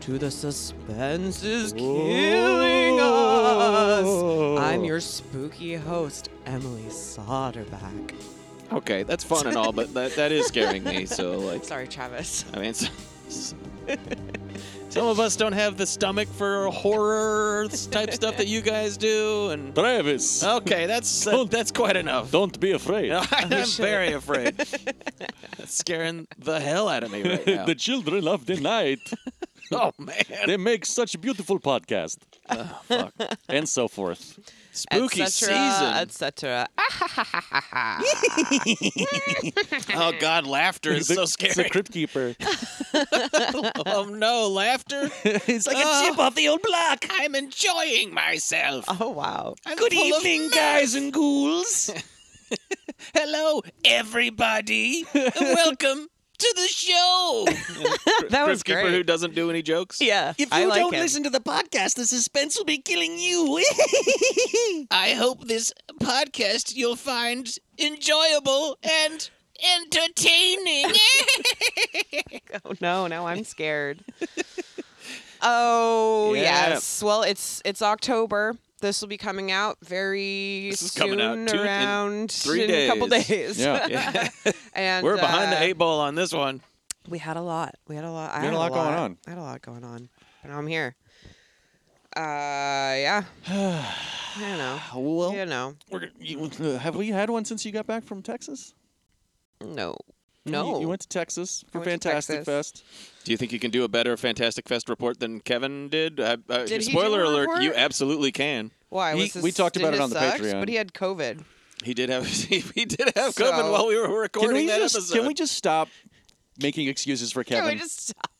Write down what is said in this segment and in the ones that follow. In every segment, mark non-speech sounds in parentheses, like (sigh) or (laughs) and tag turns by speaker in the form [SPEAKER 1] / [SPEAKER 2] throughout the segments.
[SPEAKER 1] to the suspense is killing us. I'm your spooky host, Emily Soderback.
[SPEAKER 2] Okay, that's fun and all, but that, that is scaring me. So like,
[SPEAKER 1] Sorry, Travis.
[SPEAKER 2] I mean, s- s- (laughs) some of us don't have the stomach for horror type stuff that you guys do, and
[SPEAKER 3] Travis,
[SPEAKER 2] okay, that's uh,
[SPEAKER 3] Don't-
[SPEAKER 2] that's quite enough.
[SPEAKER 3] don't be (laughs) afraid.
[SPEAKER 2] (laughs) I'm
[SPEAKER 3] (laughs)
[SPEAKER 2] very afraid. That's scaring the hell out of me right now.
[SPEAKER 3] the children of the night.
[SPEAKER 2] oh
[SPEAKER 3] (laughs)
[SPEAKER 2] man,
[SPEAKER 3] They make such beautiful podcast
[SPEAKER 2] fuck.
[SPEAKER 3] and so (laughs) forth.
[SPEAKER 2] spooky season.
[SPEAKER 1] (laughs) Etc.
[SPEAKER 2] oh god, laughter is
[SPEAKER 3] the,
[SPEAKER 2] so
[SPEAKER 3] The
[SPEAKER 2] scary.
[SPEAKER 3] crypt keeper.
[SPEAKER 2] (laughs) oh no, laughter!
[SPEAKER 3] (laughs) He's like
[SPEAKER 2] Oh.
[SPEAKER 3] a chip off the old block.
[SPEAKER 2] I'm enjoying myself.
[SPEAKER 1] Oh wow.
[SPEAKER 2] I'm
[SPEAKER 3] Uh, Good
[SPEAKER 2] full of
[SPEAKER 3] evening, guys and ghouls.
[SPEAKER 2] Hello, everybody. Welcome to the (laughs) show.
[SPEAKER 1] That was
[SPEAKER 2] Keeper who
[SPEAKER 1] great.
[SPEAKER 2] doesn't do any jokes.
[SPEAKER 1] Yeah. I like him.
[SPEAKER 3] to the podcast, the suspense will be killing you.
[SPEAKER 2] I hope this podcast you'll find enjoyable and (laughs) entertaining.
[SPEAKER 1] Oh no, now
[SPEAKER 2] (laughs)
[SPEAKER 1] I'm scared. oh
[SPEAKER 2] Yeah.
[SPEAKER 1] yes. Well, it's it's October. This will be coming out very
[SPEAKER 2] This is
[SPEAKER 1] soon
[SPEAKER 2] coming out two- in
[SPEAKER 1] around
[SPEAKER 2] three
[SPEAKER 1] in a couple
[SPEAKER 2] days.
[SPEAKER 1] days.
[SPEAKER 3] Yeah.
[SPEAKER 1] and (laughs)
[SPEAKER 2] We're behind
[SPEAKER 1] uh,
[SPEAKER 2] the eight ball on this one.
[SPEAKER 1] We had a lot. We had a lot. I
[SPEAKER 3] You
[SPEAKER 1] had
[SPEAKER 3] had a lot going on.
[SPEAKER 1] I had a lot going on. But now I'm here. Uh
[SPEAKER 3] (sighs)
[SPEAKER 1] yeah. I don't know.
[SPEAKER 3] well,
[SPEAKER 1] You know.
[SPEAKER 3] we're, gonna- you, uh, have we had one since you got back from Texas?
[SPEAKER 1] No.
[SPEAKER 3] You-
[SPEAKER 1] No.
[SPEAKER 3] You, went to Texas for
[SPEAKER 1] went to
[SPEAKER 3] Fantastic
[SPEAKER 1] Texas.
[SPEAKER 3] Fest.
[SPEAKER 2] Do you think you can do a better Fantastic Fest report than Kevin did? Uh, uh,
[SPEAKER 1] Did he do
[SPEAKER 2] spoiler
[SPEAKER 1] a
[SPEAKER 2] alert,
[SPEAKER 1] report?
[SPEAKER 2] you absolutely can.
[SPEAKER 1] Why
[SPEAKER 3] He-
[SPEAKER 1] was this,
[SPEAKER 3] we talked
[SPEAKER 1] did
[SPEAKER 3] about
[SPEAKER 1] his
[SPEAKER 3] it on the
[SPEAKER 1] sucks?
[SPEAKER 3] Patreon.
[SPEAKER 1] But he had COVID.
[SPEAKER 2] He did have (laughs) he did have
[SPEAKER 1] So-
[SPEAKER 2] COVID while we were
[SPEAKER 3] Can
[SPEAKER 2] recording
[SPEAKER 3] we,
[SPEAKER 2] that
[SPEAKER 3] just,
[SPEAKER 2] episode.
[SPEAKER 3] can we just stop making excuses for Kevin?
[SPEAKER 1] Can we just (laughs) stop?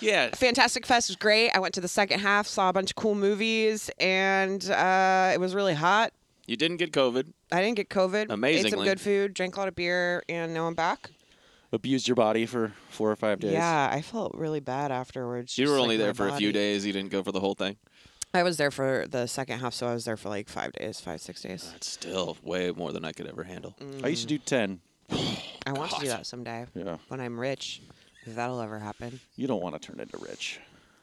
[SPEAKER 2] Yeah.
[SPEAKER 1] Fantastic Fest was great. I went to the second half, saw a bunch of cool movies, and uh, it was really hot.
[SPEAKER 2] You didn't get COVID.
[SPEAKER 1] I didn't get COVID. Ate some
[SPEAKER 2] Amazingly.
[SPEAKER 1] good food, drank a lot of beer, and now I'm back.
[SPEAKER 3] Abused your body for four or five days.
[SPEAKER 1] Yeah, I felt really bad afterwards.
[SPEAKER 2] You
[SPEAKER 1] just,
[SPEAKER 2] were
[SPEAKER 1] like,
[SPEAKER 2] only
[SPEAKER 1] my
[SPEAKER 2] there for a few
[SPEAKER 1] body-
[SPEAKER 2] days. You didn't go for the whole thing.
[SPEAKER 1] I was there for the second half, so I was there for like five days, five, six days.
[SPEAKER 2] That's still way more than I could ever handle.
[SPEAKER 3] I used to do 10.
[SPEAKER 1] I want to do that someday
[SPEAKER 3] Yeah.
[SPEAKER 1] when I'm rich, if that'll ever happen.
[SPEAKER 3] You don't want to turn into rich.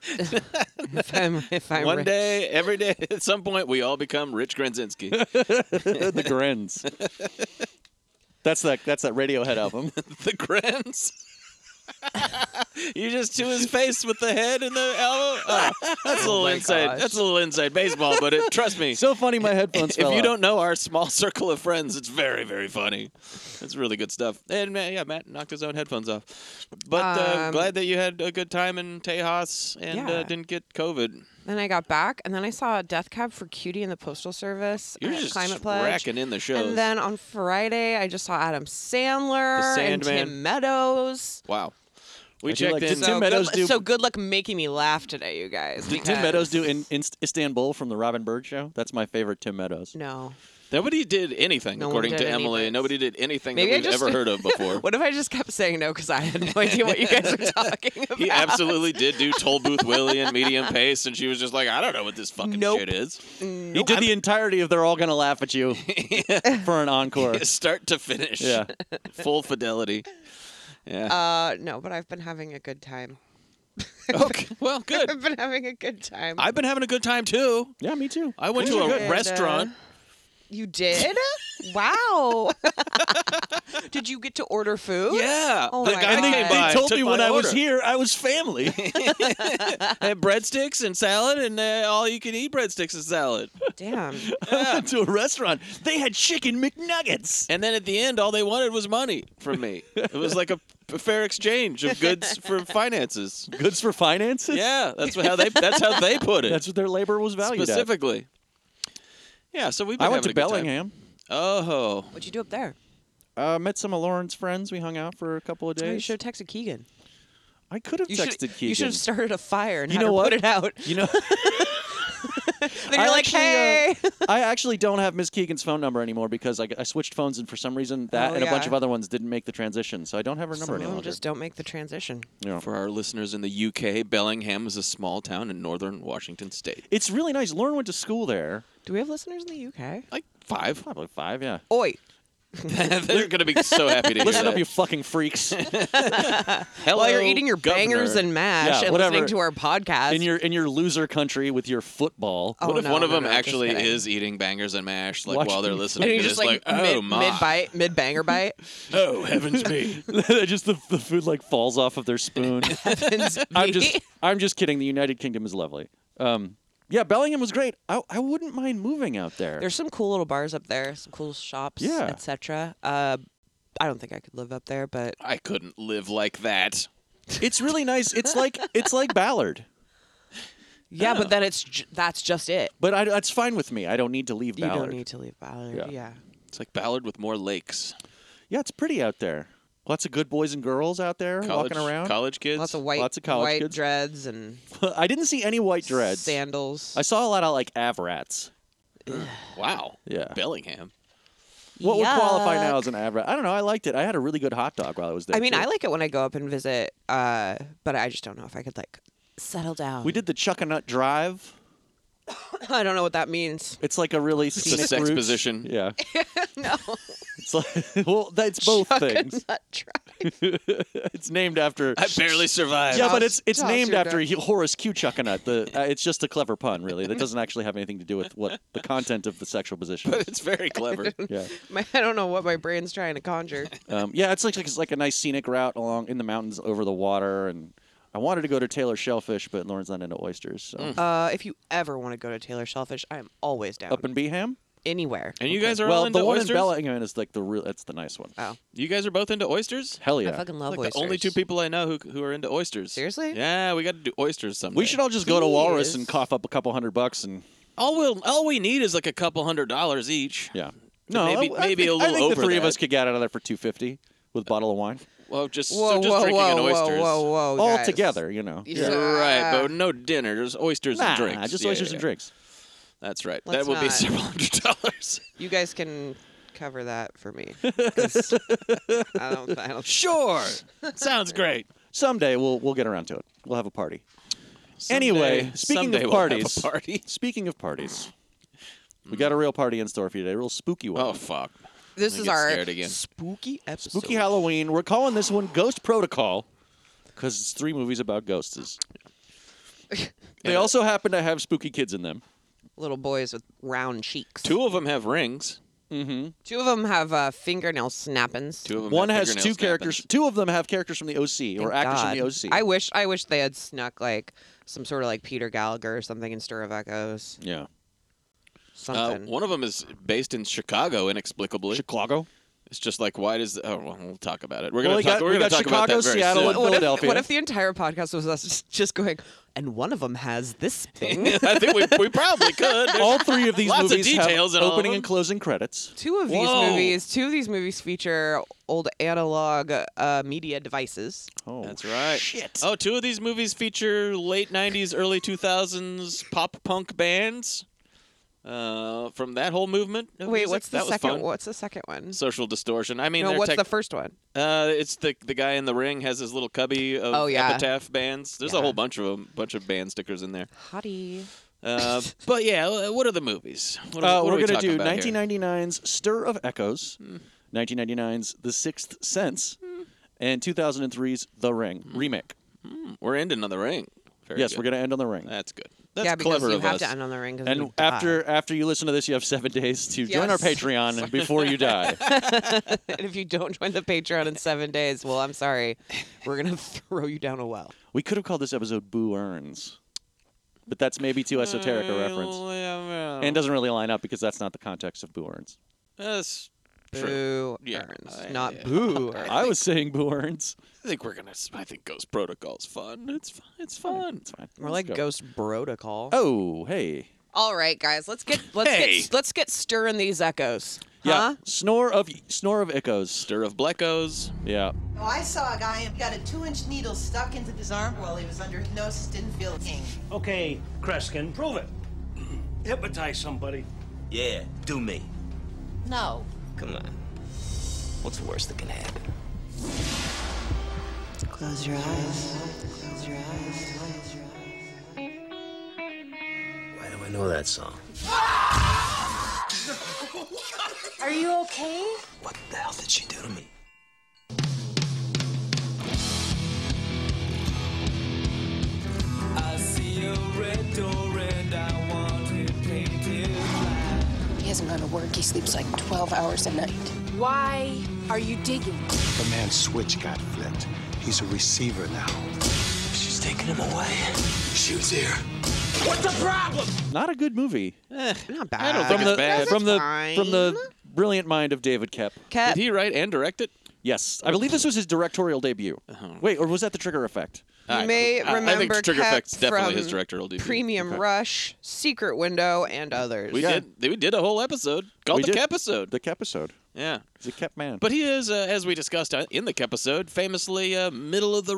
[SPEAKER 3] (laughs)
[SPEAKER 1] If I'm, if I'm
[SPEAKER 2] One
[SPEAKER 1] rich.
[SPEAKER 2] day, every day, (laughs) at some point, we all become Rich (laughs) Grenzinski.
[SPEAKER 3] the grins. (laughs) That's that. That's that Radiohead album.
[SPEAKER 2] the (laughs) Grens. you just to his face with the head and the (laughs) elbow. Oh, that's a little
[SPEAKER 1] my
[SPEAKER 2] inside.
[SPEAKER 1] gosh.
[SPEAKER 2] That's a little inside baseball, but it, trust (laughs) me.
[SPEAKER 3] so funny, my headphones. (laughs)
[SPEAKER 2] if
[SPEAKER 3] fell
[SPEAKER 2] you
[SPEAKER 3] out.
[SPEAKER 2] don't know our small circle of friends, it's very, very funny. It's really good stuff. And man, yeah, Matt knocked his own headphones off. But uh,
[SPEAKER 1] Um,
[SPEAKER 2] glad that you had a good time in Tejas and
[SPEAKER 1] Yeah.
[SPEAKER 2] uh, didn't get COVID.
[SPEAKER 1] Then I got back, and then I saw a death cab for Cutie in the Postal Service.
[SPEAKER 2] You're
[SPEAKER 1] at
[SPEAKER 2] just
[SPEAKER 1] Climate Pledge.
[SPEAKER 2] racking in the shows.
[SPEAKER 1] And then on Friday, I just saw Adam Sandler
[SPEAKER 2] The
[SPEAKER 1] and
[SPEAKER 2] Sandman.
[SPEAKER 1] Tim Meadows.
[SPEAKER 2] wow. We
[SPEAKER 3] I do
[SPEAKER 2] checked
[SPEAKER 3] like to
[SPEAKER 2] in.
[SPEAKER 3] Tim
[SPEAKER 1] so
[SPEAKER 3] Meadows
[SPEAKER 1] good,
[SPEAKER 3] do-
[SPEAKER 1] so good luck making me laugh today, you guys.
[SPEAKER 3] Did
[SPEAKER 1] because-
[SPEAKER 3] Tim Meadows do in, in Istanbul from the Robin Bird show? That's my favorite Tim Meadows.
[SPEAKER 1] No.
[SPEAKER 2] Nobody did anything,
[SPEAKER 1] No one
[SPEAKER 2] according
[SPEAKER 1] did
[SPEAKER 2] to Emily.
[SPEAKER 1] anything.
[SPEAKER 2] Nobody did anything
[SPEAKER 1] Maybe I
[SPEAKER 2] that we've
[SPEAKER 1] just- (laughs)
[SPEAKER 2] ever heard of before.
[SPEAKER 1] What if I just kept saying no because I had no idea what you guys were talking about?
[SPEAKER 2] He absolutely did do Toll Booth Willie and Medium Pace, and she was just like, I don't know what this fucking
[SPEAKER 1] Nope.
[SPEAKER 2] shit is.
[SPEAKER 3] He did the entirety of "They're All Gonna Laugh at (laughs) You" for an encore.
[SPEAKER 2] Start to finish.
[SPEAKER 3] Yeah.
[SPEAKER 2] (laughs) Full fidelity. Yeah.
[SPEAKER 1] Uh, no, but I've been having a good time.
[SPEAKER 2] (laughs) okay. Well,
[SPEAKER 1] (laughs)
[SPEAKER 2] good.
[SPEAKER 1] I've been having a good time.
[SPEAKER 2] I've been having a good time too.
[SPEAKER 3] Yeah, me too.
[SPEAKER 2] I went
[SPEAKER 3] Good,
[SPEAKER 2] to a
[SPEAKER 3] good.
[SPEAKER 1] And, uh,
[SPEAKER 2] restaurant.
[SPEAKER 1] You did? (laughs) wow. (laughs) did you get to order food?
[SPEAKER 2] Yeah.
[SPEAKER 1] Oh
[SPEAKER 2] the
[SPEAKER 1] my
[SPEAKER 2] guy
[SPEAKER 1] God.
[SPEAKER 3] And they,
[SPEAKER 2] came by.
[SPEAKER 3] they told
[SPEAKER 2] took
[SPEAKER 3] me
[SPEAKER 2] my
[SPEAKER 3] when I was
[SPEAKER 2] order.
[SPEAKER 3] here, I was family. (laughs)
[SPEAKER 2] I had breadsticks and salad, and uh, all you can eat breadsticks and salad.
[SPEAKER 1] Damn.
[SPEAKER 3] I went (laughs) to a restaurant. They had chicken McNuggets.
[SPEAKER 2] And then at the end, all they wanted was money from me. It was like a, (laughs) a fair exchange of goods for finances.
[SPEAKER 3] Goods for finances.
[SPEAKER 2] Yeah, that's how they that's how they put it
[SPEAKER 3] that's what their labor was valued at.
[SPEAKER 2] specifically. Yeah, so we.
[SPEAKER 3] I went to Bellingham.
[SPEAKER 2] Oh,
[SPEAKER 1] What'd you do up there?
[SPEAKER 3] Uh, met some of Lauren's friends. We hung out for a couple of
[SPEAKER 1] Oh,
[SPEAKER 3] days.
[SPEAKER 1] you should have texted Keegan.
[SPEAKER 3] I could have
[SPEAKER 1] You
[SPEAKER 3] texted
[SPEAKER 1] should,
[SPEAKER 3] Keegan.
[SPEAKER 1] You should have started a fire and
[SPEAKER 3] You
[SPEAKER 1] had
[SPEAKER 3] know
[SPEAKER 1] her
[SPEAKER 3] what?
[SPEAKER 1] put it out.
[SPEAKER 3] You know, (laughs)
[SPEAKER 1] Then you're
[SPEAKER 3] I
[SPEAKER 1] like,
[SPEAKER 3] actually,
[SPEAKER 1] hey.
[SPEAKER 3] uh, I actually don't have Miss Keegan's phone number anymore because I, I switched phones and for some reason that
[SPEAKER 1] Oh,
[SPEAKER 3] and a bunch
[SPEAKER 1] yeah.
[SPEAKER 3] of other ones didn't make the transition, so I don't have her
[SPEAKER 1] Some
[SPEAKER 3] number
[SPEAKER 1] of
[SPEAKER 3] any
[SPEAKER 1] 'em
[SPEAKER 3] longer.
[SPEAKER 1] just don't make the transition.
[SPEAKER 3] Yeah.
[SPEAKER 2] for our listeners in the UK, Bellingham is a small town in northern Washington state.
[SPEAKER 3] It's really nice. Lauren went to school there.
[SPEAKER 1] Do we have listeners in the UK? (laughs)
[SPEAKER 2] Like five. (laughs)
[SPEAKER 3] Probably five, yeah.
[SPEAKER 1] Oi.
[SPEAKER 2] They're gonna be so happy to hear
[SPEAKER 3] Listen
[SPEAKER 2] that.
[SPEAKER 3] up, you
[SPEAKER 1] (laughs)
[SPEAKER 3] fucking freaks!
[SPEAKER 2] Hello,
[SPEAKER 1] While you're eating your
[SPEAKER 2] governor.
[SPEAKER 1] bangers and mash
[SPEAKER 3] Yeah,
[SPEAKER 1] and
[SPEAKER 3] whatever.
[SPEAKER 1] listening to our podcast.
[SPEAKER 3] In your in your loser country with your football.
[SPEAKER 1] Oh,
[SPEAKER 2] What if
[SPEAKER 1] no,
[SPEAKER 2] one of
[SPEAKER 1] no,
[SPEAKER 2] them
[SPEAKER 1] no, just
[SPEAKER 2] actually
[SPEAKER 1] kidding.
[SPEAKER 2] is eating bangers and mash, like
[SPEAKER 3] Watch-
[SPEAKER 2] while they're
[SPEAKER 3] And
[SPEAKER 2] listening?
[SPEAKER 1] And
[SPEAKER 2] to
[SPEAKER 1] you're
[SPEAKER 2] this,
[SPEAKER 1] just like,
[SPEAKER 2] oh
[SPEAKER 1] mid,
[SPEAKER 2] my,
[SPEAKER 1] mid bite, mid banger bite.
[SPEAKER 2] oh heavens
[SPEAKER 1] (laughs)
[SPEAKER 2] me.
[SPEAKER 3] (laughs) just the, the food like falls off of their spoon.
[SPEAKER 1] Heavens
[SPEAKER 3] I'm
[SPEAKER 1] be. (laughs)
[SPEAKER 3] just I'm just kidding. The United Kingdom is lovely. Um, yeah, Bellingham was great. I, I wouldn't mind moving out there.
[SPEAKER 1] There's (laughs) some cool little bars up there, some cool shops,
[SPEAKER 3] Yeah.
[SPEAKER 1] etc. Uh, I don't think I could live up there, but
[SPEAKER 2] I couldn't live like that.
[SPEAKER 3] it's really nice. It's like it's like Ballard,
[SPEAKER 1] yeah, but then it's j- that's just it.
[SPEAKER 3] but I, that's fine with me. I don't need to leave
[SPEAKER 1] You
[SPEAKER 3] Ballard.
[SPEAKER 1] don't need to leave Ballard.
[SPEAKER 3] Yeah.
[SPEAKER 1] Yeah.
[SPEAKER 2] It's like Ballard with more lakes.
[SPEAKER 3] yeah, it's pretty out there. Lots of good boys and girls out there
[SPEAKER 2] College,
[SPEAKER 3] walking around.
[SPEAKER 2] college kids.
[SPEAKER 1] Lots of white
[SPEAKER 3] Lots of college
[SPEAKER 1] white
[SPEAKER 3] kids.
[SPEAKER 1] dreads and
[SPEAKER 3] (laughs) I didn't see any white dreads.
[SPEAKER 1] sandals.
[SPEAKER 3] I saw a lot of like avrats.
[SPEAKER 2] wow.
[SPEAKER 3] Yeah. (laughs)
[SPEAKER 2] Bellingham.
[SPEAKER 3] What would qualify now
[SPEAKER 1] Yuck.
[SPEAKER 3] as an avrat? I don't know. I liked it. I had a really good hot dog while I was there.
[SPEAKER 1] I mean,
[SPEAKER 3] too.
[SPEAKER 1] I like it when I go up and visit, uh, but I just don't know if I could like settle down.
[SPEAKER 3] We did the Chuck a Nut Drive.
[SPEAKER 1] (laughs) I don't know what that means.
[SPEAKER 3] It's like a really
[SPEAKER 2] a
[SPEAKER 3] scenic
[SPEAKER 2] sex
[SPEAKER 3] route.
[SPEAKER 2] position.
[SPEAKER 3] (laughs) Yeah.
[SPEAKER 1] (laughs) no,
[SPEAKER 3] It's like (laughs) well, that's (laughs) both
[SPEAKER 1] Chuck and
[SPEAKER 3] things. (laughs)
[SPEAKER 1] Nut Drive.
[SPEAKER 3] It's named after.
[SPEAKER 2] I barely survived.
[SPEAKER 3] yeah,
[SPEAKER 1] I'll
[SPEAKER 3] but
[SPEAKER 1] s-
[SPEAKER 3] it's it's
[SPEAKER 1] I'll
[SPEAKER 3] named
[SPEAKER 1] shoot
[SPEAKER 3] after
[SPEAKER 1] that.
[SPEAKER 3] H- Horace Q. Chuckanut. The uh, it's just a clever pun, really. That doesn't actually have anything to do with what the content of the sexual
[SPEAKER 1] (laughs)
[SPEAKER 3] position.
[SPEAKER 2] (laughs) But it's very
[SPEAKER 3] (laughs)
[SPEAKER 2] clever.
[SPEAKER 3] Yeah,
[SPEAKER 1] My, I don't know what my brain's trying to
[SPEAKER 3] (laughs)
[SPEAKER 1] conjure.
[SPEAKER 3] um, yeah. It's like it's like a nice scenic route along in the mountains over the water. And I wanted to go to Taylor Shellfish, but Lauren's not into oysters. So
[SPEAKER 2] Mm.
[SPEAKER 1] Uh, if you ever want to go to Taylor Shellfish, I am always down.
[SPEAKER 3] up in Beeham.
[SPEAKER 1] Anywhere.
[SPEAKER 2] And you guys are
[SPEAKER 3] well,
[SPEAKER 2] all into
[SPEAKER 3] the one
[SPEAKER 2] oysters.
[SPEAKER 3] in Bellingham is like the real. That's the nice one.
[SPEAKER 1] Oh,
[SPEAKER 2] you guys are both into oysters.
[SPEAKER 3] Hell yeah.
[SPEAKER 1] I fucking love
[SPEAKER 2] Like
[SPEAKER 1] oysters.
[SPEAKER 2] the only two people I know who, who are into oysters.
[SPEAKER 1] Seriously?
[SPEAKER 2] Yeah, we got to do oysters someday.
[SPEAKER 3] we should all just go to Walrus
[SPEAKER 1] Jeez.
[SPEAKER 3] and cough up a couple hundred bucks and
[SPEAKER 2] All we will all we need is like a couple hundred dollars each.
[SPEAKER 3] yeah.
[SPEAKER 2] No, maybe-
[SPEAKER 3] I- I
[SPEAKER 2] maybe
[SPEAKER 3] think-
[SPEAKER 2] a
[SPEAKER 3] I
[SPEAKER 2] little
[SPEAKER 3] think the
[SPEAKER 2] over
[SPEAKER 3] three of
[SPEAKER 2] that.
[SPEAKER 3] us could get out of there for two fifty with a bottle of wine
[SPEAKER 2] Well, just
[SPEAKER 1] Whoa,
[SPEAKER 2] so just
[SPEAKER 1] whoa,
[SPEAKER 2] drinking
[SPEAKER 1] whoa,
[SPEAKER 2] an oysters.
[SPEAKER 1] whoa,
[SPEAKER 2] Oh,
[SPEAKER 1] whoa,
[SPEAKER 3] all
[SPEAKER 1] guys.
[SPEAKER 3] together. You know.
[SPEAKER 1] Yeah.
[SPEAKER 2] Right, but no dinner. Just oysters
[SPEAKER 3] Nah,
[SPEAKER 2] and drinks.
[SPEAKER 3] just
[SPEAKER 2] Yeah,
[SPEAKER 3] oysters
[SPEAKER 2] yeah,
[SPEAKER 3] and
[SPEAKER 2] yeah.
[SPEAKER 3] drinks.
[SPEAKER 2] That's right.
[SPEAKER 1] Let's
[SPEAKER 2] that would be
[SPEAKER 1] not.
[SPEAKER 2] several
[SPEAKER 3] (laughs)
[SPEAKER 2] hundred dollars.
[SPEAKER 1] You guys can cover that for me. (laughs) 'cause I don't. I don't.
[SPEAKER 2] sure. Sounds great.
[SPEAKER 3] Someday we'll we'll get around to it. We'll have a party. Anyway, speaking
[SPEAKER 2] someday
[SPEAKER 3] of
[SPEAKER 2] we'll have a
[SPEAKER 3] parties,
[SPEAKER 2] party. (laughs)
[SPEAKER 3] speaking of parties, we got a real party in store for you today. A real spooky one.
[SPEAKER 2] Oh fuck.
[SPEAKER 1] This
[SPEAKER 2] I'm
[SPEAKER 1] is
[SPEAKER 2] gonna get
[SPEAKER 1] our
[SPEAKER 2] scared again.
[SPEAKER 1] spooky episode.
[SPEAKER 3] spooky Halloween. We're calling this one Ghost Protocol because it's three movies about
[SPEAKER 2] (laughs)
[SPEAKER 3] ghosts. They
[SPEAKER 2] Yeah.
[SPEAKER 3] also happen to have spooky kids in them.
[SPEAKER 1] Little boys with round cheeks.
[SPEAKER 2] Two of them have rings.
[SPEAKER 3] Mm-hmm.
[SPEAKER 1] Two of them have uh, fingernail snappings.
[SPEAKER 2] Two of them.
[SPEAKER 3] One
[SPEAKER 2] have
[SPEAKER 3] has
[SPEAKER 2] fingernail
[SPEAKER 3] two characters.
[SPEAKER 2] snappings.
[SPEAKER 3] Two of them have characters from the OC or actors from the OC.
[SPEAKER 1] I wish. I wish they had snuck like some sort of like Peter Gallagher or something in Stir of Echoes.
[SPEAKER 3] yeah.
[SPEAKER 2] Uh,
[SPEAKER 1] Something.
[SPEAKER 2] one of them is based in Chicago inexplicably. (laughs)
[SPEAKER 3] Chicago.
[SPEAKER 2] It's just like why does oh well, we'll talk about it. We're
[SPEAKER 3] Well,
[SPEAKER 2] gonna
[SPEAKER 3] we
[SPEAKER 2] talk.
[SPEAKER 3] got-
[SPEAKER 2] we're
[SPEAKER 3] we
[SPEAKER 2] gonna
[SPEAKER 3] got
[SPEAKER 2] talk about that
[SPEAKER 3] Chicago,
[SPEAKER 2] very
[SPEAKER 3] Seattle,
[SPEAKER 2] soon.
[SPEAKER 3] and
[SPEAKER 1] what, if,
[SPEAKER 3] Philadelphia.
[SPEAKER 1] what if the entire podcast was us just- just going? And one of them has this thing. (laughs)
[SPEAKER 2] (laughs) I think we, we probably could.
[SPEAKER 3] All three of these
[SPEAKER 2] Lots of
[SPEAKER 3] movies
[SPEAKER 2] details in
[SPEAKER 3] have
[SPEAKER 2] all of
[SPEAKER 3] opening
[SPEAKER 2] them.
[SPEAKER 3] and closing credits.
[SPEAKER 1] two of these
[SPEAKER 2] Whoa.
[SPEAKER 1] movies. Two of these movies feature old analog uh, media devices.
[SPEAKER 3] Oh,
[SPEAKER 2] That's right.
[SPEAKER 3] Shit.
[SPEAKER 2] Oh, two of these movies feature late '90s, early 2000s pop punk bands uh, from that whole movement. of
[SPEAKER 1] Wait,
[SPEAKER 2] music.
[SPEAKER 1] what's the
[SPEAKER 2] that was
[SPEAKER 1] second?
[SPEAKER 2] fun.
[SPEAKER 1] What's the second one?
[SPEAKER 2] Social distortion. I mean,
[SPEAKER 1] no,
[SPEAKER 2] they're
[SPEAKER 1] what's
[SPEAKER 2] tech-
[SPEAKER 1] the first one?
[SPEAKER 2] uh, it's the the guy in the ring has his little cubby of
[SPEAKER 1] Oh, yeah.
[SPEAKER 2] epitaph bands. There's a
[SPEAKER 1] Yeah.
[SPEAKER 2] whole bunch of them, bunch of band stickers in there.
[SPEAKER 1] Hottie. (laughs)
[SPEAKER 2] Uh, but yeah, uh, what are the movies? What are,
[SPEAKER 3] Uh,
[SPEAKER 2] what are
[SPEAKER 3] we're
[SPEAKER 2] we
[SPEAKER 3] going to
[SPEAKER 2] talking
[SPEAKER 3] do
[SPEAKER 2] about here? Hmm.
[SPEAKER 3] 1999's Stir of Echoes, 1999's The Sixth Sense, and 2003's The Ring remake.
[SPEAKER 2] We're ending on the ring. Hmm. Very
[SPEAKER 3] yes,
[SPEAKER 2] good.
[SPEAKER 3] we're going to end on The Ring.
[SPEAKER 2] That's good. That's
[SPEAKER 1] yeah, because
[SPEAKER 2] clever
[SPEAKER 1] you
[SPEAKER 2] of
[SPEAKER 1] have
[SPEAKER 2] us.
[SPEAKER 1] to end on the ring. 'cause
[SPEAKER 3] and
[SPEAKER 1] you
[SPEAKER 3] after after you listen to this, you have seven days to join our
[SPEAKER 1] Yes.
[SPEAKER 2] (laughs)
[SPEAKER 3] Patreon before you die.
[SPEAKER 1] die. and (laughs) if you don't join the Patreon in seven days, well, I'm
[SPEAKER 2] (laughs)
[SPEAKER 1] sorry, we're gonna throw you down a well.
[SPEAKER 3] we could have called this episode Boo Earns, but that's maybe too esoteric a
[SPEAKER 2] Uh,
[SPEAKER 3] reference. And
[SPEAKER 2] And
[SPEAKER 3] doesn't really line up because that's not the context of Boo Earns.
[SPEAKER 2] that's true.
[SPEAKER 1] Boo
[SPEAKER 2] Yeah.
[SPEAKER 1] earns,
[SPEAKER 2] (laughs) I-
[SPEAKER 1] not
[SPEAKER 2] yeah.
[SPEAKER 1] boo. earns.
[SPEAKER 3] I was saying Boo Earns.
[SPEAKER 2] I think we're gonna. I think Ghost Protocol's fun. It's fun. It's fun.
[SPEAKER 3] It's fine.
[SPEAKER 1] More
[SPEAKER 3] Let's
[SPEAKER 1] like
[SPEAKER 3] go.
[SPEAKER 1] Ghost Protocol.
[SPEAKER 3] Oh, hey.
[SPEAKER 1] All right, guys, let's get let's
[SPEAKER 2] Hey.
[SPEAKER 1] get let's get stirring these echoes.
[SPEAKER 3] Yeah.
[SPEAKER 1] Huh?
[SPEAKER 3] Snore of Snore of Echoes.
[SPEAKER 2] Stir of Bleckos.
[SPEAKER 3] Yeah.
[SPEAKER 4] Oh, I saw a guy who got a two-inch needle stuck into his arm while he was under hypnosis. Didn't feel a thing.
[SPEAKER 5] Okay, Kreskin, prove it. (clears throat) Hypnotize somebody.
[SPEAKER 6] Yeah, do me.
[SPEAKER 4] No.
[SPEAKER 6] Come on. What's the worst that can happen?
[SPEAKER 4] Close your eyes. Close your eyes.
[SPEAKER 6] Why do I know that song?
[SPEAKER 7] (laughs) Are you okay?
[SPEAKER 6] What the hell did she do to me?
[SPEAKER 8] He hasn't gone to work. He sleeps like 12 hours a night.
[SPEAKER 7] Why are you digging?
[SPEAKER 9] The man's switch got flipped. He's a receiver now.
[SPEAKER 6] She's taking him away.
[SPEAKER 9] Shoes here.
[SPEAKER 3] Not a good movie.
[SPEAKER 1] Not bad.
[SPEAKER 2] I don't
[SPEAKER 3] From
[SPEAKER 2] think
[SPEAKER 3] the
[SPEAKER 2] it's bad.
[SPEAKER 3] from the
[SPEAKER 1] fine.
[SPEAKER 3] from the brilliant mind of David Kep.
[SPEAKER 1] Cat-
[SPEAKER 2] Did he write and direct it?
[SPEAKER 3] Yes, I believe this was his directorial debut. Wait, or was that the Trigger Effect?
[SPEAKER 1] You
[SPEAKER 2] Alright,
[SPEAKER 1] may
[SPEAKER 2] cool. I-
[SPEAKER 1] remember
[SPEAKER 2] I think Trigger
[SPEAKER 1] Cap
[SPEAKER 2] Effect's definitely
[SPEAKER 1] from
[SPEAKER 2] his directorial
[SPEAKER 1] (laughs)
[SPEAKER 2] debut.
[SPEAKER 1] Premium Rush, Secret Window, and others.
[SPEAKER 2] We did. We did a whole episode called
[SPEAKER 3] We
[SPEAKER 2] Oh, the
[SPEAKER 3] did.
[SPEAKER 2] Kepisode.
[SPEAKER 3] The Kepisode.
[SPEAKER 2] yeah.
[SPEAKER 3] He's a Kep man.
[SPEAKER 2] But he is, uh, as we discussed uh, in the Kepisode, famously uh, middle of the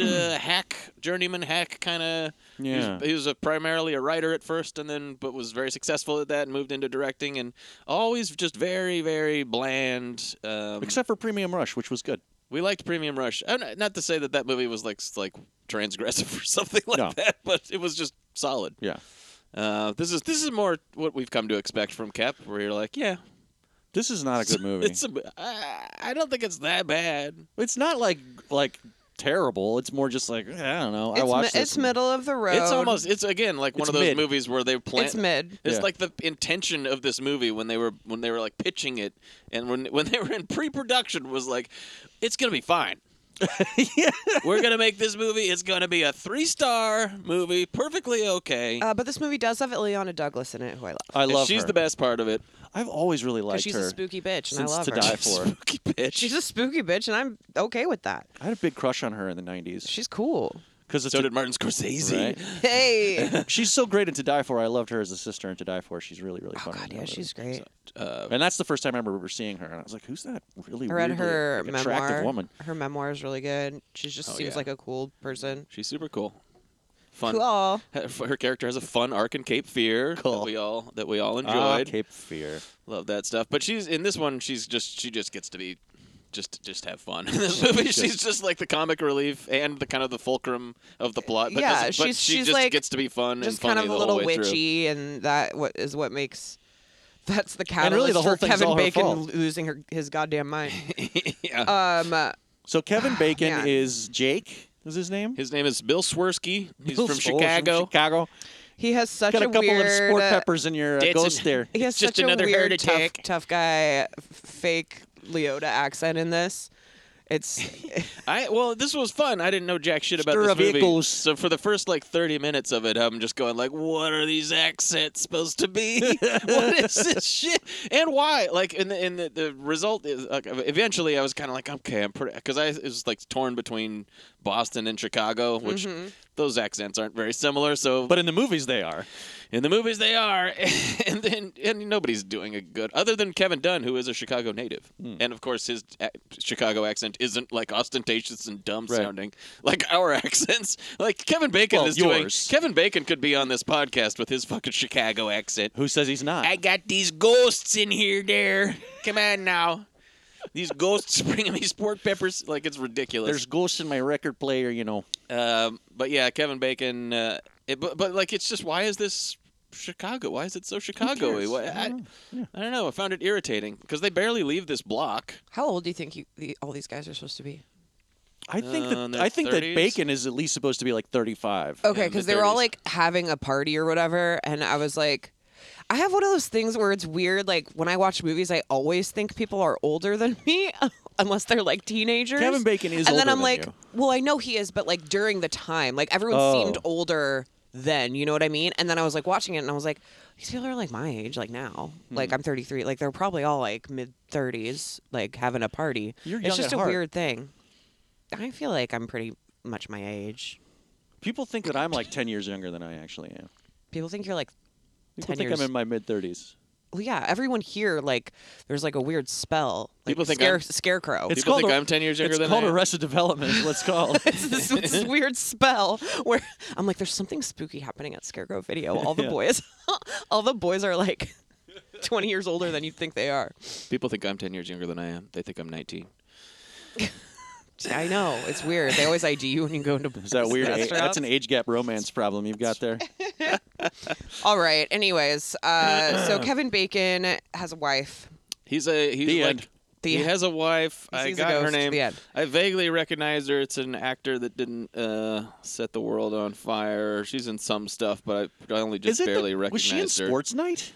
[SPEAKER 3] (clears throat)
[SPEAKER 2] uh, hack, journeyman hack kind of. He
[SPEAKER 3] Yeah.
[SPEAKER 2] was, he was a, primarily a writer at first, and then but was very successful at that, and moved into directing, and always just very, very bland. Um,
[SPEAKER 3] except for Premium Rush, which was good.
[SPEAKER 2] we liked Premium Rush. Uh, n- Not to say that that movie was like s- like transgressive (laughs) or something like
[SPEAKER 3] No.
[SPEAKER 2] that, but it was just solid.
[SPEAKER 3] Yeah.
[SPEAKER 2] Uh, this is this is more what we've come to expect from Cap, where you're like, yeah,
[SPEAKER 3] This is not a
[SPEAKER 2] (laughs)
[SPEAKER 3] good movie.
[SPEAKER 2] it's a, I, I don't think it's that bad.
[SPEAKER 3] It's not like like terrible. It's more just like eh, I don't know. I
[SPEAKER 1] It's, mi-
[SPEAKER 3] watched this.
[SPEAKER 1] it's
[SPEAKER 3] and-
[SPEAKER 1] middle of the road.
[SPEAKER 2] It's almost it's again like one
[SPEAKER 3] It's
[SPEAKER 2] of those
[SPEAKER 3] mid.
[SPEAKER 2] movies where they plan.
[SPEAKER 1] It's mid.
[SPEAKER 2] It's
[SPEAKER 3] Yeah.
[SPEAKER 2] like the intention of this movie when they were when they were like pitching it and when when they were in pre-production was like, it's gonna
[SPEAKER 3] (laughs)
[SPEAKER 2] be fine. We're gonna make this movie. It's gonna be a three-star movie, perfectly okay.
[SPEAKER 1] Uh, but this movie does have Ileana Douglas in it, who I love.
[SPEAKER 3] I
[SPEAKER 2] And
[SPEAKER 3] love
[SPEAKER 2] she's
[SPEAKER 3] her.
[SPEAKER 2] the best part of it.
[SPEAKER 3] I've always really liked
[SPEAKER 1] she's
[SPEAKER 3] her.
[SPEAKER 1] a spooky bitch, and I
[SPEAKER 3] since
[SPEAKER 1] love
[SPEAKER 3] to
[SPEAKER 1] her. (laughs)
[SPEAKER 3] die for.
[SPEAKER 2] (laughs) Spooky bitch.
[SPEAKER 1] She's a spooky bitch, and I'm okay with that.
[SPEAKER 3] I had a big crush on her in the '90s
[SPEAKER 1] She's
[SPEAKER 3] (laughs)
[SPEAKER 1] cool.
[SPEAKER 3] because
[SPEAKER 2] so did Martin Scorsese.
[SPEAKER 3] Right?
[SPEAKER 1] Hey.
[SPEAKER 3] (laughs) She's so great in To Die For. I loved her as a sister in To Die For. She's really, really
[SPEAKER 1] Oh,
[SPEAKER 3] funny.
[SPEAKER 1] God, yeah, she's great.
[SPEAKER 3] and that's the first time I remember seeing her. And I was like, "Who's that really
[SPEAKER 1] I read
[SPEAKER 3] weirdly,
[SPEAKER 1] her
[SPEAKER 3] like,
[SPEAKER 1] memoir.
[SPEAKER 3] attractive woman?" Oh,
[SPEAKER 1] Her memoir is really good. She just seems
[SPEAKER 2] yeah.
[SPEAKER 1] like a cool person.
[SPEAKER 2] She's super cool. Fun.
[SPEAKER 1] Cool.
[SPEAKER 2] Her (laughs) her character has a fun arc in Cape Fear that
[SPEAKER 3] Cool.
[SPEAKER 2] we all that we all
[SPEAKER 3] Ah,
[SPEAKER 2] enjoyed.
[SPEAKER 3] Cape Fear.
[SPEAKER 2] Love that stuff. But she's in this one. She's just she just gets to be just just have fun (laughs) in this movie. She's just like the comic relief and the kind of the fulcrum of the plot. But
[SPEAKER 1] Yeah,
[SPEAKER 2] doesn't- but
[SPEAKER 1] she's-
[SPEAKER 2] she
[SPEAKER 1] she's
[SPEAKER 2] just
[SPEAKER 1] like-
[SPEAKER 2] gets to be fun
[SPEAKER 1] Just
[SPEAKER 2] and funny
[SPEAKER 1] kind of a
[SPEAKER 2] the
[SPEAKER 1] little
[SPEAKER 2] whole way through.
[SPEAKER 1] witchy, and that what is what makes. That's the catalyst
[SPEAKER 3] really the
[SPEAKER 1] for
[SPEAKER 3] whole thing's all
[SPEAKER 1] Kevin
[SPEAKER 3] her
[SPEAKER 1] Bacon
[SPEAKER 3] fault.
[SPEAKER 1] losing her, his goddamn
[SPEAKER 3] (laughs)
[SPEAKER 1] mind.
[SPEAKER 2] yeah.
[SPEAKER 1] um, uh, (sighs)
[SPEAKER 3] So Kevin Bacon
[SPEAKER 1] Man.
[SPEAKER 3] is Jake. Is his name?
[SPEAKER 2] His name is Bill Swirsky. He's
[SPEAKER 3] Bill
[SPEAKER 2] from
[SPEAKER 3] Scholes
[SPEAKER 2] Chicago.
[SPEAKER 3] Chicago.
[SPEAKER 1] he has such
[SPEAKER 3] Got a couple
[SPEAKER 1] weird.
[SPEAKER 3] of sport
[SPEAKER 1] uh,
[SPEAKER 3] peppers in your uh,
[SPEAKER 2] It's
[SPEAKER 3] ghost
[SPEAKER 2] an- (laughs)
[SPEAKER 3] there.
[SPEAKER 1] He has
[SPEAKER 2] It's just
[SPEAKER 1] such
[SPEAKER 2] another
[SPEAKER 1] a weird, tough,
[SPEAKER 2] heretic.
[SPEAKER 1] tough guy, f- fake Leota accent in this. It's
[SPEAKER 3] (laughs)
[SPEAKER 2] I well, this was fun. I didn't know jack shit about
[SPEAKER 3] Stir
[SPEAKER 2] this
[SPEAKER 3] of
[SPEAKER 2] movie.
[SPEAKER 3] equals.
[SPEAKER 2] So for the first like 30 minutes of it, I'm just going like, "What are these accents supposed
[SPEAKER 3] (laughs)
[SPEAKER 2] to be? what is this shit? And why?" Like, and the and the, the result is like, eventually I was kind of like, "Okay, I'm pretty," because I was like torn between Boston and Chicago, which those accents aren't very similar. So,
[SPEAKER 3] Mm-hmm. But in the movies, they are.
[SPEAKER 2] in the movies they are, (laughs) and then and nobody's doing a good other than Kevin Dunn, who is a Chicago native,
[SPEAKER 3] Hmm.
[SPEAKER 2] and of course his a- Chicago accent isn't like ostentatious and dumb
[SPEAKER 3] Right.
[SPEAKER 2] sounding (laughs) like our accents. Like Kevin Bacon
[SPEAKER 3] Well,
[SPEAKER 2] is
[SPEAKER 3] yours.
[SPEAKER 2] doing. Kevin Bacon could be on this podcast with his fucking Chicago accent.
[SPEAKER 3] Who says he's not?
[SPEAKER 2] I got these ghosts in here, there. Come on now, these ghosts (laughs) bringing me sport peppers. Like it's ridiculous.
[SPEAKER 3] There's ghosts in my record player, you know.
[SPEAKER 2] Um, but yeah, Kevin Bacon. Uh, it, but, but like, it's just why is this Chicago? Why is it so Chicago-y? Why, I, I don't know. I found it irritating because they barely leave this block.
[SPEAKER 1] how old do you think you, the, all these guys are supposed to be?
[SPEAKER 3] I think
[SPEAKER 2] Uh, in
[SPEAKER 3] that
[SPEAKER 2] their
[SPEAKER 3] I think
[SPEAKER 2] 30s?
[SPEAKER 3] that Bacon is at least supposed to be like 35.
[SPEAKER 2] Yeah,
[SPEAKER 1] Okay,
[SPEAKER 2] in
[SPEAKER 1] because
[SPEAKER 2] the
[SPEAKER 1] they were all
[SPEAKER 2] 30s.
[SPEAKER 1] like having a party or whatever, and I was like, I have one of those things where it's weird. Like when I watch movies, I always think people are older than (laughs) me, unless they're like teenagers.
[SPEAKER 3] Kevin Bacon is
[SPEAKER 1] and then
[SPEAKER 3] older
[SPEAKER 1] I'm
[SPEAKER 3] than
[SPEAKER 1] like,
[SPEAKER 3] you.
[SPEAKER 1] well, I know he is, but like during the time, like everyone
[SPEAKER 3] Oh.
[SPEAKER 1] seemed older then. You know what I mean? And then I was like watching it, and I was like, these people are like my age, like now,
[SPEAKER 3] Hmm.
[SPEAKER 1] like I'm 33, like they're probably all like mid 30s, like having a party.
[SPEAKER 3] You're
[SPEAKER 1] it's
[SPEAKER 3] young
[SPEAKER 1] just
[SPEAKER 3] at
[SPEAKER 1] a
[SPEAKER 3] heart.
[SPEAKER 1] weird thing. I feel like I'm pretty much my age.
[SPEAKER 3] People think that I'm like 10 years younger than I actually am.
[SPEAKER 1] People think you're like
[SPEAKER 3] People
[SPEAKER 1] 10
[SPEAKER 3] think
[SPEAKER 1] years
[SPEAKER 3] I'm in my mid 30s.
[SPEAKER 1] well, yeah, everyone here like there's like a weird spell. Like,
[SPEAKER 2] People think
[SPEAKER 1] scare-
[SPEAKER 2] I'm-
[SPEAKER 1] scarecrow.
[SPEAKER 2] People think I'm 10 years younger
[SPEAKER 3] it's
[SPEAKER 2] than
[SPEAKER 3] called
[SPEAKER 2] I am.
[SPEAKER 3] Arrested Development. is what It's
[SPEAKER 2] (laughs)
[SPEAKER 3] called.
[SPEAKER 1] (laughs) It's this, this weird spell where (laughs) I'm like, there's something spooky happening at Scarecrow Video. All the boys, (laughs) all the boys are like (laughs) 20 years older than you think they are.
[SPEAKER 2] People think I'm ten years younger than I am. They think I'm nineteen.
[SPEAKER 1] I know it's weird. They always ID you when you go into.
[SPEAKER 3] Is that weird?
[SPEAKER 1] restaurants.
[SPEAKER 3] That's an age gap romance problem you've got there.
[SPEAKER 1] All right. Anyways, uh,
[SPEAKER 2] (clears throat)
[SPEAKER 1] so Kevin Bacon has a wife.
[SPEAKER 2] He's a he's
[SPEAKER 3] The
[SPEAKER 2] like
[SPEAKER 3] end.
[SPEAKER 1] The
[SPEAKER 2] he
[SPEAKER 1] end.
[SPEAKER 2] has a wife. I
[SPEAKER 1] sees a
[SPEAKER 2] got her
[SPEAKER 1] ghost,
[SPEAKER 2] name.
[SPEAKER 1] the end.
[SPEAKER 2] I vaguely recognized her. It's an actor that didn't uh, set the world on fire. She's in some stuff, but I I only
[SPEAKER 3] Is
[SPEAKER 2] just
[SPEAKER 3] it the-
[SPEAKER 2] barely recognized
[SPEAKER 3] was she in
[SPEAKER 2] her.
[SPEAKER 3] Sports Night?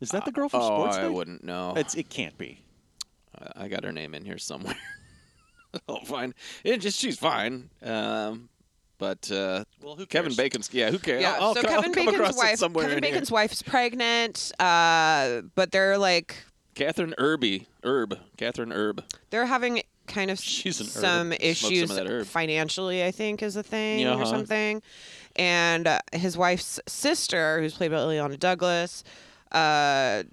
[SPEAKER 3] Is that the girl from
[SPEAKER 2] oh,
[SPEAKER 3] Sports
[SPEAKER 2] I
[SPEAKER 3] Night?
[SPEAKER 2] wouldn't know.
[SPEAKER 3] It's, it can't be.
[SPEAKER 2] I got her name in here somewhere. (laughs) oh, fine. It just she's fine. Um, but uh, well, who Kevin
[SPEAKER 3] cares?
[SPEAKER 2] Bacon's yeah, who cares?
[SPEAKER 1] Yeah.
[SPEAKER 2] I'll, I'll
[SPEAKER 1] so
[SPEAKER 2] co- I'll
[SPEAKER 1] Kevin
[SPEAKER 2] come
[SPEAKER 1] Bacon's
[SPEAKER 2] across it
[SPEAKER 1] wife.
[SPEAKER 2] somewhere
[SPEAKER 1] Kevin
[SPEAKER 2] in here.
[SPEAKER 1] Bacon's wife is pregnant. Uh, but they're like
[SPEAKER 2] Catherine Irby, Herb, Catherine Herb.
[SPEAKER 1] they're having kind of
[SPEAKER 3] She's an herb.
[SPEAKER 1] some
[SPEAKER 2] Smoke some
[SPEAKER 1] issues
[SPEAKER 2] of that herb.
[SPEAKER 1] financially i think is a thing
[SPEAKER 3] Yeah, uh-huh.
[SPEAKER 1] or something and uh, his wife's sister who's played by Ileana douglas uh,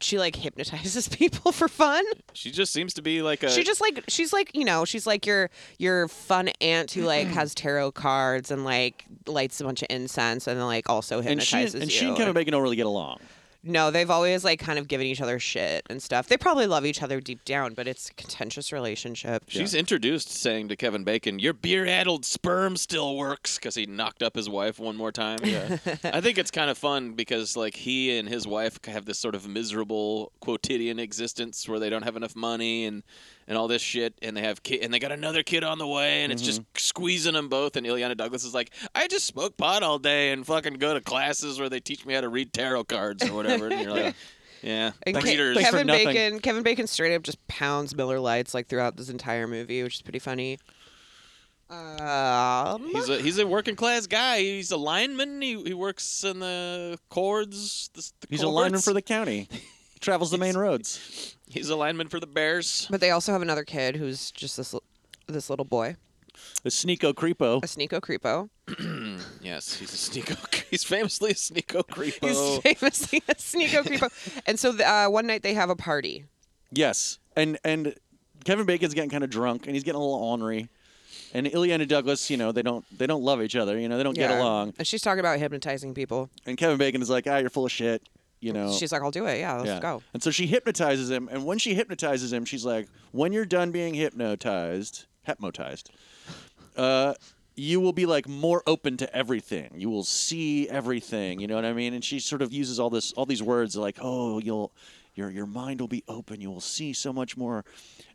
[SPEAKER 1] she like hypnotizes (laughs) people for fun
[SPEAKER 2] She just seems to be like a
[SPEAKER 1] she just like she's like you know she's like your your fun aunt who like has tarot cards and like lights a bunch of incense and then like also
[SPEAKER 3] And she
[SPEAKER 1] hypnotizes
[SPEAKER 3] and, and she
[SPEAKER 1] you.
[SPEAKER 3] and Kevin Bacon don't really get along.
[SPEAKER 1] no they've always like kind of given each other shit and stuff they probably love each other deep down but it's a contentious relationship
[SPEAKER 2] She's introduced saying to Kevin Bacon, "Your beer-addled sperm still works," because he knocked up his wife one more time. I think it's kind of fun because like he and his wife have this sort of miserable quotidian existence where they don't have enough money and and all this shit, and they have ki- and they got another kid on the way, and it's just
[SPEAKER 1] Mm-hmm.
[SPEAKER 2] squeezing them both. And Ileana Douglas is like, "I just smoke pot all day and fucking go to classes where they teach me how to read tarot cards or whatever." and you're like, "Yeah,
[SPEAKER 1] And Ke-
[SPEAKER 2] readers."
[SPEAKER 3] Thanks for
[SPEAKER 1] Kevin
[SPEAKER 3] nothing.
[SPEAKER 1] Bacon, Kevin Bacon straight up just pounds Miller Lights like throughout this entire movie, which is pretty funny. Um,
[SPEAKER 2] He's a he's a working class guy. He's a lineman. He, he works in the cords. The, the
[SPEAKER 3] He's a lineman
[SPEAKER 2] cords.
[SPEAKER 3] for the county. He travels the main roads.
[SPEAKER 2] He's a lineman for the Bears.
[SPEAKER 1] but they also have another kid who's just this l- this little boy,
[SPEAKER 3] The sneako creepo.
[SPEAKER 1] a sneako creepo.
[SPEAKER 2] Yes, he's a sneako. (laughs) He's famously a sneako
[SPEAKER 1] He's
[SPEAKER 3] Oh.
[SPEAKER 1] (laughs)
[SPEAKER 2] creepo.
[SPEAKER 1] famously a sneako creepo. And so th- uh, one night they have a party.
[SPEAKER 3] Yes, and and Kevin Bacon's getting kind of drunk, and he's getting a little ornery. And Ileana Douglas, you know, they don't they don't love each other. You know, they don't get
[SPEAKER 1] Yeah.
[SPEAKER 3] along.
[SPEAKER 1] And she's talking about hypnotizing people.
[SPEAKER 3] And Kevin Bacon is like, ah, you're full of shit. You know.
[SPEAKER 1] She's like, "I'll do it. Yeah, let's
[SPEAKER 3] Oh. Yeah.
[SPEAKER 1] go."
[SPEAKER 3] And so she hypnotizes him, and when she hypnotizes him, she's like, "When you're done being hypnotized, hypnotized, uh, you will be like more open to everything. You will see everything. You know what I mean?" And she sort of uses all this, all these words like, "Oh, you'll." Your, your mind will be open. You will see so much more.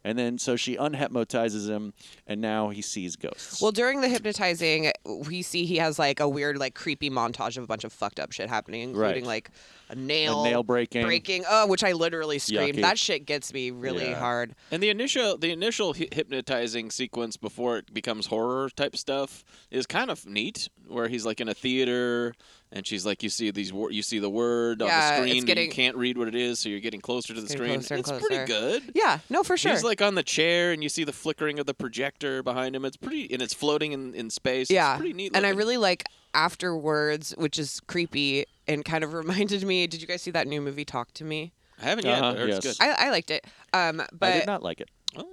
[SPEAKER 3] And then, so she unhypnotizes him, and now he sees ghosts.
[SPEAKER 1] Well, during the hypnotizing, we see he has like a weird, like creepy montage of a bunch of fucked up shit happening, including
[SPEAKER 3] Right.
[SPEAKER 1] like a nail,
[SPEAKER 3] nail breaking.
[SPEAKER 1] breaking. Oh, which I literally screamed.
[SPEAKER 3] Yucky.
[SPEAKER 1] That shit gets me really
[SPEAKER 3] Yeah.
[SPEAKER 1] hard.
[SPEAKER 2] and the initial the initial hy- hypnotizing sequence before it becomes horror type stuff is kind of neat, where he's like in a theater and she's like, you see these wor- you see the word
[SPEAKER 1] Yeah,
[SPEAKER 2] on
[SPEAKER 1] it's
[SPEAKER 2] the screen, but
[SPEAKER 1] getting-
[SPEAKER 2] you can't read what it is, so you're getting closer to the
[SPEAKER 1] getting
[SPEAKER 2] screen.
[SPEAKER 1] closer and
[SPEAKER 2] it's
[SPEAKER 1] closer.
[SPEAKER 2] pretty good.
[SPEAKER 1] Yeah, no, for sure.
[SPEAKER 2] He's like on the chair, and you see the flickering of the projector behind him. It's pretty, and it's floating in, in space.
[SPEAKER 1] yeah,
[SPEAKER 2] it's pretty neat.
[SPEAKER 1] and I
[SPEAKER 2] looking.
[SPEAKER 1] really like afterwards, which is creepy and kind of (laughs) reminded me. Did you guys see that new movie, Talk to Me?
[SPEAKER 2] I haven't yet.
[SPEAKER 3] Uh-huh,
[SPEAKER 2] but it's
[SPEAKER 3] yes.
[SPEAKER 2] good.
[SPEAKER 1] I, I liked it. Um, but Oh.
[SPEAKER 3] I did not like it.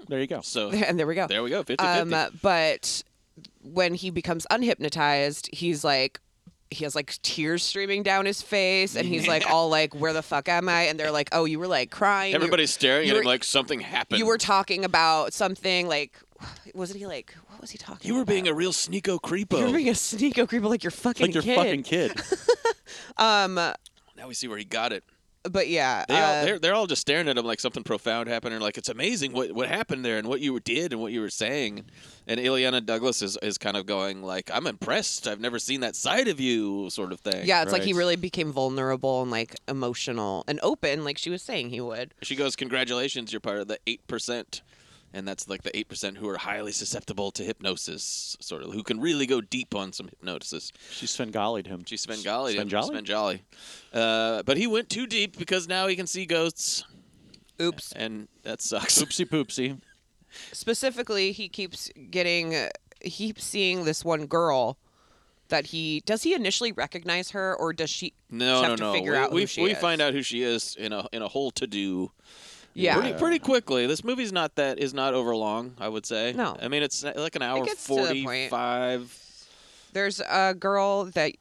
[SPEAKER 3] There you go.
[SPEAKER 1] (laughs)
[SPEAKER 2] So
[SPEAKER 1] and there we go.
[SPEAKER 2] there we go. 50
[SPEAKER 1] Um, but when he becomes unhypnotized, he's like, he has like tears streaming down his face, and he's like all like, "Where the fuck am I?" And they're like, "Oh, you were like crying. You-
[SPEAKER 2] Everybody's staring
[SPEAKER 1] you
[SPEAKER 2] at
[SPEAKER 1] were-
[SPEAKER 2] him like something happened.
[SPEAKER 1] you were talking about something like, wasn't he like, what was he talking?
[SPEAKER 2] you were
[SPEAKER 1] about?
[SPEAKER 2] being a real sneako creepo.
[SPEAKER 1] you were being a sneako creeper like your fucking
[SPEAKER 3] like your
[SPEAKER 1] kid.
[SPEAKER 3] fucking kid.
[SPEAKER 1] (laughs)
[SPEAKER 2] now we see where he got it.
[SPEAKER 1] But yeah,
[SPEAKER 2] They
[SPEAKER 1] uh,
[SPEAKER 2] all, they're, they're all just staring at him like something profound happened, and like it's amazing what, what happened there and what you did and what you were saying. And Ileana Douglas is, is kind of going like, "I'm impressed. I've never seen that side of you," sort of thing.
[SPEAKER 1] yeah, it's like he
[SPEAKER 3] Right.
[SPEAKER 1] really became vulnerable and like emotional and open, like she was saying he would.
[SPEAKER 2] She goes, "Congratulations, you're part of the eight percent." And that's like the eight percent who are highly susceptible to hypnosis, sort of who can really go deep on some hypnosis.
[SPEAKER 3] She Svengalied him.
[SPEAKER 2] She Svengali, him,
[SPEAKER 3] Svengali?
[SPEAKER 2] Svengali. Uh, but he went too deep because now he can see ghosts,
[SPEAKER 1] Oops.
[SPEAKER 2] and that sucks.
[SPEAKER 3] Oopsie poopsie.
[SPEAKER 1] specifically he keeps getting he keeps seeing this one girl that he does he initially recognize her or does she just
[SPEAKER 2] No, (laughs) no,
[SPEAKER 1] have to
[SPEAKER 2] no.
[SPEAKER 1] figure
[SPEAKER 2] we
[SPEAKER 1] out who
[SPEAKER 2] we,
[SPEAKER 1] she
[SPEAKER 2] we
[SPEAKER 1] is?
[SPEAKER 2] find out who she is in a in a whole to do.
[SPEAKER 1] yeah
[SPEAKER 2] Pretty, pretty quickly. This movie's not that is not over long. I would say.
[SPEAKER 1] No.
[SPEAKER 2] I mean it's uh, like an hour
[SPEAKER 1] gets to the point.
[SPEAKER 2] forty five.
[SPEAKER 1] there's a girl that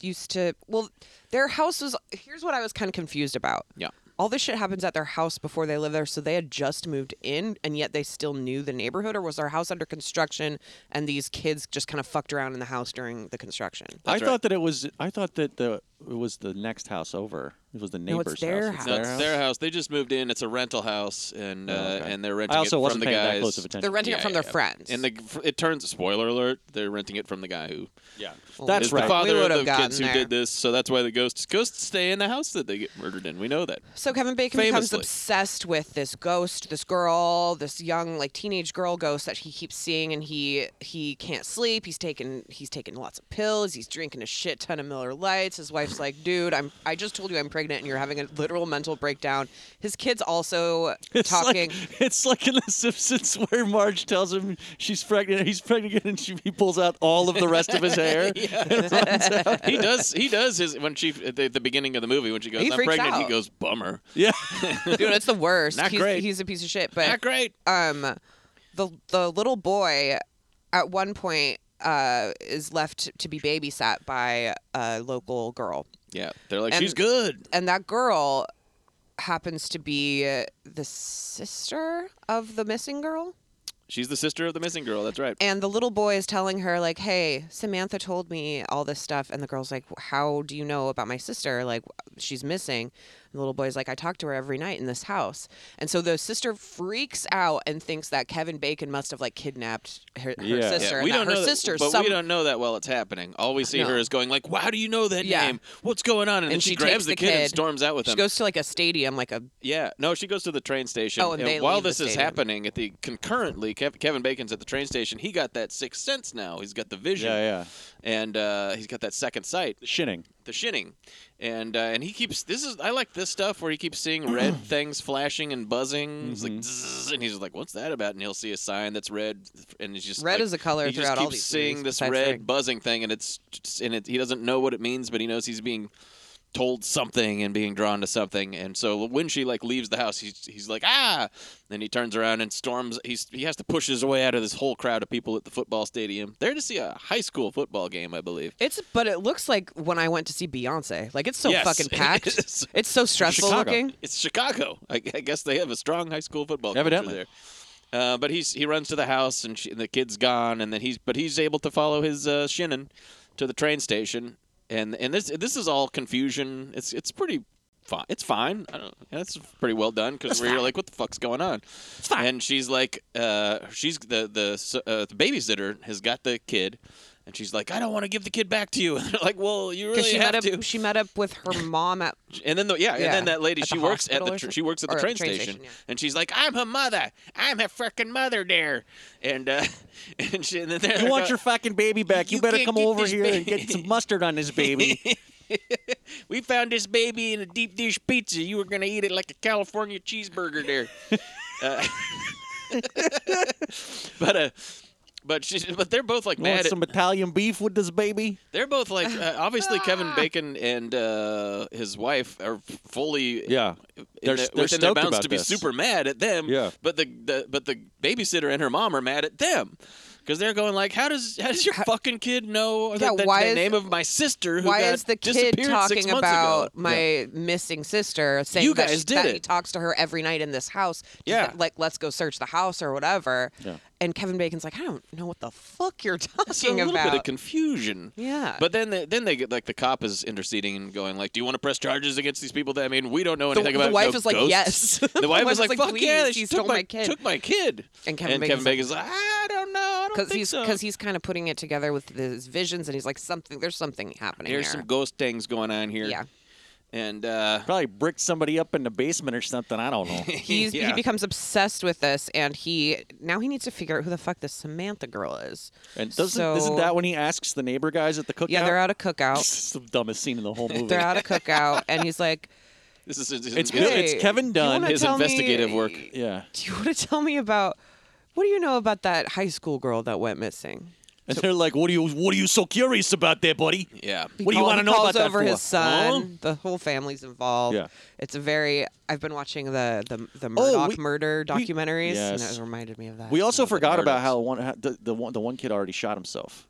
[SPEAKER 1] used to well their house was here's what i was kind of confused about
[SPEAKER 2] Yeah.
[SPEAKER 1] all this shit happens at their house before they live there. So they had just moved in and yet they still knew the neighborhood, or was their house under construction and these kids just kind of fucked around in the house during the construction?
[SPEAKER 3] I
[SPEAKER 2] That's right.
[SPEAKER 3] thought that it was. I thought that the it was the next house over. It was the
[SPEAKER 1] No, it's
[SPEAKER 3] neighbor's
[SPEAKER 1] their house.
[SPEAKER 3] house. It's
[SPEAKER 2] No,
[SPEAKER 3] their
[SPEAKER 2] it's
[SPEAKER 3] house.
[SPEAKER 2] their house. They just moved in. It's a rental house, and uh,
[SPEAKER 3] Oh, okay.
[SPEAKER 2] and they're renting
[SPEAKER 3] I also
[SPEAKER 2] it
[SPEAKER 3] wasn't
[SPEAKER 2] from the
[SPEAKER 3] paying
[SPEAKER 2] guys.
[SPEAKER 3] that close of attention.
[SPEAKER 1] They're renting it
[SPEAKER 2] Yeah,
[SPEAKER 1] from
[SPEAKER 2] yeah,
[SPEAKER 1] their
[SPEAKER 2] yeah.
[SPEAKER 1] friends.
[SPEAKER 2] And the it turns spoiler alert. They're renting it from the guy who
[SPEAKER 3] yeah.
[SPEAKER 2] That's
[SPEAKER 3] That's
[SPEAKER 2] is
[SPEAKER 3] right.
[SPEAKER 2] the
[SPEAKER 3] We
[SPEAKER 2] father of
[SPEAKER 1] would've
[SPEAKER 2] the
[SPEAKER 1] gotten
[SPEAKER 2] kids who
[SPEAKER 1] there.
[SPEAKER 2] did this, so that's why the ghosts ghosts stay in the house that they get murdered in. We know that.
[SPEAKER 1] So Kevin Bacon becomes
[SPEAKER 2] Famously.
[SPEAKER 1] obsessed with this ghost, this girl, this young like teenage girl ghost that he keeps seeing, and he he can't sleep. He's taking he's taking lots of pills. He's drinking a shit ton of Miller Lights. His wife's like, dude, I'm I just told you I'm pregnant, and you're having a literal mental breakdown. His kids
[SPEAKER 2] (laughs)
[SPEAKER 1] also
[SPEAKER 3] It's
[SPEAKER 1] talking.
[SPEAKER 3] Like, (laughs) it's like in The Simpsons where Marge tells him she's pregnant. He's pregnant, and she, he pulls out all of the rest of his hair.
[SPEAKER 1] (laughs)
[SPEAKER 2] He does. He does his when she at the, the beginning of the movie when she goes,
[SPEAKER 1] He
[SPEAKER 2] "I'm
[SPEAKER 1] freaks
[SPEAKER 2] pregnant." He
[SPEAKER 1] out.
[SPEAKER 2] goes, "Bummer."
[SPEAKER 3] Yeah.
[SPEAKER 1] Dude, it's the worst.
[SPEAKER 2] Not
[SPEAKER 1] he's,
[SPEAKER 2] great.
[SPEAKER 1] He's a piece of shit. But
[SPEAKER 2] Not great.
[SPEAKER 1] um the the little boy at one point uh is left to be babysat by a local girl
[SPEAKER 2] Yeah, they're like,
[SPEAKER 1] And-
[SPEAKER 2] "She's good."
[SPEAKER 1] and that girl happens to be uh, the sister of the missing girl
[SPEAKER 2] She's the sister of the missing girl. That's right.
[SPEAKER 1] and the little boy is telling her like hey samantha told me all this stuff and the girl's like how do you know about my sister like she's missing and the little boy's like i talk to her every night in this house and so the sister freaks out and thinks that kevin bacon must have like kidnapped her, her
[SPEAKER 3] Yeah.
[SPEAKER 2] Yeah,
[SPEAKER 1] sister and
[SPEAKER 2] we
[SPEAKER 1] that
[SPEAKER 2] don't
[SPEAKER 1] her
[SPEAKER 2] know, that-
[SPEAKER 1] sister
[SPEAKER 2] but
[SPEAKER 1] some-
[SPEAKER 2] we don't know that while it's happening. All we see
[SPEAKER 1] No.
[SPEAKER 2] her is going like, "Wow, do you know that
[SPEAKER 1] Yeah.
[SPEAKER 2] name? What's going on?" And, then
[SPEAKER 1] And
[SPEAKER 2] she,
[SPEAKER 1] she
[SPEAKER 2] grabs
[SPEAKER 1] takes
[SPEAKER 2] the,
[SPEAKER 1] the
[SPEAKER 2] kid, and
[SPEAKER 1] kid.
[SPEAKER 2] storms out with
[SPEAKER 1] she
[SPEAKER 2] him.
[SPEAKER 1] goes to like a stadium like a
[SPEAKER 2] Yeah, no, she goes to the train station.
[SPEAKER 1] Oh, and they
[SPEAKER 2] while
[SPEAKER 1] leave the
[SPEAKER 2] this is
[SPEAKER 1] stadium.
[SPEAKER 2] happening, at the concurrently, Kev- Kevin Bacon's at the train station. He got that sixth sense now. He's got the vision.
[SPEAKER 3] Yeah, yeah.
[SPEAKER 2] And uh, he's got that second sight,
[SPEAKER 3] Shinning.
[SPEAKER 2] the shinning, and uh, and he keeps this is I like this stuff where he keeps seeing
[SPEAKER 1] (clears throat)
[SPEAKER 2] red things flashing and buzzing. It's like,
[SPEAKER 1] Mm-hmm.
[SPEAKER 2] "Zzz," and he's like, "What's that about?" And he'll see a sign that's red, and he's just
[SPEAKER 1] Red
[SPEAKER 2] like-
[SPEAKER 1] is a color
[SPEAKER 2] He just
[SPEAKER 1] throughout
[SPEAKER 2] keeps
[SPEAKER 1] all these
[SPEAKER 2] seeing
[SPEAKER 1] movies
[SPEAKER 2] this
[SPEAKER 1] besides
[SPEAKER 2] red
[SPEAKER 1] Frank.
[SPEAKER 2] buzzing thing, and it's just- and it, he doesn't know what it means, but he knows he's being told something and being drawn to something. And so when she like leaves the house, he's he's like ah, then he turns around and storms. He's he has to push his way out of this whole crowd of people at the football stadium. They're to see a high school football game, I believe.
[SPEAKER 1] It's but it looks like when I went to see Beyonce. Like it's so
[SPEAKER 2] Yes,
[SPEAKER 1] fucking
[SPEAKER 2] (laughs) it
[SPEAKER 1] packed.
[SPEAKER 2] is.
[SPEAKER 1] It's so stressful
[SPEAKER 3] Chicago.
[SPEAKER 1] looking.
[SPEAKER 2] It's Chicago. I, I guess they have a strong high school football culture
[SPEAKER 3] Evidently.
[SPEAKER 2] there. Uh, but he's he runs to the house and, she, and the kid's gone and then he's but he's able to follow his uh, Shinnon to the train station and and this this is all confusion. It's it's pretty fine. It's fine. I don't. yeah, That's pretty well done because we're like, what the fuck's going on? It's fine. And she's like, uh, she's the the uh, the babysitter has got the kid. And she's like, I don't want to give the kid back to you. (laughs) And they're like, Well, you really
[SPEAKER 1] Because she
[SPEAKER 2] have
[SPEAKER 1] met up
[SPEAKER 2] to.
[SPEAKER 1] she met up with
[SPEAKER 2] (laughs)
[SPEAKER 1] her mom at
[SPEAKER 2] And then the yeah, and
[SPEAKER 1] Yeah,
[SPEAKER 2] then that lady
[SPEAKER 1] at
[SPEAKER 2] she
[SPEAKER 1] the
[SPEAKER 2] works at
[SPEAKER 1] hospital
[SPEAKER 2] the
[SPEAKER 1] or
[SPEAKER 2] tr-
[SPEAKER 1] some-
[SPEAKER 2] she works at the
[SPEAKER 1] or
[SPEAKER 2] train, station,
[SPEAKER 1] yeah.
[SPEAKER 2] and she's like, "I'm her mother. I'm her freaking mother there." And uh, (laughs) and, she, and then they're
[SPEAKER 3] You want
[SPEAKER 2] go-
[SPEAKER 3] your fucking baby back? You,
[SPEAKER 2] You
[SPEAKER 3] better
[SPEAKER 2] can't
[SPEAKER 3] come
[SPEAKER 2] get
[SPEAKER 3] over
[SPEAKER 2] this
[SPEAKER 3] here and
[SPEAKER 2] baby.
[SPEAKER 3] get some mustard on this baby.
[SPEAKER 2] we found this baby in a deep dish pizza. You were gonna eat it like a California cheeseburger there. uh, (laughs) but uh, but she but they're both like
[SPEAKER 3] you
[SPEAKER 2] mad
[SPEAKER 3] want
[SPEAKER 2] at
[SPEAKER 3] some Italian beef with this baby?
[SPEAKER 2] They're both like uh, obviously Kevin Bacon and uh, his wife are fully
[SPEAKER 3] Yeah.
[SPEAKER 2] in
[SPEAKER 3] They're- they're
[SPEAKER 2] the- within their
[SPEAKER 3] stoked
[SPEAKER 2] bounds
[SPEAKER 3] about
[SPEAKER 2] to be
[SPEAKER 3] this.
[SPEAKER 2] super mad at them.
[SPEAKER 3] Yeah.
[SPEAKER 2] but the, the but the babysitter and her mom are mad at them because they're going like, how does how does your fucking kid know
[SPEAKER 1] Yeah,
[SPEAKER 2] the, the,
[SPEAKER 1] why
[SPEAKER 2] the
[SPEAKER 1] is-
[SPEAKER 2] name of my sister? Who
[SPEAKER 1] why
[SPEAKER 2] got
[SPEAKER 1] is the kid
[SPEAKER 2] disappeared six
[SPEAKER 1] talking
[SPEAKER 2] months
[SPEAKER 1] about
[SPEAKER 2] ago?
[SPEAKER 1] my missing sister saying
[SPEAKER 2] You
[SPEAKER 1] that,
[SPEAKER 2] guys
[SPEAKER 1] she-
[SPEAKER 2] did
[SPEAKER 1] that
[SPEAKER 2] it.
[SPEAKER 1] he talks to her every night in this house She's
[SPEAKER 2] Yeah.
[SPEAKER 1] like let's go search the house or whatever and kevin bacon's like i don't know what the fuck you're
[SPEAKER 2] So a
[SPEAKER 1] talking
[SPEAKER 2] little
[SPEAKER 1] about
[SPEAKER 2] bit of confusion.
[SPEAKER 1] Yeah.
[SPEAKER 2] But then they, then they get like the cop is interceding and going like, "Do you want to press charges against these people?" That I mean, we don't know
[SPEAKER 1] The-
[SPEAKER 2] anything
[SPEAKER 1] the
[SPEAKER 2] about.
[SPEAKER 1] wife
[SPEAKER 2] no
[SPEAKER 1] is like,
[SPEAKER 2] ghosts."
[SPEAKER 1] yes.
[SPEAKER 2] (laughs)
[SPEAKER 1] (laughs)
[SPEAKER 2] The wife is like, "Fuck yeah,
[SPEAKER 1] please,
[SPEAKER 2] she
[SPEAKER 1] he's
[SPEAKER 2] took
[SPEAKER 1] stole my kid."
[SPEAKER 2] took my kid."
[SPEAKER 1] And Kevin
[SPEAKER 2] Bacon
[SPEAKER 1] Bacon's
[SPEAKER 2] Kevin
[SPEAKER 1] like-
[SPEAKER 2] Bacon's like, "I don't know, I don't
[SPEAKER 1] because
[SPEAKER 2] think
[SPEAKER 1] he's
[SPEAKER 2] so."
[SPEAKER 1] because he's kind of putting it together with his visions and he's like something there's something happening
[SPEAKER 2] There's
[SPEAKER 1] here.
[SPEAKER 2] some ghost things going on here.
[SPEAKER 1] Yeah.
[SPEAKER 2] And uh,
[SPEAKER 3] Probably bricked somebody up in the basement or something. I don't know.
[SPEAKER 1] he's
[SPEAKER 2] Yeah.
[SPEAKER 1] he becomes obsessed with this and he now he needs to figure out who the fuck this Samantha girl is.
[SPEAKER 3] And doesn't isn't
[SPEAKER 1] So-
[SPEAKER 3] that when he asks the neighbor guys at the cookout?
[SPEAKER 1] Yeah, they're at a
[SPEAKER 3] This
[SPEAKER 1] cookout.
[SPEAKER 3] is the dumbest scene in the whole
[SPEAKER 1] (laughs)
[SPEAKER 3] movie.
[SPEAKER 1] they're at a cookout and he's
[SPEAKER 3] (laughs)
[SPEAKER 1] like,
[SPEAKER 2] this is his,
[SPEAKER 3] It's
[SPEAKER 2] his-
[SPEAKER 3] Bill- it's
[SPEAKER 1] "Hey,
[SPEAKER 3] Kevin
[SPEAKER 1] do you
[SPEAKER 3] Dunn,
[SPEAKER 1] wanna
[SPEAKER 2] his
[SPEAKER 1] tell me-
[SPEAKER 2] investigative work.
[SPEAKER 3] yeah.
[SPEAKER 1] (laughs) Do you want to tell me about what do you know about that high school girl that went missing?
[SPEAKER 3] And they're like, "What are you? What are you so curious about, there, buddy?"
[SPEAKER 2] yeah.
[SPEAKER 1] He
[SPEAKER 3] What do you
[SPEAKER 1] call-
[SPEAKER 3] wanna
[SPEAKER 1] he
[SPEAKER 3] know
[SPEAKER 1] calls
[SPEAKER 3] about that
[SPEAKER 1] over
[SPEAKER 3] for?
[SPEAKER 1] his son. The whole family's involved.
[SPEAKER 3] Yeah. Oh,
[SPEAKER 1] It's a very. I've been watching the the, the Murdoch
[SPEAKER 3] we-
[SPEAKER 1] murder
[SPEAKER 3] we-
[SPEAKER 1] documentaries, and
[SPEAKER 3] Yes.
[SPEAKER 1] it reminded me of that.
[SPEAKER 3] We also
[SPEAKER 2] the
[SPEAKER 3] forgot about
[SPEAKER 2] Murdochs.
[SPEAKER 3] how one how the, the one the one kid already shot himself.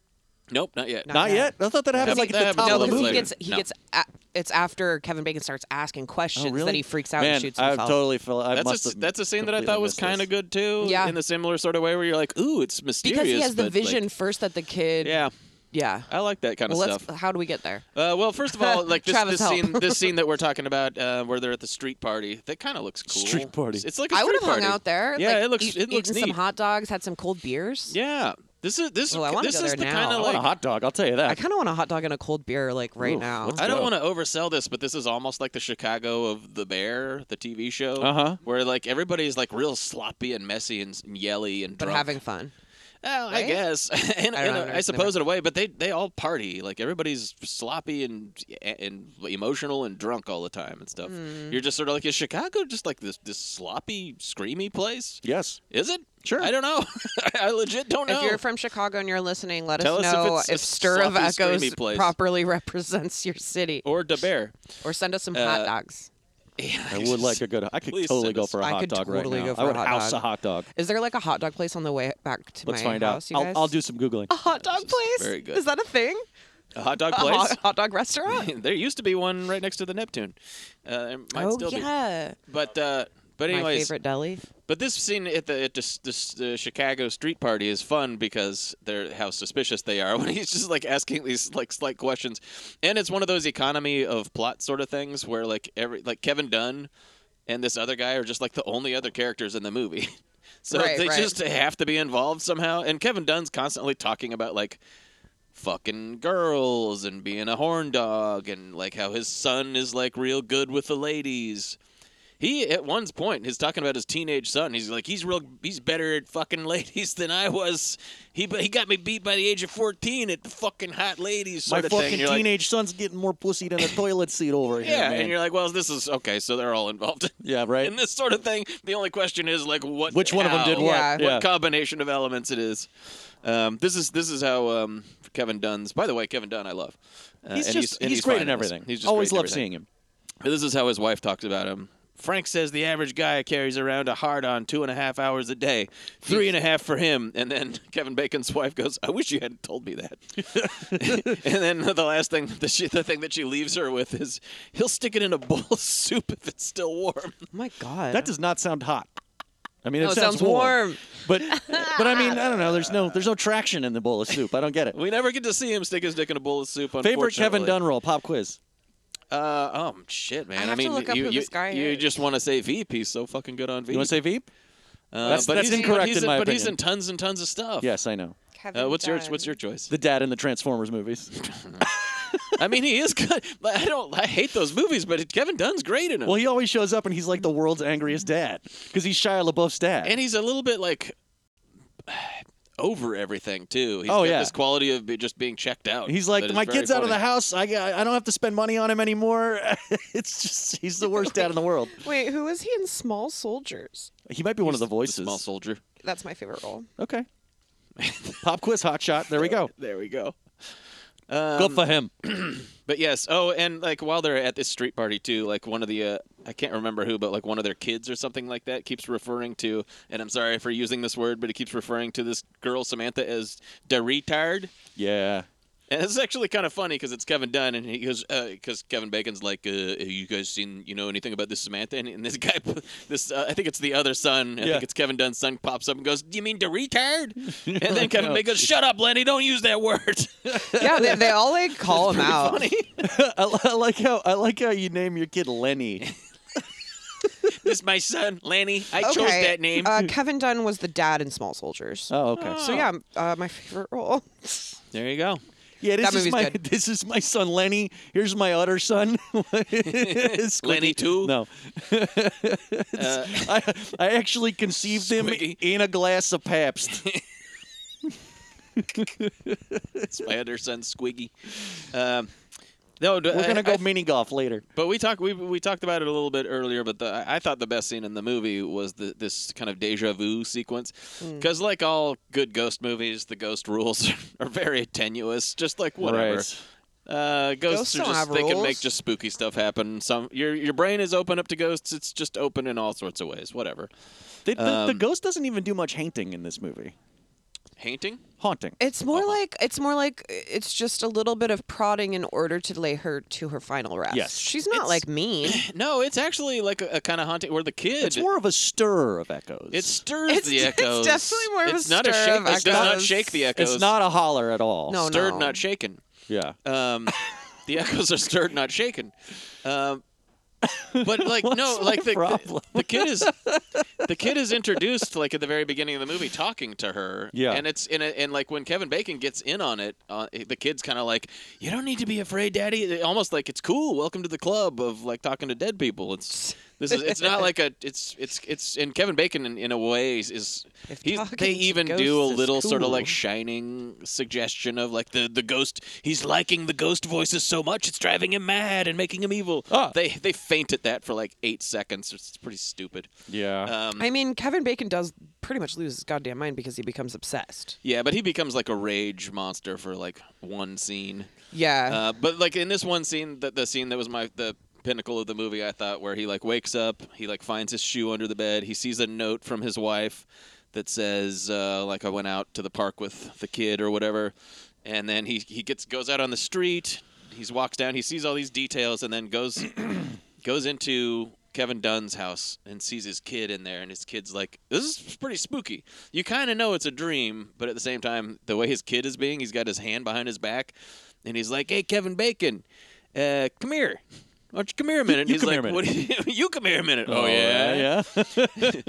[SPEAKER 2] Nope, not yet.
[SPEAKER 3] Not
[SPEAKER 1] Yeah.
[SPEAKER 3] yet. I thought that happened
[SPEAKER 2] That
[SPEAKER 3] like
[SPEAKER 2] happened-
[SPEAKER 3] at the
[SPEAKER 2] that
[SPEAKER 3] top
[SPEAKER 2] happened
[SPEAKER 3] of
[SPEAKER 1] No,
[SPEAKER 3] the
[SPEAKER 1] because
[SPEAKER 2] later.
[SPEAKER 1] he gets
[SPEAKER 3] movie.
[SPEAKER 1] he gets a it's after Kevin Bacon starts asking
[SPEAKER 2] Oh,
[SPEAKER 1] questions that he freaks out
[SPEAKER 3] Oh, Man,
[SPEAKER 1] and shoots
[SPEAKER 3] I've
[SPEAKER 1] himself.
[SPEAKER 3] totally fell. I must
[SPEAKER 2] That's a,
[SPEAKER 3] have
[SPEAKER 2] that's a scene that I
[SPEAKER 3] completely
[SPEAKER 2] thought was
[SPEAKER 3] missed this.
[SPEAKER 2] kind of good too.
[SPEAKER 1] Yeah.
[SPEAKER 2] In the similar sort of way where you're like, ooh, it's mysterious.
[SPEAKER 1] because he has the
[SPEAKER 2] but, like,
[SPEAKER 1] vision first that the kid.
[SPEAKER 2] yeah.
[SPEAKER 1] Yeah.
[SPEAKER 2] I like that kind
[SPEAKER 1] Well,
[SPEAKER 2] of
[SPEAKER 1] let's.
[SPEAKER 2] stuff.
[SPEAKER 1] How do we get there?
[SPEAKER 2] Uh, well, first of all,
[SPEAKER 1] (laughs)
[SPEAKER 2] like this,
[SPEAKER 1] Travis,
[SPEAKER 2] this
[SPEAKER 1] help.
[SPEAKER 2] scene, this scene that we're talking about, uh, where they're at the street party, that kind of looks cool.
[SPEAKER 3] Street party.
[SPEAKER 2] It's like a
[SPEAKER 1] I would
[SPEAKER 2] street
[SPEAKER 1] have hung
[SPEAKER 2] party.
[SPEAKER 1] out there.
[SPEAKER 2] Yeah,
[SPEAKER 1] like,
[SPEAKER 2] it looks
[SPEAKER 1] eat-
[SPEAKER 2] it looks
[SPEAKER 1] eaten
[SPEAKER 2] neat.
[SPEAKER 1] some hot dogs, had some cold beers.
[SPEAKER 2] Yeah, this is this.
[SPEAKER 1] Oh, I wanna
[SPEAKER 2] this
[SPEAKER 1] go
[SPEAKER 2] is
[SPEAKER 1] there
[SPEAKER 2] the
[SPEAKER 1] now.
[SPEAKER 2] kind
[SPEAKER 1] I
[SPEAKER 2] of
[SPEAKER 3] I want
[SPEAKER 2] like
[SPEAKER 3] a hot dog. I'll tell you that.
[SPEAKER 1] I kind of want a hot dog and a cold beer like right
[SPEAKER 3] Oof,
[SPEAKER 1] now.
[SPEAKER 3] what's
[SPEAKER 2] I don't
[SPEAKER 3] Go.
[SPEAKER 2] want to oversell this, but this is almost like the Chicago of the Bear, the TV show,
[SPEAKER 3] Uh-huh.
[SPEAKER 2] where like everybody's like real sloppy and messy and, s- and yelly and
[SPEAKER 1] But
[SPEAKER 2] drunk.
[SPEAKER 1] having fun.
[SPEAKER 2] well, I
[SPEAKER 1] right?
[SPEAKER 2] guess, (laughs) and,
[SPEAKER 1] I
[SPEAKER 2] I,
[SPEAKER 1] don't
[SPEAKER 2] and,
[SPEAKER 1] know,
[SPEAKER 2] I
[SPEAKER 1] it's
[SPEAKER 2] suppose in a way, but they they all party like everybody's sloppy and and emotional and drunk all the time and stuff.
[SPEAKER 1] Hmm.
[SPEAKER 2] You're just sort of like is Chicago just like this this sloppy, screamy place? (laughs)
[SPEAKER 3] yes.
[SPEAKER 2] Is it?
[SPEAKER 3] Sure.
[SPEAKER 2] I don't know. (laughs) I legit don't know.
[SPEAKER 1] If you're from Chicago and you're listening, let
[SPEAKER 2] Tell
[SPEAKER 1] us
[SPEAKER 2] us if
[SPEAKER 1] know
[SPEAKER 2] it's a
[SPEAKER 1] Stir of
[SPEAKER 2] sloppy,
[SPEAKER 1] Echoes
[SPEAKER 2] screamy place.
[SPEAKER 1] properly (laughs) represents your city, or,
[SPEAKER 2] or
[SPEAKER 1] (laughs)
[SPEAKER 2] the bear.
[SPEAKER 1] send us some
[SPEAKER 2] uh,
[SPEAKER 1] hot dogs.
[SPEAKER 3] I
[SPEAKER 1] (laughs)
[SPEAKER 3] would like a good. I could
[SPEAKER 2] Please
[SPEAKER 3] totally
[SPEAKER 2] send
[SPEAKER 3] go
[SPEAKER 2] us-
[SPEAKER 3] for a
[SPEAKER 1] I
[SPEAKER 3] hot
[SPEAKER 1] could
[SPEAKER 3] dog
[SPEAKER 1] totally
[SPEAKER 3] right
[SPEAKER 1] go
[SPEAKER 3] now.
[SPEAKER 1] for
[SPEAKER 3] I
[SPEAKER 1] a
[SPEAKER 3] would
[SPEAKER 1] hot
[SPEAKER 3] house
[SPEAKER 1] dog.
[SPEAKER 3] a hot dog.
[SPEAKER 1] Is there like a hot dog place on the way back to
[SPEAKER 3] Let's
[SPEAKER 1] my
[SPEAKER 3] find out.
[SPEAKER 1] house? You guys?
[SPEAKER 3] I'll, I'll do
[SPEAKER 1] (laughs)
[SPEAKER 3] some googling.
[SPEAKER 1] a hot dog place.
[SPEAKER 2] very good.
[SPEAKER 1] Is that a thing?
[SPEAKER 2] A hot dog
[SPEAKER 1] (laughs) A
[SPEAKER 2] place.
[SPEAKER 1] hot, hot dog restaurant?
[SPEAKER 2] (laughs) there used to be one right next to the Neptune. Uh, it might
[SPEAKER 1] oh
[SPEAKER 2] still
[SPEAKER 1] yeah,
[SPEAKER 2] be. But uh, but
[SPEAKER 1] my
[SPEAKER 2] anyways,
[SPEAKER 1] favorite deli.
[SPEAKER 2] but this scene at the at this, this uh, Chicago street party is fun because they're how suspicious they are (laughs) when he's just like asking these like slight questions, and it's one of those economy of plot sort of things where like every like Kevin Dunn and this other guy are just like the only other characters in the movie. (laughs) So
[SPEAKER 1] Right,
[SPEAKER 2] they
[SPEAKER 1] right.
[SPEAKER 2] just have to be involved somehow. And Kevin Dunn's constantly talking about like fucking girls and being a horn dog and like how his son is like real good with the ladies. He at one point is talking about his teenage son. He's like, he's real, he's better at fucking ladies (laughs) than I was. He he got me beat by the age of fourteen at the fucking hot ladies
[SPEAKER 3] My
[SPEAKER 2] sort of thing.
[SPEAKER 3] fucking
[SPEAKER 2] You're like,
[SPEAKER 3] teenage son's getting more pussy
[SPEAKER 2] (coughs)
[SPEAKER 3] than a toilet seat over here.
[SPEAKER 2] yeah,
[SPEAKER 3] man.
[SPEAKER 2] and you're like, well, this is okay. So they're all involved.
[SPEAKER 3] yeah, right.
[SPEAKER 2] in (laughs) this sort of thing. The only question is like what,
[SPEAKER 3] Which one of them did
[SPEAKER 2] how,
[SPEAKER 3] what?
[SPEAKER 1] Yeah.
[SPEAKER 2] what combination of elements it is. Um, this is this is how um, Kevin Dunn's. By the way, Kevin Dunn, I love. Uh,
[SPEAKER 3] he's
[SPEAKER 2] and
[SPEAKER 3] just he's, great
[SPEAKER 2] and fine
[SPEAKER 3] in
[SPEAKER 2] in this.
[SPEAKER 3] everything.
[SPEAKER 2] He's just
[SPEAKER 3] always
[SPEAKER 2] great in
[SPEAKER 3] love
[SPEAKER 2] everything.
[SPEAKER 3] seeing him.
[SPEAKER 2] This is how his wife talks about him. Frank says the average guy carries around a hard on two and a half hours a day, three and a half for him. And then (laughs) Kevin Bacon's wife goes, "I wish you hadn't told me that." (laughs) and then the last thing, the, she, the thing that she leaves her with is, "He'll stick it in a bowl of soup if it's still warm."
[SPEAKER 1] Oh my god,
[SPEAKER 3] That does not sound hot. I mean, it
[SPEAKER 1] No, Oh, it
[SPEAKER 3] sounds,
[SPEAKER 1] sounds warm.
[SPEAKER 2] (laughs)
[SPEAKER 3] but but I mean, I don't know. There's no there's no traction in the bowl of soup. I don't
[SPEAKER 2] (laughs)
[SPEAKER 3] get it.
[SPEAKER 2] We never get to see him stick his dick in a bowl of soup.
[SPEAKER 3] Favorite Kevin
[SPEAKER 2] unfortunately.
[SPEAKER 3] Dunn roll? Pop quiz.
[SPEAKER 2] Uh, oh shit, man.
[SPEAKER 1] I
[SPEAKER 2] I,
[SPEAKER 1] have to
[SPEAKER 2] mean,
[SPEAKER 1] look up
[SPEAKER 2] you
[SPEAKER 1] who
[SPEAKER 2] you,
[SPEAKER 1] this guy
[SPEAKER 2] you
[SPEAKER 1] is.
[SPEAKER 2] just want to say Veep. He's so fucking good on Veep.
[SPEAKER 3] You want to say Veep?
[SPEAKER 2] uh,
[SPEAKER 3] That's-
[SPEAKER 2] but
[SPEAKER 3] that's
[SPEAKER 2] he's,
[SPEAKER 3] incorrect
[SPEAKER 2] but he's
[SPEAKER 3] in my
[SPEAKER 2] But he's
[SPEAKER 3] opinion.
[SPEAKER 2] in tons and tons of stuff.
[SPEAKER 3] Yes, I know.
[SPEAKER 2] Uh, what's yours? What's your choice?
[SPEAKER 3] The dad in the Transformers
[SPEAKER 2] (laughs)
[SPEAKER 3] movies.
[SPEAKER 2] I mean, he is good. but I don't. I hate those movies, but Kevin Dunn's great in them.
[SPEAKER 3] Well, he always shows up and he's like the world's angriest dad because he's Shia LaBeouf's dad.
[SPEAKER 2] and he's a little bit like (sighs) over everything too. He's
[SPEAKER 3] Oh,
[SPEAKER 2] got
[SPEAKER 3] yeah.
[SPEAKER 2] this quality of be- just being checked out.
[SPEAKER 3] he's like,
[SPEAKER 2] that is
[SPEAKER 3] my
[SPEAKER 2] very
[SPEAKER 3] kid's out of the
[SPEAKER 2] funny."
[SPEAKER 3] house. I, I don't have to spend money on him anymore. (laughs) it's just he's the worst dad in the world.
[SPEAKER 1] Wait, who is he in Small Soldiers?
[SPEAKER 3] He might be one of the
[SPEAKER 2] The
[SPEAKER 3] voices.
[SPEAKER 2] small soldier.
[SPEAKER 1] That's my favorite
[SPEAKER 2] (laughs)
[SPEAKER 1] role.
[SPEAKER 3] Okay. Pop quiz, hot shot. There we go.
[SPEAKER 2] There we go.
[SPEAKER 3] Good for him.
[SPEAKER 2] But yes, oh, and like while they're at this street party too, like one of the uh, I can't remember who, but like one of their kids or something like that keeps referring to, and I'm sorry for using this word, but it keeps referring to this girl Samantha as the retard,
[SPEAKER 3] Yeah.
[SPEAKER 2] and it's actually kind of funny because it's Kevin Dunn, and he goes because Kevin Bacon's like, uh, have you guys seen you know anything about this Samantha? And, and this guy, (laughs) this uh, I think it's the other son, I
[SPEAKER 3] Yeah.
[SPEAKER 2] think it's Kevin Dunn's son, pops up and goes, you mean
[SPEAKER 3] (laughs)
[SPEAKER 2] the retard? and then Kevin Bacon goes, shut up, Lenny, don't use that word. (laughs)
[SPEAKER 1] Yeah, they, they all like call him out.
[SPEAKER 3] I, li- I like how I like how you name your kid Lenny.
[SPEAKER 2] this is my son, Lenny. I chose
[SPEAKER 1] Okay,
[SPEAKER 2] that name.
[SPEAKER 1] Uh, Kevin Dunn was the dad in Small Soldiers.
[SPEAKER 3] Oh, okay.
[SPEAKER 1] So yeah, uh, my favorite role.
[SPEAKER 2] There you go.
[SPEAKER 3] Yeah, this
[SPEAKER 1] That
[SPEAKER 3] is
[SPEAKER 1] movie's
[SPEAKER 3] my
[SPEAKER 1] good.
[SPEAKER 3] this is my son Lenny. Here's my other son. (laughs)
[SPEAKER 2] (laughs)
[SPEAKER 3] It's
[SPEAKER 2] Lenny
[SPEAKER 3] Squiggy.
[SPEAKER 2] too?
[SPEAKER 3] No, (laughs)
[SPEAKER 2] Uh,
[SPEAKER 3] I I actually conceived him
[SPEAKER 2] Squiggy.
[SPEAKER 3] in a glass of Pabst.
[SPEAKER 2] it's my other son, Squiggy. Um, no, d-
[SPEAKER 3] We're
[SPEAKER 2] I-
[SPEAKER 3] gonna go
[SPEAKER 2] I-
[SPEAKER 3] mini golf later.
[SPEAKER 2] but we talked we, we talked about it a little bit earlier. But the, I I thought the best scene in the movie was the, this kind of deja vu sequence,
[SPEAKER 1] Mm.
[SPEAKER 2] because like all good ghost movies, the ghost rules (laughs) are very tenuous. Just like whatever.
[SPEAKER 3] Right.
[SPEAKER 2] Uh, ghosts,
[SPEAKER 1] Ghosts
[SPEAKER 2] are
[SPEAKER 1] don't
[SPEAKER 2] just
[SPEAKER 1] have
[SPEAKER 2] they can make
[SPEAKER 1] rules.
[SPEAKER 2] just spooky stuff happen. Some your your brain is open up to ghosts. It's just open in all sorts of ways. Whatever.
[SPEAKER 3] The, the, the
[SPEAKER 2] Um,
[SPEAKER 3] ghost doesn't even do much hainting in this movie.
[SPEAKER 2] Haunting?
[SPEAKER 3] haunting.
[SPEAKER 1] It's more
[SPEAKER 2] Uh-huh.
[SPEAKER 1] like it's more like it's just a little bit of prodding in order to lay her to her final rest.
[SPEAKER 3] Yes.
[SPEAKER 1] she's not like mean.
[SPEAKER 2] No, it's actually like a, a kind of haunting where the kid.
[SPEAKER 3] It's more of a stir of echoes.
[SPEAKER 2] it stirs
[SPEAKER 1] It's-
[SPEAKER 2] the
[SPEAKER 1] (laughs) it's
[SPEAKER 2] echoes.
[SPEAKER 1] definitely more of a
[SPEAKER 2] It's not a
[SPEAKER 1] stir
[SPEAKER 2] shake.
[SPEAKER 1] of
[SPEAKER 2] it does not
[SPEAKER 1] echoes.
[SPEAKER 2] shake the echoes.
[SPEAKER 3] it's not oh, a holler at all.
[SPEAKER 1] No,
[SPEAKER 2] stirred,
[SPEAKER 1] no.
[SPEAKER 2] not shaken.
[SPEAKER 3] Yeah.
[SPEAKER 1] Uh,
[SPEAKER 2] Um,
[SPEAKER 3] (laughs)
[SPEAKER 2] the echoes are stirred, not shaken. Um, but like no,
[SPEAKER 3] What's
[SPEAKER 2] like
[SPEAKER 3] my
[SPEAKER 2] the, the,
[SPEAKER 3] problem?
[SPEAKER 2] the
[SPEAKER 3] (laughs)
[SPEAKER 2] kid is the kid is introduced like at the very beginning of the movie, talking to her.
[SPEAKER 3] Yeah.
[SPEAKER 2] and it's in a, and like when Kevin Bacon gets in on it, uh, the kid's kind of like, "You don't need to be afraid, Daddy." Almost like it's cool. Welcome to the club of like talking to dead people. It's this is it's not like a it's it's it's and Kevin Bacon in, in a way is, is
[SPEAKER 1] If
[SPEAKER 2] he's,
[SPEAKER 1] talking
[SPEAKER 2] they
[SPEAKER 1] to
[SPEAKER 2] even
[SPEAKER 1] ghosts
[SPEAKER 2] do a
[SPEAKER 1] is
[SPEAKER 2] little sort of like
[SPEAKER 1] cool.
[SPEAKER 2] shining suggestion of like the the ghost he's liking the ghost voices so much it's driving him mad and making him evil
[SPEAKER 3] Ah.
[SPEAKER 2] they they faint at that for like eight seconds it's pretty stupid
[SPEAKER 3] Yeah.
[SPEAKER 2] um
[SPEAKER 1] I mean, Kevin Bacon does pretty much lose his goddamn mind because he becomes obsessed.
[SPEAKER 2] yeah but he becomes like a rage monster for like one scene
[SPEAKER 1] Yeah,
[SPEAKER 2] uh, but like in this one scene the, the scene that was my the pinnacle of the movie i thought where he like wakes up he like finds his shoe under the bed he sees a note from his wife that says uh, like i went out to the park with the kid or whatever and then he, he gets goes out on the street he walks down he sees all these details and then goes goes into Kevin Dunn's house and sees his kid in there, and his kid's like, "This is pretty spooky." You kind of know it's a dream, but at the same time, the way his kid is being, he's got his hand behind his back, and he's like, "Hey, Kevin Bacon, uh, come here." Why don't you come here a minute? And
[SPEAKER 3] You
[SPEAKER 2] he's
[SPEAKER 3] come
[SPEAKER 2] like,
[SPEAKER 3] here a
[SPEAKER 2] "What? Do you, you (laughs) come here a minute." Oh,
[SPEAKER 3] All
[SPEAKER 2] yeah,
[SPEAKER 3] right, yeah.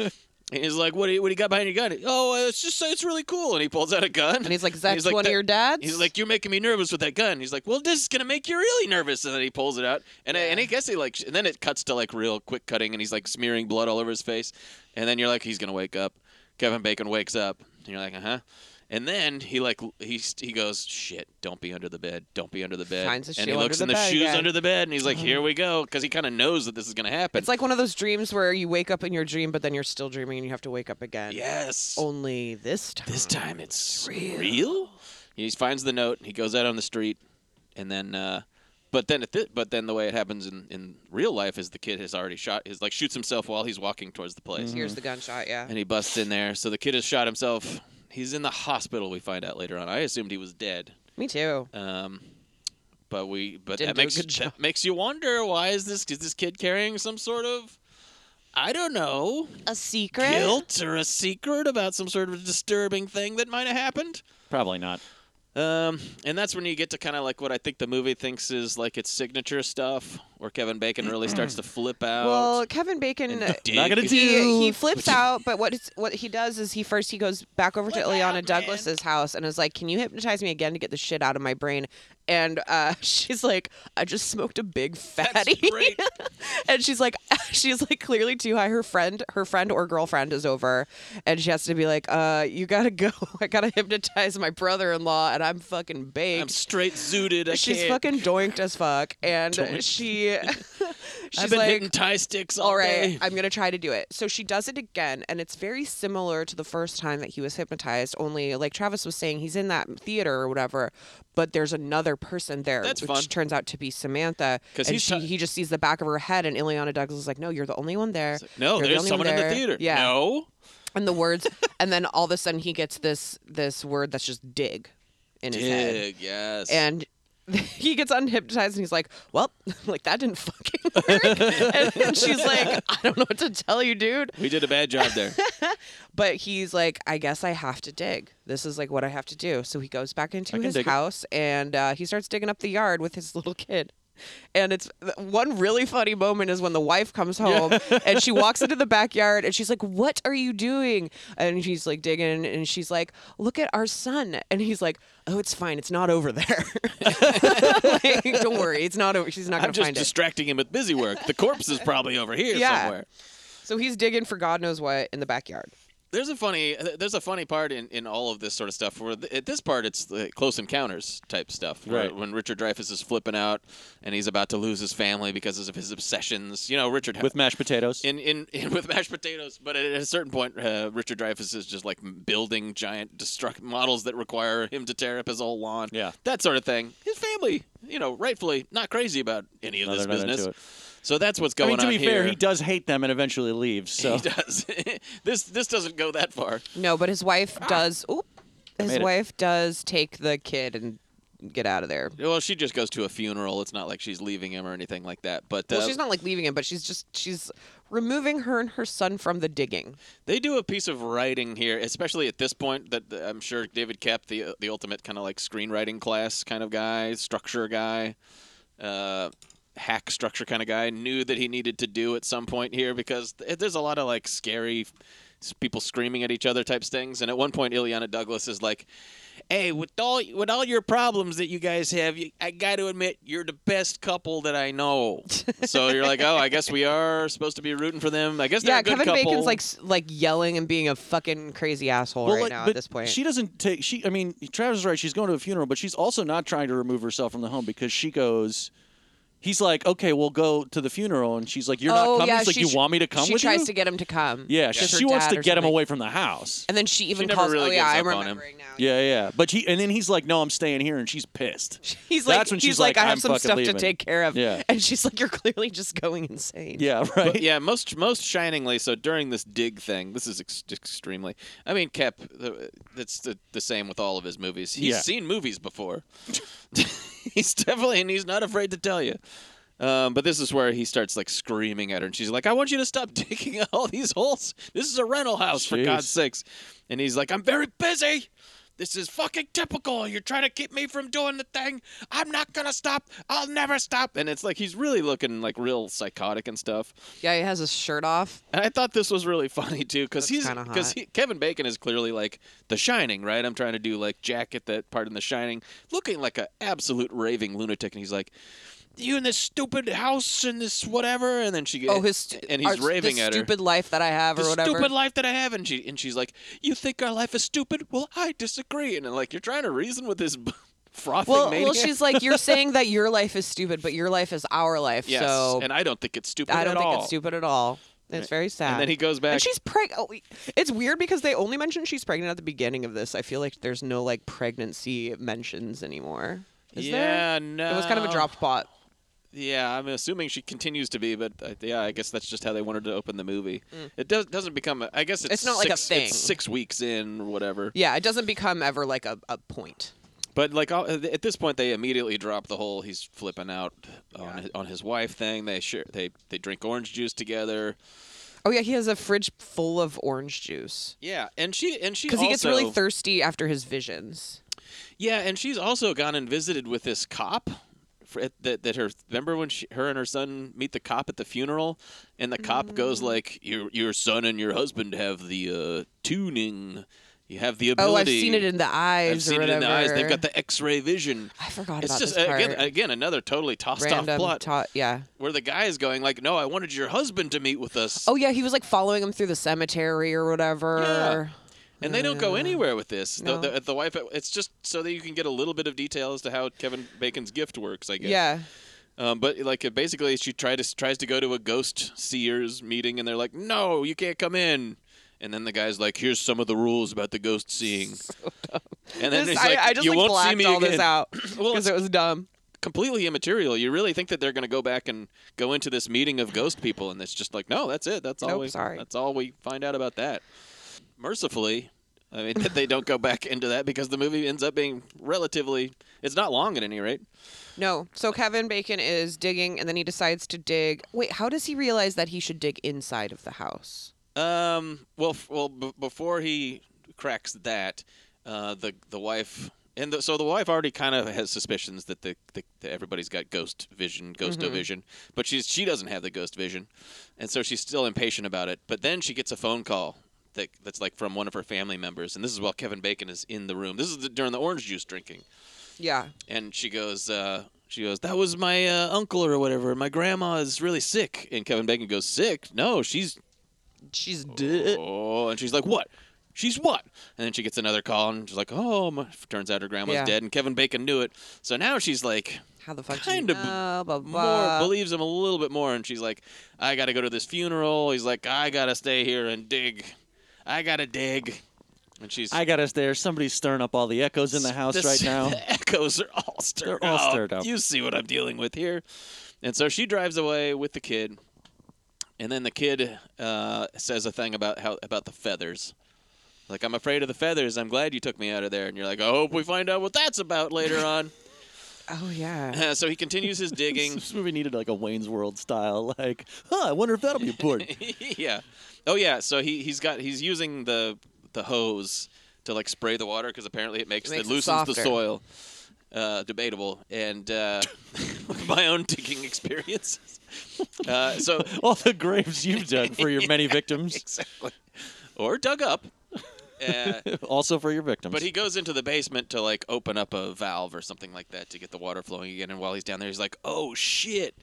[SPEAKER 1] uh,
[SPEAKER 3] (laughs)
[SPEAKER 2] And he's like, "What? Do you, what do you got behind your gun?" Oh, uh, it's just it's really cool. And he pulls out a gun.
[SPEAKER 1] and he's like, "Is that
[SPEAKER 2] like,
[SPEAKER 1] one
[SPEAKER 2] "That-
[SPEAKER 1] of your dads?"
[SPEAKER 2] He's like, "You're making me nervous with that gun." He's like, "Well, this is gonna make you really nervous." And then he pulls it out, and I, and I guess he like, and then it cuts to like real quick cutting, and he's like smearing blood all over his face, and then you're like, he's gonna wake up. Kevin Bacon wakes up, and you're like, uh huh. And then he like l- he st- he goes, "Shit, don't be under the bed, don't be under the bed."
[SPEAKER 1] Finds his
[SPEAKER 2] and
[SPEAKER 1] shoe
[SPEAKER 2] he
[SPEAKER 1] under
[SPEAKER 2] looks
[SPEAKER 1] the
[SPEAKER 2] in the
[SPEAKER 1] bed
[SPEAKER 2] shoes
[SPEAKER 1] again.
[SPEAKER 2] under the bed, and he's
[SPEAKER 1] (laughs)
[SPEAKER 2] like, "Here we go," because he kind of knows that this is gonna happen.
[SPEAKER 1] it's like one of those dreams where you wake up in your dream, but then you're still dreaming, and you have to wake up again.
[SPEAKER 2] yes,
[SPEAKER 1] Oh, Only this time.
[SPEAKER 2] This time it's real. He finds the note. He goes out on the street, and then, uh, but then, at thi- but then the way it happens in, in real life is the kid has already shot. Is like shoots himself while he's walking towards the place,
[SPEAKER 1] Here's the gunshot. Yeah.
[SPEAKER 2] and he busts in there. So the kid has shot himself. He's in the hospital. We find out later on. I assumed he was dead.
[SPEAKER 1] Me too.
[SPEAKER 2] Um, but we, but
[SPEAKER 1] Didn't
[SPEAKER 2] that
[SPEAKER 1] do a
[SPEAKER 2] makes
[SPEAKER 1] good job.
[SPEAKER 2] that makes you wonder why is this? Is this kid carrying some sort of? I don't know
[SPEAKER 1] A secret.
[SPEAKER 2] guilt or a secret about some sort of disturbing thing that might have happened.
[SPEAKER 3] Probably not.
[SPEAKER 2] Um, and that's when you get to kind of like what I think the movie thinks is like its signature stuff, where Kevin Bacon really starts to flip out. (laughs)
[SPEAKER 1] Well, Kevin Bacon.
[SPEAKER 2] and dig.
[SPEAKER 3] Not gonna do-
[SPEAKER 1] He, he
[SPEAKER 3] Dude.
[SPEAKER 1] flips out, but what is, what he does is he first he goes back over to Ileana Douglas's house and is like, "Can you hypnotize me again to get the shit out of my brain?" And uh, (laughs) she's like, "I just smoked a big fatty,"
[SPEAKER 2] great.
[SPEAKER 1] (laughs) and she's like, (laughs) "She's like clearly too high." Her friend, her friend or girlfriend is over, and she has to be like, "Uh, you gotta go. (laughs) I gotta hypnotize my brother-in-law, and I'm fucking baked."
[SPEAKER 2] I'm straight zooted. I
[SPEAKER 1] She's
[SPEAKER 2] can't.
[SPEAKER 1] fucking doinked as fuck, and she, (laughs) she's
[SPEAKER 2] (laughs) I've been
[SPEAKER 1] like,
[SPEAKER 2] hitting tie sticks all,
[SPEAKER 1] all right,
[SPEAKER 2] day.
[SPEAKER 1] I'm going to try to do it. So she does it again, and it's very similar to the first time that he was hypnotized, only like Travis was saying, he's in that theater or whatever, but there's another person there,
[SPEAKER 2] That's
[SPEAKER 1] which
[SPEAKER 2] fun.
[SPEAKER 1] turns out to be Samantha.
[SPEAKER 2] 'Cause
[SPEAKER 1] and
[SPEAKER 2] he's
[SPEAKER 1] she,
[SPEAKER 2] ti-
[SPEAKER 1] he just sees the back of her head, and Ileana Douglas is like, no, you're the only one there.
[SPEAKER 2] no,
[SPEAKER 1] You're the
[SPEAKER 2] there's
[SPEAKER 1] only one
[SPEAKER 2] someone in the
[SPEAKER 1] there."
[SPEAKER 2] theater.
[SPEAKER 1] Yeah.
[SPEAKER 2] No.
[SPEAKER 1] And the
[SPEAKER 2] (laughs)
[SPEAKER 1] words, and then all of a sudden he gets this this word that's just dig in his head
[SPEAKER 2] Dig, yes.
[SPEAKER 1] and (laughs) he gets unhypnotized and he's like, "Well, (laughs) like that didn't fucking (laughs) work." and then she's like, "I don't know what to tell you, dude."
[SPEAKER 2] we did a bad job there.
[SPEAKER 1] (laughs) But he's like, "I guess I have to dig. This is like what I have to do." So he goes back into his
[SPEAKER 3] dig it.
[SPEAKER 1] house and uh, he starts digging up the yard with his (laughs) little kid. And it's uh, one really funny moment is when the wife comes home and she walks into the backyard and she's like, "What are you doing?" And he's like digging and she's like, "Look at our son." And he's like, "Oh, it's fine. It's not over there." (laughs) like, don't worry, it's not over. She's not
[SPEAKER 2] I'm
[SPEAKER 1] gonna
[SPEAKER 2] just
[SPEAKER 1] find it.
[SPEAKER 2] distracting him with busy work. The corpse is probably over
[SPEAKER 1] (laughs)
[SPEAKER 2] here
[SPEAKER 1] Yeah.
[SPEAKER 2] somewhere.
[SPEAKER 1] So he's digging for God knows what in the backyard.
[SPEAKER 2] There's a funny there's a funny part in, in all of this sort of stuff where th- at this part it's the close encounters type stuff where-
[SPEAKER 3] Right.
[SPEAKER 2] when Richard Dreyfuss is flipping out and he's about to lose his family because of his obsessions you know Richard
[SPEAKER 3] With mashed potatoes.
[SPEAKER 2] in, in, in with mashed potatoes but at a certain point uh, Richard Dreyfuss is just like building giant destruct models that require him to tear up his whole lawn
[SPEAKER 3] Yeah.
[SPEAKER 2] that sort of thing his family you know rightfully not crazy about any of
[SPEAKER 3] No,
[SPEAKER 2] this
[SPEAKER 3] they're not into
[SPEAKER 2] business
[SPEAKER 3] it.
[SPEAKER 2] so that's what's
[SPEAKER 3] I
[SPEAKER 2] going
[SPEAKER 3] mean, to
[SPEAKER 2] on
[SPEAKER 3] be
[SPEAKER 2] here
[SPEAKER 3] fair, he does hate them and
[SPEAKER 1] (laughs)
[SPEAKER 3] eventually
[SPEAKER 2] (laughs)
[SPEAKER 3] leaves. So
[SPEAKER 2] he does this this doesn't go that far
[SPEAKER 3] Ah.
[SPEAKER 1] No, but his wife does. Oop. his
[SPEAKER 2] made it.
[SPEAKER 1] wife does take the kid and get out of there.
[SPEAKER 2] Well, she just goes to a funeral. It's not like she's leaving him or anything like that. But uh,
[SPEAKER 1] Well, she's not like leaving him, but she's just she's removing her and her son from the digging.
[SPEAKER 2] They do a piece of writing here, especially at this point. That that I'm sure David Kep, the the ultimate kind of like screenwriting class kind of guy, structure guy, uh, hack structure kind of guy, knew that he needed to do at some point here because th- there's a lot of like scary s- people screaming at each other types things. And at one point, Ileana Douglas is like. Hey, with all with all your problems that you guys have, you, I got to admit you're the best couple that
[SPEAKER 1] (laughs)
[SPEAKER 2] I know. so you're like, oh, I guess we are supposed to be rooting for them. I guess they're
[SPEAKER 1] yeah,
[SPEAKER 2] a good
[SPEAKER 1] Kevin
[SPEAKER 2] couple.
[SPEAKER 1] Bacon's like s- like yelling and being a fucking crazy asshole right
[SPEAKER 3] like,
[SPEAKER 1] now
[SPEAKER 3] but
[SPEAKER 1] at this point.
[SPEAKER 3] She doesn't take she I mean, Travis is right, she's going to a funeral, but she's also not trying to remove herself from the home because she goes He's like, Okay, we'll go to the funeral and she's like, You're
[SPEAKER 1] oh
[SPEAKER 3] not coming?
[SPEAKER 1] yeah,
[SPEAKER 3] He's like,
[SPEAKER 1] she,
[SPEAKER 3] You want me to come
[SPEAKER 1] She
[SPEAKER 3] with
[SPEAKER 1] tries
[SPEAKER 3] you?
[SPEAKER 1] to get him to come.
[SPEAKER 3] yeah,
[SPEAKER 1] She's
[SPEAKER 3] she,
[SPEAKER 1] her
[SPEAKER 3] she wants
[SPEAKER 1] dad
[SPEAKER 3] to
[SPEAKER 1] or
[SPEAKER 3] get him
[SPEAKER 1] something.
[SPEAKER 3] away from the house.
[SPEAKER 1] And then she even
[SPEAKER 2] never
[SPEAKER 1] calls.
[SPEAKER 2] really
[SPEAKER 1] oh yeah,
[SPEAKER 2] gives
[SPEAKER 1] I
[SPEAKER 2] up on him.
[SPEAKER 1] remembering now.
[SPEAKER 3] Yeah, yeah. But he and then he's like, No, I'm staying here and she's pissed.
[SPEAKER 1] (laughs) (laughs) He's like,
[SPEAKER 3] That's when
[SPEAKER 1] he's
[SPEAKER 3] she's
[SPEAKER 1] like,
[SPEAKER 3] like,
[SPEAKER 1] I have
[SPEAKER 3] "I'm
[SPEAKER 1] some
[SPEAKER 3] fucking
[SPEAKER 1] stuff
[SPEAKER 3] leaving."
[SPEAKER 1] to take care of. (laughs)
[SPEAKER 3] Yeah.
[SPEAKER 1] And she's like, you're clearly just going insane.
[SPEAKER 3] Yeah, right.
[SPEAKER 2] But yeah, most most shiningly. So during this dig thing, this is ex- extremely. I mean, Kep, the- that's the, the same with all of his movies. He's
[SPEAKER 3] Yeah.
[SPEAKER 2] seen movies before. (laughs) he's definitely, and he's not afraid to tell you. Um, but this is where he starts like screaming at her, and she's like, "I want you to stop (laughs) digging all these holes. This is a rental house, for
[SPEAKER 3] Jeez.
[SPEAKER 2] God's sakes!" And he's like, "I'm very busy." This is fucking typical. You're trying to keep me from doing the thing. I'm not gonna stop. I'll never stop. And it's like he's really looking like real psychotic and stuff.
[SPEAKER 1] Yeah, he has his shirt off.
[SPEAKER 2] And I thought this was really (laughs) funny too, because
[SPEAKER 1] That's
[SPEAKER 2] he's
[SPEAKER 1] kinda
[SPEAKER 2] because
[SPEAKER 1] hot.
[SPEAKER 2] he, Kevin Bacon is clearly like The Shining, right? I'm trying to do like Jack at that part in The Shining, looking like an absolute raving lunatic, and he's like, "You in this stupid house and this whatever," and then she
[SPEAKER 1] Oh, his st-
[SPEAKER 2] and he's
[SPEAKER 1] our-
[SPEAKER 2] raving
[SPEAKER 1] this
[SPEAKER 2] at her.
[SPEAKER 1] stupid life that I have or
[SPEAKER 2] The
[SPEAKER 1] whatever.
[SPEAKER 2] stupid life that I have, and she and she's like, "You think our life is stupid? Well, I disagree." And I'm like, you're trying to reason with this (laughs) frothing
[SPEAKER 1] well,
[SPEAKER 2] maniac.
[SPEAKER 1] well, she's like,
[SPEAKER 2] (laughs)
[SPEAKER 1] you're saying that your life is stupid, but your life is our life.
[SPEAKER 2] yes,
[SPEAKER 1] so
[SPEAKER 2] and I don't think it's stupid.
[SPEAKER 1] I don't
[SPEAKER 2] at
[SPEAKER 1] think
[SPEAKER 2] all.
[SPEAKER 1] it's stupid at all. It's very sad.
[SPEAKER 2] then he goes back-
[SPEAKER 1] And she's pregnant. It's weird because they only mention she's pregnant at the beginning of this. I feel like there's no like pregnancy mentions anymore. Is
[SPEAKER 2] yeah,
[SPEAKER 1] there?
[SPEAKER 2] no.
[SPEAKER 1] It was kind of a dropped pot.
[SPEAKER 2] Yeah, I'm assuming she continues to be, but uh, yeah, I guess that's just how they wanted to open the movie. It does, doesn't become. A, I guess Mm. it's,
[SPEAKER 1] It's not like a
[SPEAKER 2] six,
[SPEAKER 1] thing.
[SPEAKER 2] It's six weeks in or whatever.
[SPEAKER 1] Yeah, it doesn't become ever like a, a point.
[SPEAKER 2] But like all, uh, at this point, they immediately drop the whole he's flipping out on his, on his wife thing. They share, they they drink orange juice together.
[SPEAKER 1] Oh yeah, he has a fridge full of orange juice
[SPEAKER 2] Yeah, and she and she
[SPEAKER 1] because he gets really
[SPEAKER 2] also-
[SPEAKER 1] thirsty after his visions.
[SPEAKER 2] Yeah, and she's also gone and visited with this cop. For, at- that, that her remember when she, her and her son meet the cop at the funeral, and the cop
[SPEAKER 1] Mm.
[SPEAKER 2] goes like, "Your your son and your husband have the uh, tuning, you have the ability."
[SPEAKER 1] Oh, I've seen it in the eyes.
[SPEAKER 2] I've seen
[SPEAKER 1] or
[SPEAKER 2] it in the eyes. They've
[SPEAKER 1] whatever.
[SPEAKER 2] got the X-ray vision.
[SPEAKER 1] I forgot
[SPEAKER 2] It's
[SPEAKER 1] about
[SPEAKER 2] just uh,
[SPEAKER 1] this
[SPEAKER 2] again,
[SPEAKER 1] part.
[SPEAKER 2] again another totally tossed off
[SPEAKER 1] random
[SPEAKER 2] plot
[SPEAKER 1] tot- yeah.
[SPEAKER 2] where the guy is going like, "No, I wanted your husband to meet with us."
[SPEAKER 1] Oh yeah, he was like following him through the cemetery or whatever.
[SPEAKER 2] And they don't go anywhere with this.
[SPEAKER 1] uh, No.
[SPEAKER 2] The, the, the wife, it's just so that you can get a little bit of detail as to how Kevin Bacon's gift works. I guess.
[SPEAKER 1] Yeah.
[SPEAKER 2] Um, but like uh, basically, she tried to tries to go to a ghost seers meeting, and they're like, "No, you can't come in." And then the guy's like, "Here's some of the rules about the
[SPEAKER 1] (laughs)
[SPEAKER 2] ghost seeing." And then
[SPEAKER 1] This-
[SPEAKER 2] he's like,
[SPEAKER 1] I, I just
[SPEAKER 2] "You
[SPEAKER 1] like
[SPEAKER 2] won't
[SPEAKER 1] blacked
[SPEAKER 2] see me
[SPEAKER 1] all
[SPEAKER 2] again."
[SPEAKER 1] this out
[SPEAKER 2] (clears throat) Well,
[SPEAKER 1] because
[SPEAKER 2] it's-
[SPEAKER 1] it was dumb.
[SPEAKER 2] Completely immaterial. You really think that they're going to go back and go into this meeting of ghost people, and it's just like, no, that's it. That's all.
[SPEAKER 1] Nope,
[SPEAKER 2] We,
[SPEAKER 1] sorry.
[SPEAKER 2] That's all we find out about that. Mercifully, I mean, (laughs) they don't go back into that because the movie ends up being relatively. It's not long at any rate.
[SPEAKER 1] No. So Kevin Bacon is digging, and then he decides to dig. Wait, how does he realize that he should dig inside of the house?
[SPEAKER 2] Um. Well. f- Well. B- before he cracks that, uh, the the wife and the, so the wife already kind of has suspicions that the, the, that everybody's got ghost vision, ghost vision, but she's she doesn't have the ghost vision, and so she's still impatient about it. But then she gets a phone call. That, that's like from one of her family members, and this is while Kevin Bacon is in the room. This is the, during the orange juice drinking,
[SPEAKER 1] Yeah.
[SPEAKER 2] and she goes, uh, she goes, that was my uh, uncle or whatever. My grandma is really sick, and Kevin Bacon goes, sick? No, she's
[SPEAKER 1] She's dead.
[SPEAKER 2] Oh, and she's like, what? She's what? And then she gets another call, and she's like, oh, my, turns out her grandma's
[SPEAKER 1] Yeah.
[SPEAKER 2] dead, and Kevin Bacon knew it. So now she's like,
[SPEAKER 1] How the fuck?
[SPEAKER 2] kind
[SPEAKER 1] do
[SPEAKER 2] of
[SPEAKER 1] you know? Blah,
[SPEAKER 2] more
[SPEAKER 1] blah.
[SPEAKER 2] believes him a little bit more, and she's like, I got to go to this funeral. He's like, I got to stay here and dig. I got to dig. And she's
[SPEAKER 3] I got us there. Somebody's stirring up all the echoes in the house
[SPEAKER 2] this-
[SPEAKER 3] right now.
[SPEAKER 2] The (laughs) echoes are all stirred
[SPEAKER 3] They're all
[SPEAKER 2] up.
[SPEAKER 3] stirred up.
[SPEAKER 2] You see what I'm dealing with here. And so she drives away with the kid, and then the kid uh, says a thing about how about the feathers. Like, I'm afraid of the feathers. I'm glad you took me out of there. And you're like, I hope we find out what that's about later on. (laughs)
[SPEAKER 1] Oh yeah.
[SPEAKER 2] so he continues his digging.
[SPEAKER 3] This movie needed like a Wayne's World style. Like, huh? I wonder if that'll be important.
[SPEAKER 2] (laughs) yeah. Oh yeah. So he he's got he's using the the hose to like spray the water because apparently it makes it,
[SPEAKER 1] makes it
[SPEAKER 2] loosens the
[SPEAKER 1] softer.
[SPEAKER 2] soil. Uh, debatable and uh, (laughs) my own digging experiences. Uh, so
[SPEAKER 3] All the graves you've dug for your many victims,
[SPEAKER 2] exactly, or dug up. Uh,
[SPEAKER 3] also for your victims.
[SPEAKER 2] But he goes into the basement to like open up a valve or something like that to get the water flowing again. And while he's down there, he's like, "Oh shit,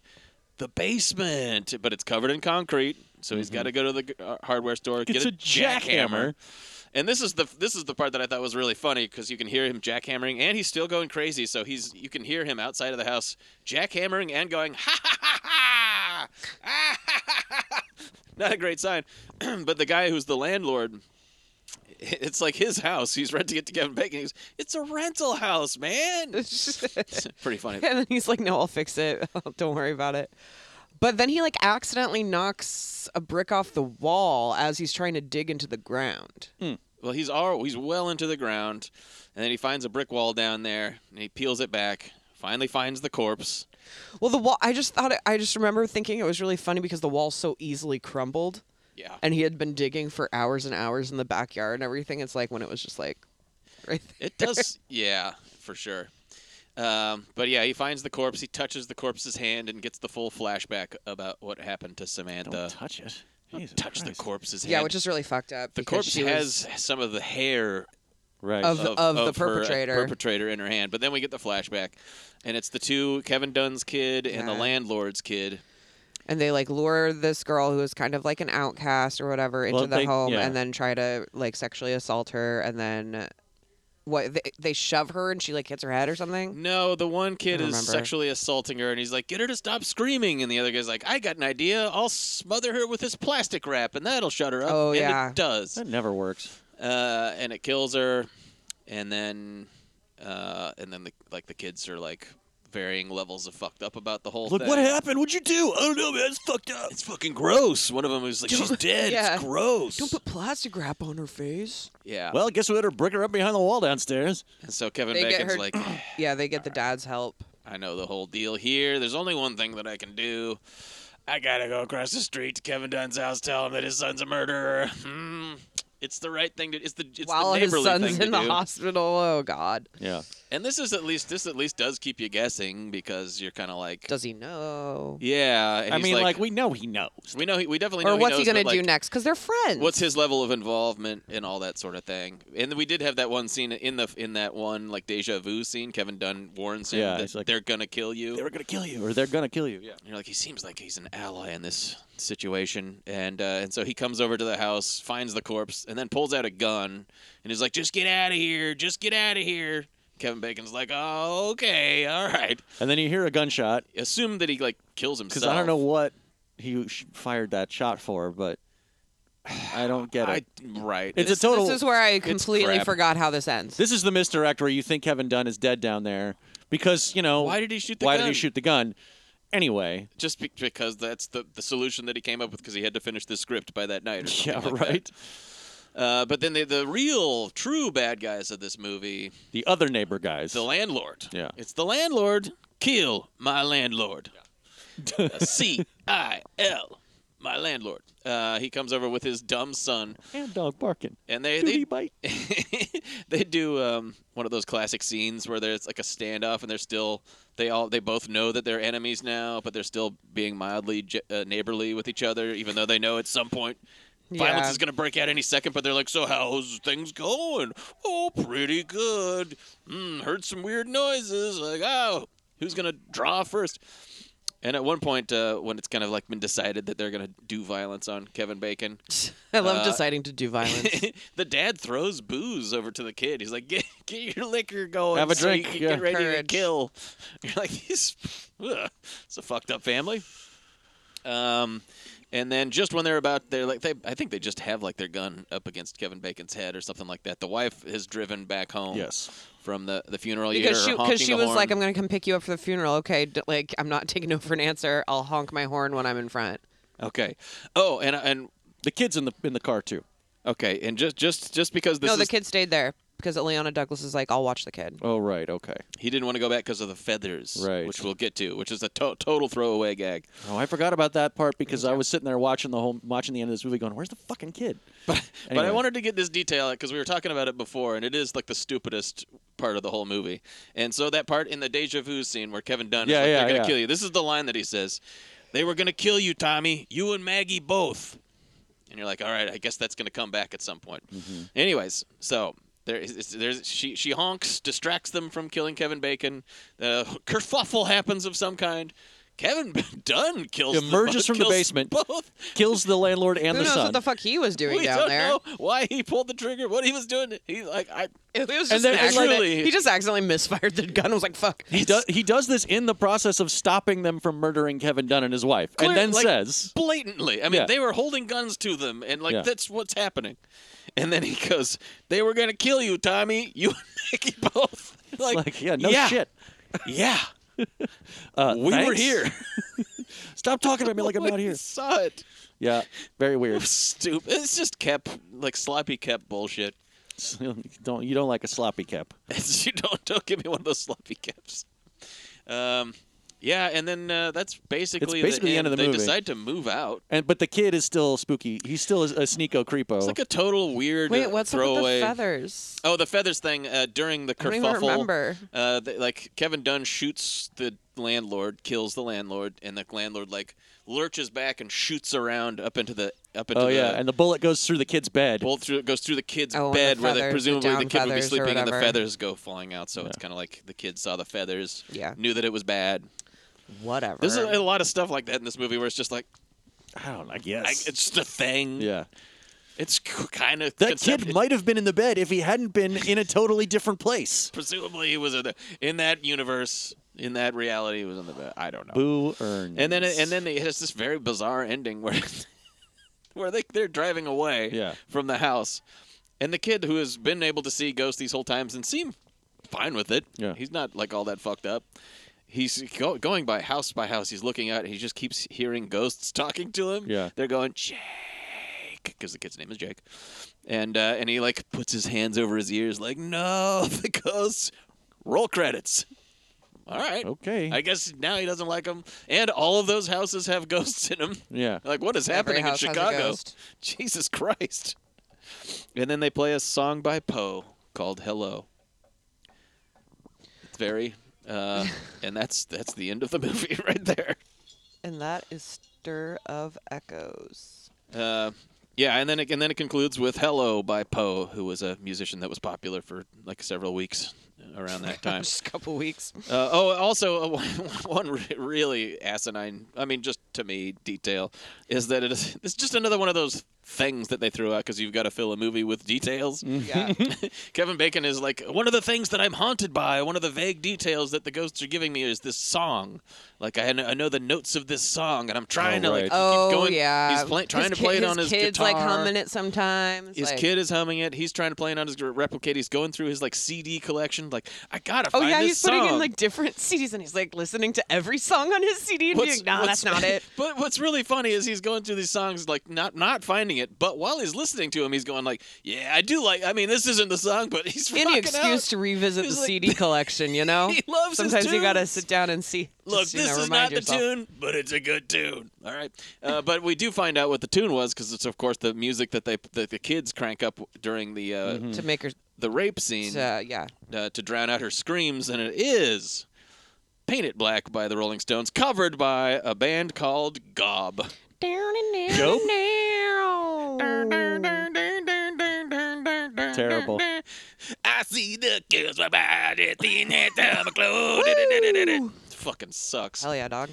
[SPEAKER 2] the basement!" But it's covered in concrete, so he's got to go to the uh, hardware store
[SPEAKER 3] gets
[SPEAKER 2] get
[SPEAKER 3] Mm-hmm. a jackhammer.
[SPEAKER 2] And this is the this is the part that I thought was really funny because you can hear him jackhammering, and he's still going crazy. So he's you can hear him outside of the house jackhammering and going ha ha ha ha. Ah, ha, ha, ha, ha." Not a great sign, (clears throat) but the guy who's the landlord, it's like his house. He's renting it to Kevin Bacon. He's it's a rental
[SPEAKER 3] (laughs)
[SPEAKER 2] house, man. (laughs) It's pretty funny.
[SPEAKER 1] (laughs) and then he's like, "No, I'll fix it. (laughs) Don't worry about it." But then he like accidentally knocks a brick off the wall as he's trying to dig into the ground.
[SPEAKER 2] Hmm. Well, he's all, he's well into the ground, and then he finds a brick wall down there, and he peels it back. Finally, finds the corpse.
[SPEAKER 1] Well, the wall. I just thought. It, I just remember thinking it was really funny because the wall so easily crumbled,
[SPEAKER 2] Yeah.
[SPEAKER 1] and he had been digging for hours and hours in the backyard and everything. It's like when it was just like, (laughs) right there.
[SPEAKER 2] It does, (laughs) yeah, for sure. Um, but yeah, he finds the corpse. He touches the corpse's hand and gets the full flashback about what happened to Samantha.
[SPEAKER 3] Don't touch it. Jesus
[SPEAKER 2] Touch the
[SPEAKER 3] Christ.
[SPEAKER 2] corpse's hand.
[SPEAKER 1] yeah, which is really fucked up.
[SPEAKER 2] the
[SPEAKER 1] because
[SPEAKER 2] corpse
[SPEAKER 1] she was-
[SPEAKER 2] has some of the hair
[SPEAKER 3] Right.
[SPEAKER 1] of-
[SPEAKER 2] of,
[SPEAKER 1] the
[SPEAKER 2] her- uh,
[SPEAKER 1] perpetrator.
[SPEAKER 2] perpetrator in her hand. But then we get the flashback, and it's the two Kevin Dunn's kid and the
[SPEAKER 1] Yeah.
[SPEAKER 2] landlord's kid.
[SPEAKER 1] and they like lure this girl who is kind of like an outcast or whatever into
[SPEAKER 3] Well,
[SPEAKER 1] the
[SPEAKER 3] they-
[SPEAKER 1] home
[SPEAKER 3] yeah.
[SPEAKER 1] and then try to like sexually assault her and then what they, they shove her and she like hits her head or something
[SPEAKER 2] No, the one kid
[SPEAKER 1] I
[SPEAKER 2] is
[SPEAKER 1] remember.
[SPEAKER 2] sexually assaulting her, and he's like, "Get her to stop screaming." And the other guy's like, "I got an idea. I'll smother her with this plastic wrap, and that'll shut her up."
[SPEAKER 1] Oh,
[SPEAKER 2] and
[SPEAKER 1] yeah.
[SPEAKER 2] it does.
[SPEAKER 3] that never works.
[SPEAKER 2] uh, and it kills her, and then uh, and then the, like the kids are like varying levels of fucked up about the whole
[SPEAKER 3] Look
[SPEAKER 2] thing.
[SPEAKER 3] what happened. What'd you do? I don't know, man. It's fucked up.
[SPEAKER 2] It's fucking gross. One of them was like, "She's dead.
[SPEAKER 1] yeah.
[SPEAKER 2] It's gross."
[SPEAKER 1] don't put plastic wrap on her face
[SPEAKER 2] yeah.
[SPEAKER 3] Well, guess we had her brick her up behind the wall downstairs.
[SPEAKER 2] and so Kevin
[SPEAKER 1] They get
[SPEAKER 2] Bacon's
[SPEAKER 1] her-
[SPEAKER 2] like,
[SPEAKER 1] yeah they get the dad's help
[SPEAKER 2] "I know the whole deal here. There's only one thing that I can do. I gotta go across the street to Kevin Dunn's house, tell him that his son's a murderer. Hmm. It's the right thing to. It's the it's
[SPEAKER 1] while
[SPEAKER 2] the
[SPEAKER 1] his
[SPEAKER 2] neighborly
[SPEAKER 1] son's
[SPEAKER 2] thing to
[SPEAKER 1] in the
[SPEAKER 2] do.
[SPEAKER 1] hospital oh god
[SPEAKER 3] Yeah.
[SPEAKER 2] And this is at least this at least does keep you guessing because you're kind of like,
[SPEAKER 1] does he know
[SPEAKER 2] yeah. and
[SPEAKER 3] I
[SPEAKER 2] he's
[SPEAKER 3] mean, like,
[SPEAKER 2] like
[SPEAKER 3] we know he knows.
[SPEAKER 2] We know he, we definitely
[SPEAKER 1] or
[SPEAKER 2] know
[SPEAKER 1] what's he,
[SPEAKER 2] knows,
[SPEAKER 1] gonna
[SPEAKER 2] but,
[SPEAKER 1] do
[SPEAKER 2] like,
[SPEAKER 1] next because they're friends
[SPEAKER 2] What's his level of involvement and all that sort of thing? And we did have that one scene in the in that one like deja vu scene. Kevin Dunn warns him
[SPEAKER 3] Yeah,
[SPEAKER 2] that
[SPEAKER 3] he's like-
[SPEAKER 2] they're gonna kill you.
[SPEAKER 3] They were gonna kill you, or they're gonna kill you. Yeah.
[SPEAKER 2] And you're like, he seems like he's an ally in this situation, and uh, and so he comes over to the house, finds the corpse, and then pulls out a gun, and is like, just get out of here, just get out of here. Kevin Bacon's like, oh, okay, all right.
[SPEAKER 3] And then you hear a gunshot
[SPEAKER 2] Assume that he like kills himself.
[SPEAKER 3] because I don't know what he sh- fired that shot for, but I don't get it.
[SPEAKER 2] I, right.
[SPEAKER 3] it's
[SPEAKER 2] This-
[SPEAKER 3] a total.
[SPEAKER 1] this is where i completely
[SPEAKER 2] crap.
[SPEAKER 1] forgot how this ends (laughs)
[SPEAKER 3] This is the misdirect where you think Kevin Dunn is dead down there because you know
[SPEAKER 2] Why did he shoot the
[SPEAKER 3] why
[SPEAKER 2] gun?
[SPEAKER 3] did he shoot the gun? Anyway,
[SPEAKER 2] just be- because that's the, the solution that he came up with because he had to finish the script by that night. Or something
[SPEAKER 3] (laughs) yeah,
[SPEAKER 2] like that.
[SPEAKER 3] right.
[SPEAKER 2] Uh, but then the, the real, true bad guys of this movie,
[SPEAKER 3] The other neighbor guys.
[SPEAKER 2] the landlord.
[SPEAKER 3] Yeah.
[SPEAKER 2] It's the landlord. Kill my landlord. (laughs) C I L, my landlord. Uh, he comes over with his dumb son,
[SPEAKER 3] and dog barking.
[SPEAKER 2] and they
[SPEAKER 3] Duty
[SPEAKER 2] they, (laughs)
[SPEAKER 3] bite.
[SPEAKER 2] they do um, one of those classic scenes where there's like a standoff and they're still they all they both know that they're enemies now but they're still being mildly j- uh, neighborly with each other even though they know at some point violence
[SPEAKER 1] Yeah.
[SPEAKER 2] is going to break out any second but they're like so how's things going oh pretty good mm, heard some weird noises like oh who's going to draw first and at one point uh, when it's kind of like been decided that they're going to do violence on kevin bacon
[SPEAKER 1] i love deciding to do violence
[SPEAKER 2] (laughs) the dad throws booze over to the kid. He's like, "Get, get your liquor going.
[SPEAKER 3] Have a
[SPEAKER 2] so you
[SPEAKER 3] drink,
[SPEAKER 2] can
[SPEAKER 3] yeah.
[SPEAKER 2] Get ready
[SPEAKER 1] Courage.
[SPEAKER 2] to kill." (laughs) You're like, "This, ugh, it's a fucked up family." Um, and then just when they're about, they're like, they, I think they just have like their gun up against Kevin Bacon's head or something like that. The wife has driven back home.
[SPEAKER 3] Yes.
[SPEAKER 2] From the, the funeral
[SPEAKER 1] because she
[SPEAKER 2] you hear her
[SPEAKER 1] because
[SPEAKER 2] honking
[SPEAKER 1] she
[SPEAKER 2] the
[SPEAKER 1] was
[SPEAKER 2] horn.
[SPEAKER 1] like, "I'm gonna come pick you up for the funeral." Okay, d- like I'm not (laughs) taking no for an answer. I'll honk my horn when I'm in front.
[SPEAKER 2] okay. Oh, and and
[SPEAKER 3] The kids in the in the car too.
[SPEAKER 2] Okay, and just just just because this
[SPEAKER 1] no, the
[SPEAKER 2] is-
[SPEAKER 1] kid stayed there because Leona Douglas is like, I'll watch the kid.
[SPEAKER 3] Oh right, okay.
[SPEAKER 2] he didn't want to go back because of the feathers,
[SPEAKER 3] Right.
[SPEAKER 2] Which we'll get to, which is a to- total throwaway gag.
[SPEAKER 3] Oh, I forgot about that part because I was sitting there watching the whole watching the end of this movie, going, "Where's the fucking kid?"
[SPEAKER 2] (laughs) But I
[SPEAKER 3] Anyway.
[SPEAKER 2] wanted to get this detail out because we were talking about it before, and it is like the stupidest part of the whole movie. And so that part in the deja vu scene where Kevin Dunn
[SPEAKER 3] Yeah,
[SPEAKER 2] is like,
[SPEAKER 3] yeah,
[SPEAKER 2] "They're gonna
[SPEAKER 3] yeah.
[SPEAKER 2] kill you." This is the line that he says: "They were gonna kill you, Tommy. You and Maggie both." And you're like, "All right, I guess that's gonna come back at some point."
[SPEAKER 3] Mm-hmm.
[SPEAKER 2] Anyways, so. There is, is- there's she she honks, distracts them from killing Kevin Bacon. The kerfuffle happens of some kind. Kevin (laughs) Dunn kills them
[SPEAKER 3] Emerges
[SPEAKER 2] both-
[SPEAKER 3] from the
[SPEAKER 2] kills
[SPEAKER 3] basement.
[SPEAKER 2] (laughs) Both
[SPEAKER 3] Kills the landlord and
[SPEAKER 1] Who
[SPEAKER 3] the
[SPEAKER 1] knows
[SPEAKER 3] son.
[SPEAKER 1] what the fuck he was doing
[SPEAKER 2] we
[SPEAKER 1] down
[SPEAKER 2] don't
[SPEAKER 1] there?
[SPEAKER 2] know why he pulled the trigger, what he was doing. He's like, I.
[SPEAKER 1] (laughs) It was just
[SPEAKER 2] And then-
[SPEAKER 1] an
[SPEAKER 2] and like-
[SPEAKER 1] accident.
[SPEAKER 2] Truly.
[SPEAKER 1] he just accidentally misfired the gun. and was like, "Fuck."
[SPEAKER 3] he does he does this in the process of stopping them from murdering Kevin Dunn and his wife, and then
[SPEAKER 2] like,
[SPEAKER 3] says,
[SPEAKER 2] blatantly. I mean,
[SPEAKER 3] Yeah.
[SPEAKER 2] they were holding guns to them, and like
[SPEAKER 3] Yeah.
[SPEAKER 2] that's what's happening. And then he goes, "They were gonna kill you, Tommy. You and Mickey (laughs) both." Like,
[SPEAKER 3] "Like yeah, no shit. (laughs) Uh,
[SPEAKER 2] Yeah, we were
[SPEAKER 3] thanks.
[SPEAKER 2] here.
[SPEAKER 3] Stop talking about me (laughs) like I'm not
[SPEAKER 2] We
[SPEAKER 3] here."
[SPEAKER 2] Saw it.
[SPEAKER 3] (laughs) Yeah, very (laughs) weird.
[SPEAKER 2] Stupid. It's just kept like sloppy kept bullshit. (laughs)
[SPEAKER 3] don't you don't like a sloppy cap?
[SPEAKER 2] you don't don't give me one of those sloppy caps. Um, yeah, and then uh, that's basically
[SPEAKER 3] basically the end of the
[SPEAKER 2] they
[SPEAKER 3] movie.
[SPEAKER 2] decide to move out.
[SPEAKER 3] And but the kid is still spooky. He's still a, a sneako creepo.
[SPEAKER 2] It's like a total weird uh,
[SPEAKER 1] Wait, what's up with
[SPEAKER 2] throwaway.
[SPEAKER 1] the feathers?
[SPEAKER 2] Oh, the feathers thing uh, during the kerfuffle.
[SPEAKER 1] I don't even remember.
[SPEAKER 2] Uh, they, like Kevin Dunn shoots the landlord, kills the landlord, and the landlord like lurches back and shoots around up into the up into
[SPEAKER 3] oh
[SPEAKER 2] the
[SPEAKER 3] yeah, (laughs) and the bullet goes through the kid's bed.
[SPEAKER 2] bolt through goes through the kid's
[SPEAKER 1] Oh, and the
[SPEAKER 2] bed where
[SPEAKER 1] feathers,
[SPEAKER 2] they,
[SPEAKER 1] the
[SPEAKER 2] presumably the,
[SPEAKER 1] down
[SPEAKER 2] kid would be
[SPEAKER 1] feathers or
[SPEAKER 2] sleeping and the
[SPEAKER 1] whatever.
[SPEAKER 2] feathers go flying out. So it's kind of like the kid saw the feathers,
[SPEAKER 1] Yeah.
[SPEAKER 2] knew that it was bad.
[SPEAKER 1] Whatever.
[SPEAKER 2] There's a, a lot of stuff like that in this movie where it's just like
[SPEAKER 3] I don't know. I
[SPEAKER 2] I,
[SPEAKER 3] guess. (laughs)
[SPEAKER 2] it's just a thing.
[SPEAKER 3] yeah.
[SPEAKER 2] it's kind of
[SPEAKER 3] That kid might have been in the bed if he hadn't been in a totally different place.
[SPEAKER 2] presumably he was in, the, in that universe in that reality he was in the i don't know
[SPEAKER 3] Boo Earns.
[SPEAKER 2] and then and then it has this very bizarre ending where (laughs) where they, they're driving away
[SPEAKER 3] Yeah.
[SPEAKER 2] from the house and the kid who has been able to see ghosts these whole times and seem fine with it
[SPEAKER 3] Yeah.
[SPEAKER 2] he's not like all that fucked up He's go- going by house by house. He's looking out. He just keeps hearing ghosts (laughs) talking to him.
[SPEAKER 3] Yeah.
[SPEAKER 2] they're going Jake because the kid's name is Jake, and uh, and he like puts his hands over his ears like no (laughs) the ghosts. Roll credits. All right.
[SPEAKER 3] Okay.
[SPEAKER 2] I guess now he doesn't like them. And all of those houses have (laughs) ghosts in them.
[SPEAKER 3] Yeah.
[SPEAKER 2] Like, what is
[SPEAKER 1] Every
[SPEAKER 2] happening in
[SPEAKER 1] house has a
[SPEAKER 2] Chicago?
[SPEAKER 1] ghost.
[SPEAKER 2] (laughs) Jesus Christ. And then they play a song by Poe called Hello. It's very.
[SPEAKER 1] (laughs)
[SPEAKER 2] Uh, and that's that's the end of the (laughs) movie right there.
[SPEAKER 1] and that is Stir of Echoes.
[SPEAKER 2] Uh, yeah, and then it, and then it concludes with "Hello" by Poe, who was a musician that was popular for like several weeks around that time.
[SPEAKER 1] Just a couple
[SPEAKER 2] (laughs)
[SPEAKER 1] weeks.
[SPEAKER 2] Uh, oh, also uh, (laughs) one- one re- really asinine. I mean, just to me, detail is that it is. It's just another one of those things that they threw out because you've got to fill a movie with details.
[SPEAKER 1] Yeah.
[SPEAKER 2] (laughs) Kevin Bacon is like one of the things that I'm haunted by. One of the vague details that the ghosts are giving me is this song. Like I, kn- I know the notes of this song, and I'm trying
[SPEAKER 3] Oh,
[SPEAKER 2] to like
[SPEAKER 3] right.
[SPEAKER 1] oh
[SPEAKER 2] keep going.
[SPEAKER 1] yeah.
[SPEAKER 2] he's play, trying
[SPEAKER 1] His
[SPEAKER 2] to play
[SPEAKER 1] kid-
[SPEAKER 2] it on his,
[SPEAKER 1] kids
[SPEAKER 2] guitar.
[SPEAKER 1] like humming it sometimes.
[SPEAKER 2] His
[SPEAKER 1] like-
[SPEAKER 2] kid is humming it. He's trying to play it on his replicate. He's going through his like CD collection. Like I gotta
[SPEAKER 1] Oh
[SPEAKER 2] find
[SPEAKER 1] yeah,
[SPEAKER 2] this
[SPEAKER 1] he's putting in
[SPEAKER 2] song."
[SPEAKER 1] like different (laughs) CDs, and he's like listening to every song on his CD and
[SPEAKER 2] What's-
[SPEAKER 1] being, "No,
[SPEAKER 2] what's-
[SPEAKER 1] that's not
[SPEAKER 2] (laughs)
[SPEAKER 1] it."
[SPEAKER 2] But what's really funny is he's going through these songs, like not not finding it. But while he's listening to him, he's going like, "Yeah, I do like. I mean, this isn't the song, but he's
[SPEAKER 1] Any
[SPEAKER 2] rocking
[SPEAKER 1] excuse
[SPEAKER 2] out.
[SPEAKER 1] to revisit
[SPEAKER 2] He's
[SPEAKER 1] the
[SPEAKER 2] like- (laughs)
[SPEAKER 1] CD collection, you know?
[SPEAKER 2] He loves his
[SPEAKER 1] Sometimes you gotta
[SPEAKER 2] tunes.
[SPEAKER 1] sit down and see.
[SPEAKER 2] Look,
[SPEAKER 1] just, you know,
[SPEAKER 2] this is
[SPEAKER 1] remind
[SPEAKER 2] not
[SPEAKER 1] yourself.
[SPEAKER 2] the tune, but it's a good tune. All right, uh, but we do find out what the tune was because it's of course the music that they that the kids crank up during the uh,
[SPEAKER 1] to make her.
[SPEAKER 2] the rape scene
[SPEAKER 1] To, yeah.
[SPEAKER 2] uh, to drown out her screams, and it is. Paint It Black by the Rolling Stones, covered by a band called Gob.
[SPEAKER 3] Dope. Terrible.
[SPEAKER 2] Terrible. I see the girls my body thin as I'm Fucking sucks.
[SPEAKER 1] Hell yeah,
[SPEAKER 2] (laughs)
[SPEAKER 1] dog.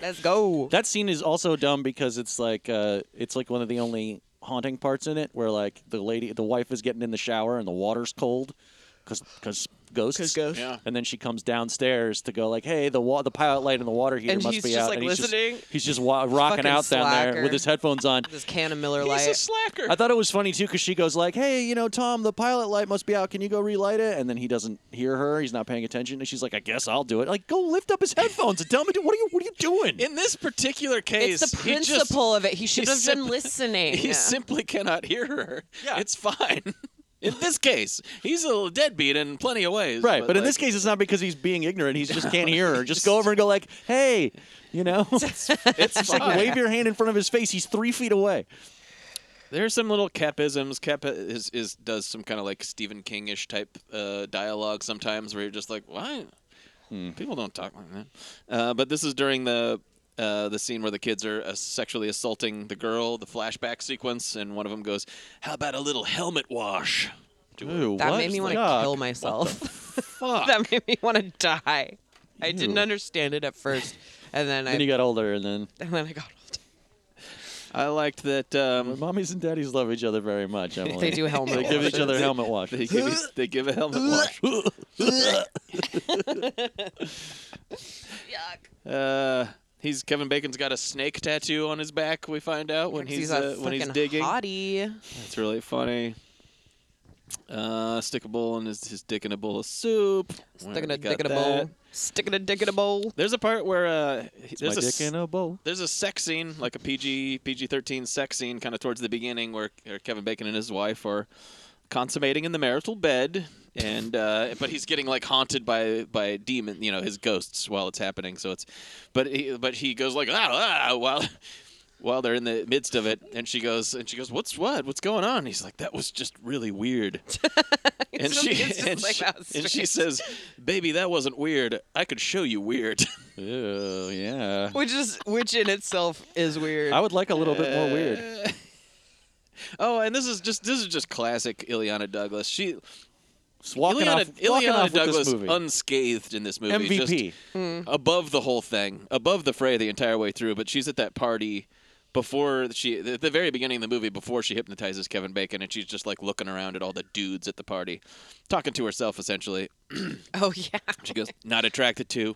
[SPEAKER 1] Let's go.
[SPEAKER 3] That scene is also dumb because it's like uh, it's like one of the only haunting parts in it where like the lady, the wife is getting in the shower and the water's cold, because ghosts.
[SPEAKER 1] 'Cause ghosts.
[SPEAKER 2] Yeah.
[SPEAKER 3] And then she comes downstairs to go like, hey, the wa- the pilot light in the water heater
[SPEAKER 1] And
[SPEAKER 3] must
[SPEAKER 1] he's
[SPEAKER 3] be
[SPEAKER 1] just,
[SPEAKER 3] out.
[SPEAKER 1] like,
[SPEAKER 3] and he's
[SPEAKER 1] listening.
[SPEAKER 3] just he's just wa- rocking
[SPEAKER 1] Fucking
[SPEAKER 3] out down there
[SPEAKER 1] slacker.
[SPEAKER 3] with his headphones
[SPEAKER 1] (laughs)
[SPEAKER 3] on.
[SPEAKER 1] This can of Miller
[SPEAKER 2] He's
[SPEAKER 1] Lite.
[SPEAKER 2] a slacker.
[SPEAKER 3] I thought it was funny too because she goes like, "Hey, you know, Tom, the pilot light must be out. Can you go relight it?" And then he doesn't hear her. He's not paying attention, and she's like, "I guess I'll do it." Like, go lift up his headphones and tell me, to, what are you, what are you doing?
[SPEAKER 2] in this particular case,
[SPEAKER 1] it's the
[SPEAKER 2] he just-
[SPEAKER 1] principle of it. He should
[SPEAKER 2] he
[SPEAKER 1] have been
[SPEAKER 2] sim-
[SPEAKER 1] listening.
[SPEAKER 2] He simply cannot hear her. Yeah. It's fine. (laughs) In this case, he's a little deadbeat in plenty of ways.
[SPEAKER 3] right, but, in
[SPEAKER 2] like,
[SPEAKER 3] this case, it's not because he's being ignorant. He just can't hear her.
[SPEAKER 2] (laughs)
[SPEAKER 3] Just go over and go like, "Hey," you know,
[SPEAKER 1] (laughs)
[SPEAKER 2] it's
[SPEAKER 3] Just, like
[SPEAKER 2] fine.
[SPEAKER 3] wave your hand in front of his face. He's three feet away.
[SPEAKER 2] There's some little capisms. Cap is, is does some kind of like Stephen Kingish type uh, dialogue sometimes, where you're just like, why?
[SPEAKER 3] Hmm.
[SPEAKER 2] People don't talk like that. Uh, but this is during the uh, the scene where the kids are uh, sexually assaulting the girl. The flashback sequence, and one of them goes, "How about a little helmet wash?"
[SPEAKER 3] Ooh,
[SPEAKER 1] that
[SPEAKER 3] what?
[SPEAKER 1] made me want to
[SPEAKER 3] Yuck.
[SPEAKER 1] kill myself. (laughs)
[SPEAKER 2] Fuck.
[SPEAKER 1] that made me want to die. I didn't understand it at first, and then, I
[SPEAKER 3] Then you got older, and then
[SPEAKER 1] and (laughs) then I got old.
[SPEAKER 2] I liked that. Um,
[SPEAKER 3] mommies and daddies love each other very much.
[SPEAKER 1] (laughs)
[SPEAKER 3] Emily.
[SPEAKER 1] They do helmet
[SPEAKER 3] They give each
[SPEAKER 1] washes.
[SPEAKER 3] other helmet wash.
[SPEAKER 2] they give you- they give a helmet
[SPEAKER 3] (laughs)
[SPEAKER 2] wash.
[SPEAKER 1] Yuck.
[SPEAKER 2] Uh, he's Kevin Bacon's got a snake tattoo on his back. We find out when he's,
[SPEAKER 1] he's
[SPEAKER 2] uh,
[SPEAKER 1] a
[SPEAKER 2] when he's
[SPEAKER 1] fucking
[SPEAKER 2] digging.
[SPEAKER 1] hottie.
[SPEAKER 2] It's really funny. Uh, stick a bowl in his, his dick in a bowl of soup. We
[SPEAKER 1] Sticking a
[SPEAKER 2] already
[SPEAKER 1] dick in
[SPEAKER 2] got
[SPEAKER 1] a
[SPEAKER 2] that.
[SPEAKER 1] bowl. Sticking a dick in a bowl.
[SPEAKER 2] There's a part where uh, he-
[SPEAKER 3] My
[SPEAKER 2] there's a,
[SPEAKER 3] dick
[SPEAKER 2] s-
[SPEAKER 3] in a bowl.
[SPEAKER 2] there's a sex scene, like a PG PG thirteen sex scene, kind of towards the beginning, where, where Kevin Bacon and his wife are consummating in the marital bed, and uh, but he's getting like haunted by by demon, you know, his ghosts while it's happening. So it's, but he, but he goes like ah, ah while while they're in the midst of it, and she goes and she goes, what's what, what's going on? He's like, that was just really weird, and she
[SPEAKER 1] It's just
[SPEAKER 2] and,
[SPEAKER 1] like
[SPEAKER 2] she,
[SPEAKER 1] that
[SPEAKER 2] and she
[SPEAKER 1] strange.
[SPEAKER 2] says, baby, that wasn't weird. I could show you weird.
[SPEAKER 3] Ew, yeah.
[SPEAKER 1] Which is which in itself is weird.
[SPEAKER 3] I would like a little bit more weird.
[SPEAKER 2] Uh, Oh, and this is just this is just classic Ileana Douglas. She
[SPEAKER 3] Just walking
[SPEAKER 2] Ileana,
[SPEAKER 3] off, walking
[SPEAKER 2] Ileana
[SPEAKER 3] off with
[SPEAKER 2] Douglas
[SPEAKER 3] this movie.
[SPEAKER 2] unscathed in this movie.
[SPEAKER 3] MVP.
[SPEAKER 2] Just Hmm. above the whole thing, above the fray the entire way through. But she's at that party before she, at the very beginning of the movie, before she hypnotizes Kevin Bacon, and she's just like looking around at all the dudes at the party, talking to herself essentially.
[SPEAKER 1] oh (laughs) yeah.
[SPEAKER 2] She goes, (laughs) not attracted to,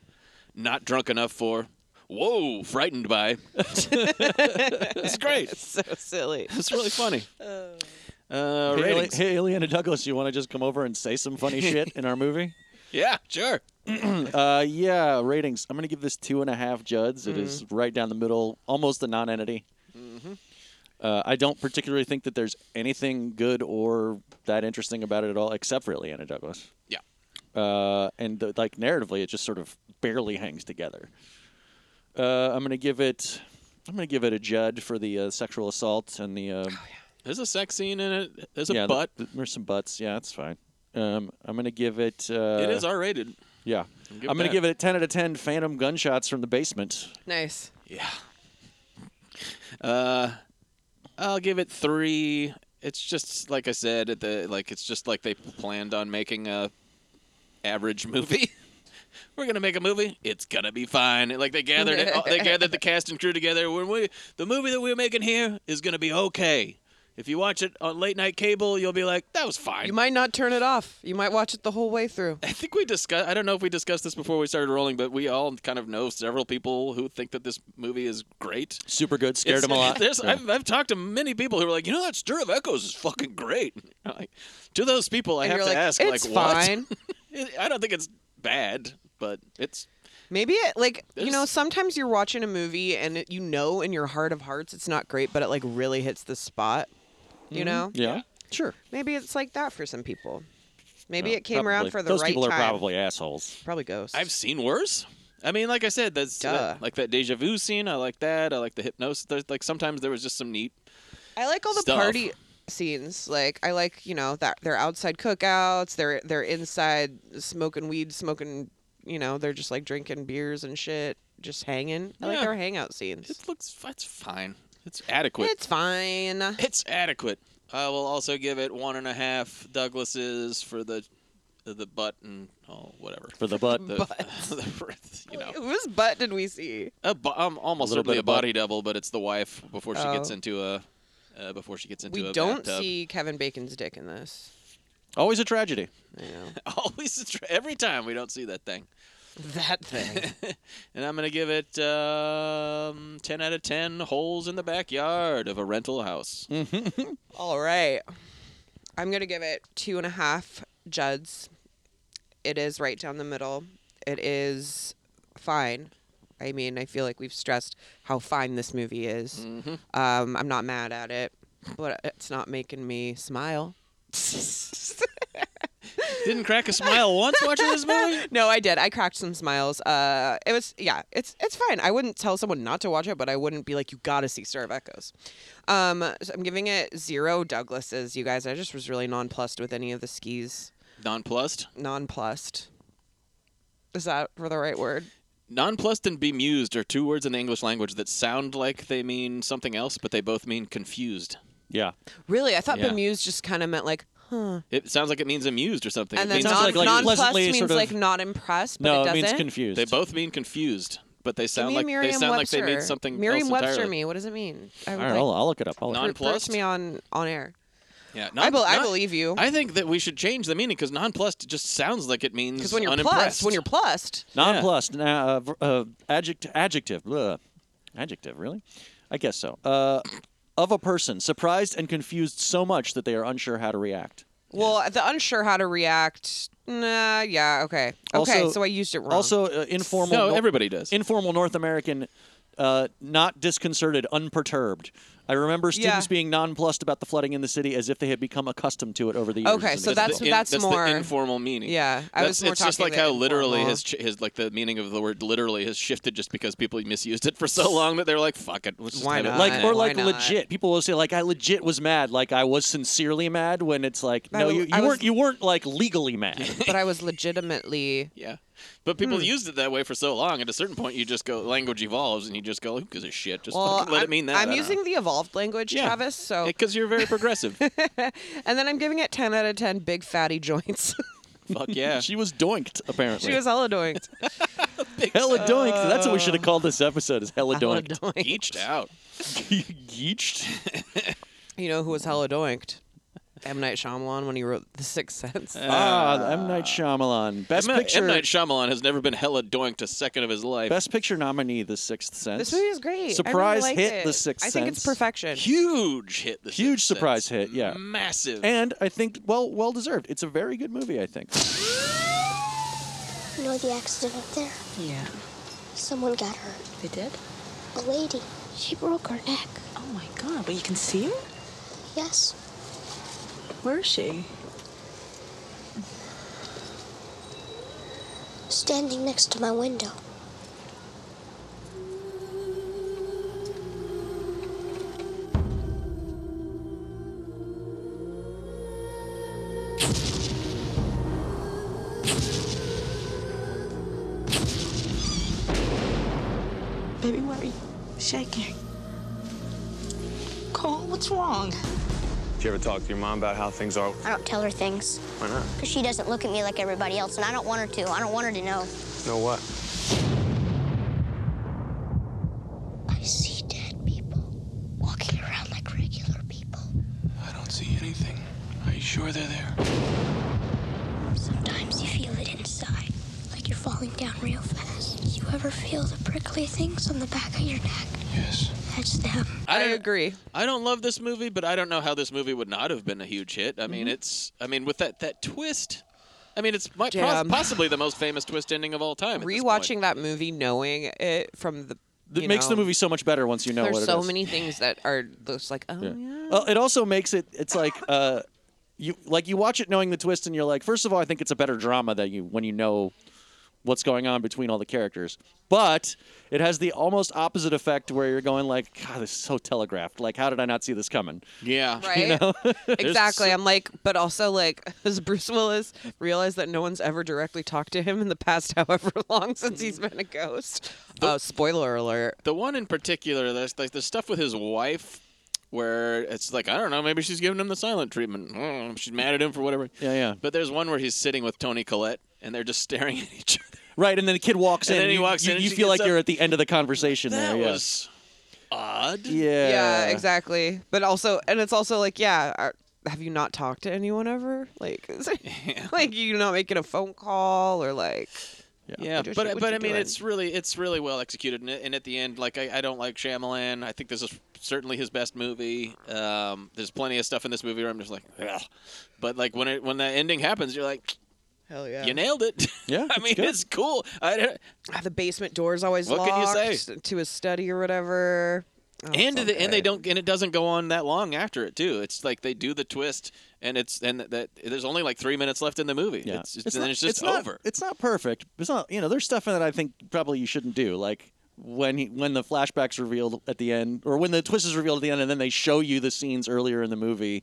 [SPEAKER 2] not drunk enough for, whoa, frightened by. (laughs) it's great.
[SPEAKER 1] So silly.
[SPEAKER 2] It's
[SPEAKER 1] (laughs)
[SPEAKER 2] really funny. Uh,
[SPEAKER 3] hey, Ili-
[SPEAKER 2] ratings.
[SPEAKER 3] hey, Ileana Douglas, you want to just come over and say some
[SPEAKER 2] (laughs)
[SPEAKER 3] funny shit in our movie?
[SPEAKER 2] Yeah, sure.
[SPEAKER 3] Uh, yeah, ratings. I'm gonna give this two and a half Juds. It is
[SPEAKER 2] Mm-hmm.
[SPEAKER 3] right down the middle, almost a non-entity. Uh, I don't particularly think that there's anything good or that interesting about it at all, except for Ileana Douglas.
[SPEAKER 2] Yeah.
[SPEAKER 3] uh, and the, like narratively, it just sort of barely hangs together. Uh, I'm gonna give it. I'm gonna give it a Judd for the uh, sexual assault and the. Uh,
[SPEAKER 2] There's a sex scene in it. There's Oh, a
[SPEAKER 3] yeah, the-
[SPEAKER 2] butt.
[SPEAKER 3] there's some butts. Yeah, that's fine. Um, I'm gonna give it. Uh,
[SPEAKER 2] it is R rated.
[SPEAKER 3] Yeah,
[SPEAKER 2] give
[SPEAKER 3] I'm gonna
[SPEAKER 2] that.
[SPEAKER 3] give it a 10 out of 10. Phantom gunshots from the basement.
[SPEAKER 1] Nice.
[SPEAKER 2] Yeah. Uh, I'll give it three. It's just like I said at the like. It's just like they planned on making a average movie. (laughs) We're gonna make a movie. It's gonna be fine. Like they gathered, it, they gathered the cast and crew together. When we the movie that we're making here is gonna be okay. If you watch it on late night cable, you'll be like, that was fine.
[SPEAKER 1] You might not turn it off. You might watch it the whole way through.
[SPEAKER 2] I think we discussed. I don't know if we discussed this before we started rolling, but we all kind of know several people who think that this movie is great.
[SPEAKER 3] Super good. Scared
[SPEAKER 2] It's-
[SPEAKER 3] him a lot.
[SPEAKER 2] There's,
[SPEAKER 3] Yeah.
[SPEAKER 2] I've, I've talked to many people who are like, you know, that Stir of Echoes is fucking great. (laughs) I'm Like, to those people, I
[SPEAKER 1] And
[SPEAKER 2] have
[SPEAKER 1] you're
[SPEAKER 2] to
[SPEAKER 1] like,
[SPEAKER 2] ask,
[SPEAKER 1] "It's
[SPEAKER 2] like, what?
[SPEAKER 1] fine."
[SPEAKER 2] (laughs) It- I don't think it's bad, but it's
[SPEAKER 1] Maybe it like you know
[SPEAKER 2] There's-
[SPEAKER 1] sometimes you're watching a movie and it, you know in your heart of hearts it's not great, but it like really hits the spot. You know.
[SPEAKER 3] Mm-hmm. yeah. Sure.
[SPEAKER 1] Maybe it's like that for some people. Maybe it came
[SPEAKER 3] Probably.
[SPEAKER 1] around for the
[SPEAKER 3] Those
[SPEAKER 1] right
[SPEAKER 3] people
[SPEAKER 1] time.
[SPEAKER 3] are probably assholes.
[SPEAKER 1] probably ghosts.
[SPEAKER 2] I've seen worse. I mean, like I said, that's
[SPEAKER 1] Duh.
[SPEAKER 2] that, like that deja vu scene. I like that. I like the hypnosis. There's, like sometimes there was just some neat
[SPEAKER 1] I like all the
[SPEAKER 2] stuff.
[SPEAKER 1] party scenes. Like I like you know that they're outside cookouts. They're they're inside smoking weed, smoking. You know they're just like drinking beers and shit, just hanging. I like
[SPEAKER 2] Yeah.
[SPEAKER 1] their hangout scenes.
[SPEAKER 2] It looks. It's fine. It's adequate.
[SPEAKER 1] It's fine.
[SPEAKER 2] It's adequate. I will also give it one and a half Douglases for the the butt and oh whatever.
[SPEAKER 1] (laughs)
[SPEAKER 3] For the butt.
[SPEAKER 2] (laughs) The, the- you know,
[SPEAKER 1] (laughs) Whose butt did we see?
[SPEAKER 2] a bo- um, almost
[SPEAKER 3] Little
[SPEAKER 2] certainly
[SPEAKER 3] bit
[SPEAKER 2] a
[SPEAKER 3] of butt.
[SPEAKER 2] body double, but it's the wife before she
[SPEAKER 1] Oh.
[SPEAKER 2] gets into a uh, before she gets into
[SPEAKER 1] We
[SPEAKER 2] a
[SPEAKER 1] don't
[SPEAKER 2] bathtub.
[SPEAKER 1] see Kevin Bacon's dick in this.
[SPEAKER 3] (laughs) Always a tragedy.
[SPEAKER 2] (laughs) Always, a tra- every time we don't see that thing.
[SPEAKER 1] That thing.
[SPEAKER 2] And I'm gonna give it um, ten out of ten holes in the backyard of a rental house.
[SPEAKER 1] (laughs) All right. I'm going to give it two and a half Judds. It is right down the middle. It is fine. I mean, I feel like we've stressed how fine this movie is. Um, I'm not mad at it, but it's not making me smile.
[SPEAKER 2] (laughs) Didn't crack a (laughs) smile once watching this movie.
[SPEAKER 1] No, I did. I cracked some smiles. Uh, it was yeah, it's it's fine. I wouldn't tell someone not to watch it, but I wouldn't be like, you gotta see Star of Echoes. Um, so I'm giving it zero Douglases, you guys. I just was really nonplussed with any of the skis.
[SPEAKER 2] Nonplussed,
[SPEAKER 1] Nonplussed. Is that for the right word?
[SPEAKER 2] nonplussed, and bemused are two words in the English language that sound like they mean something else, but they both mean confused.
[SPEAKER 3] Yeah.
[SPEAKER 1] Really, I thought
[SPEAKER 2] Yeah.
[SPEAKER 1] bemused just kind of meant like, huh.
[SPEAKER 2] It sounds like it means amused or something.
[SPEAKER 1] And
[SPEAKER 2] it
[SPEAKER 1] then
[SPEAKER 2] means
[SPEAKER 3] sounds
[SPEAKER 1] non,
[SPEAKER 3] like- like
[SPEAKER 1] nonplussed
[SPEAKER 3] pleasantly
[SPEAKER 1] means
[SPEAKER 3] sort of-
[SPEAKER 1] like not impressed, but
[SPEAKER 3] no,
[SPEAKER 1] it doesn't.
[SPEAKER 3] means confused.
[SPEAKER 2] they both mean confused, but they
[SPEAKER 1] Give
[SPEAKER 2] sound
[SPEAKER 1] me
[SPEAKER 2] like they
[SPEAKER 1] Merriam-Webster.
[SPEAKER 2] sound like they mean something else
[SPEAKER 1] Merriam-Webster
[SPEAKER 2] entirely.
[SPEAKER 1] me. What does it mean? I would
[SPEAKER 3] All right,
[SPEAKER 1] like
[SPEAKER 3] I'll, I'll look it up. I'll look
[SPEAKER 1] pr-
[SPEAKER 3] it up.
[SPEAKER 2] Non-
[SPEAKER 1] approach
[SPEAKER 2] Nonplussed?
[SPEAKER 1] me on on air.
[SPEAKER 2] Yeah,
[SPEAKER 1] I, bel I
[SPEAKER 2] non-
[SPEAKER 1] believe you.
[SPEAKER 2] I think that we should change the meaning because nonplussed just sounds like it means
[SPEAKER 1] Because when you're
[SPEAKER 2] unimpressed.
[SPEAKER 1] plussed, when you're plussed,
[SPEAKER 3] Nonplussed. Nah, uh, v- uh, adject, adjective. Blah. Adjective, really? I guess so. Uh, of a person, surprised and confused so much that they are unsure how to react.
[SPEAKER 1] well, the unsure how to react. Nah, yeah, okay, okay.
[SPEAKER 3] Also-
[SPEAKER 1] so I used it wrong.
[SPEAKER 3] Also, uh, informal.
[SPEAKER 2] No,
[SPEAKER 3] Nor-
[SPEAKER 2] everybody does.
[SPEAKER 3] Informal North American, uh, not disconcerted, unperturbed. I remember students
[SPEAKER 1] Yeah.
[SPEAKER 3] being nonplussed about the flooding in the city as if they had become accustomed to it over the years.
[SPEAKER 1] Okay,
[SPEAKER 3] It's
[SPEAKER 1] so
[SPEAKER 3] an
[SPEAKER 1] that's-
[SPEAKER 2] the, in-
[SPEAKER 1] that's more-
[SPEAKER 2] the informal meaning.
[SPEAKER 1] Yeah, I
[SPEAKER 2] That's-
[SPEAKER 1] was more
[SPEAKER 2] It's just
[SPEAKER 1] talking
[SPEAKER 2] like how
[SPEAKER 1] about
[SPEAKER 2] literally
[SPEAKER 1] informal.
[SPEAKER 2] has ch- his like the meaning of the word literally has shifted just because people misused it for so long that they're like, fuck it, let's just
[SPEAKER 1] Why
[SPEAKER 2] have it
[SPEAKER 1] not?
[SPEAKER 2] that
[SPEAKER 3] like
[SPEAKER 2] way.
[SPEAKER 3] or
[SPEAKER 1] why
[SPEAKER 3] like
[SPEAKER 1] not?
[SPEAKER 3] legit. People will say like I legit was mad, like I was sincerely mad. When it's like
[SPEAKER 1] I
[SPEAKER 3] no,
[SPEAKER 1] w-
[SPEAKER 3] you,
[SPEAKER 1] I
[SPEAKER 3] you
[SPEAKER 1] was-
[SPEAKER 3] weren't you weren't like legally mad.
[SPEAKER 1] but I was legitimately.
[SPEAKER 2] Yeah, but people
[SPEAKER 1] Hmm.
[SPEAKER 2] used it that way for so long. At a certain point, you just go language evolves, and you just go who gives a shit? Just
[SPEAKER 1] Well,
[SPEAKER 2] fucking let
[SPEAKER 1] I'm,
[SPEAKER 2] it mean that.
[SPEAKER 1] I'm using the evolved language, Travis. So,
[SPEAKER 2] because you're
[SPEAKER 1] (laughs)
[SPEAKER 2] very progressive.
[SPEAKER 1] and then I'm giving it 10 out of 10. Big fatty (laughs) joints.
[SPEAKER 2] Fuck yeah.
[SPEAKER 3] (laughs) she was doinked apparently. (laughs)
[SPEAKER 1] she (laughs) was hella doinked.
[SPEAKER 3] hella doinked. That's what we should have called this episode is hella
[SPEAKER 1] Uh, (laughs) Hella
[SPEAKER 3] doinked. (laughs)
[SPEAKER 1] doinked.
[SPEAKER 2] Geeched out.
[SPEAKER 3] Geeched.
[SPEAKER 1] You know who was hella doinked? M Night Shyamalan when he wrote The Sixth Sense.
[SPEAKER 3] Ah, the M Night Shyamalan. Best
[SPEAKER 2] M.
[SPEAKER 3] picture.
[SPEAKER 2] M. Night Shyamalan has never been hella doinked a second of his life.
[SPEAKER 3] Best picture nominee, The Sixth Sense.
[SPEAKER 1] this movie is great.
[SPEAKER 3] Surprise
[SPEAKER 1] I really like
[SPEAKER 3] hit,
[SPEAKER 1] it.
[SPEAKER 3] The Sixth
[SPEAKER 1] I think it's
[SPEAKER 3] Sense.
[SPEAKER 1] perfection.
[SPEAKER 2] Huge hit. The
[SPEAKER 3] Huge
[SPEAKER 2] Sixth
[SPEAKER 3] surprise
[SPEAKER 2] Sense.
[SPEAKER 3] hit, yeah.
[SPEAKER 2] Massive.
[SPEAKER 3] And I think well, well deserved. It's a very good movie. I think.
[SPEAKER 10] You know the accident up there?
[SPEAKER 8] Yeah.
[SPEAKER 10] Someone got hurt.
[SPEAKER 8] They did?
[SPEAKER 10] A lady. She broke her neck.
[SPEAKER 8] Oh my god, but you can see her?
[SPEAKER 10] Yes.
[SPEAKER 8] Where is she?
[SPEAKER 10] Standing next to my window.
[SPEAKER 8] Baby, why are you shaking? Cole, what's wrong?
[SPEAKER 6] Did you ever talk to your mom about how things are?
[SPEAKER 10] I don't tell her things.
[SPEAKER 6] Why not?
[SPEAKER 10] Because she doesn't look at me like everybody else, and I don't want her to. I don't want her to know.
[SPEAKER 6] Know what?
[SPEAKER 10] I see dead people walking around like regular people.
[SPEAKER 6] I don't see anything. Are you sure they're there?
[SPEAKER 10] Sometimes you feel it inside, like you're falling down real fast. You ever feel the prickly things on the back of your neck?
[SPEAKER 6] Yes.
[SPEAKER 10] That's them.
[SPEAKER 1] I
[SPEAKER 2] don't-
[SPEAKER 1] agree.
[SPEAKER 2] I don't love this movie, but I don't know how this movie would not have been a huge hit. I
[SPEAKER 3] Mm-hmm.
[SPEAKER 2] mean, it's I mean with that that twist. I mean, it's my, pos-
[SPEAKER 1] Damn.
[SPEAKER 2] possibly the most famous twist ending of all time. at this point.
[SPEAKER 1] Rewatching that movie, knowing it from the
[SPEAKER 3] It
[SPEAKER 1] you
[SPEAKER 3] makes the
[SPEAKER 1] know,
[SPEAKER 3] movie so much better once you know what it
[SPEAKER 1] There's
[SPEAKER 3] is.
[SPEAKER 1] so many things that are just like, oh yeah.
[SPEAKER 3] Well, it also makes it. It's
[SPEAKER 2] (laughs)
[SPEAKER 3] like uh, you like you watch it knowing the twist, and you're like, first of all, I think it's a better drama that you when you know what's going on between all the characters. But it has the almost opposite effect where you're going like, God, this is so telegraphed. Like, how did I not see this coming?
[SPEAKER 2] (laughs) yeah,
[SPEAKER 1] Right? exactly. I'm like, but also like, (laughs) has Bruce Willis realized that no one's ever directly talked to him in the past (laughs) however long since he's been a ghost? Oh, spoiler alert.
[SPEAKER 2] The one in particular, that's like the stuff with his wife, where it's like I don't know, maybe she's giving him the silent treatment. Mm, She's mad at him for whatever.
[SPEAKER 3] Yeah, yeah.
[SPEAKER 2] But there's one where he's sitting with Tony Collette, and they're just staring (laughs) at each other.
[SPEAKER 3] Right, and then the kid walks
[SPEAKER 2] And
[SPEAKER 3] in.
[SPEAKER 2] then he
[SPEAKER 3] you,
[SPEAKER 2] walks
[SPEAKER 3] you,
[SPEAKER 2] in and
[SPEAKER 3] you
[SPEAKER 2] she
[SPEAKER 3] feel
[SPEAKER 2] gets
[SPEAKER 3] like you're
[SPEAKER 2] up.
[SPEAKER 3] at the end of the conversation
[SPEAKER 2] That
[SPEAKER 3] there. yeah.
[SPEAKER 2] was odd.
[SPEAKER 3] yeah.
[SPEAKER 1] Yeah, exactly. But also, and it's also like, yeah, are, have you not talked to anyone ever? Like, (laughs) is it, like you not making a phone call or like?
[SPEAKER 2] Yeah,
[SPEAKER 1] Patricia,
[SPEAKER 2] but
[SPEAKER 1] what
[SPEAKER 2] but
[SPEAKER 1] you
[SPEAKER 2] I mean,
[SPEAKER 1] doing?
[SPEAKER 2] it's really it's really well executed, and, and at the end, like I, I don't like Shyamalan. I think this is certainly his best movie. Um, there's plenty of stuff in this movie where I'm just like, Ugh. but like when it when that ending happens, you're like,
[SPEAKER 1] Hell yeah!
[SPEAKER 2] you nailed it.
[SPEAKER 3] Yeah,
[SPEAKER 2] (laughs) I
[SPEAKER 3] it's
[SPEAKER 2] mean,
[SPEAKER 3] good.
[SPEAKER 2] it's cool. I don't-
[SPEAKER 1] Ah, the basement door's always
[SPEAKER 2] What can you
[SPEAKER 1] locked
[SPEAKER 2] say?
[SPEAKER 1] to his study or whatever. Oh, it's
[SPEAKER 2] and
[SPEAKER 1] so
[SPEAKER 2] the, and they
[SPEAKER 1] good.
[SPEAKER 2] don't and it doesn't go on that long after it too. It's like they do the twist, and it's and that there's only like three minutes left in the movie.
[SPEAKER 3] Yeah.
[SPEAKER 2] It's, it's, and it's just
[SPEAKER 3] not-
[SPEAKER 2] over.
[SPEAKER 3] it's not perfect. It's not you know, there's stuff in that I think probably you shouldn't do. Like when he, when the flashbacks revealed at the end or when the twist is revealed at the end and then they show you the scenes earlier in the movie.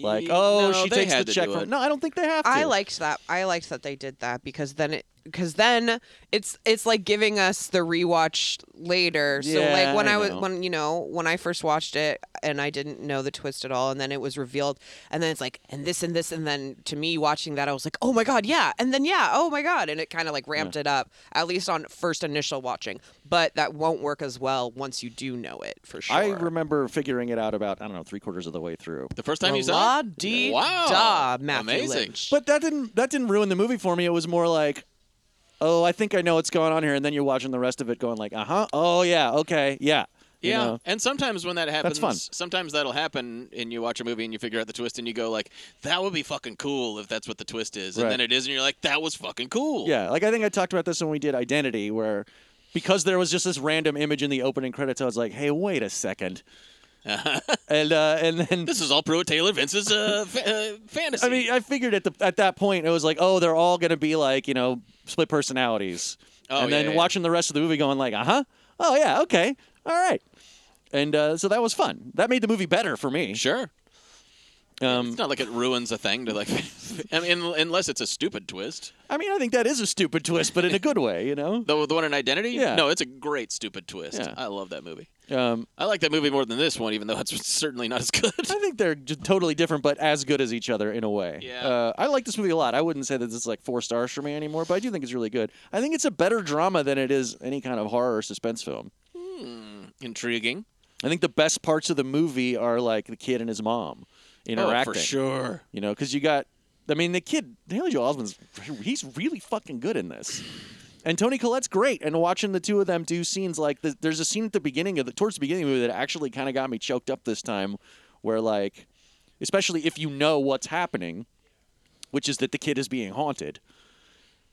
[SPEAKER 3] Like,
[SPEAKER 2] Ye-
[SPEAKER 3] oh,
[SPEAKER 2] no,
[SPEAKER 3] she
[SPEAKER 2] they
[SPEAKER 3] takes
[SPEAKER 2] had
[SPEAKER 3] the
[SPEAKER 2] to
[SPEAKER 3] check
[SPEAKER 2] do
[SPEAKER 3] from
[SPEAKER 2] it.
[SPEAKER 3] No, I don't think they have to.
[SPEAKER 1] I liked that. I liked that they did that because then it because then it's it's like giving us the rewatch later. so
[SPEAKER 3] Yeah,
[SPEAKER 1] like when
[SPEAKER 3] I
[SPEAKER 1] I, was
[SPEAKER 3] know.
[SPEAKER 1] when you know when I first watched it and I didn't know the twist at all, and then it was revealed, and then it's like and this and this, and then to me watching that I was like, oh my god, yeah, and then yeah, oh my god, and it kind of like ramped it up at least on first initial watching, but that won't work as well once you do know it for sure.
[SPEAKER 3] I remember figuring it out about I don't know three quarters of the way through.
[SPEAKER 2] The first time you saw
[SPEAKER 1] La
[SPEAKER 2] it,
[SPEAKER 1] di
[SPEAKER 2] wow,
[SPEAKER 1] da, Matthew
[SPEAKER 2] amazing.
[SPEAKER 1] Lynch.
[SPEAKER 3] But that didn't that didn't ruin the movie for me. It was more like, oh, I think I know what's going on here, and then you're watching the rest of it, going like, uh huh, oh yeah, okay, yeah, You
[SPEAKER 2] Yeah,
[SPEAKER 3] know?
[SPEAKER 2] and sometimes when that happens,
[SPEAKER 3] fun.
[SPEAKER 2] sometimes that'll happen, and you watch a movie and you figure out the twist, and you go like, "That would be fucking cool if that's what the twist is," and
[SPEAKER 3] Right.
[SPEAKER 2] then it is, and you're like, "That was fucking cool."
[SPEAKER 3] Yeah, like I think I talked about this when we did Identity, where because there was just this random image in the opening credits, I was like, "Hey, wait a second.
[SPEAKER 2] (laughs)
[SPEAKER 3] and uh, and then
[SPEAKER 2] this is all Pro Taylor Vince's uh, fa- uh, fantasy.
[SPEAKER 3] I mean, I figured at the at that point it was like, "Oh, they're all gonna be like you know split personalities,"
[SPEAKER 2] Oh,
[SPEAKER 3] and then
[SPEAKER 2] yeah, yeah.
[SPEAKER 3] watching the rest of the movie, going like, "Uh huh, oh yeah, okay, all right." And uh, so that was fun. That made the movie better for me.
[SPEAKER 2] sure,
[SPEAKER 3] Um,
[SPEAKER 2] it's not like it ruins a thing to like, (laughs) I mean, unless it's a stupid twist.
[SPEAKER 3] I mean, I think that is a stupid twist, but in a good way, you know.
[SPEAKER 2] The the one in Identity,
[SPEAKER 3] Yeah.
[SPEAKER 2] no, it's a great stupid twist.
[SPEAKER 3] Yeah.
[SPEAKER 2] I love that movie.
[SPEAKER 3] Um,
[SPEAKER 2] I like that movie more than this one, even though it's (laughs) certainly not as good.
[SPEAKER 3] I think they're just totally different, but as good as each other in a way.
[SPEAKER 2] Yeah.
[SPEAKER 3] Uh, I like this movie a lot. I wouldn't say that this is like four stars for me anymore, but I do think it's really good. I think it's a better drama than it is any kind of horror or suspense film.
[SPEAKER 2] (laughs) Intriguing,
[SPEAKER 3] I think the best parts of the movie are like the kid and his mom
[SPEAKER 2] oh,
[SPEAKER 3] interacting.
[SPEAKER 2] for sure.
[SPEAKER 3] You know, because you got, I mean, the kid, Haley Joel Osment's, he's really fucking good in this. And Tony Collette's great. And watching the two of them do scenes like the, there's a scene at the beginning of the towards the beginning of the movie that actually kind of got me choked up this time, where like, especially if you know what's happening, which is that the kid is being haunted.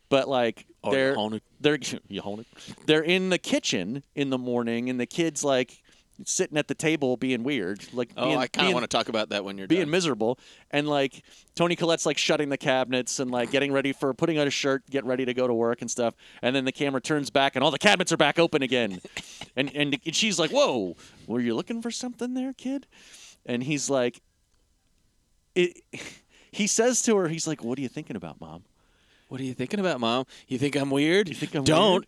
[SPEAKER 3] But like
[SPEAKER 2] you
[SPEAKER 3] they're
[SPEAKER 2] Oh, haunted?
[SPEAKER 3] they're (laughs) you haunted. They're in the kitchen in the morning, and the kid's like sitting at the table being weird, like
[SPEAKER 2] Oh,
[SPEAKER 3] being,
[SPEAKER 2] I kind of
[SPEAKER 3] being
[SPEAKER 2] want to talk about that when you're
[SPEAKER 3] being
[SPEAKER 2] done.
[SPEAKER 3] miserable and like tony collette's like shutting the cabinets and like getting ready for putting on a shirt get ready to go to work and stuff and then the camera turns back and all the cabinets are back open
[SPEAKER 2] (laughs)
[SPEAKER 3] again and, and and she's like whoa were you looking for something there kid and he's like it (laughs) he says to her he's like what are you thinking about mom
[SPEAKER 2] What are you thinking about, Mom? You think I'm weird? You
[SPEAKER 3] think I'm
[SPEAKER 2] Don't.
[SPEAKER 3] weird?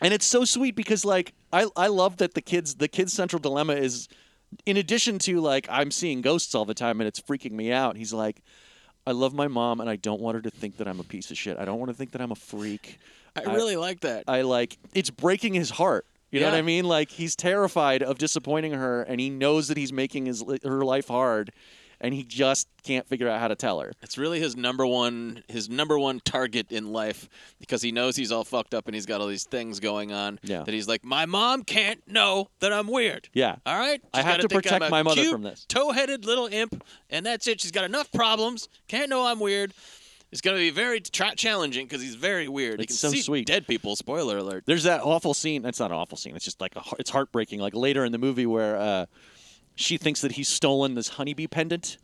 [SPEAKER 3] and it's so sweet because like I I love that the kids the kids central dilemma is in addition to like I'm seeing ghosts all the time and it's freaking me out. He's like I love my mom and I don't want her to think that I'm a piece of shit. I don't want her to think that I'm a freak.
[SPEAKER 2] I really like that.
[SPEAKER 3] I like it's breaking his heart. You know
[SPEAKER 2] Yeah.
[SPEAKER 3] what I mean? Like he's terrified of disappointing her and he knows that he's making his li- her life hard and he just can't figure out how to tell her.
[SPEAKER 2] it's really his number one his number one target in life because he knows he's all fucked up and he's got all these things going on.
[SPEAKER 3] Yeah.
[SPEAKER 2] That he's like, my mom can't know that I'm weird.
[SPEAKER 3] Yeah.
[SPEAKER 2] All right.
[SPEAKER 3] I
[SPEAKER 2] She's
[SPEAKER 3] have to
[SPEAKER 2] gotta think I'm
[SPEAKER 3] protect
[SPEAKER 2] a
[SPEAKER 3] my mother
[SPEAKER 2] cute,
[SPEAKER 3] from this."
[SPEAKER 2] Toe-headed little imp, and that's it. She's got enough problems. Can't know I'm weird. It's going to be very tra- challenging because he's very weird. he
[SPEAKER 3] It's
[SPEAKER 2] can
[SPEAKER 3] so
[SPEAKER 2] see
[SPEAKER 3] sweet.
[SPEAKER 2] dead people. Spoiler alert.
[SPEAKER 3] There's that awful scene. That's not an awful scene. It's just like a, heart- it's heartbreaking. Like later in the movie where uh, she thinks that he's stolen this honeybee pendant.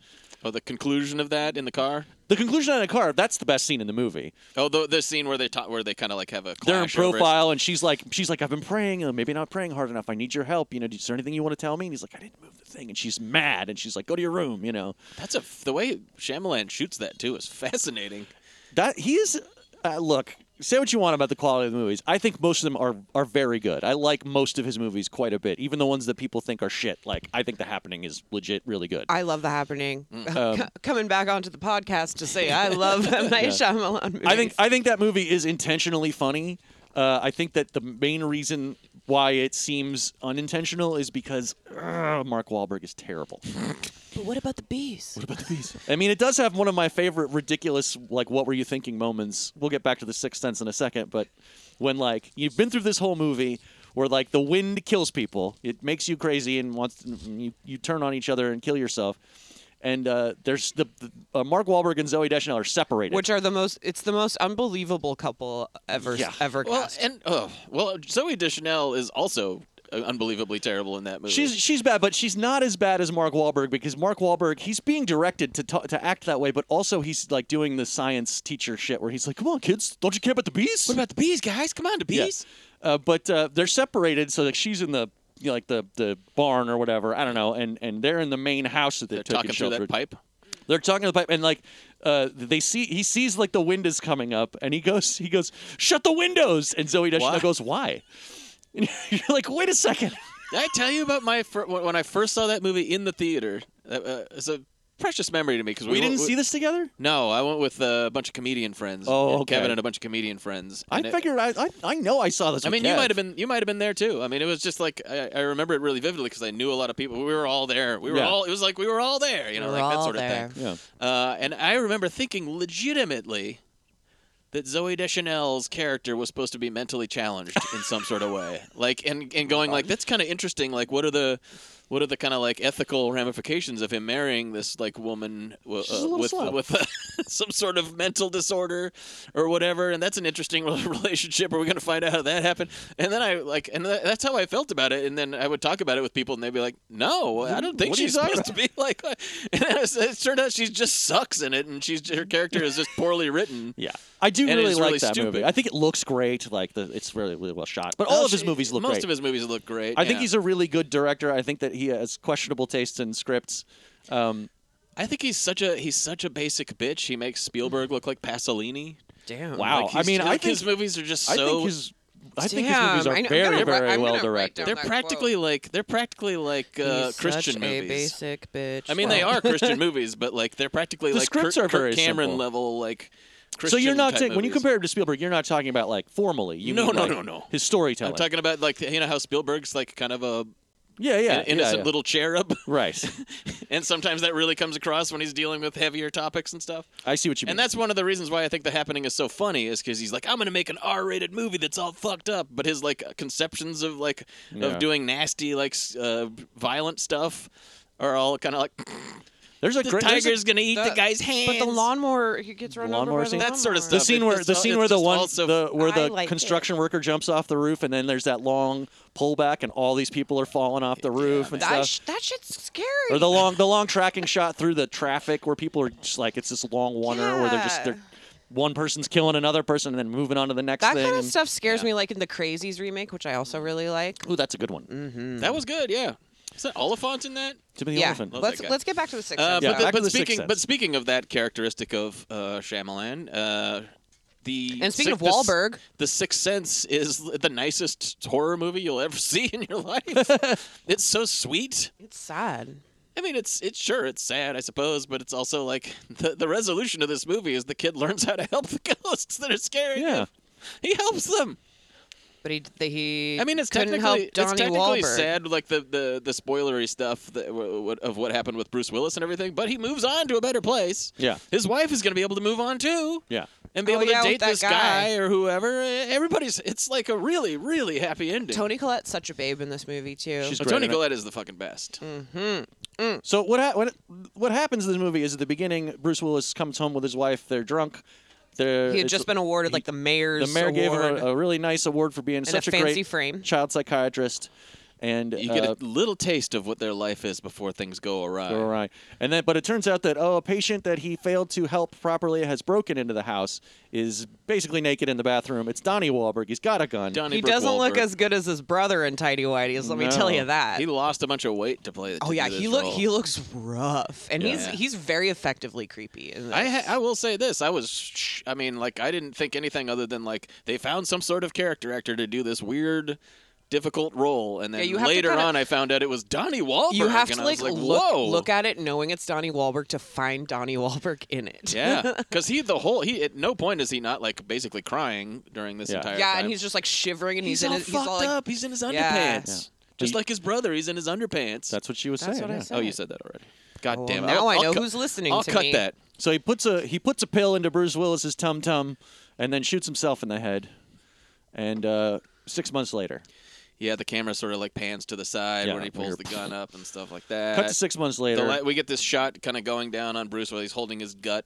[SPEAKER 2] Oh, the conclusion of that in the car.
[SPEAKER 3] The conclusion on a car. That's the best scene in the movie.
[SPEAKER 2] Oh, the, the scene where they ta- where they kind of like have a
[SPEAKER 3] They're in
[SPEAKER 2] clash over it.
[SPEAKER 3] profile, and she's like, she's like, I've been praying, uh, maybe not praying hard enough. I need your help. You know, is there anything you want to tell me? And he's like, I didn't move the thing, and she's mad, and she's like, go to your room. You know,
[SPEAKER 2] That's a the way Shyamalan shoots that too is fascinating.
[SPEAKER 3] that he is. Uh, look, say what you want about the quality of the movies. I think most of them are are very good. I like most of his movies quite a bit, even the ones that people think are shit. Like I think The Happening is legit, really good.
[SPEAKER 1] I love the happening.
[SPEAKER 2] Mm,
[SPEAKER 1] (laughs)
[SPEAKER 2] um,
[SPEAKER 1] C- coming back onto the podcast to say I love
[SPEAKER 2] (laughs)
[SPEAKER 1] M Night Shyamalan movies.
[SPEAKER 3] I think I think that movie is intentionally funny. Uh, I think that the main reason why it seems unintentional is because ugh, Mark Wahlberg is terrible.
[SPEAKER 1] (laughs) But what about the bees?
[SPEAKER 3] What about the bees? I mean, it does have one of my favorite ridiculous, like, what were you thinking moments. We'll get back to the sixth sense in a second, but when, like, you've been through this whole movie where, like, the wind kills people, it makes you crazy and wants you, you turn on each other and kill yourself. And uh, there's the, the uh, Mark Wahlberg and Zoe Deschanel are separated.
[SPEAKER 1] Which are the most? It's the most unbelievable couple ever
[SPEAKER 3] Yeah.
[SPEAKER 1] ever
[SPEAKER 2] Well,
[SPEAKER 1] cast.
[SPEAKER 2] and oh, well, Zoe Deschanel is also uh, unbelievably terrible in that movie.
[SPEAKER 3] She's she's bad, but she's not as bad as Mark Wahlberg because Mark Wahlberg he's being directed to ta- to act that way, but also he's like doing the science teacher shit where he's like, "Come on, kids, don't you care about the bees?"
[SPEAKER 2] What about the bees, guys? Come on, the
[SPEAKER 3] Yeah.
[SPEAKER 2] bees.
[SPEAKER 3] Uh, but uh, they're separated, so like she's in the you know, like the the barn or whatever, I don't know, and and they're in the main house that they
[SPEAKER 2] They're
[SPEAKER 3] took
[SPEAKER 2] talking
[SPEAKER 3] and
[SPEAKER 2] through that
[SPEAKER 3] sheltered.
[SPEAKER 2] pipe.
[SPEAKER 3] They're talking to the pipe, and like uh, they see he sees like the wind is coming up, and he goes he goes, "Shut the windows!" And Zoe Deschanel
[SPEAKER 2] Why?
[SPEAKER 3] goes, "Why?" (laughs) And you're like, "Wait a second.
[SPEAKER 2] Did I tell you about my fir- when when I first saw that movie in the theater? Uh, Uh, it's a precious memory to me because we,
[SPEAKER 3] We didn't
[SPEAKER 2] we-
[SPEAKER 3] see this together."
[SPEAKER 2] No, I went with uh, a bunch of comedian friends.
[SPEAKER 3] Oh,
[SPEAKER 2] and
[SPEAKER 3] okay.
[SPEAKER 2] Kevin and a bunch of comedian friends.
[SPEAKER 3] I
[SPEAKER 2] and it-
[SPEAKER 3] figured I, I I know I saw this.
[SPEAKER 2] I
[SPEAKER 3] with
[SPEAKER 2] mean, you
[SPEAKER 3] Kev.
[SPEAKER 2] might have been you might have been there too. I mean, it was just like I, I remember it really vividly because I knew a lot of people. We were all there. We were
[SPEAKER 3] Yeah.
[SPEAKER 2] all. It was like we were all there. You know,
[SPEAKER 1] We were
[SPEAKER 2] like that
[SPEAKER 1] all
[SPEAKER 2] sort
[SPEAKER 1] there.
[SPEAKER 2] of thing.
[SPEAKER 3] Yeah.
[SPEAKER 2] Uh, and I remember thinking legitimately that Zoe Deschanel's character was supposed to be mentally challenged in some sort
[SPEAKER 3] (laughs)
[SPEAKER 2] of way. Like and and going like that's kind of interesting. Like what are the what are the kind of like ethical ramifications of him marrying this like woman w-
[SPEAKER 3] a
[SPEAKER 2] uh,
[SPEAKER 3] little
[SPEAKER 2] with
[SPEAKER 3] slow.
[SPEAKER 2] with uh, (laughs) some sort of mental disorder or whatever? And that's an interesting (laughs) rel- relationship. Are we going to find out how that happened? And then I like and tha- that's how I felt about it. And then I would talk about it with people, and they'd be like, "No, I don't think
[SPEAKER 3] What are you
[SPEAKER 2] she's
[SPEAKER 3] talking
[SPEAKER 2] supposed to be (laughs) like." that." And it, was- it turned out she just sucks in it, and she's her character is just
[SPEAKER 3] (laughs)
[SPEAKER 2] poorly written.
[SPEAKER 3] Yeah, I do
[SPEAKER 2] And it
[SPEAKER 3] really
[SPEAKER 2] is
[SPEAKER 3] like
[SPEAKER 2] really
[SPEAKER 3] that movie.
[SPEAKER 2] stupid.
[SPEAKER 3] I think it looks great. Like the, it's really really well shot. But all
[SPEAKER 2] Oh,
[SPEAKER 3] of his
[SPEAKER 2] she-
[SPEAKER 3] movies look
[SPEAKER 2] most
[SPEAKER 3] great.
[SPEAKER 2] of his movies look great.
[SPEAKER 3] I think
[SPEAKER 2] yeah.
[SPEAKER 3] he's a really good director. I think that he has questionable tastes in scripts. Um,
[SPEAKER 2] I think he's such a he's such a basic bitch. He makes Spielberg look like Pasolini.
[SPEAKER 1] Damn.
[SPEAKER 3] Wow.
[SPEAKER 2] Like,
[SPEAKER 3] Oh, I
[SPEAKER 2] he's-
[SPEAKER 3] mean, I
[SPEAKER 2] like, his
[SPEAKER 3] think-
[SPEAKER 2] movies are just so
[SPEAKER 3] I think his I think his
[SPEAKER 1] Damn,
[SPEAKER 3] movies are
[SPEAKER 1] I know- I'm
[SPEAKER 3] very
[SPEAKER 1] gonna write-
[SPEAKER 3] very
[SPEAKER 1] I'm
[SPEAKER 3] well
[SPEAKER 1] gonna write
[SPEAKER 3] directed.
[SPEAKER 1] down-
[SPEAKER 2] they're
[SPEAKER 1] that
[SPEAKER 2] practically like they're practically like uh,
[SPEAKER 1] He's
[SPEAKER 2] Christian
[SPEAKER 1] such a
[SPEAKER 2] movies.
[SPEAKER 1] basic bitch.
[SPEAKER 2] I mean, they
[SPEAKER 1] Well, (laughs)
[SPEAKER 2] are Christian movies, but like they're practically
[SPEAKER 3] The
[SPEAKER 2] like
[SPEAKER 3] scripts
[SPEAKER 2] Kirk,
[SPEAKER 3] are very
[SPEAKER 2] Kirk Cameron
[SPEAKER 3] simple.
[SPEAKER 2] level like.
[SPEAKER 3] So
[SPEAKER 2] Christian
[SPEAKER 3] you're not
[SPEAKER 2] type
[SPEAKER 3] ta- when you
[SPEAKER 2] movies.
[SPEAKER 3] compare him to Spielberg, you're not talking about like formally. You
[SPEAKER 2] No,
[SPEAKER 3] mean,
[SPEAKER 2] no,
[SPEAKER 3] like,
[SPEAKER 2] no, no.
[SPEAKER 3] His storytelling.
[SPEAKER 2] I'm talking about like you know how Spielberg's like kind of a
[SPEAKER 3] yeah, yeah,
[SPEAKER 2] an innocent
[SPEAKER 3] yeah, yeah.
[SPEAKER 2] little cherub, (laughs)
[SPEAKER 3] Right.
[SPEAKER 2] and sometimes that really comes across when he's dealing with heavier topics and stuff.
[SPEAKER 3] I see what you mean.
[SPEAKER 2] And that's one of the reasons why I think The Happening is so funny is because he's like, I'm gonna make an R-rated movie that's all fucked up, but his like conceptions of like
[SPEAKER 3] Yeah.
[SPEAKER 2] of doing nasty like s- uh, violent stuff are all kind of like
[SPEAKER 3] there's a
[SPEAKER 2] the
[SPEAKER 3] great there's a-
[SPEAKER 2] tiger's gonna eat (laughs) the,
[SPEAKER 1] the-
[SPEAKER 2] guy's hands.
[SPEAKER 1] But the lawnmower, he gets run over
[SPEAKER 3] Lawnmower
[SPEAKER 1] by the
[SPEAKER 3] scene?
[SPEAKER 2] that sort
[SPEAKER 1] lawnmower.
[SPEAKER 2] of stuff.
[SPEAKER 3] the scene
[SPEAKER 2] It's
[SPEAKER 3] where
[SPEAKER 2] just
[SPEAKER 3] the
[SPEAKER 2] all-
[SPEAKER 3] scene
[SPEAKER 2] it's
[SPEAKER 3] where the
[SPEAKER 2] just
[SPEAKER 3] one
[SPEAKER 2] also-
[SPEAKER 3] the where
[SPEAKER 1] I
[SPEAKER 3] the
[SPEAKER 1] like it.
[SPEAKER 3] construction worker jumps off the roof and then there's that long pullback and all these people are falling off the roof and
[SPEAKER 1] That,
[SPEAKER 3] stuff.
[SPEAKER 1] sh- that shit's scary.
[SPEAKER 3] or the long the long tracking shot through the traffic where people are just like it's this long oneer where they're just they're
[SPEAKER 1] Yeah.
[SPEAKER 3] one person's killing another person and then moving on to the next
[SPEAKER 1] that
[SPEAKER 3] thing.
[SPEAKER 1] kind of
[SPEAKER 3] and-
[SPEAKER 1] stuff scares me, like in the Crazies remake, which I also really like.
[SPEAKER 3] Ooh, that's a good one.
[SPEAKER 1] Hmm.
[SPEAKER 2] That was good, yeah. Is that Oliphant in that?
[SPEAKER 3] Timothy
[SPEAKER 1] Mm, Yeah,
[SPEAKER 3] Olyphant.
[SPEAKER 1] let's
[SPEAKER 2] that guy.
[SPEAKER 1] let's get back to the sixth.
[SPEAKER 2] Uh,
[SPEAKER 1] sense,
[SPEAKER 3] Yeah,
[SPEAKER 2] but,
[SPEAKER 1] though.
[SPEAKER 3] back
[SPEAKER 2] the,
[SPEAKER 3] to
[SPEAKER 2] but
[SPEAKER 3] The Sixth
[SPEAKER 2] speaking
[SPEAKER 3] Sense.
[SPEAKER 2] but speaking of that characteristic of uh, Shyamalan, uh, the
[SPEAKER 1] And speaking of
[SPEAKER 2] Sixth-
[SPEAKER 1] Wahlberg-
[SPEAKER 2] the Sixth Sense is the nicest horror movie you'll ever (laughs) see in
[SPEAKER 3] (laughs)
[SPEAKER 2] your life. it's so sweet.
[SPEAKER 1] it's sad.
[SPEAKER 2] I mean, it's it's sure it's sad, I suppose, but it's also like the the resolution of this movie is the kid learns how to help the (laughs) ghosts that are scaring
[SPEAKER 3] Yeah.
[SPEAKER 2] him. He helps them.
[SPEAKER 1] But he, the, he
[SPEAKER 2] I mean, it's
[SPEAKER 1] couldn't
[SPEAKER 2] technically
[SPEAKER 1] help Donnie
[SPEAKER 2] it's technically
[SPEAKER 1] Wahlberg.
[SPEAKER 2] sad, like the the the spoilery stuff that, w- w- of what happened with Bruce Willis and everything. But he moves on to a better place.
[SPEAKER 3] Yeah.
[SPEAKER 2] his wife is going to be able to move on too.
[SPEAKER 3] Yeah.
[SPEAKER 2] and be
[SPEAKER 1] Oh,
[SPEAKER 2] able
[SPEAKER 1] yeah,
[SPEAKER 2] to
[SPEAKER 1] with
[SPEAKER 2] date
[SPEAKER 1] that
[SPEAKER 2] this guy.
[SPEAKER 1] guy.
[SPEAKER 2] or whoever. E, Everybody's it's like a really really happy ending.
[SPEAKER 1] Tony Collette's such a babe in this movie too.
[SPEAKER 3] She's
[SPEAKER 2] Oh,
[SPEAKER 3] great
[SPEAKER 2] Tony
[SPEAKER 3] in it.
[SPEAKER 2] Collette is the fucking best.
[SPEAKER 1] Mm.
[SPEAKER 3] So what ha- what what happens in this movie is at the beginning Bruce Willis comes home with his wife. They're drunk. They're,
[SPEAKER 1] he had
[SPEAKER 3] it's-
[SPEAKER 1] just been awarded like the mayor's
[SPEAKER 3] the mayor
[SPEAKER 1] award.
[SPEAKER 3] gave him a, a really nice award for being
[SPEAKER 1] a
[SPEAKER 3] such a
[SPEAKER 1] fancy
[SPEAKER 3] great
[SPEAKER 1] frame.
[SPEAKER 3] child psychiatrist. And
[SPEAKER 2] You get
[SPEAKER 3] uh,
[SPEAKER 2] a little taste of what their life is before things go awry.
[SPEAKER 3] All right. And then, but it turns out that oh, a patient that he failed to help properly has broken into the house, is basically naked in the bathroom. It's Donnie Wahlberg. He's got a gun.
[SPEAKER 2] Donnie
[SPEAKER 1] he
[SPEAKER 2] Brooke
[SPEAKER 1] doesn't look
[SPEAKER 2] Wahlberg.
[SPEAKER 1] as good as his brother in Tidy Whities. Let me tell
[SPEAKER 3] No.
[SPEAKER 1] you that.
[SPEAKER 2] He lost a bunch of weight to play. to
[SPEAKER 1] oh yeah,
[SPEAKER 2] do
[SPEAKER 1] he
[SPEAKER 2] this
[SPEAKER 1] look
[SPEAKER 2] role.
[SPEAKER 1] he looks rough, and he's
[SPEAKER 2] Yeah.
[SPEAKER 1] he's very effectively creepy. In
[SPEAKER 2] I,
[SPEAKER 1] this.
[SPEAKER 2] ha- I will say this. I was, sh- I mean, like, I didn't think anything other than, like, they found some sort of character actor to do this weird difficult role, and then
[SPEAKER 1] Yeah, you have to
[SPEAKER 2] later
[SPEAKER 1] kinda-
[SPEAKER 2] on, I found out it was Donnie Wahlberg.
[SPEAKER 1] You have
[SPEAKER 2] and
[SPEAKER 1] to
[SPEAKER 2] I was
[SPEAKER 1] like,
[SPEAKER 2] like,
[SPEAKER 1] look,
[SPEAKER 2] whoa,
[SPEAKER 1] look at it knowing it's Donnie Wahlberg to find Donnie (laughs) Wahlberg in it. (laughs)
[SPEAKER 2] yeah, because he the whole he at no point is he not like basically crying during this
[SPEAKER 3] Yeah.
[SPEAKER 2] entire.
[SPEAKER 1] yeah,
[SPEAKER 2] time.
[SPEAKER 1] and he's just like shivering and he's,
[SPEAKER 2] all
[SPEAKER 1] in his,
[SPEAKER 2] fucked
[SPEAKER 1] he's all like
[SPEAKER 2] up. He's in his underpants,
[SPEAKER 1] Yeah.
[SPEAKER 2] just like his brother. He's in his underpants.
[SPEAKER 3] That's what she was
[SPEAKER 1] That's
[SPEAKER 3] saying.
[SPEAKER 1] what I
[SPEAKER 3] yeah.
[SPEAKER 1] said.
[SPEAKER 2] oh, you said that already. God
[SPEAKER 1] Well,
[SPEAKER 2] damn it!
[SPEAKER 1] Oh, now
[SPEAKER 2] I'll,
[SPEAKER 1] I know
[SPEAKER 2] will
[SPEAKER 1] who's listening
[SPEAKER 2] I'll
[SPEAKER 1] to
[SPEAKER 2] cut
[SPEAKER 1] me.
[SPEAKER 2] that.
[SPEAKER 3] So he puts a he puts a pill into Bruce Willis's tum tum, and then shoots himself in the head. And uh, six months later,
[SPEAKER 2] Yeah, the camera sort of like pans to the side
[SPEAKER 3] Yeah,
[SPEAKER 2] when he
[SPEAKER 3] when
[SPEAKER 2] pulls
[SPEAKER 3] you're-
[SPEAKER 2] the gun up and stuff like that.
[SPEAKER 3] cut to six months
[SPEAKER 2] The
[SPEAKER 3] later.
[SPEAKER 2] li- we get this shot kind of going down on Bruce while he's holding his gut,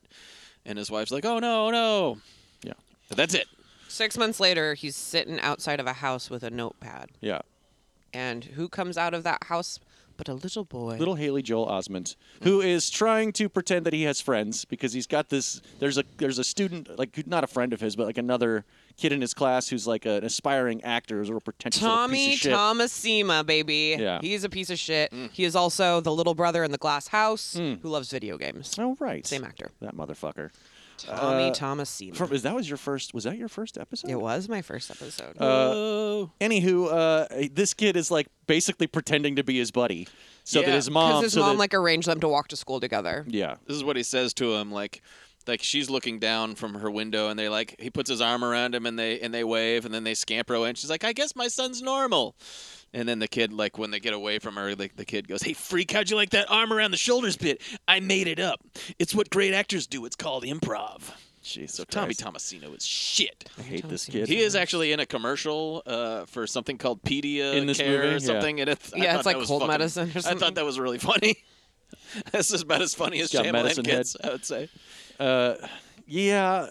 [SPEAKER 2] and his wife's like, "Oh no, no."
[SPEAKER 3] yeah,
[SPEAKER 2] That's it.
[SPEAKER 1] six months later he's sitting outside of a house with a notepad.
[SPEAKER 3] yeah.
[SPEAKER 1] And who comes out of that house but a little boy.
[SPEAKER 3] Little Haley Joel Osment, who is trying to pretend that he has friends because he's got this. There's a there's a student like who- not a friend of his, but like another kid in his class who's like an aspiring actor, who's a real pretentious little piece
[SPEAKER 1] Tommy
[SPEAKER 3] of shit.
[SPEAKER 1] Thomasima, baby.
[SPEAKER 3] Yeah. Mm.
[SPEAKER 1] He's a piece of shit. He is also the little brother in the glass house who loves video games.
[SPEAKER 3] Oh right,
[SPEAKER 1] Same actor.
[SPEAKER 3] That motherfucker.
[SPEAKER 1] Tommy Thomasima.
[SPEAKER 3] Uh, From, is that was your first? Was that your first episode?
[SPEAKER 1] it was my first episode.
[SPEAKER 3] Uh,
[SPEAKER 2] Oh.
[SPEAKER 3] Anywho, uh, this kid is like basically pretending to be his buddy, so that
[SPEAKER 2] Yeah.
[SPEAKER 3] his
[SPEAKER 1] Because
[SPEAKER 3] mom,
[SPEAKER 1] his
[SPEAKER 3] so
[SPEAKER 1] mom
[SPEAKER 3] that-
[SPEAKER 1] like arranged them to walk to school together.
[SPEAKER 3] yeah,
[SPEAKER 2] This is what he says to him, like, like she's looking down from her window, and they like he puts his arm around him, and they and they wave, and then they scamper away, and she's like, "I guess my son's normal." And then the kid, like, when they get away from her, like the kid goes, "Hey, freak! How'd you like that arm around the shoulders bit? I made it up. It's what great actors do. It's called improv."
[SPEAKER 3] Jesus
[SPEAKER 2] So Tommy
[SPEAKER 3] Christ.
[SPEAKER 2] Tomasino is shit.
[SPEAKER 3] I hate this
[SPEAKER 1] Thomasino.
[SPEAKER 3] kid.
[SPEAKER 2] He is actually in a commercial uh, for something called Pedia
[SPEAKER 3] In this
[SPEAKER 2] Care
[SPEAKER 3] movie?
[SPEAKER 2] or
[SPEAKER 3] Yeah.
[SPEAKER 2] something. And it's, I
[SPEAKER 1] Yeah,
[SPEAKER 2] thought
[SPEAKER 1] it's
[SPEAKER 2] that
[SPEAKER 1] like
[SPEAKER 2] was
[SPEAKER 1] cold
[SPEAKER 2] fucking-
[SPEAKER 1] medicine or
[SPEAKER 2] I thought
[SPEAKER 1] something.
[SPEAKER 2] that was really (laughs) funny. this is about as funny as
[SPEAKER 3] got medicine
[SPEAKER 2] Shyamalan
[SPEAKER 3] head.
[SPEAKER 2] gets, I would say.
[SPEAKER 3] Yeah.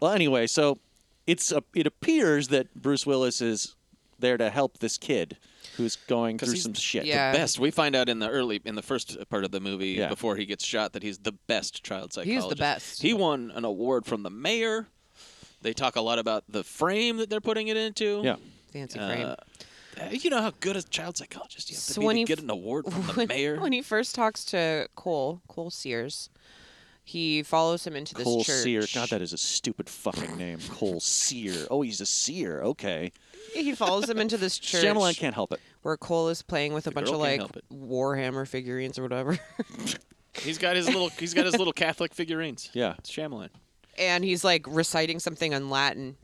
[SPEAKER 3] Well, anyway, so it's a, it appears that Bruce Willis is there to help this kid who's going through
[SPEAKER 2] he's-
[SPEAKER 3] some shit.
[SPEAKER 1] Yeah.
[SPEAKER 2] Best. We find out in the early, in the first part of the movie,
[SPEAKER 3] Yeah.
[SPEAKER 2] before he gets shot, that he's the best child psychologist.
[SPEAKER 1] best.
[SPEAKER 2] He won an award from the mayor. They talk a lot about the frame that they're putting it into.
[SPEAKER 3] Yeah.
[SPEAKER 1] Fancy frame.
[SPEAKER 2] Uh, You know how good a child psychologist you have to
[SPEAKER 1] So
[SPEAKER 2] be
[SPEAKER 1] when
[SPEAKER 2] to
[SPEAKER 1] he
[SPEAKER 2] get
[SPEAKER 1] f-
[SPEAKER 2] an award from the
[SPEAKER 1] (laughs) when,
[SPEAKER 2] mayor.
[SPEAKER 1] when he first talks to Cole, Cole Sears, he follows him into this
[SPEAKER 3] Cole
[SPEAKER 1] church.
[SPEAKER 3] Sear. God, that is a stupid fucking name. Cole Sear. Oh, he's a seer. Okay.
[SPEAKER 1] He follows him into this church
[SPEAKER 3] (laughs) Shyamalan can't help it.
[SPEAKER 1] where Cole is playing with a bunch
[SPEAKER 2] girl
[SPEAKER 1] of
[SPEAKER 2] can't
[SPEAKER 1] like
[SPEAKER 2] help it.
[SPEAKER 1] Warhammer figurines or whatever. (laughs)
[SPEAKER 2] He's got his little he's got his little Catholic figurines.
[SPEAKER 3] Yeah.
[SPEAKER 2] It's Shyamalan.
[SPEAKER 1] and he's like reciting something in Latin.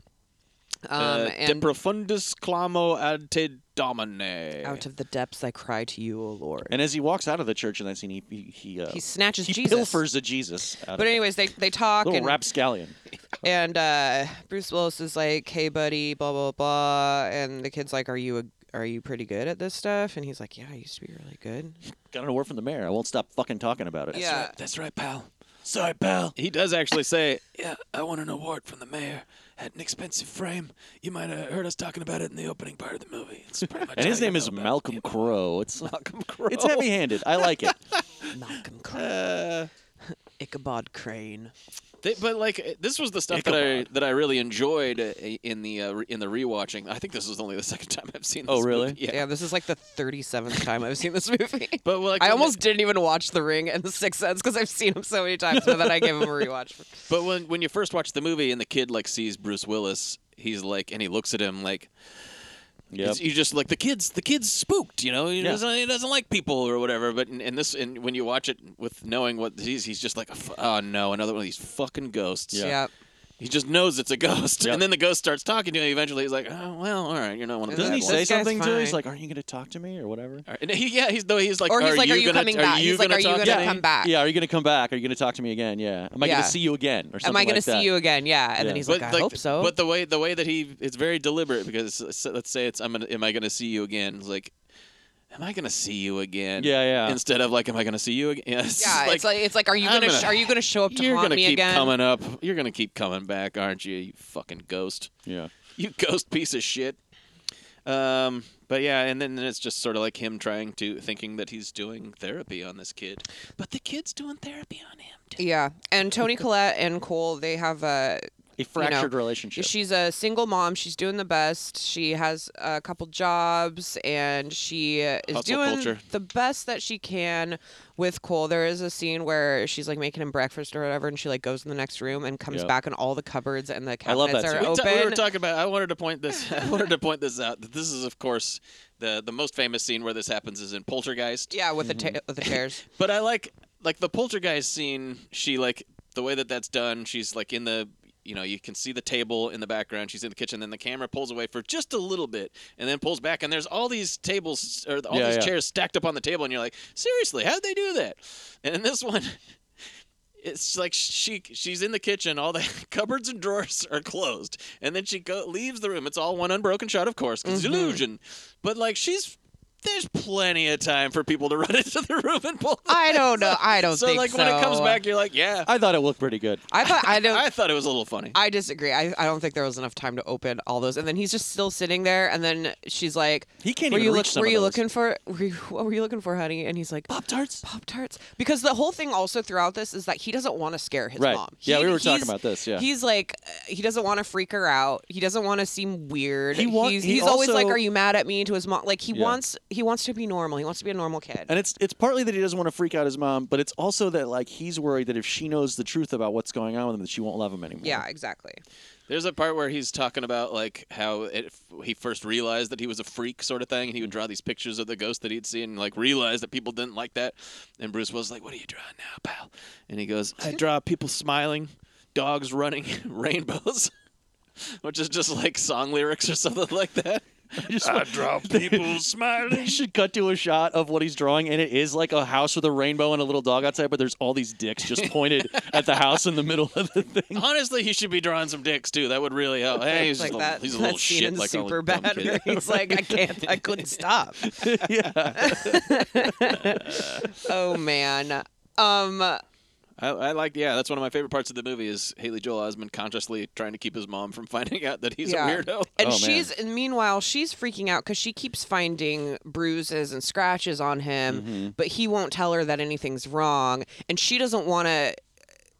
[SPEAKER 1] Um,
[SPEAKER 2] de
[SPEAKER 1] and
[SPEAKER 2] profundis clamo ad te domine.
[SPEAKER 1] out of the depths I cry to you, O Lord.
[SPEAKER 3] And as he walks out of the church in that scene, he he he, uh,
[SPEAKER 1] He snatches
[SPEAKER 3] he
[SPEAKER 1] Jesus.
[SPEAKER 3] pilfers a Jesus. Out
[SPEAKER 1] but
[SPEAKER 3] of
[SPEAKER 1] anyways, they, they talk
[SPEAKER 3] little
[SPEAKER 1] and
[SPEAKER 3] rapscallion.
[SPEAKER 1] and uh, Bruce Willis is like, "Hey, buddy, blah blah blah," and the kid's like, "Are you a, are you pretty good at this stuff?" And he's like, "Yeah, I used to be really good."
[SPEAKER 3] Got an award from the mayor. I won't stop fucking talking about it.
[SPEAKER 1] yeah,
[SPEAKER 6] That's right, pal.
[SPEAKER 3] Sorry, pal.
[SPEAKER 2] he does actually say
[SPEAKER 6] Yeah, I won an award from the mayor. Had an expensive frame. You might have heard us talking about it in the opening part of the movie. It's pretty much
[SPEAKER 3] And his
[SPEAKER 6] all you
[SPEAKER 3] name is
[SPEAKER 6] know about
[SPEAKER 3] Malcolm (laughs)
[SPEAKER 6] it.
[SPEAKER 3] Crowe. It's
[SPEAKER 2] Malcolm Crowe.
[SPEAKER 3] it's heavy-handed. I like (laughs) it.
[SPEAKER 1] Malcolm Crowe,
[SPEAKER 2] Uh.
[SPEAKER 1] (laughs) Ichabod Crane.
[SPEAKER 2] They- but like this was the stuff that I that I really enjoyed uh, in the uh, re- in the rewatching. I think this was only the second time I've seen.
[SPEAKER 3] Oh,
[SPEAKER 2] this
[SPEAKER 3] really?
[SPEAKER 2] movie. Yeah.
[SPEAKER 1] Yeah, this is like the thirty seventh time I've seen this (laughs) movie.
[SPEAKER 2] But like,
[SPEAKER 1] I
[SPEAKER 2] when
[SPEAKER 1] almost
[SPEAKER 2] the-
[SPEAKER 1] didn't even watch The Ring and The Sixth Sense because I've seen them so many times now that I give them a
[SPEAKER 3] (laughs)
[SPEAKER 1] rewatch.
[SPEAKER 2] But when when you first watch the movie and the kid like sees Bruce Willis, he's like, and he looks at him like,
[SPEAKER 3] Yep.
[SPEAKER 2] It's- You just like the kids. The kids spooked. You know, he,
[SPEAKER 3] Yeah.
[SPEAKER 2] doesn't, he doesn't like people or whatever. But in, in this, in, when you watch it with knowing what he's, he's just like, oh no, another one of these fucking ghosts.
[SPEAKER 1] Yeah.
[SPEAKER 2] He just knows it's a ghost,
[SPEAKER 3] Yeah.
[SPEAKER 2] and then the ghost starts talking to him. Eventually, he's like, oh well, all right, you're not one of the
[SPEAKER 3] Doesn't
[SPEAKER 2] bad
[SPEAKER 3] he
[SPEAKER 1] This
[SPEAKER 2] ones."
[SPEAKER 3] say
[SPEAKER 1] guy's
[SPEAKER 3] something to her? He's
[SPEAKER 1] fine.
[SPEAKER 3] like, "Aren't you going to talk to me or whatever?"
[SPEAKER 2] All right. And he, yeah, he's though he's like,
[SPEAKER 1] Or he's
[SPEAKER 2] are
[SPEAKER 1] like,
[SPEAKER 2] you
[SPEAKER 1] are you
[SPEAKER 2] gonna,
[SPEAKER 1] coming
[SPEAKER 2] are
[SPEAKER 1] back?
[SPEAKER 2] You
[SPEAKER 1] He's like,
[SPEAKER 2] gonna
[SPEAKER 1] are you
[SPEAKER 2] talk
[SPEAKER 1] gonna
[SPEAKER 2] to
[SPEAKER 1] come
[SPEAKER 2] me?
[SPEAKER 1] back?
[SPEAKER 3] Yeah, are you going to come back? Are you going to talk to me again? Yeah. Am I
[SPEAKER 1] Yeah.
[SPEAKER 3] going to see you again or something
[SPEAKER 1] Am I going
[SPEAKER 3] like
[SPEAKER 1] to
[SPEAKER 3] that.
[SPEAKER 1] see you again? Yeah, and then he's
[SPEAKER 2] But
[SPEAKER 1] like, I
[SPEAKER 2] like,
[SPEAKER 1] hope so.
[SPEAKER 2] But the way the way that he it's very deliberate because s- let's say it's I'm gonna am I gonna see you again? It's like, am I gonna see you again?
[SPEAKER 3] Yeah, yeah.
[SPEAKER 2] Instead of like, am I gonna see you again? (laughs) Yeah, it's
[SPEAKER 1] yeah, it's like it's like, are you
[SPEAKER 2] I'm
[SPEAKER 1] gonna, sh-
[SPEAKER 2] gonna-
[SPEAKER 1] are you gonna show up to
[SPEAKER 2] you're
[SPEAKER 1] haunt
[SPEAKER 2] gonna
[SPEAKER 1] me
[SPEAKER 2] keep
[SPEAKER 1] again?
[SPEAKER 2] coming up. You're gonna keep coming back, aren't you? You fucking ghost. (laughs)
[SPEAKER 3] Yeah.
[SPEAKER 2] You ghost piece of shit. Um, but yeah, and then it's just sort of like him trying to thinking that he's doing therapy on this kid, but the kid's doing therapy on him. Too.
[SPEAKER 1] Yeah, and Tony Collette and Cole they have a
[SPEAKER 3] A
[SPEAKER 1] you know,
[SPEAKER 3] fractured relationship.
[SPEAKER 1] She's a single mom. She's doing the best. She has a couple jobs, and she is
[SPEAKER 2] Hustle
[SPEAKER 1] doing
[SPEAKER 2] culture.
[SPEAKER 1] the best that she can with Cole. There is a scene where she's like making him breakfast or whatever, and she like goes in the next room and comes
[SPEAKER 3] Yep.
[SPEAKER 1] back, and all the cupboards and the
[SPEAKER 3] I love
[SPEAKER 1] cabinets
[SPEAKER 3] that
[SPEAKER 1] are
[SPEAKER 3] scene.
[SPEAKER 2] We,
[SPEAKER 1] open.
[SPEAKER 2] ta- we were talking about. I wanted to point this. (laughs) I wanted to point this out. That this is, of course, the the most famous scene where this happens is in Poltergeist.
[SPEAKER 1] yeah, with the ta-
[SPEAKER 3] Mm-hmm.
[SPEAKER 1] with the
[SPEAKER 3] (laughs)
[SPEAKER 1] chairs.
[SPEAKER 2] But I like like the Poltergeist scene. She like the way that that's done. She's like in the you know you can see the table in the background. She's in the kitchen. Then the camera pulls away for just a little bit, and then pulls back. And there's all these tables or all
[SPEAKER 3] Yeah,
[SPEAKER 2] these
[SPEAKER 3] yeah.
[SPEAKER 2] chairs stacked up on the table. And you're like, seriously, how did they do that? And in this one. (laughs) it's like she she's in the kitchen all the (laughs) cupboards and drawers are closed and then she go, leaves the room it's all one unbroken shot of course 'cause it's
[SPEAKER 3] Mm-hmm.
[SPEAKER 2] illusion but like she's there's plenty of time for people to (laughs) run into the room and pull
[SPEAKER 1] I don't know. I don't
[SPEAKER 2] so
[SPEAKER 1] think
[SPEAKER 2] like
[SPEAKER 1] so.
[SPEAKER 2] when it comes back you're like yeah
[SPEAKER 3] I thought it looked pretty good.
[SPEAKER 1] I thought
[SPEAKER 2] (laughs)
[SPEAKER 1] I don't.
[SPEAKER 2] I thought it was a little funny
[SPEAKER 1] I disagree. I, I don't think there was enough time to open all those. And then he's just still sitting there. And then she's like,
[SPEAKER 3] He can't
[SPEAKER 1] were you
[SPEAKER 3] even reach
[SPEAKER 1] look-
[SPEAKER 3] some
[SPEAKER 1] Were
[SPEAKER 3] of
[SPEAKER 1] you
[SPEAKER 3] those."
[SPEAKER 1] looking for? Were you, what were you looking for, honey?" And he's like, "Pop tarts, pop tarts." Because the whole thing also throughout this is that he doesn't want to scare his
[SPEAKER 3] Right.
[SPEAKER 1] mom.
[SPEAKER 3] Yeah,
[SPEAKER 1] He-
[SPEAKER 3] we were talking
[SPEAKER 1] he's-
[SPEAKER 3] about this, yeah.
[SPEAKER 1] he's like, uh, he doesn't want to freak her out. He doesn't want to seem weird.
[SPEAKER 3] He wa-
[SPEAKER 1] he's
[SPEAKER 3] he
[SPEAKER 1] he's always like,
[SPEAKER 3] also-
[SPEAKER 1] "Are you mad at me?" To his mom, like he
[SPEAKER 3] Yeah.
[SPEAKER 1] wants he wants to be normal. He wants to be a normal kid.
[SPEAKER 3] And it's it's partly that he doesn't want to freak out his mom, but it's also that like he's worried that if she knows the truth about what's going on with him, that she won't love him anymore. (laughs)
[SPEAKER 1] yeah, exactly.
[SPEAKER 2] There's a part where he's talking about like how it, he first realized that he was a freak, sort of thing, and he would draw these pictures of the ghost that he'd seen, and like realize that people didn't like that. And Bruce was like, "What are you drawing now, pal?" And he goes, "I draw people smiling, dogs running, (laughs) rainbows," (laughs) which is just like song lyrics or something like that.
[SPEAKER 3] I
[SPEAKER 6] (laughs)
[SPEAKER 3] draw people (laughs) smiling. They should cut to a shot of what he's drawing, and it is like a house with a rainbow and a little dog outside, but there's all these dicks (laughs) just pointed at the house in the middle of the thing.
[SPEAKER 2] Honestly, he should be drawing some dicks too. That would really (laughs) help. Hey, he's,
[SPEAKER 1] like
[SPEAKER 2] just a,
[SPEAKER 1] that.
[SPEAKER 2] he's a
[SPEAKER 1] that
[SPEAKER 2] little
[SPEAKER 1] scene
[SPEAKER 2] shit,
[SPEAKER 1] in
[SPEAKER 2] like
[SPEAKER 1] super
[SPEAKER 2] a dumb
[SPEAKER 1] bad.
[SPEAKER 2] (laughs) kid.
[SPEAKER 1] Where he's like, I can't. I couldn't
[SPEAKER 2] (laughs)
[SPEAKER 1] stop.
[SPEAKER 3] yeah.
[SPEAKER 1] (laughs) Oh man. Um.
[SPEAKER 2] I, I like, yeah, that's one of my favorite parts of the movie is Haley Joel Osment consciously trying to keep his mom from (laughs) finding out that he's
[SPEAKER 1] Yeah.
[SPEAKER 2] a weirdo.
[SPEAKER 1] And
[SPEAKER 3] Oh, man.
[SPEAKER 1] she's and meanwhile she's freaking out because she keeps finding bruises and scratches on him,
[SPEAKER 2] Mm-hmm.
[SPEAKER 1] but he won't tell her that anything's wrong, and she doesn't want to.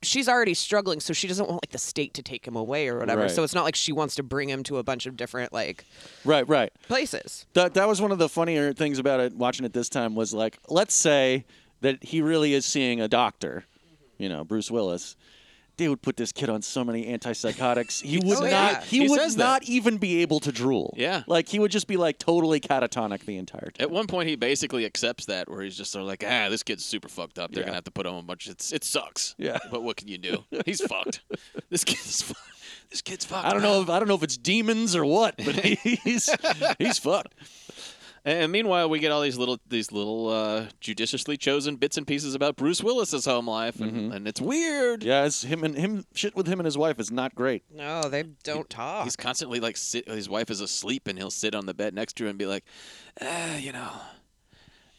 [SPEAKER 1] She's already struggling, so she doesn't want like the state to take him away or whatever.
[SPEAKER 3] Right.
[SPEAKER 1] So it's not like she wants to bring him to a bunch of different like
[SPEAKER 3] (laughs) Right, right.
[SPEAKER 1] places.
[SPEAKER 3] That that was one of the funnier things about it. Watching it this time was like, let's say that he really is seeing a doctor, you know, Bruce Willis. They would put this kid on so many antipsychotics. (laughs) He would
[SPEAKER 1] Oh,
[SPEAKER 3] not.
[SPEAKER 1] yeah.
[SPEAKER 3] He,
[SPEAKER 2] He says
[SPEAKER 3] would
[SPEAKER 2] that.
[SPEAKER 3] not even be able to drool.
[SPEAKER 2] Yeah.
[SPEAKER 3] like he would just be like totally catatonic the entire time.
[SPEAKER 2] At one point, he basically accepts that, where he's just sort of like, ah, this kid's super fucked up. They're
[SPEAKER 3] Yeah.
[SPEAKER 2] gonna have to put him on a bunch. It's, it sucks.
[SPEAKER 3] Yeah.
[SPEAKER 2] But what can you do? He's
[SPEAKER 3] (laughs)
[SPEAKER 2] fucked. This kid's fu- this kid's fucked.
[SPEAKER 3] I don't know. If, I don't know if it's demons or what, (laughs) but he's he's fucked.
[SPEAKER 2] And meanwhile, we get all these little these little uh, judiciously chosen bits and pieces about Bruce Willis's home life, and,
[SPEAKER 3] Mm-hmm.
[SPEAKER 2] and it's weird.
[SPEAKER 3] Yeah, it's him and him. Shit with him and his wife is not great.
[SPEAKER 1] No, they don't talk.
[SPEAKER 2] He's constantly like sit, his wife is asleep, and he'll sit on the bed next to her and be like, ah, you know.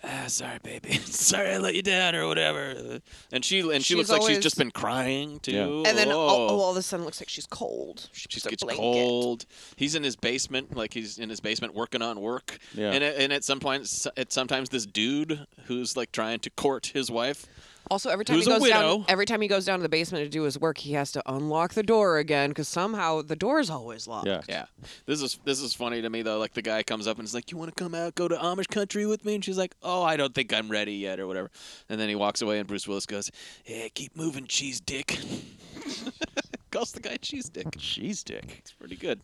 [SPEAKER 2] Ah, sorry, baby. (laughs) Sorry, I let you down, or whatever. And she and she
[SPEAKER 1] She's
[SPEAKER 2] looks like she's
[SPEAKER 1] always-
[SPEAKER 2] just been crying too.
[SPEAKER 3] Yeah.
[SPEAKER 1] and then all,
[SPEAKER 2] Oh.
[SPEAKER 1] all of a sudden, looks like she's cold. She
[SPEAKER 2] She
[SPEAKER 1] puts a
[SPEAKER 2] gets
[SPEAKER 1] blanket.
[SPEAKER 2] cold. He's in his basement, like he's in his basement working on work.
[SPEAKER 3] Yeah.
[SPEAKER 2] And at, and at some point, s- at sometimes this dude who's like trying to court his wife.
[SPEAKER 1] Also, every time
[SPEAKER 2] Who's
[SPEAKER 1] he
[SPEAKER 2] a
[SPEAKER 1] goes down,
[SPEAKER 2] widow.
[SPEAKER 1] every time he goes down to the basement to do his work, he has to unlock the door again because somehow the door is always locked.
[SPEAKER 2] Yeah. This is this is funny to me though. Like the guy comes up and is like, "You want to come out, go to Amish country with me?" And she's like, "Oh, I don't think I'm ready yet," or whatever. And then he walks away, and Bruce Willis goes, "Yeah, keep moving, cheese dick." (laughs) Calls the guy cheese dick.
[SPEAKER 3] Jeez, dick.
[SPEAKER 2] It's pretty good.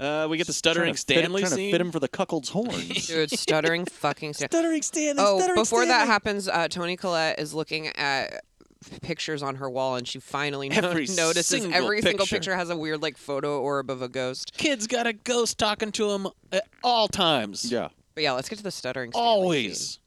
[SPEAKER 2] Uh, we get the
[SPEAKER 3] Trying
[SPEAKER 2] stuttering
[SPEAKER 3] to fit him-
[SPEAKER 2] Stanley
[SPEAKER 3] trying
[SPEAKER 2] scene.
[SPEAKER 3] to fit him for the cuckold's
[SPEAKER 2] (laughs)
[SPEAKER 3] horns.
[SPEAKER 1] Dude, stuttering fucking Stan-
[SPEAKER 3] stuttering Stanley.
[SPEAKER 1] Oh, before that happens, uh, Tony Collette is looking at pictures on her wall and she finally no-
[SPEAKER 2] Every
[SPEAKER 1] notices
[SPEAKER 2] single
[SPEAKER 1] every single
[SPEAKER 2] picture.
[SPEAKER 1] picture has a weird like photo orb of a ghost.
[SPEAKER 2] Kid's got a ghost talking to him at all times.
[SPEAKER 3] Yeah.
[SPEAKER 1] But yeah, let's get to the stuttering Stanley scene.
[SPEAKER 2] Always.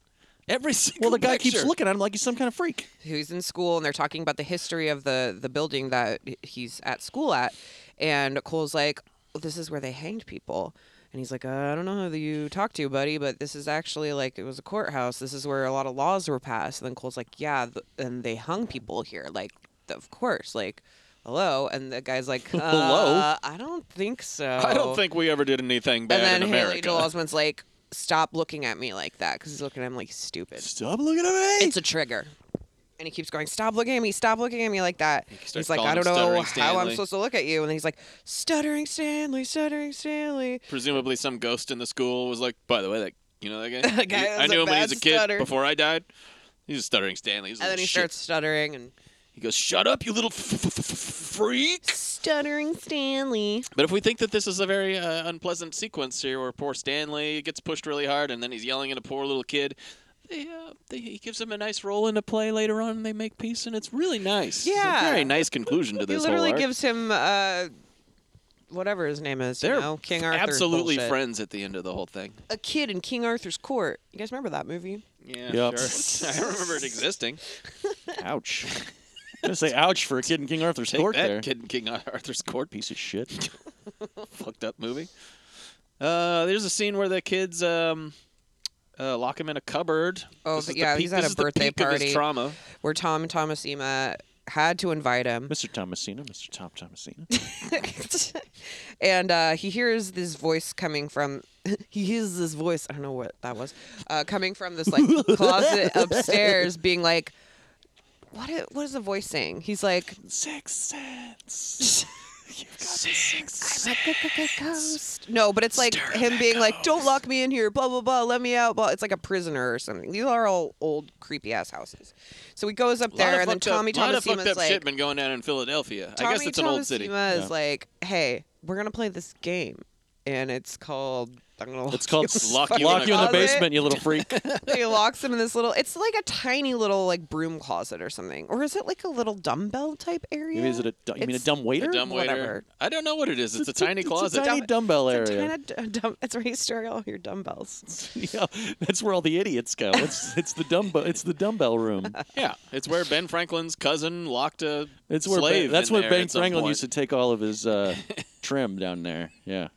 [SPEAKER 2] Every (laughs) single
[SPEAKER 3] Well, the guy keeps
[SPEAKER 2] picture.
[SPEAKER 3] looking at him like he's some kind of freak.
[SPEAKER 1] who's in school and they're talking about the history of the the building that he's at school at and cole's like well, this is where they hanged people and he's like uh, i don't know who you talked to buddy but this is actually like it was a courthouse this is where a lot of laws were passed and then cole's like yeah th- and they hung people here like th- of course like hello and the guy's
[SPEAKER 2] (laughs)
[SPEAKER 1] like uh,
[SPEAKER 3] Hello?
[SPEAKER 1] i don't think so
[SPEAKER 2] I
[SPEAKER 3] Oh.
[SPEAKER 2] don't think we ever did anything bad
[SPEAKER 1] and then
[SPEAKER 2] in
[SPEAKER 1] haley
[SPEAKER 2] America.
[SPEAKER 1] joel osment's like stop looking at me like that because he's looking at him like he's stupid
[SPEAKER 3] Stop looking at me.
[SPEAKER 1] it's a trigger And he keeps going, stop looking at me, stop looking at me like that.
[SPEAKER 2] starts
[SPEAKER 1] He's like,
[SPEAKER 2] calling
[SPEAKER 1] I
[SPEAKER 2] him
[SPEAKER 1] don't know
[SPEAKER 2] Stuttering
[SPEAKER 1] how I'm
[SPEAKER 2] Stanley."
[SPEAKER 1] supposed to look at you. And he's like, stuttering Stanley, stuttering Stanley.
[SPEAKER 2] Presumably, some ghost in the school was like, "By the way, that you know
[SPEAKER 1] (laughs)
[SPEAKER 2] that guy?
[SPEAKER 1] That guy
[SPEAKER 2] You-
[SPEAKER 1] was
[SPEAKER 2] I
[SPEAKER 1] a
[SPEAKER 2] knew him when he
[SPEAKER 1] bad
[SPEAKER 2] was a kid
[SPEAKER 1] stutter."
[SPEAKER 2] before I died. He's a stuttering Stanley. He's a
[SPEAKER 1] And then
[SPEAKER 2] little
[SPEAKER 1] he
[SPEAKER 2] shit.
[SPEAKER 1] starts stuttering and
[SPEAKER 2] He goes, "Shut up, you little f- f- f- f- freak!"
[SPEAKER 1] stuttering Stanley.
[SPEAKER 2] But if we think that this is a very uh, unpleasant sequence here, where poor Stanley gets pushed really hard, and then he's yelling at a poor little kid, they, uh, they, he gives him a nice role in a play later on, and they make peace, and it's really nice. It's a
[SPEAKER 1] Yeah.
[SPEAKER 2] very nice conclusion
[SPEAKER 1] (laughs)
[SPEAKER 2] to
[SPEAKER 1] He
[SPEAKER 2] this. whole
[SPEAKER 1] literally
[SPEAKER 2] arc.
[SPEAKER 1] gives him uh, whatever his name is.
[SPEAKER 2] They're
[SPEAKER 1] you know, King Arthur.
[SPEAKER 2] absolutely
[SPEAKER 1] bullshit.
[SPEAKER 2] friends at the end of the whole thing.
[SPEAKER 1] A kid in King Arthur's court. You guys remember that movie?
[SPEAKER 2] Yeah,
[SPEAKER 3] Yep.
[SPEAKER 2] sure. (laughs) I remember it existing.
[SPEAKER 3] Ouch.
[SPEAKER 2] (laughs)
[SPEAKER 3] I'm gonna say ouch for a kid in King Arthur's
[SPEAKER 2] Take
[SPEAKER 3] court
[SPEAKER 2] that,
[SPEAKER 3] there.
[SPEAKER 2] Kid in King Arthur's Court.
[SPEAKER 3] Piece of shit.
[SPEAKER 2] (laughs) fucked up movie. Uh, there's a scene where the kids um, uh, lock him in a cupboard.
[SPEAKER 1] Oh,
[SPEAKER 2] This
[SPEAKER 1] but
[SPEAKER 2] is the
[SPEAKER 1] yeah,
[SPEAKER 2] peak-
[SPEAKER 1] he's at
[SPEAKER 2] this
[SPEAKER 1] a
[SPEAKER 2] is the
[SPEAKER 1] birthday
[SPEAKER 2] peak of his
[SPEAKER 1] party.
[SPEAKER 2] trauma.
[SPEAKER 1] Where Tom and Thomasina had to invite him.
[SPEAKER 3] Mr. Thomasina, Mr. Tom Thomasina.
[SPEAKER 1] (laughs) and uh, he hears this voice coming from (laughs) he hears this voice i don't know what that was uh, coming from this
[SPEAKER 2] (laughs)
[SPEAKER 1] like closet upstairs being like what is, what is the voice saying he's like
[SPEAKER 3] Six
[SPEAKER 2] (laughs)
[SPEAKER 3] cents.
[SPEAKER 1] I'm a g- g- ghost no but it's like him being like don't lock me in here blah blah blah let me out blah. it's like a prisoner or something these are all old creepy ass houses so he goes up
[SPEAKER 2] A lot
[SPEAKER 1] there
[SPEAKER 2] of
[SPEAKER 1] and then
[SPEAKER 2] fucked up-
[SPEAKER 1] tommy
[SPEAKER 2] lot of fucked
[SPEAKER 1] thomasina's
[SPEAKER 2] up
[SPEAKER 1] like
[SPEAKER 2] shit been going down in Philadelphia. I guess
[SPEAKER 1] Tommy
[SPEAKER 2] it's an old city.
[SPEAKER 1] Thomasina is like, hey, we're gonna play this game, and it's called. I'm gonna lock
[SPEAKER 3] It's called
[SPEAKER 1] you
[SPEAKER 3] lock,
[SPEAKER 2] you in
[SPEAKER 1] fucking
[SPEAKER 2] a
[SPEAKER 3] you in the
[SPEAKER 1] closet."
[SPEAKER 3] basement, you little
[SPEAKER 2] (laughs)
[SPEAKER 3] freak.
[SPEAKER 1] (laughs)
[SPEAKER 3] (laughs)
[SPEAKER 1] he locks him in this little. It's like a tiny little like broom closet or something, or is it like a little dumbbell type area?
[SPEAKER 3] Maybe is it a, du- you mean a
[SPEAKER 1] It's-
[SPEAKER 3] dumb waiter?
[SPEAKER 2] A dumb waiter.
[SPEAKER 1] Whatever.
[SPEAKER 2] I don't know what it is. It's, a tiny
[SPEAKER 3] it's
[SPEAKER 2] closet.
[SPEAKER 3] A tiny dumbbell area.
[SPEAKER 1] It's, a tiny d- dumb- it's where you store all your dumbbells. (laughs)
[SPEAKER 3] yeah, that's where all the idiots go. It's it's the dumbbell. It's the dumbbell
[SPEAKER 2] (laughs)
[SPEAKER 3] room.
[SPEAKER 2] yeah, it's where Ben Franklin's cousin locked a
[SPEAKER 3] It's where
[SPEAKER 2] slave.
[SPEAKER 3] ben, that's
[SPEAKER 2] in
[SPEAKER 3] where
[SPEAKER 2] there
[SPEAKER 3] Ben
[SPEAKER 2] at some
[SPEAKER 3] Franklin
[SPEAKER 2] point.
[SPEAKER 3] used to take all of his
[SPEAKER 2] (laughs)
[SPEAKER 3] uh, trim down there. Yeah.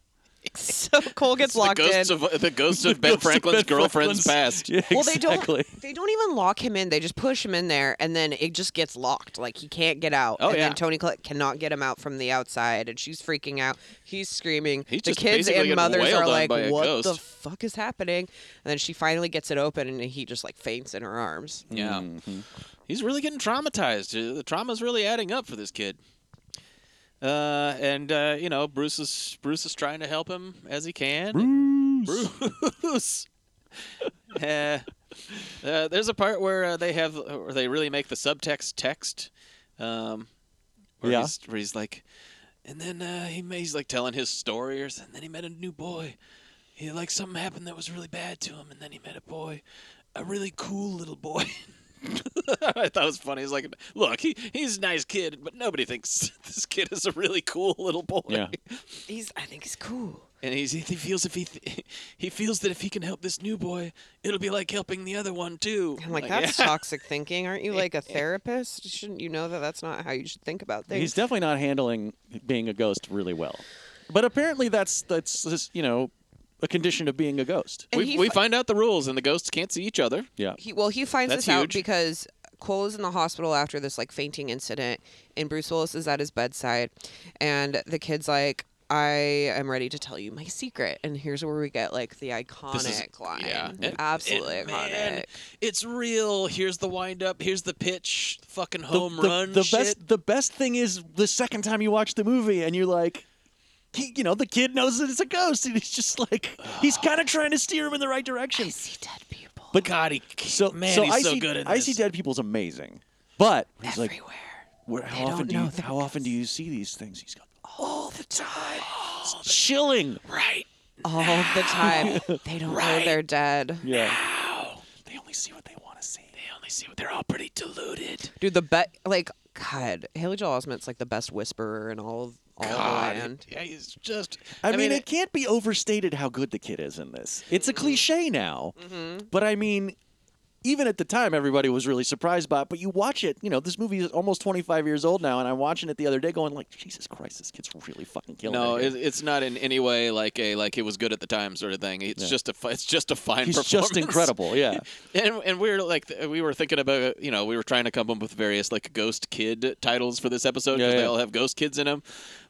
[SPEAKER 1] so Cole gets
[SPEAKER 2] It's
[SPEAKER 1] locked
[SPEAKER 2] the ghosts
[SPEAKER 1] in.
[SPEAKER 3] (laughs)
[SPEAKER 2] of the ghosts of Ben
[SPEAKER 3] Goes to
[SPEAKER 2] Franklin's
[SPEAKER 3] Ben
[SPEAKER 2] girlfriend's
[SPEAKER 3] Franklin's- (laughs)
[SPEAKER 2] past.
[SPEAKER 3] Yeah,
[SPEAKER 1] well, they
[SPEAKER 3] exactly.
[SPEAKER 1] don't. (laughs) They don't even lock him in. They just push him in there, and then it just gets locked. Like he can't get out.
[SPEAKER 2] Oh,
[SPEAKER 1] and
[SPEAKER 2] yeah.
[SPEAKER 1] then Tony Collette cannot get him out from the outside, and she's freaking out. He's screaming.
[SPEAKER 2] He's
[SPEAKER 1] the
[SPEAKER 2] just
[SPEAKER 1] kids
[SPEAKER 2] basically
[SPEAKER 1] and
[SPEAKER 2] getting
[SPEAKER 1] mothers
[SPEAKER 2] wailed
[SPEAKER 1] are
[SPEAKER 2] on
[SPEAKER 1] like,
[SPEAKER 2] by a
[SPEAKER 1] "What
[SPEAKER 2] ghost."
[SPEAKER 1] the fuck is happening?" And then she finally gets it open, and he just like faints in her arms.
[SPEAKER 2] Yeah. He's really getting traumatized. Uh, The trauma's really adding up for this kid. Uh, and uh, you know, Bruce is Bruce is trying to help him as he can. Bruce. (laughs) Uh, uh, there's a part where uh, they have where they really make the subtext text. Um, where,
[SPEAKER 3] Yeah.
[SPEAKER 2] he's, where he's like, and then uh, he ma- he's like telling his story, or s- and then he met a new boy. He like something happened that was really bad to him, and then he met a boy, a really cool little boy. (laughs) I thought it was funny. He's like, look, he, he's a nice kid, but nobody thinks (laughs) this kid is a really cool little boy.
[SPEAKER 3] Yeah.
[SPEAKER 1] He's. I think he's cool.
[SPEAKER 2] And he's, he feels if he th- he feels that if he can help this new boy, it'll be like helping the other one too.
[SPEAKER 1] I'm like, that's toxic thinking. Aren't you
[SPEAKER 2] (laughs)
[SPEAKER 1] like a therapist? Shouldn't you know that that's not how you should think about things?
[SPEAKER 3] He's definitely not handling being a ghost really well. But apparently, that's that's just, you know a condition of being a ghost.
[SPEAKER 1] And
[SPEAKER 2] we,
[SPEAKER 1] he
[SPEAKER 2] we
[SPEAKER 1] fi-
[SPEAKER 2] find out the rules, and the ghosts can't see each other.
[SPEAKER 3] Yeah.
[SPEAKER 1] he well he finds
[SPEAKER 2] That's
[SPEAKER 1] this out
[SPEAKER 2] huge.
[SPEAKER 1] because Cole is in the hospital after this like fainting incident and Bruce Willis is at his bedside and the kid's like I am ready to tell you my secret and here's where we get like the iconic line
[SPEAKER 2] And-
[SPEAKER 1] absolutely
[SPEAKER 2] and,
[SPEAKER 1] iconic
[SPEAKER 2] man, it's real. Here's the wind up. Here's the pitch. Fucking
[SPEAKER 3] The-
[SPEAKER 2] home
[SPEAKER 3] the,
[SPEAKER 2] run.
[SPEAKER 3] The
[SPEAKER 2] shit.
[SPEAKER 3] best the best thing is the second time you watch the movie and you're like. He, you know, the kid knows that it's a ghost, and he's just like
[SPEAKER 2] (sighs)
[SPEAKER 3] he's kind of trying to steer him in the right direction.
[SPEAKER 1] see dead people
[SPEAKER 3] But
[SPEAKER 2] God, he,
[SPEAKER 3] So
[SPEAKER 2] man,
[SPEAKER 3] so
[SPEAKER 2] he's
[SPEAKER 3] I
[SPEAKER 2] so
[SPEAKER 3] see,
[SPEAKER 2] good at
[SPEAKER 3] I
[SPEAKER 2] this.
[SPEAKER 3] see dead people's amazing, but he's like,
[SPEAKER 1] everywhere
[SPEAKER 3] where, how often do you how often do you see these things? He's got all the time. It's chilling.
[SPEAKER 2] right.
[SPEAKER 1] all (laughs) the time they don't know they're dead
[SPEAKER 3] Yeah.
[SPEAKER 2] They only see what they want to see. They only see what they're all pretty deluded.
[SPEAKER 1] dude the bet like God Haley Joel Osment's like the best whisperer in all of all
[SPEAKER 2] God,
[SPEAKER 1] the land
[SPEAKER 2] yeah, he's just.
[SPEAKER 3] I, mean, it, Mm-hmm. can't be overstated how good the kid is in this. It's a cliche now, but I mean, even at the time, everybody was really surprised by it. But you watch it, you know, this movie is almost 25 years old now, and I'm watching it the other day, going like, Jesus Christ, this kid's really fucking killing
[SPEAKER 2] No,
[SPEAKER 3] it.
[SPEAKER 2] it, it's not in any way like a like it was good at the time sort of thing. It's just a fi- it's just a fine
[SPEAKER 3] He's
[SPEAKER 2] performance.
[SPEAKER 3] just incredible. (laughs) Yeah.
[SPEAKER 2] (laughs) And and we were like th- we were thinking about you know we were trying to come up with various like ghost kid titles for this episode
[SPEAKER 3] Yeah,
[SPEAKER 2] because they
[SPEAKER 3] yeah.
[SPEAKER 2] all have ghost kids in them.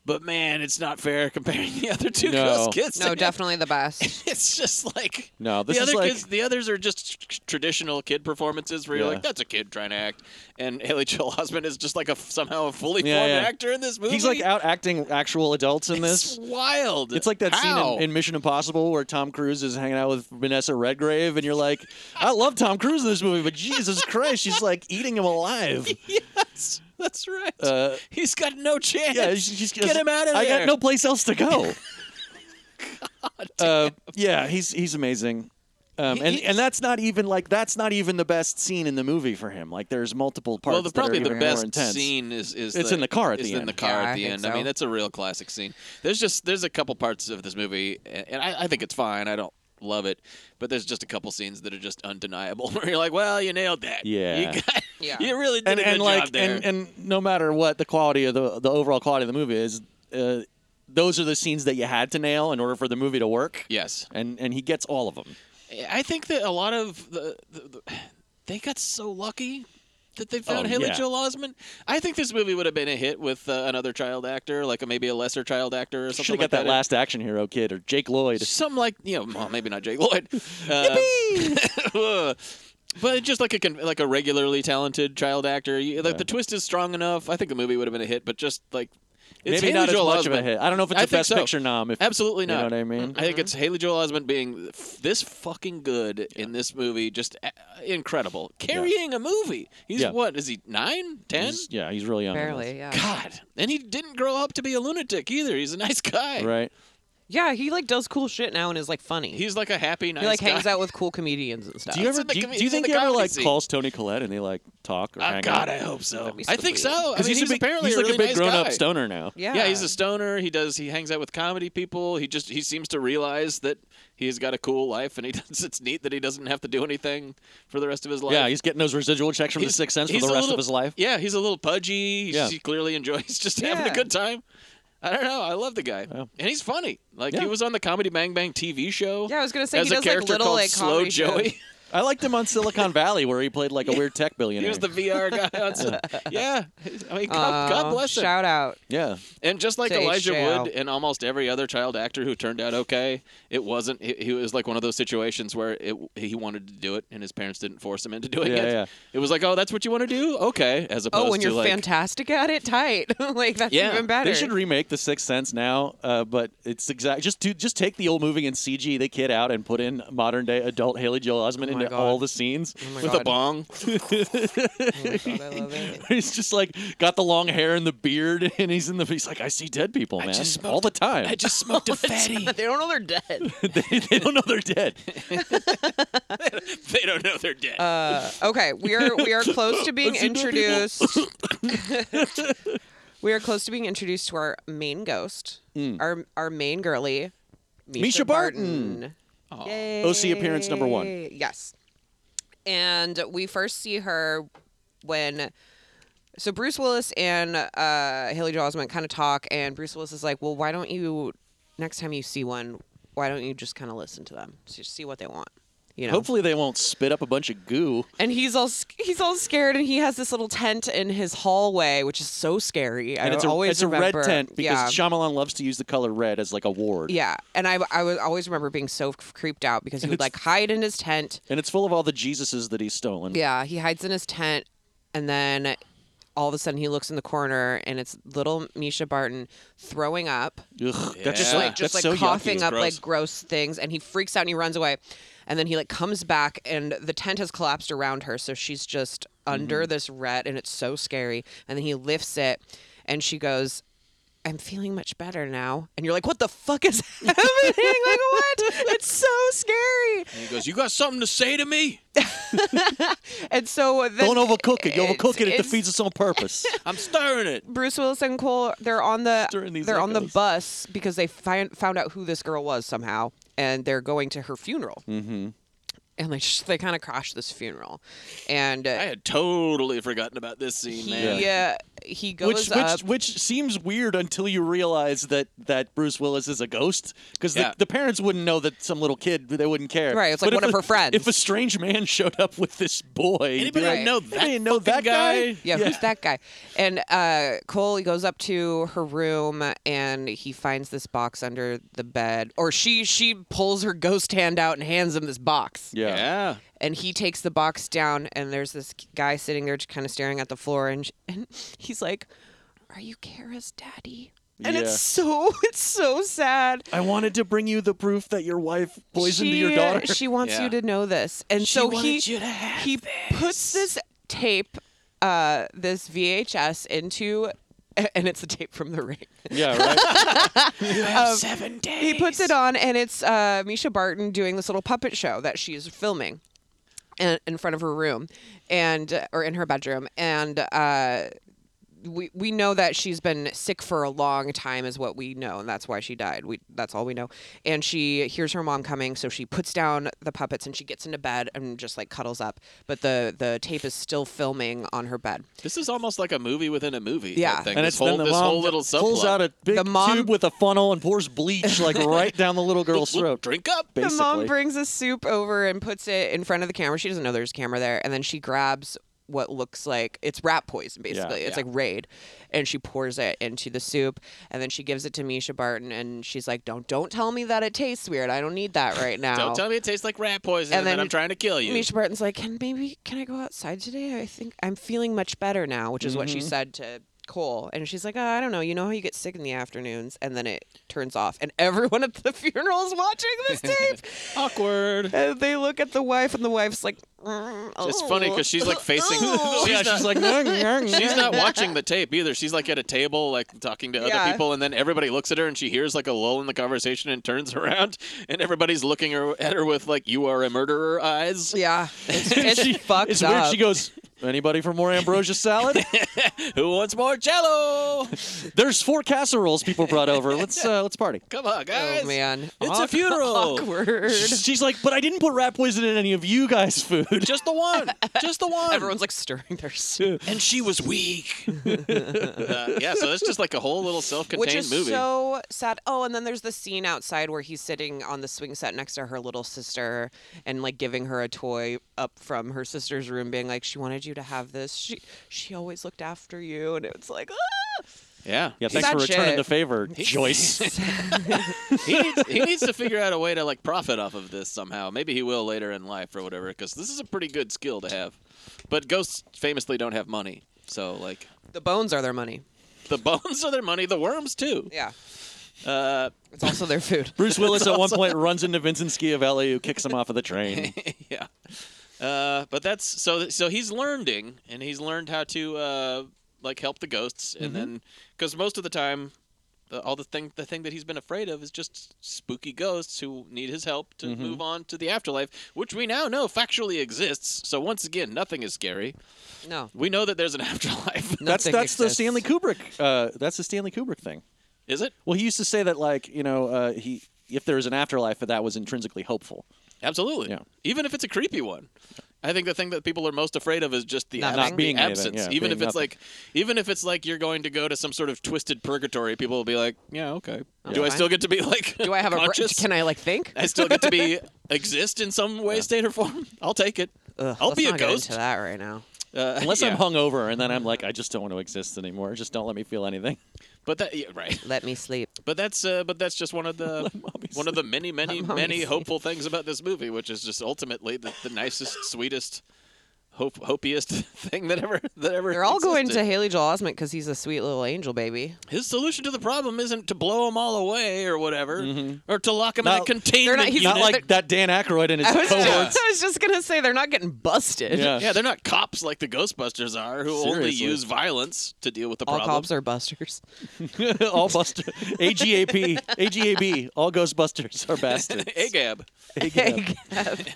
[SPEAKER 2] But man, it's not fair comparing (laughs) the other two
[SPEAKER 3] No.
[SPEAKER 2] Girl Scouts. to
[SPEAKER 1] No,
[SPEAKER 2] (laughs) him.
[SPEAKER 1] definitely the best.
[SPEAKER 2] It's just like
[SPEAKER 3] No, this
[SPEAKER 2] the
[SPEAKER 3] is
[SPEAKER 2] other
[SPEAKER 3] like-
[SPEAKER 2] kids, the others are just tr- traditional kid performances where you're
[SPEAKER 3] Yeah.
[SPEAKER 2] like, that's a kid trying to act, and Haley Joel Osment is just like a somehow a fully
[SPEAKER 3] Yeah,
[SPEAKER 2] formed
[SPEAKER 3] yeah.
[SPEAKER 2] actor in this movie.
[SPEAKER 3] He's like out acting actual adults in
[SPEAKER 2] It's
[SPEAKER 3] this.
[SPEAKER 2] wild.
[SPEAKER 3] It's like that
[SPEAKER 2] How?
[SPEAKER 3] scene in, in Mission Impossible where Tom Cruise is hanging out with Vanessa Redgrave, and you're like, I love Tom Cruise in this movie, but Jesus Christ, she's like eating him
[SPEAKER 2] (laughs)
[SPEAKER 3] alive.
[SPEAKER 2] yes, that's right.
[SPEAKER 3] Uh,
[SPEAKER 2] He's got no chance.
[SPEAKER 3] yeah, she's, she's,
[SPEAKER 2] Get him out of
[SPEAKER 3] I
[SPEAKER 2] there.
[SPEAKER 3] got no place else to
[SPEAKER 2] (laughs)
[SPEAKER 3] go. Uh, yeah, he's he's amazing. Um,
[SPEAKER 2] He-
[SPEAKER 3] and,
[SPEAKER 2] he's-
[SPEAKER 3] and that's not even like that's not even the best scene in the movie for him. Like there's multiple parts.
[SPEAKER 2] well, the, probably
[SPEAKER 3] that are
[SPEAKER 2] the
[SPEAKER 3] even more
[SPEAKER 2] best
[SPEAKER 3] intense.
[SPEAKER 2] scene is, is
[SPEAKER 3] It's in the car at
[SPEAKER 2] is
[SPEAKER 3] the
[SPEAKER 2] in
[SPEAKER 3] end.
[SPEAKER 2] the
[SPEAKER 1] Yeah,
[SPEAKER 2] car at
[SPEAKER 1] I
[SPEAKER 2] the
[SPEAKER 1] think
[SPEAKER 2] end. I
[SPEAKER 1] so.
[SPEAKER 2] mean, that's a real classic scene. There's just there's a couple parts of this movie, and and I, I think it's fine. I don't love it, but there's just a couple scenes that are just undeniable. (laughs) Where you're like, well, you nailed that.
[SPEAKER 3] Yeah.
[SPEAKER 2] you, got,
[SPEAKER 1] Yeah.
[SPEAKER 2] (laughs) you really did
[SPEAKER 3] and
[SPEAKER 2] a good
[SPEAKER 3] and
[SPEAKER 2] job
[SPEAKER 3] like
[SPEAKER 2] there.
[SPEAKER 3] and and no matter what the quality of the the overall quality of the movie is, uh, those are the scenes that you had to nail in order for the movie to work.
[SPEAKER 2] yes,
[SPEAKER 3] And and he gets all of them.
[SPEAKER 2] I think that a lot of the, the, the they got so lucky that they found
[SPEAKER 3] Oh,
[SPEAKER 2] Haley
[SPEAKER 3] yeah.
[SPEAKER 2] Joel Osment. I think this movie would have been a hit with uh, another child actor, like a, maybe a lesser child actor or
[SPEAKER 3] Should have
[SPEAKER 2] something like
[SPEAKER 3] got
[SPEAKER 2] that. eh?
[SPEAKER 3] that last action hero kid or Jake Lloyd.
[SPEAKER 2] Something like you know, well, maybe not
[SPEAKER 3] (laughs)
[SPEAKER 2] Jake Lloyd, uh, (laughs) but just like a con- like a regularly talented child actor. You, like the twist is strong enough. I think the movie would have been a hit, but just like it's
[SPEAKER 3] Maybe
[SPEAKER 2] Haley
[SPEAKER 3] not as
[SPEAKER 2] Joel
[SPEAKER 3] much of a
[SPEAKER 2] Osment.
[SPEAKER 3] hit. I don't know if it's
[SPEAKER 2] I
[SPEAKER 3] a
[SPEAKER 2] think
[SPEAKER 3] best
[SPEAKER 2] so.
[SPEAKER 3] picture nom. If,
[SPEAKER 2] Absolutely
[SPEAKER 3] you know what
[SPEAKER 2] not.
[SPEAKER 3] I mean? Mm-hmm.
[SPEAKER 2] I think it's Haley Joel Osment being f- this fucking good in this movie, just uh, incredible. Carrying a movie. He's
[SPEAKER 3] Yeah.
[SPEAKER 2] what is he nine, ten?
[SPEAKER 3] He's- yeah, he's really young. in
[SPEAKER 1] Barely,
[SPEAKER 3] this.
[SPEAKER 1] yeah.
[SPEAKER 2] God, and he didn't grow up to be a lunatic either. He's a nice guy.
[SPEAKER 3] Right.
[SPEAKER 1] Yeah, he like does cool shit now and is like funny.
[SPEAKER 2] He's like a happy, nice
[SPEAKER 1] he like
[SPEAKER 2] guy.
[SPEAKER 1] hangs out with cool comedians and stuff.
[SPEAKER 3] Do you
[SPEAKER 2] It's
[SPEAKER 3] ever
[SPEAKER 2] in the
[SPEAKER 3] do, you-
[SPEAKER 2] com-
[SPEAKER 3] do you
[SPEAKER 2] it's in
[SPEAKER 3] think
[SPEAKER 2] the
[SPEAKER 3] he ever
[SPEAKER 2] comedy
[SPEAKER 3] like
[SPEAKER 2] scene.
[SPEAKER 3] calls Tony Collette and they like talk or
[SPEAKER 2] Oh,
[SPEAKER 3] hang out?
[SPEAKER 2] God, I hope so.
[SPEAKER 1] be so
[SPEAKER 2] I
[SPEAKER 1] weird.
[SPEAKER 2] think so. I mean,
[SPEAKER 3] he's,
[SPEAKER 2] he's
[SPEAKER 3] a big,
[SPEAKER 2] apparently
[SPEAKER 3] he's
[SPEAKER 2] a
[SPEAKER 3] like
[SPEAKER 2] really
[SPEAKER 3] a big
[SPEAKER 2] nice
[SPEAKER 3] grown-up
[SPEAKER 2] guy.
[SPEAKER 3] stoner now.
[SPEAKER 1] yeah.
[SPEAKER 2] Yeah, he's a stoner. He does. He hangs out with comedy people. He just he seems to realize that he's got a cool life, and he (laughs) does. It's neat that he doesn't have to do anything for the rest of his life.
[SPEAKER 3] Yeah, he's getting those residual checks from the Sixth Sense for
[SPEAKER 2] he's
[SPEAKER 3] the
[SPEAKER 2] a
[SPEAKER 3] rest
[SPEAKER 2] little-
[SPEAKER 3] of his
[SPEAKER 2] (laughs)
[SPEAKER 3] life.
[SPEAKER 2] Yeah, he's a little pudgy. He's-
[SPEAKER 3] Yeah.
[SPEAKER 2] He clearly enjoys (laughs) just having a
[SPEAKER 1] Yeah.
[SPEAKER 2] good time. I don't know. I love the guy, and he's funny. Like
[SPEAKER 3] Yeah.
[SPEAKER 2] he was on the Comedy Bang Bang TV show.
[SPEAKER 1] Yeah, I was gonna say
[SPEAKER 2] as
[SPEAKER 1] he
[SPEAKER 2] a
[SPEAKER 1] does, like,
[SPEAKER 2] character
[SPEAKER 1] little,
[SPEAKER 2] called
[SPEAKER 1] like,
[SPEAKER 2] Slow
[SPEAKER 1] comedy
[SPEAKER 2] Joey. (laughs)
[SPEAKER 1] shows.
[SPEAKER 3] I liked him on Silicon Valley where he played like a weird tech
[SPEAKER 2] he
[SPEAKER 3] billionaire.
[SPEAKER 2] was the VR
[SPEAKER 3] (laughs)
[SPEAKER 2] guy. On some, yeah, I mean, God, God
[SPEAKER 1] Oh,
[SPEAKER 2] bless him.
[SPEAKER 1] Shout out.
[SPEAKER 3] yeah.
[SPEAKER 2] And just like
[SPEAKER 1] to
[SPEAKER 2] Elijah
[SPEAKER 1] HJL.
[SPEAKER 2] Wood and almost every other child actor who turned out okay, it wasn't. He, he was like one of those situations where it, he wanted to do it, and his parents didn't force him into doing
[SPEAKER 3] Yeah,
[SPEAKER 2] it.
[SPEAKER 3] yeah.
[SPEAKER 2] It was like, oh, that's what you want to do, okay. As opposed
[SPEAKER 1] Oh, and
[SPEAKER 2] to
[SPEAKER 1] you're
[SPEAKER 2] like,
[SPEAKER 1] fantastic at it, tight. (laughs) like that's
[SPEAKER 2] Yeah,
[SPEAKER 1] even better. Oh
[SPEAKER 3] They should remake The Sixth Sense now, uh, but it's exact. Just do, just take the old movie and CG the kid out and put in modern day adult Haley Joel Osment
[SPEAKER 1] Oh
[SPEAKER 3] into
[SPEAKER 1] God. Oh
[SPEAKER 3] all the scenes.
[SPEAKER 1] my
[SPEAKER 2] with
[SPEAKER 1] God.
[SPEAKER 2] a bong.
[SPEAKER 1] God, I love
[SPEAKER 2] (laughs)
[SPEAKER 1] it.
[SPEAKER 3] (laughs) he's just like got the long hair and the beard, (laughs) and he's in the. He's like, I see dead people, man,
[SPEAKER 6] just
[SPEAKER 3] all the time. (laughs)
[SPEAKER 6] I just smoked a fatty.
[SPEAKER 1] they don't know they're dead.
[SPEAKER 3] they, they don't know
[SPEAKER 1] (laughs)
[SPEAKER 3] they're dead.
[SPEAKER 2] (laughs) they don't know they're dead.
[SPEAKER 1] Uh, okay, we are we are close to being introduced.
[SPEAKER 3] (laughs)
[SPEAKER 1] we are close to being introduced to our main ghost, our our main girly, Misha,
[SPEAKER 3] Hmm. Misha Barton.
[SPEAKER 1] Barton.
[SPEAKER 3] OC appearance number one.
[SPEAKER 1] Yay. Yes. And we first see her when. So Bruce Willis and uh, Haley Joel Osment kind of talk, and Bruce Willis is like, "Well, why don't you next time you see one, why don't you just kind of listen to them, so just see what they want, you know?"
[SPEAKER 3] Hopefully, they won't spit up a bunch of goo.
[SPEAKER 1] And he's all sc- he's all scared, and he has this little tent in his hallway, which is so scary. I
[SPEAKER 3] And it's a,
[SPEAKER 1] always
[SPEAKER 3] it's a red
[SPEAKER 1] remember-
[SPEAKER 3] tent because
[SPEAKER 1] yeah.
[SPEAKER 3] Shyamalan loves to use the color red as like a ward.
[SPEAKER 1] yeah, and I I would always remember being so creeped out because he would like hide in his tent,
[SPEAKER 3] And it's full of all the Jesuses that he's stolen.
[SPEAKER 1] Yeah, he hides in his tent, and then all of a sudden he looks in the corner, and it's little Misha Barton throwing up,
[SPEAKER 3] Ugh,
[SPEAKER 2] Yeah.
[SPEAKER 3] That's
[SPEAKER 1] just
[SPEAKER 3] so-
[SPEAKER 1] like just
[SPEAKER 3] that's
[SPEAKER 1] like
[SPEAKER 3] so yucky.
[SPEAKER 1] coughing up
[SPEAKER 2] gross.
[SPEAKER 1] like gross things, and he freaks out and he runs away, and then he like comes back, and the tent has collapsed around her, so she's just under
[SPEAKER 3] Mm-hmm.
[SPEAKER 1] this red, and it's so scary, and then he lifts it, and she goes. I'm feeling much better now. And you're like, what the fuck is (laughs) happening? like, what? It's so scary.
[SPEAKER 2] and he goes, "You got something to say to me?
[SPEAKER 1] And so then.
[SPEAKER 3] Don't overcook it. You
[SPEAKER 1] it's-
[SPEAKER 3] overcook it, it
[SPEAKER 1] it's-
[SPEAKER 3] defeats its own
[SPEAKER 1] (laughs)
[SPEAKER 3] purpose.
[SPEAKER 2] I'm stirring it."
[SPEAKER 1] Bruce Willis and Cole they're on the
[SPEAKER 3] During these
[SPEAKER 1] they're on the
[SPEAKER 3] echoes.
[SPEAKER 1] bus because they find found out who this girl was somehow and they're going to her funeral. Mm-hmm. And they sh- they kind of crash this funeral, and
[SPEAKER 2] I
[SPEAKER 1] uh,
[SPEAKER 2] had totally forgotten about this scene, man.
[SPEAKER 1] he uh, he goes
[SPEAKER 3] Which,
[SPEAKER 1] up.
[SPEAKER 3] which which seems weird until you realize that, that Bruce Willis is a ghost because
[SPEAKER 2] Yeah.
[SPEAKER 3] the, the parents wouldn't know that some little kid they wouldn't care
[SPEAKER 1] Right, it's like
[SPEAKER 3] But
[SPEAKER 1] one
[SPEAKER 3] if
[SPEAKER 1] of
[SPEAKER 3] a-
[SPEAKER 1] her friends.
[SPEAKER 3] if a strange man showed up with this boy you'd be
[SPEAKER 2] Anybody
[SPEAKER 3] like,
[SPEAKER 1] Right.
[SPEAKER 2] know that
[SPEAKER 3] "Hey, know that
[SPEAKER 2] fucking
[SPEAKER 3] guy?"
[SPEAKER 1] yeah, who's that guy? And uh, Cole he goes up to her room and he finds this box under the bed, or she she pulls her ghost hand out and hands him this box.
[SPEAKER 3] yeah
[SPEAKER 2] Yeah.
[SPEAKER 1] And he takes the box down, and there's this guy sitting there, just kind of staring at the floor, and, (laughs) sh- and he's like, "Are you Kara's daddy?" And
[SPEAKER 3] Yeah.
[SPEAKER 1] it's so (laughs) it's so sad.
[SPEAKER 3] I wanted to bring you the proof that your wife poisoned
[SPEAKER 1] she, uh,
[SPEAKER 3] your daughter.
[SPEAKER 1] She wants
[SPEAKER 2] Yeah.
[SPEAKER 1] you to know this, and
[SPEAKER 2] She
[SPEAKER 1] so he
[SPEAKER 2] wanted you to have
[SPEAKER 1] he puts this tape, uh, this VHS into, (laughs) a- and it's a tape from The Ring.
[SPEAKER 3] (laughs) yeah, right.
[SPEAKER 1] Um,
[SPEAKER 2] Seven days.
[SPEAKER 1] He puts it on, and it's uh, Misha Barton doing this little puppet show that she's filming. In, in front of her room, and uh, or in her bedroom, and uh, we we know that she's been sick for a long time is what we know and that's why she died we that's all we know and she hears her mom coming so she puts down the puppets and she gets into bed and just like cuddles up but the the tape is still filming on her bed
[SPEAKER 2] This is almost like a movie within a movie.
[SPEAKER 1] Yeah.
[SPEAKER 2] that thing.
[SPEAKER 3] and
[SPEAKER 2] this
[SPEAKER 3] it's
[SPEAKER 2] whole,
[SPEAKER 3] then the
[SPEAKER 2] this
[SPEAKER 3] mom
[SPEAKER 2] whole little subplot.
[SPEAKER 3] pulls out a big
[SPEAKER 1] The mom-
[SPEAKER 3] tube with a funnel and pours bleach like right down the (laughs) little girl's throat.
[SPEAKER 2] Drink up.
[SPEAKER 3] Basically,
[SPEAKER 1] the mom brings a soup over and puts it in front of the camera she doesn't know there's a camera there and then she grabs what looks like it's rat poison basically it's like raid and she pours it into the soup and then she gives it to misha barton and she's like don't don't tell me that it tastes weird i don't need
[SPEAKER 2] (laughs)
[SPEAKER 1] that right now
[SPEAKER 2] Don't tell me it tastes like rat poison,
[SPEAKER 1] And
[SPEAKER 2] and, then,
[SPEAKER 1] then
[SPEAKER 2] I'm trying to kill you.
[SPEAKER 1] Misha Barton's like, can maybe can I go outside today? I think I'm feeling much better now, which is what
[SPEAKER 2] Mm-hmm.
[SPEAKER 1] she said to Cole. And she's like, oh, I don't know. You know how you get sick in the afternoons, and then it turns off, and everyone at the (laughs) funeral is watching
[SPEAKER 2] (laughs)
[SPEAKER 1] this tape.
[SPEAKER 2] Awkward.
[SPEAKER 1] and they look at the wife, and the wife's like, "Mm,
[SPEAKER 2] It's funny because she's like facing.
[SPEAKER 3] (laughs)
[SPEAKER 1] Oh.
[SPEAKER 2] (laughs)
[SPEAKER 3] Yeah, she's like,
[SPEAKER 2] She's not watching the tape either. She's like at a table, like talking to
[SPEAKER 1] Yeah.
[SPEAKER 2] other people, and then everybody looks at her, and she hears like a lull in the conversation, and turns (laughs) around, and everybody's looking her, at her with like "you are a murderer" eyes. (laughs)
[SPEAKER 1] yeah, it's, it's
[SPEAKER 3] She-
[SPEAKER 1] fucked
[SPEAKER 3] it's
[SPEAKER 1] up.
[SPEAKER 3] weird. She goes, "Anybody for more ambrosia
[SPEAKER 2] (laughs)
[SPEAKER 3] salad?
[SPEAKER 2] Who wants more Jello? (laughs)
[SPEAKER 3] There's four casseroles people brought over. Let's uh, let's party."
[SPEAKER 2] Come on, guys.
[SPEAKER 1] Oh man,
[SPEAKER 2] It's a
[SPEAKER 1] Awk-
[SPEAKER 2] funeral.
[SPEAKER 1] Awkward. (laughs)
[SPEAKER 3] She's like, "But I didn't put rat poison in any of you guys' food."
[SPEAKER 2] Just the one. Just the one.
[SPEAKER 1] Everyone's like stirring
[SPEAKER 2] (laughs)
[SPEAKER 1] their soup,
[SPEAKER 2] and she was weak. (laughs) Uh, yeah, so it's just like a whole little self-contained
[SPEAKER 1] which is
[SPEAKER 2] movie.
[SPEAKER 1] so sad. Oh, and then there's the scene outside where he's sitting on the swing set next to her little sister and like giving her a toy up from her sister's room, being like, "She wanted you to have this. She she always looked after you," and it's like, ah!
[SPEAKER 2] yeah.
[SPEAKER 3] yeah, thanks
[SPEAKER 1] Sad
[SPEAKER 3] for returning
[SPEAKER 1] shit.
[SPEAKER 3] the favor,
[SPEAKER 1] (laughs)
[SPEAKER 3] Joyce.
[SPEAKER 2] he needs, he needs to figure out a way to like profit off of this somehow. Maybe he will later in life or whatever, because this is a pretty good skill to have. But ghosts famously don't have money, so like
[SPEAKER 1] the bones are their money.
[SPEAKER 2] the (laughs) bones are their money, the worms too.
[SPEAKER 1] Yeah,
[SPEAKER 2] Uh,
[SPEAKER 1] it's also their food.
[SPEAKER 3] Bruce Willis at one point runs into Vincent Schiavelli, who kicks him off of
[SPEAKER 1] (laughs)
[SPEAKER 3] the train.
[SPEAKER 2] yeah. Uh, but that's so. So he's learning, and he's learned how to uh, like help the ghosts, and then because most of the time, the, all the thing the thing that he's been afraid of is just spooky ghosts who need his help to move on to the afterlife, which we now know factually exists. So once again, nothing is scary.
[SPEAKER 1] No,
[SPEAKER 2] We know that there's an (laughs) afterlife.
[SPEAKER 3] That's
[SPEAKER 1] Nothing
[SPEAKER 3] that's the
[SPEAKER 1] exists.
[SPEAKER 3] Stanley Kubrick. Uh, that's the Stanley Kubrick thing.
[SPEAKER 2] is it?
[SPEAKER 3] Well, he used to say that, like, you know, uh, he if there was an afterlife, that that was intrinsically hopeful.
[SPEAKER 2] Absolutely.
[SPEAKER 3] Yeah.
[SPEAKER 2] Even if it's a creepy one. I think the thing that people are most afraid of is just the,
[SPEAKER 1] Nothing.
[SPEAKER 2] abs-
[SPEAKER 1] Not
[SPEAKER 2] the
[SPEAKER 3] being anything,
[SPEAKER 2] absence.
[SPEAKER 3] yeah,
[SPEAKER 2] even
[SPEAKER 3] being
[SPEAKER 2] if it's
[SPEAKER 3] nothing.
[SPEAKER 2] like, even if it's like you're going to go to some sort of twisted purgatory, people will be like, "Yeah, okay. Do I
[SPEAKER 1] fine.
[SPEAKER 2] still get to be like?
[SPEAKER 1] do I have a? br-
[SPEAKER 2] conscious?
[SPEAKER 1] Can I like think?
[SPEAKER 2] I still get to
[SPEAKER 1] (laughs)
[SPEAKER 2] be exist in some way, state, or form? I'll take it.
[SPEAKER 1] Ugh,
[SPEAKER 2] I'll
[SPEAKER 1] let's
[SPEAKER 2] be a
[SPEAKER 1] not get
[SPEAKER 2] ghost.
[SPEAKER 1] into that right now.
[SPEAKER 2] Uh,
[SPEAKER 3] Unless I'm
[SPEAKER 2] yeah.
[SPEAKER 3] hungover, and then I'm like, I just don't want to exist anymore. Just don't let me feel anything.
[SPEAKER 2] But that yeah, right.
[SPEAKER 1] Let me sleep.
[SPEAKER 2] But that's uh, but that's just one
[SPEAKER 3] (laughs)
[SPEAKER 2] of the one of the many many
[SPEAKER 1] mommy
[SPEAKER 2] many
[SPEAKER 1] sleep.
[SPEAKER 2] hopeful things about this movie, which is just ultimately the, the nicest, sweetest, hope hopiest (laughs) thing that ever that ever.
[SPEAKER 1] They're all going to
[SPEAKER 2] existed.
[SPEAKER 1] Haley Joel Osment because he's a sweet little angel
[SPEAKER 2] (laughs)
[SPEAKER 1] baby.
[SPEAKER 2] His solution to the problem isn't to blow them all away or whatever, or to lock them in
[SPEAKER 3] No.
[SPEAKER 2] a containment
[SPEAKER 1] not- he's
[SPEAKER 3] (laughs)
[SPEAKER 2] unit.
[SPEAKER 3] Mm-hmm. Not like that Dan Aykroyd and his
[SPEAKER 1] I was,
[SPEAKER 3] cohorts.
[SPEAKER 1] just, I was just gonna say they're not getting busted.
[SPEAKER 3] Yeah.
[SPEAKER 2] yeah, they're not cops like the Ghostbusters are, who only
[SPEAKER 3] Seriously.
[SPEAKER 2] use violence to deal with the
[SPEAKER 1] All
[SPEAKER 2] problem.
[SPEAKER 1] cops are (laughs) busters.
[SPEAKER 3] all buster (laughs) AGAP, AGAB, all Ghostbusters are
[SPEAKER 2] (laughs)
[SPEAKER 3] bastards.
[SPEAKER 2] AGAB.
[SPEAKER 3] AGAB.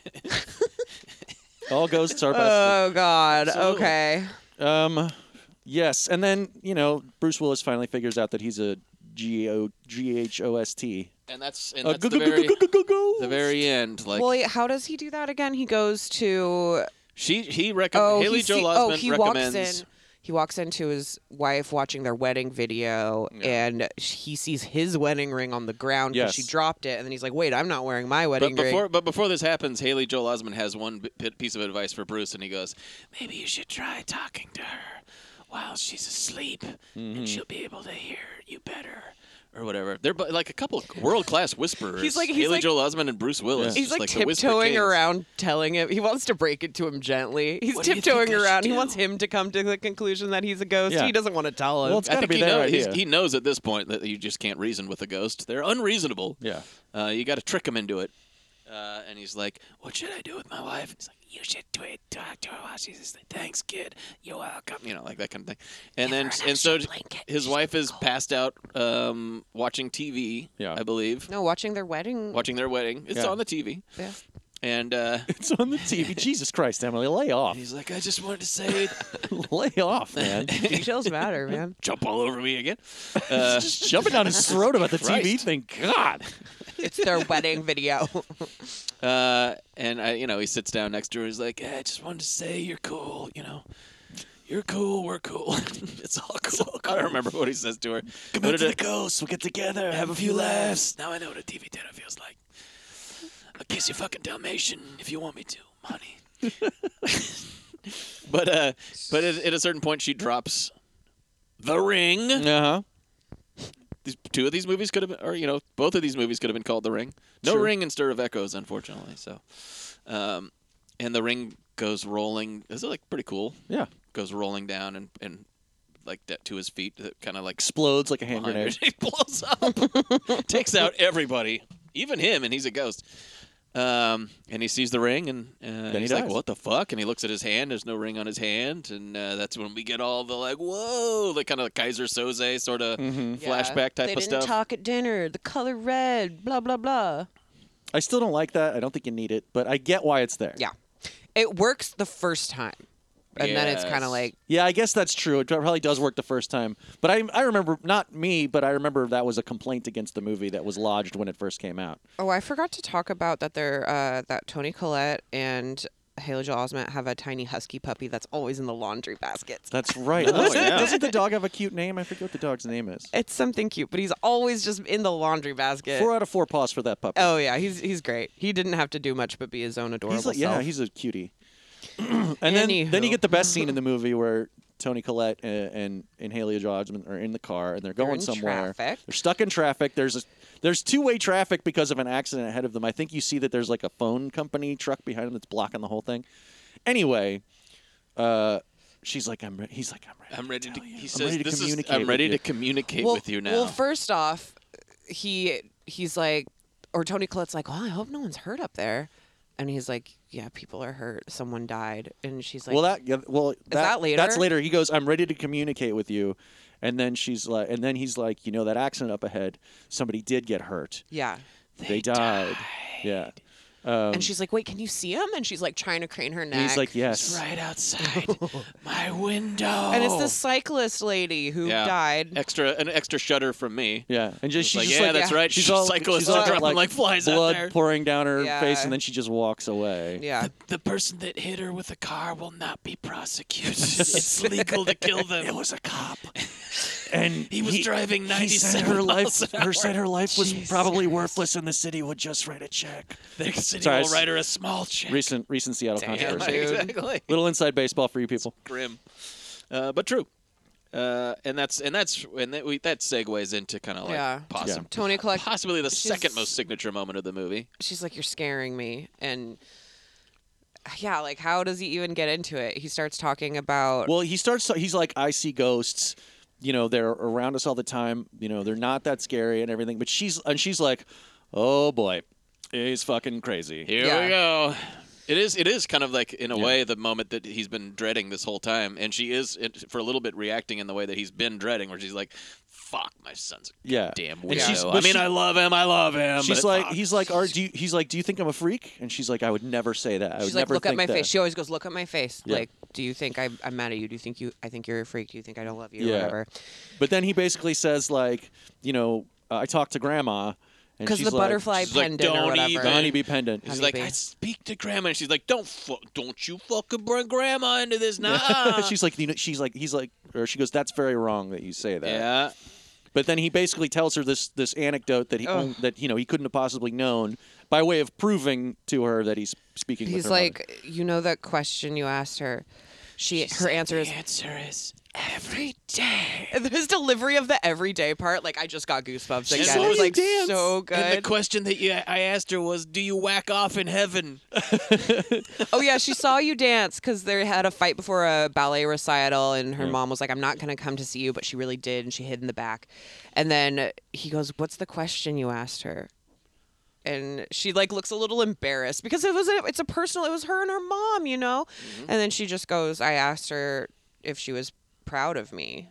[SPEAKER 3] all ghosts are bastards.
[SPEAKER 1] Oh God.
[SPEAKER 2] Absolutely.
[SPEAKER 1] Okay.
[SPEAKER 2] Uh,
[SPEAKER 3] Um, yes, and then you know Bruce Willis finally figures out that he's a G O G H O S T.
[SPEAKER 2] And that's, and
[SPEAKER 3] Uh,
[SPEAKER 2] that's
[SPEAKER 3] go-
[SPEAKER 2] the,
[SPEAKER 3] go- go-
[SPEAKER 2] very,
[SPEAKER 3] go- go- go- go.
[SPEAKER 2] the very end. Like
[SPEAKER 1] Well, wait, how does he do that again? He goes to
[SPEAKER 2] she, he recommends
[SPEAKER 1] oh
[SPEAKER 2] Haley
[SPEAKER 1] he
[SPEAKER 2] Joel
[SPEAKER 1] see-
[SPEAKER 2] Osment
[SPEAKER 1] oh he walks
[SPEAKER 2] recommends.
[SPEAKER 1] in. He walks into his wife watching their wedding video, and he sees his wedding ring on the ground because she
[SPEAKER 3] Yes.
[SPEAKER 1] dropped it. And then he's like, "Wait, I'm not wearing my
[SPEAKER 2] But
[SPEAKER 1] wedding
[SPEAKER 2] before,
[SPEAKER 1] ring."
[SPEAKER 2] but before this happens, Haley Joel Osment has one bi- pi- piece of advice for Bruce, and he goes, "Maybe you should try talking to her while she's asleep,
[SPEAKER 3] Mm-hmm.
[SPEAKER 2] and she'll be able to hear you better, or whatever." They're bu- like a couple of world-class whisperers.
[SPEAKER 1] He's like- he's
[SPEAKER 2] Haley
[SPEAKER 1] like-
[SPEAKER 2] Joel Osment and Bruce Willis.
[SPEAKER 1] He's
[SPEAKER 2] just
[SPEAKER 1] like,
[SPEAKER 2] the whisper
[SPEAKER 1] tiptoeing
[SPEAKER 2] kings.
[SPEAKER 1] around, telling him he wants to break it to him gently. He's
[SPEAKER 2] What do you think
[SPEAKER 1] tiptoeing
[SPEAKER 2] I should
[SPEAKER 1] around. He
[SPEAKER 2] do?
[SPEAKER 1] wants him to come to the conclusion that he's a ghost.
[SPEAKER 3] Yeah.
[SPEAKER 1] He doesn't want to tell him.
[SPEAKER 3] Well, it's
[SPEAKER 2] I
[SPEAKER 3] gotta
[SPEAKER 2] think
[SPEAKER 3] be
[SPEAKER 2] he,
[SPEAKER 3] that
[SPEAKER 2] know-
[SPEAKER 3] idea.
[SPEAKER 2] he's- he knows at this point that you just can't reason with a ghost. They're unreasonable.
[SPEAKER 3] Yeah.
[SPEAKER 2] Uh, you got to trick him into it. Uh, and he's like, "What should I do with my wife?" And he's like, "You should do it, doctor. While she's asleep. Thanks, kid. You're welcome." You know, like that kind of thing. And then, and so his wife is passed out, um, watching TV.
[SPEAKER 3] Yeah.
[SPEAKER 2] I believe
[SPEAKER 1] no, watching their wedding.
[SPEAKER 2] watching their wedding. It's
[SPEAKER 3] Yeah.
[SPEAKER 2] on the TV.
[SPEAKER 1] Yeah.
[SPEAKER 2] And uh,
[SPEAKER 3] It's on the
[SPEAKER 2] (laughs)
[SPEAKER 3] TV. Jesus Christ, Emily, lay off.
[SPEAKER 2] he's like, "I just wanted
[SPEAKER 3] (laughs)
[SPEAKER 2] to say,
[SPEAKER 3] lay off,
[SPEAKER 2] (laughs)
[SPEAKER 3] man.
[SPEAKER 1] Details (laughs) matter, man.
[SPEAKER 2] jump all over me again." Uh,
[SPEAKER 3] He's just jumping down his throat about the TV
[SPEAKER 2] Christ.
[SPEAKER 3] thing. God.
[SPEAKER 1] It's their wedding (laughs) video.
[SPEAKER 2] Uh, and I, you know, he sits down next to her. He's like, "Hey, I just wanted to say you're cool. You know, you're cool. We're cool. (laughs) it's all cool. I don't remember what he says to her. Come
[SPEAKER 6] to the
[SPEAKER 2] ghost. We'll get together. Have a few laughs. Now I know what a TV dinner feels like. I'll kiss your fucking Dalmatian if you want me to, (laughs) honey. but uh, but at, at a certain point, she drops the ring
[SPEAKER 3] Uh huh.
[SPEAKER 2] these, two of these movies could have been, or you know, both of these movies could have been called The Ring. No
[SPEAKER 3] Sure.
[SPEAKER 2] Ring and Stir of Echoes, unfortunately. So, um, and The Ring goes rolling. Is it like pretty cool?
[SPEAKER 3] Yeah.
[SPEAKER 2] Goes rolling down and and like de- to his feet. That kind of like
[SPEAKER 3] Explodes like a hand (laughs) grenade.
[SPEAKER 2] (laughs) he blows up, (laughs) takes out everybody, even him, and he's a ghost. Um, and he sees the ring, and uh,
[SPEAKER 3] he
[SPEAKER 2] he's like,
[SPEAKER 3] dies.
[SPEAKER 2] "What the fuck?" And he looks at his hand. There's no ring on his hand, and uh, that's when we get all the like, "Whoa!" The kind of Kaiser Soze sort of
[SPEAKER 3] Mm-hmm.
[SPEAKER 2] flashback type
[SPEAKER 1] they
[SPEAKER 2] of
[SPEAKER 1] didn't
[SPEAKER 2] stuff.
[SPEAKER 1] talk at dinner. The color red. Blah blah blah.
[SPEAKER 3] I still don't like that. I don't think you need it, but I get why it's there.
[SPEAKER 1] Yeah, it works the first time, and then it's kind
[SPEAKER 2] Yes.
[SPEAKER 1] of like
[SPEAKER 3] Yeah, I guess that's true. It probably does work the first time. But I, I remember, not me, but I remember that was a complaint against the movie that was lodged when it first came out.
[SPEAKER 1] Oh, I forgot to talk about that. There, uh, that Tony Collette and Haley Joel Osment have a tiny husky puppy that's always in the laundry baskets.
[SPEAKER 3] That's right. Oh, doesn't, doesn't the dog have a cute name? I forget what the dog's name is.
[SPEAKER 1] It's something cute, but he's always just in the laundry basket.
[SPEAKER 3] Four out of four paws for that puppy.
[SPEAKER 1] oh yeah, he's he's great. He didn't have to do much but be his own adorable
[SPEAKER 3] he's like,
[SPEAKER 1] self.
[SPEAKER 3] yeah, he's a cutie. (clears throat) and then, then you
[SPEAKER 1] Anywho.
[SPEAKER 3] get the best scene in the movie where Tony Collette and and, and Haley Joel Osment are in the car and they're going
[SPEAKER 1] in
[SPEAKER 3] somewhere.
[SPEAKER 1] traffic.
[SPEAKER 3] They're stuck in traffic. There's a there's two way traffic because of an accident ahead of them. I think you see that there's like a phone company truck behind them that's blocking the whole thing. Anyway, uh, she's like, I'm. Re-. He's like, I'm ready.
[SPEAKER 2] I'm ready to. He
[SPEAKER 3] I'm
[SPEAKER 2] says,
[SPEAKER 3] ready to
[SPEAKER 2] "This is.
[SPEAKER 3] communicate
[SPEAKER 2] I'm
[SPEAKER 3] with
[SPEAKER 2] ready
[SPEAKER 3] you."
[SPEAKER 2] to communicate
[SPEAKER 1] well,
[SPEAKER 2] with you now."
[SPEAKER 1] Well, first off, he he's like, or Tony Collette's like, well, I hope no one's hurt up there, and he's like, yeah, people are hurt. Someone died, and she's like,
[SPEAKER 3] Well, that yeah, well that,
[SPEAKER 1] that later?
[SPEAKER 3] That's later. He goes, "I'm ready to communicate with you," and then she's like, and then he's like, "You know that accident up ahead? Somebody did get hurt.
[SPEAKER 1] yeah.
[SPEAKER 3] They, died. Yeah."
[SPEAKER 1] and she's like, wait, can you see him? And she's like trying to crane her neck.
[SPEAKER 3] And he's like, "Yes."
[SPEAKER 2] right
[SPEAKER 6] (laughs)
[SPEAKER 2] outside my window.
[SPEAKER 1] And it's the cyclist lady who
[SPEAKER 2] Oh. Yeah.
[SPEAKER 1] died.
[SPEAKER 2] Extra, an extra shudder from me.
[SPEAKER 3] Yeah, and just, she's
[SPEAKER 2] like,
[SPEAKER 3] just
[SPEAKER 2] yeah,
[SPEAKER 3] like,
[SPEAKER 2] that's
[SPEAKER 1] yeah.
[SPEAKER 2] right.
[SPEAKER 3] She's
[SPEAKER 2] (laughs) She's
[SPEAKER 3] all
[SPEAKER 2] cyclists
[SPEAKER 3] she's all
[SPEAKER 2] are dropping like, flies out
[SPEAKER 3] blood
[SPEAKER 2] there.
[SPEAKER 3] pouring down her
[SPEAKER 1] Yeah.
[SPEAKER 3] face, and then she just walks away.
[SPEAKER 1] Yeah.
[SPEAKER 6] The person that hit her with a car will not be
[SPEAKER 2] (laughs)
[SPEAKER 6] prosecuted. it's legal to kill them. It was a cop.
[SPEAKER 3] And
[SPEAKER 6] He was driving
[SPEAKER 3] He
[SPEAKER 6] 97
[SPEAKER 3] said her life,
[SPEAKER 6] miles an
[SPEAKER 3] her
[SPEAKER 6] hour.
[SPEAKER 3] said her life was probably worthless, and the city would just write a check.
[SPEAKER 6] The city
[SPEAKER 3] Sorry,
[SPEAKER 6] will
[SPEAKER 3] s-
[SPEAKER 6] write her a small check.
[SPEAKER 3] Recent, recent Seattle
[SPEAKER 1] Damn,
[SPEAKER 3] controversy.
[SPEAKER 1] dude.
[SPEAKER 2] exactly.
[SPEAKER 3] Little inside baseball for you people.
[SPEAKER 2] Grim, uh, but true. Uh, and that's and that's and that, we, that segues into kind of like
[SPEAKER 1] Yeah.
[SPEAKER 2] possi-
[SPEAKER 3] Yeah.
[SPEAKER 1] Tony Collette,
[SPEAKER 2] possibly the
[SPEAKER 1] She's-
[SPEAKER 2] second most signature moment of the movie.
[SPEAKER 1] she's like, you're scaring me. And yeah, like, how does he even get into it? He starts talking about.
[SPEAKER 3] Well, he starts. He's like, I see ghosts. You know, they're around us all the time. You know, they're not that scary and everything. But she's and she's like, oh boy, he's fucking crazy.
[SPEAKER 2] Here
[SPEAKER 1] Yeah.
[SPEAKER 2] we go. It is. It is kind of like, in a way, the moment that he's been dreading this whole time, and she is, it, for a little bit, reacting in the way that he's been dreading, where she's like, "Fuck, my son's a
[SPEAKER 3] Yeah.
[SPEAKER 2] damn
[SPEAKER 3] And she's-
[SPEAKER 2] weirdo."
[SPEAKER 3] but
[SPEAKER 2] I mean,
[SPEAKER 3] she-
[SPEAKER 2] I love him. I love him.
[SPEAKER 3] She's
[SPEAKER 2] but it-
[SPEAKER 3] like, he's like, are do you, he's like, do you think I'm a freak? And she's like, I would never say that. I would
[SPEAKER 1] She's like,
[SPEAKER 3] never
[SPEAKER 1] look at
[SPEAKER 3] think
[SPEAKER 1] my
[SPEAKER 3] that."
[SPEAKER 1] face. She always goes, look at my face.
[SPEAKER 3] Yeah.
[SPEAKER 1] Like, do you think I, I'm mad at you? Do you think you? I think you're a freak. Do you think I don't love you? Or
[SPEAKER 3] Yeah.
[SPEAKER 1] whatever.
[SPEAKER 3] But then he basically says like, you know, uh, I talked to grandma, And
[SPEAKER 1] Because
[SPEAKER 3] she's
[SPEAKER 1] the
[SPEAKER 3] like-
[SPEAKER 1] butterfly
[SPEAKER 2] she's like,
[SPEAKER 1] pendant
[SPEAKER 2] "Don't
[SPEAKER 1] or whatever.
[SPEAKER 3] The
[SPEAKER 2] even-
[SPEAKER 3] honeybee pendant.
[SPEAKER 2] She's like,
[SPEAKER 1] Honeybee.
[SPEAKER 2] I speak to grandma, and she's like, don't fu- don't you fucking bring grandma
[SPEAKER 3] (laughs)
[SPEAKER 2] into this, nah.
[SPEAKER 3] she's like, you know, she's like, he's like, or she goes, that's very wrong that you say that.
[SPEAKER 2] yeah,
[SPEAKER 3] But then he basically tells her this this anecdote that he
[SPEAKER 1] Ugh.
[SPEAKER 3] own- that you know he couldn't have possibly known by way of proving to her that he's speaking. with
[SPEAKER 1] He's
[SPEAKER 3] her
[SPEAKER 1] like, you know that question you asked her. She, her answer is
[SPEAKER 2] answer is
[SPEAKER 1] every day. (laughs) And his delivery of the everyday part, like I just got goosebumps
[SPEAKER 2] And
[SPEAKER 1] again.
[SPEAKER 2] so
[SPEAKER 1] it was
[SPEAKER 2] you
[SPEAKER 1] like
[SPEAKER 2] dance.
[SPEAKER 1] so good.
[SPEAKER 2] And the question that you, I asked her was, "Do you whack off
[SPEAKER 3] (laughs)
[SPEAKER 2] in heaven?"
[SPEAKER 1] oh yeah, she saw you dance because they had a fight before a ballet recital, and her mom was like, "I'm not gonna come to see you," but she really did, and she hid in the back. And then he goes, "What's the question you asked her?" And she like looks a little embarrassed because it was a, it's a personal. It was her and her mom, you know. And then she just goes, "I asked her if she was proud of me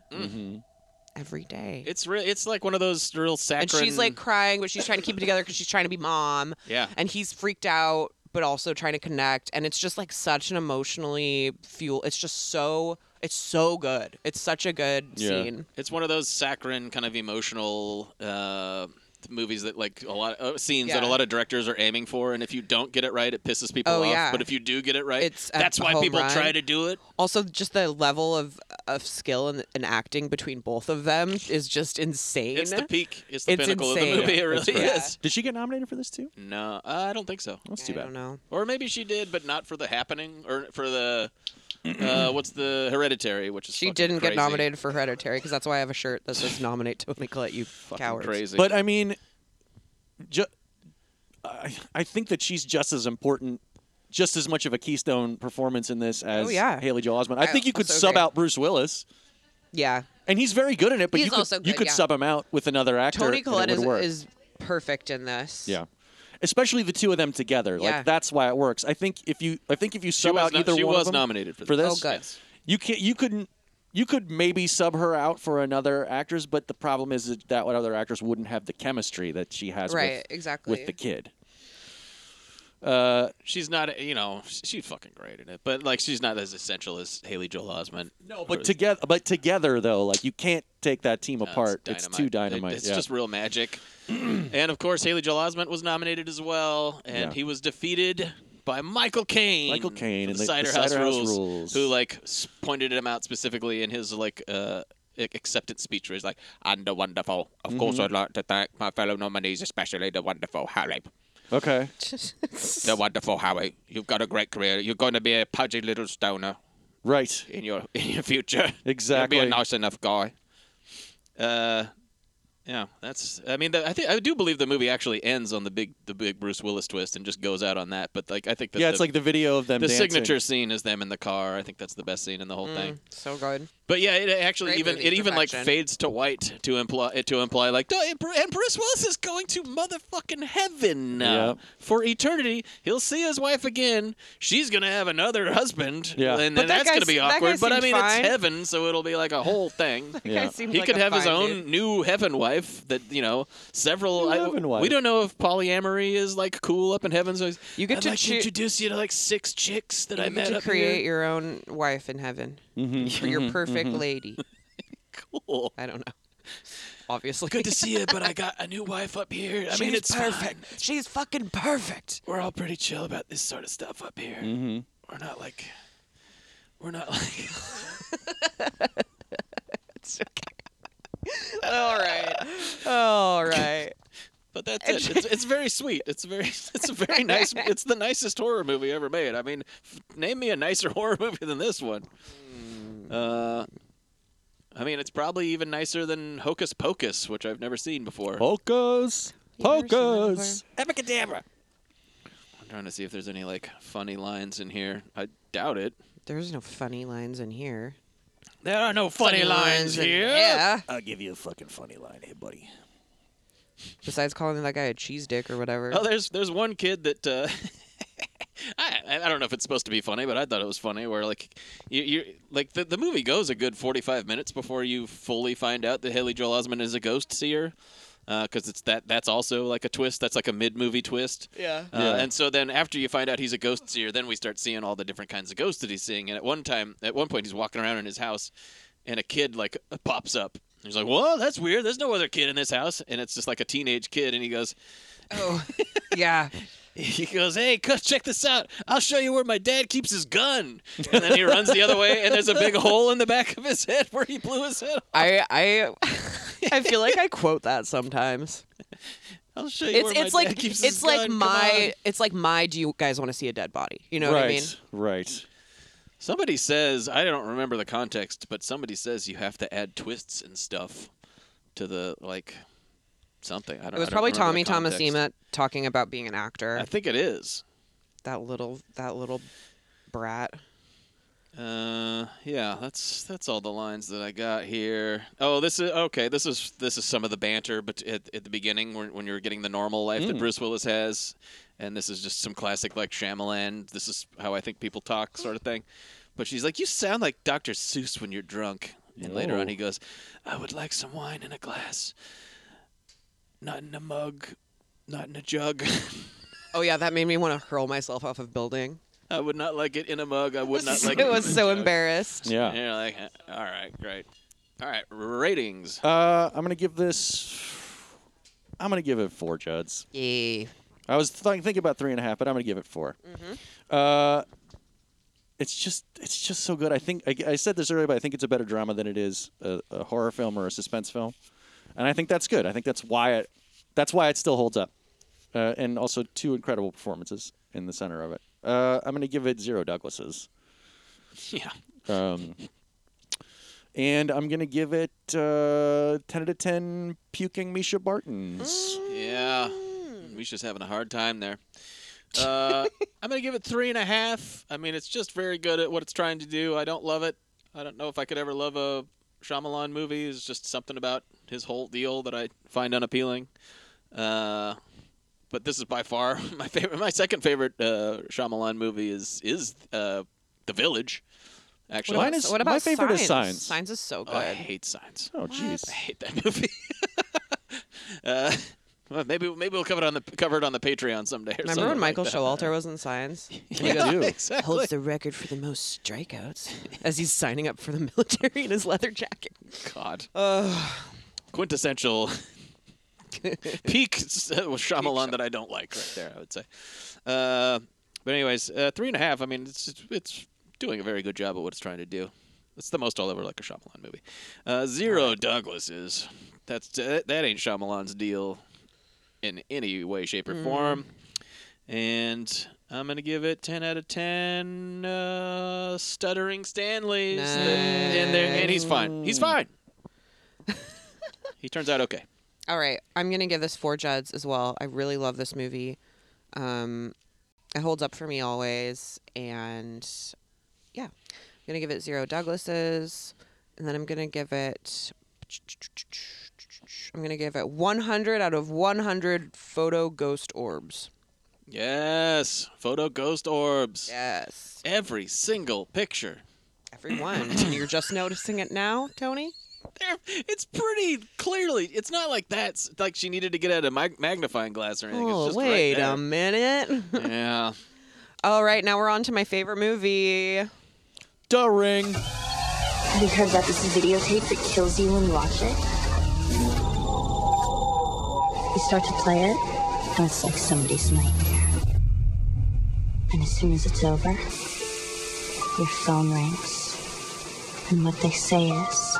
[SPEAKER 1] every day."
[SPEAKER 2] It's re- it's like one of those real saccharine.
[SPEAKER 1] and she's like crying, but she's trying to keep it together because she's trying to be mom.
[SPEAKER 2] Yeah.
[SPEAKER 1] And he's freaked out, but also trying to connect. And it's just like such an emotionally fuel. It's just so. It's so good. It's such a good scene.
[SPEAKER 2] It's one of those saccharine kind of emotional uh, movies that like a lot of uh, scenes that a
[SPEAKER 1] Yeah.
[SPEAKER 2] lot of directors are aiming for, and if you don't get it right, it pisses people
[SPEAKER 1] Oh,
[SPEAKER 2] off.
[SPEAKER 1] yeah.
[SPEAKER 2] But if you do get it right,
[SPEAKER 1] It's a
[SPEAKER 2] that's why
[SPEAKER 1] home
[SPEAKER 2] people
[SPEAKER 1] run.
[SPEAKER 2] try to do it.
[SPEAKER 1] Also, just the level of of skill and, and acting between both of them is just insane.
[SPEAKER 2] It's the peak. It's the
[SPEAKER 1] It's
[SPEAKER 2] pinnacle of
[SPEAKER 1] insane.
[SPEAKER 2] the movie. It
[SPEAKER 1] Yeah,
[SPEAKER 2] really
[SPEAKER 1] right.
[SPEAKER 2] is.
[SPEAKER 3] mother. Did she get nominated for this too?
[SPEAKER 2] No, I don't think so.
[SPEAKER 3] That's too
[SPEAKER 1] I
[SPEAKER 3] bad.
[SPEAKER 1] don't know.
[SPEAKER 2] Or maybe she did, but not for the happening or for the uh, what's the hereditary, which is
[SPEAKER 1] She
[SPEAKER 2] fucking
[SPEAKER 1] didn't
[SPEAKER 2] crazy.
[SPEAKER 1] get nominated for Hereditary because that's why I have a shirt that says "Nominate Tony Collette." You cowards.
[SPEAKER 2] Crazy,
[SPEAKER 3] But I mean, ju- I, I think that she's just as important, just as much of a keystone performance in this as
[SPEAKER 1] Oh, yeah.
[SPEAKER 3] Haley Joel Osment. I
[SPEAKER 1] I
[SPEAKER 3] think you could
[SPEAKER 1] also
[SPEAKER 3] sub
[SPEAKER 1] agree.
[SPEAKER 3] out Bruce Willis,
[SPEAKER 1] Yeah.
[SPEAKER 3] and he's very good in it. But
[SPEAKER 1] He's
[SPEAKER 3] you could,
[SPEAKER 1] also
[SPEAKER 3] you
[SPEAKER 1] good,
[SPEAKER 3] could
[SPEAKER 1] yeah.
[SPEAKER 3] sub him out with another actor.
[SPEAKER 1] Tony
[SPEAKER 3] and it
[SPEAKER 1] Collette
[SPEAKER 3] would
[SPEAKER 1] is,
[SPEAKER 3] work.
[SPEAKER 1] is perfect in this. (laughs)
[SPEAKER 3] yeah. Especially the two of them together, like
[SPEAKER 1] Yeah.
[SPEAKER 3] that's why it works. I think if you, I think if you
[SPEAKER 2] she
[SPEAKER 3] sub
[SPEAKER 2] was,
[SPEAKER 3] out
[SPEAKER 2] no-
[SPEAKER 3] either
[SPEAKER 2] she
[SPEAKER 3] one
[SPEAKER 2] was
[SPEAKER 3] of them
[SPEAKER 2] nominated for,
[SPEAKER 3] for
[SPEAKER 2] this.
[SPEAKER 3] this,
[SPEAKER 1] Oh, good.
[SPEAKER 2] Yes.
[SPEAKER 3] you can't, you couldn't, you could maybe sub her out for another actress, but the problem is that that other actress wouldn't have the chemistry that she has with-
[SPEAKER 1] Right, exactly.
[SPEAKER 3] with the kid.
[SPEAKER 2] She's not, you know, she's fucking great in it, but like she's not as essential as Haley Joel Osment.
[SPEAKER 3] No, but together, but together though, like you can't take that team apart. It's, too dynamite.
[SPEAKER 2] It's
[SPEAKER 3] yeah.
[SPEAKER 2] just real magic. (clears throat) and of course, Haley Joel Osment was nominated as well, and
[SPEAKER 3] Yeah.
[SPEAKER 2] he was defeated by Michael Caine.
[SPEAKER 3] Michael Caine
[SPEAKER 2] for
[SPEAKER 3] and
[SPEAKER 2] the
[SPEAKER 3] the-
[SPEAKER 2] Cider,
[SPEAKER 3] the
[SPEAKER 2] House,
[SPEAKER 3] Cider House
[SPEAKER 2] rules,
[SPEAKER 3] Rules.
[SPEAKER 2] who like s- pointed him out specifically in his like uh, ac- acceptance speech, where he's like, "And the wonderful, of course,
[SPEAKER 3] Mm-hmm.
[SPEAKER 2] I'd like to thank my fellow nominees, especially the wonderful Harry."
[SPEAKER 3] okay.
[SPEAKER 2] The wonderful Howie, you've got a great career. You're going to be a pudgy little stoner
[SPEAKER 3] Right.
[SPEAKER 2] in your (laughs) in your future.
[SPEAKER 3] Exactly.
[SPEAKER 2] You'll be a nice enough guy. Uh, yeah, that's. I mean, the, I think I do believe the movie actually ends on the big the big Bruce Willis twist and just goes out on that. But like, I think that
[SPEAKER 3] Yeah,
[SPEAKER 2] the,
[SPEAKER 3] it's like the video of them.
[SPEAKER 2] the
[SPEAKER 3] dancing. Mm.
[SPEAKER 2] signature scene is them in the car. I think that's the best scene in the whole thing.
[SPEAKER 1] So good.
[SPEAKER 2] But yeah, it actually
[SPEAKER 1] Great
[SPEAKER 2] even
[SPEAKER 1] movie,
[SPEAKER 2] it even like
[SPEAKER 1] perfection.
[SPEAKER 2] fades to white to imply to imply like "Duh, and Bru- and Bruce Willis is going to motherfucking heaven now
[SPEAKER 3] Yep.
[SPEAKER 2] for eternity. He'll see his wife again. She's gonna have another husband.
[SPEAKER 3] Yeah.
[SPEAKER 1] But
[SPEAKER 2] and then
[SPEAKER 1] that
[SPEAKER 2] that's
[SPEAKER 1] guy
[SPEAKER 2] gonna be
[SPEAKER 1] se- that guy
[SPEAKER 2] awkward. But I
[SPEAKER 1] seemed
[SPEAKER 2] mean,
[SPEAKER 1] fine.
[SPEAKER 2] it's heaven, so it'll be like a
[SPEAKER 1] (laughs)
[SPEAKER 2] whole thing.
[SPEAKER 3] Yeah.
[SPEAKER 1] Guy seemed
[SPEAKER 2] He
[SPEAKER 1] like
[SPEAKER 2] could
[SPEAKER 1] a
[SPEAKER 2] have his
[SPEAKER 1] fine
[SPEAKER 2] own
[SPEAKER 1] dude.
[SPEAKER 2] new heaven wife that you know several.
[SPEAKER 3] New
[SPEAKER 2] I-
[SPEAKER 3] heaven
[SPEAKER 2] We
[SPEAKER 3] wife.
[SPEAKER 2] don't know if polyamory is like cool up in heaven. So he's,
[SPEAKER 1] You get
[SPEAKER 2] I'd
[SPEAKER 1] to
[SPEAKER 2] like
[SPEAKER 1] choo-
[SPEAKER 2] introduce you to like six chicks that I
[SPEAKER 1] You get
[SPEAKER 2] met
[SPEAKER 1] to
[SPEAKER 2] up
[SPEAKER 1] create
[SPEAKER 2] here. Mm-hmm,
[SPEAKER 1] your own wife in heaven for (laughs) your perfect lady.
[SPEAKER 2] (laughs) Cool.
[SPEAKER 1] I don't know. Obviously,
[SPEAKER 6] Good to see you, but I got a new wife up here. I
[SPEAKER 1] (laughs) She's
[SPEAKER 6] mean, it's
[SPEAKER 1] perfect.
[SPEAKER 6] fine.
[SPEAKER 1] She's fucking perfect.
[SPEAKER 6] We're all pretty chill about this sort of stuff up here. We're not like,
[SPEAKER 2] (laughs)
[SPEAKER 6] we're not like.
[SPEAKER 1] All right, (laughs) all right.
[SPEAKER 2] But that's it. It's, it's very sweet. It's very it's a very nice. It's the nicest horror movie ever made. I mean, f- name me a nicer (laughs) horror movie than this one. Uh, I mean, it's probably even nicer than Hocus Pocus, which I've never seen before.
[SPEAKER 3] Oh. Polkas.
[SPEAKER 1] ever seen that
[SPEAKER 3] Polkas.
[SPEAKER 2] I'm trying to see if there's any like funny lines in here. I doubt it.
[SPEAKER 1] There's no funny lines in here.
[SPEAKER 2] There are no funny, lines
[SPEAKER 1] in-
[SPEAKER 2] here.
[SPEAKER 1] Yeah.
[SPEAKER 3] I'll give you a fucking funny line, hey buddy.
[SPEAKER 1] Besides calling that guy a cheese dick or whatever.
[SPEAKER 2] Oh, there's there's one kid that uh, (laughs) I I don't know if it's supposed to be funny, but I thought it was funny. Where like you you like the, the movie goes a good 45 minutes before you fully find out that Haley Joel Osment is a ghost seer. Because it's that that's also like a twist. That's like a mid movie twist. Yeah. Uh, And so then after you find out he's a ghost seer, then we start seeing all the different kinds of ghosts that he's seeing. And at one time, at one point, he's walking around in his house, and a kid like pops up. He's like, "Whoa, that's weird. There's no other kid in this house." And it's just like a teenage kid, and he goes,
[SPEAKER 1] Oh, (laughs) yeah.
[SPEAKER 2] he goes, "Hey, co- check this out. I'll show you where my dad keeps his gun." And then he runs the other way, and there's a big hole in the back of his head where he blew his head. off.
[SPEAKER 1] I
[SPEAKER 2] (laughs)
[SPEAKER 1] I I feel like I quote that sometimes.
[SPEAKER 2] I'll show you
[SPEAKER 1] It's
[SPEAKER 2] where
[SPEAKER 1] it's
[SPEAKER 2] my
[SPEAKER 1] like
[SPEAKER 2] dad keeps his
[SPEAKER 1] it's like
[SPEAKER 2] gun. Come on."
[SPEAKER 1] my it's like my do you guys want to see a dead body? You know what I mean?
[SPEAKER 3] right, right.
[SPEAKER 2] Somebody says I don't remember the context, but somebody says you have to add twists and stuff to the like something. I don't.
[SPEAKER 1] It was
[SPEAKER 2] I don't
[SPEAKER 1] probably
[SPEAKER 2] remember
[SPEAKER 1] Tommy
[SPEAKER 2] the
[SPEAKER 1] Thomas
[SPEAKER 2] context.
[SPEAKER 1] Ema talking about being an actor.
[SPEAKER 2] I think it is.
[SPEAKER 1] that little that little brat.
[SPEAKER 2] Uh, yeah, that's that's all the lines that I got here. Oh, this is okay. This is this is some of the banter, but at, at the beginning when, when you're getting the normal life
[SPEAKER 1] Hmm.
[SPEAKER 2] that Bruce Willis has, and this is just some classic like Shyamalan. This is how I think people talk, sort of thing. But she's like, "You sound like Dr. Seuss when you're drunk." And later on, he goes, "I would like some wine in a glass, not in a mug, not in a jug." (laughs)
[SPEAKER 1] Oh yeah, that made me want to hurl myself off of building.
[SPEAKER 2] I would not like it in a mug. I would not
[SPEAKER 1] (laughs)
[SPEAKER 2] like
[SPEAKER 1] it was
[SPEAKER 2] in a
[SPEAKER 1] so
[SPEAKER 2] jug."
[SPEAKER 1] embarrassed.
[SPEAKER 3] Yeah.
[SPEAKER 2] And you're like, "Uh, all right, great. All right, ratings.
[SPEAKER 3] Uh, I'm gonna give this. I'm gonna give it four Juds.
[SPEAKER 1] Yeah.
[SPEAKER 3] I was th- thinking about three and a half, but I'm gonna give it 4 Uh, it's just it's just so good. I think I, I said this earlier, but I think it's a better drama than it is a, a horror film or a suspense film, and I think that's good. I think that's why it that's why it still holds up, uh, and also two incredible performances in the center of it. Uh, I'm gonna give it zero Douglases.
[SPEAKER 2] (laughs) Yeah.
[SPEAKER 3] Um, and I'm gonna give it uh, ten out of ten puking Misha Bartons.
[SPEAKER 2] Mm. Yeah. We just having a hard time there.
[SPEAKER 3] (laughs)
[SPEAKER 2] Uh, I'm gonna give it three and a half. I mean, it's just very good at what it's trying to do. I don't love it. I don't know if I could ever love a Shyamalan movie. It's just something about his whole deal that I find unappealing. Uh, but this is by far (laughs) my favorite. My second favorite uh, Shyamalan movie is is uh, The Village. Actually,
[SPEAKER 3] Mine is-
[SPEAKER 1] what about
[SPEAKER 3] my favorite
[SPEAKER 1] signs?
[SPEAKER 3] is Signs.
[SPEAKER 1] Signs is so good.
[SPEAKER 2] Oh, I hate signs.
[SPEAKER 3] Oh jeez.
[SPEAKER 2] I hate that movie. (laughs) uh, well, maybe maybe we'll cover it on the cover it on the Patreon someday. Or
[SPEAKER 1] Remember
[SPEAKER 2] something
[SPEAKER 1] when Michael
[SPEAKER 2] like that.
[SPEAKER 1] Showalter was in
[SPEAKER 2] (laughs)
[SPEAKER 1] Signs?
[SPEAKER 3] Yeah,
[SPEAKER 2] Yeah,
[SPEAKER 3] you.
[SPEAKER 2] exactly.
[SPEAKER 1] the record for the most strikeouts (laughs) as he's signing up for the military in his leather jacket.
[SPEAKER 2] God. Quintessential (laughs) peak s- uh, Shyamalan that I don't like right there. I would say. Uh, but anyways, uh, three and a half. I mean, it's it's doing a very good job at what it's trying to do. It's the most all over like a Shyamalan movie. Uh, Zero Douglas is. That's that, that ain't Shyamalan's deal in any way, shape, or form. And I'm gonna give it 10 out of 10. Uh, stuttering Stanley's, and, there- and he's fine. He's fine. (laughs) he turns out okay.
[SPEAKER 1] All right, I'm gonna give this four Judds as well. I really love this movie. Um, it holds up for me always, and yeah, I'm gonna give it zero Douglases, and then I'm gonna give it. I'm gonna give it 100 out of 100 photo ghost orbs.
[SPEAKER 2] Yes, photo ghost orbs.
[SPEAKER 1] Yes,
[SPEAKER 2] Every single picture. (coughs)
[SPEAKER 1] everyone. You're just noticing it now, Tony.
[SPEAKER 2] There, it's pretty clearly. It's not like that's like she needed to get out a mag- magnifying glass or anything. it's
[SPEAKER 1] Oh,
[SPEAKER 2] just right
[SPEAKER 1] wait
[SPEAKER 2] there.
[SPEAKER 1] a minute.
[SPEAKER 2] Yeah.
[SPEAKER 1] All right, now we're on to my favorite movie.
[SPEAKER 3] Da ring.
[SPEAKER 7] Have you heard about this videotape that kills you when you watch it? You start to play it, and it's like somebody's nightmare. And as soon as it's over, your phone rings. And what they say is,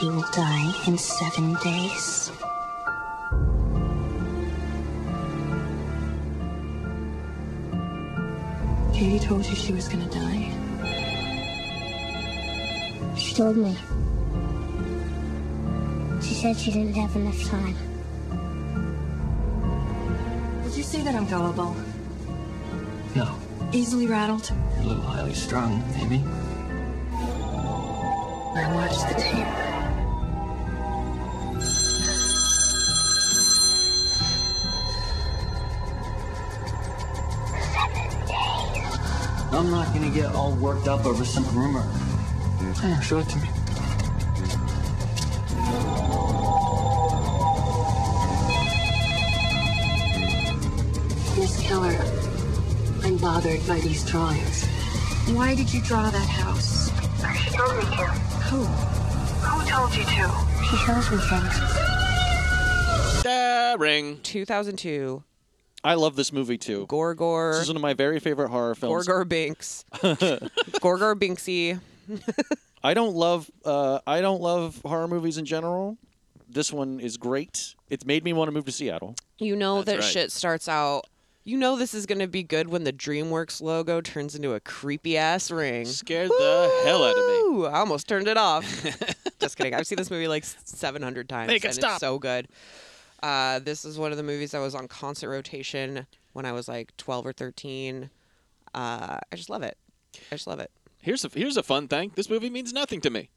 [SPEAKER 7] you will die in seven days.
[SPEAKER 8] Katie told you she was gonna die.
[SPEAKER 10] She told me. She said she didn't have enough time.
[SPEAKER 8] Did you see that I'm gullible?
[SPEAKER 5] No.
[SPEAKER 8] Easily rattled?
[SPEAKER 5] A little highly strung, maybe.
[SPEAKER 8] I watched the tape.
[SPEAKER 5] I'm not gonna get all worked up over some rumor.
[SPEAKER 9] Yeah, show it to me.
[SPEAKER 8] Miss Keller, I'm bothered by these drawings. Why did you draw that house?
[SPEAKER 10] She told me to.
[SPEAKER 7] Who?
[SPEAKER 11] Who told you to?
[SPEAKER 7] She shows me things.
[SPEAKER 2] Starring
[SPEAKER 1] 2002.
[SPEAKER 3] I love this movie too.
[SPEAKER 1] Gorgor.
[SPEAKER 3] This is one of my very favorite horror films.
[SPEAKER 1] Gorgor
[SPEAKER 2] (laughs)
[SPEAKER 1] Binks. Gorgor Binksy.
[SPEAKER 3] I don't love uh, I don't love horror movies in general. This one is great. It's made me want to move to Seattle.
[SPEAKER 1] You know that
[SPEAKER 3] That's right.
[SPEAKER 1] shit starts out. You know this is going to be good when the DreamWorks logo turns into a creepy ass ring.
[SPEAKER 2] Scared the hell out of me.
[SPEAKER 1] Ooh, I almost turned it
[SPEAKER 2] (laughs)
[SPEAKER 1] off. Just kidding. I've seen this movie like 700 times.
[SPEAKER 2] Make it
[SPEAKER 1] and
[SPEAKER 2] stop.
[SPEAKER 1] It's so good. Uh, this is one of the movies that was on concert rotation when I was like 12 or 13. Uh, I just love it. I just love it.
[SPEAKER 2] Here's a, here's a fun thing. This movie means nothing to me.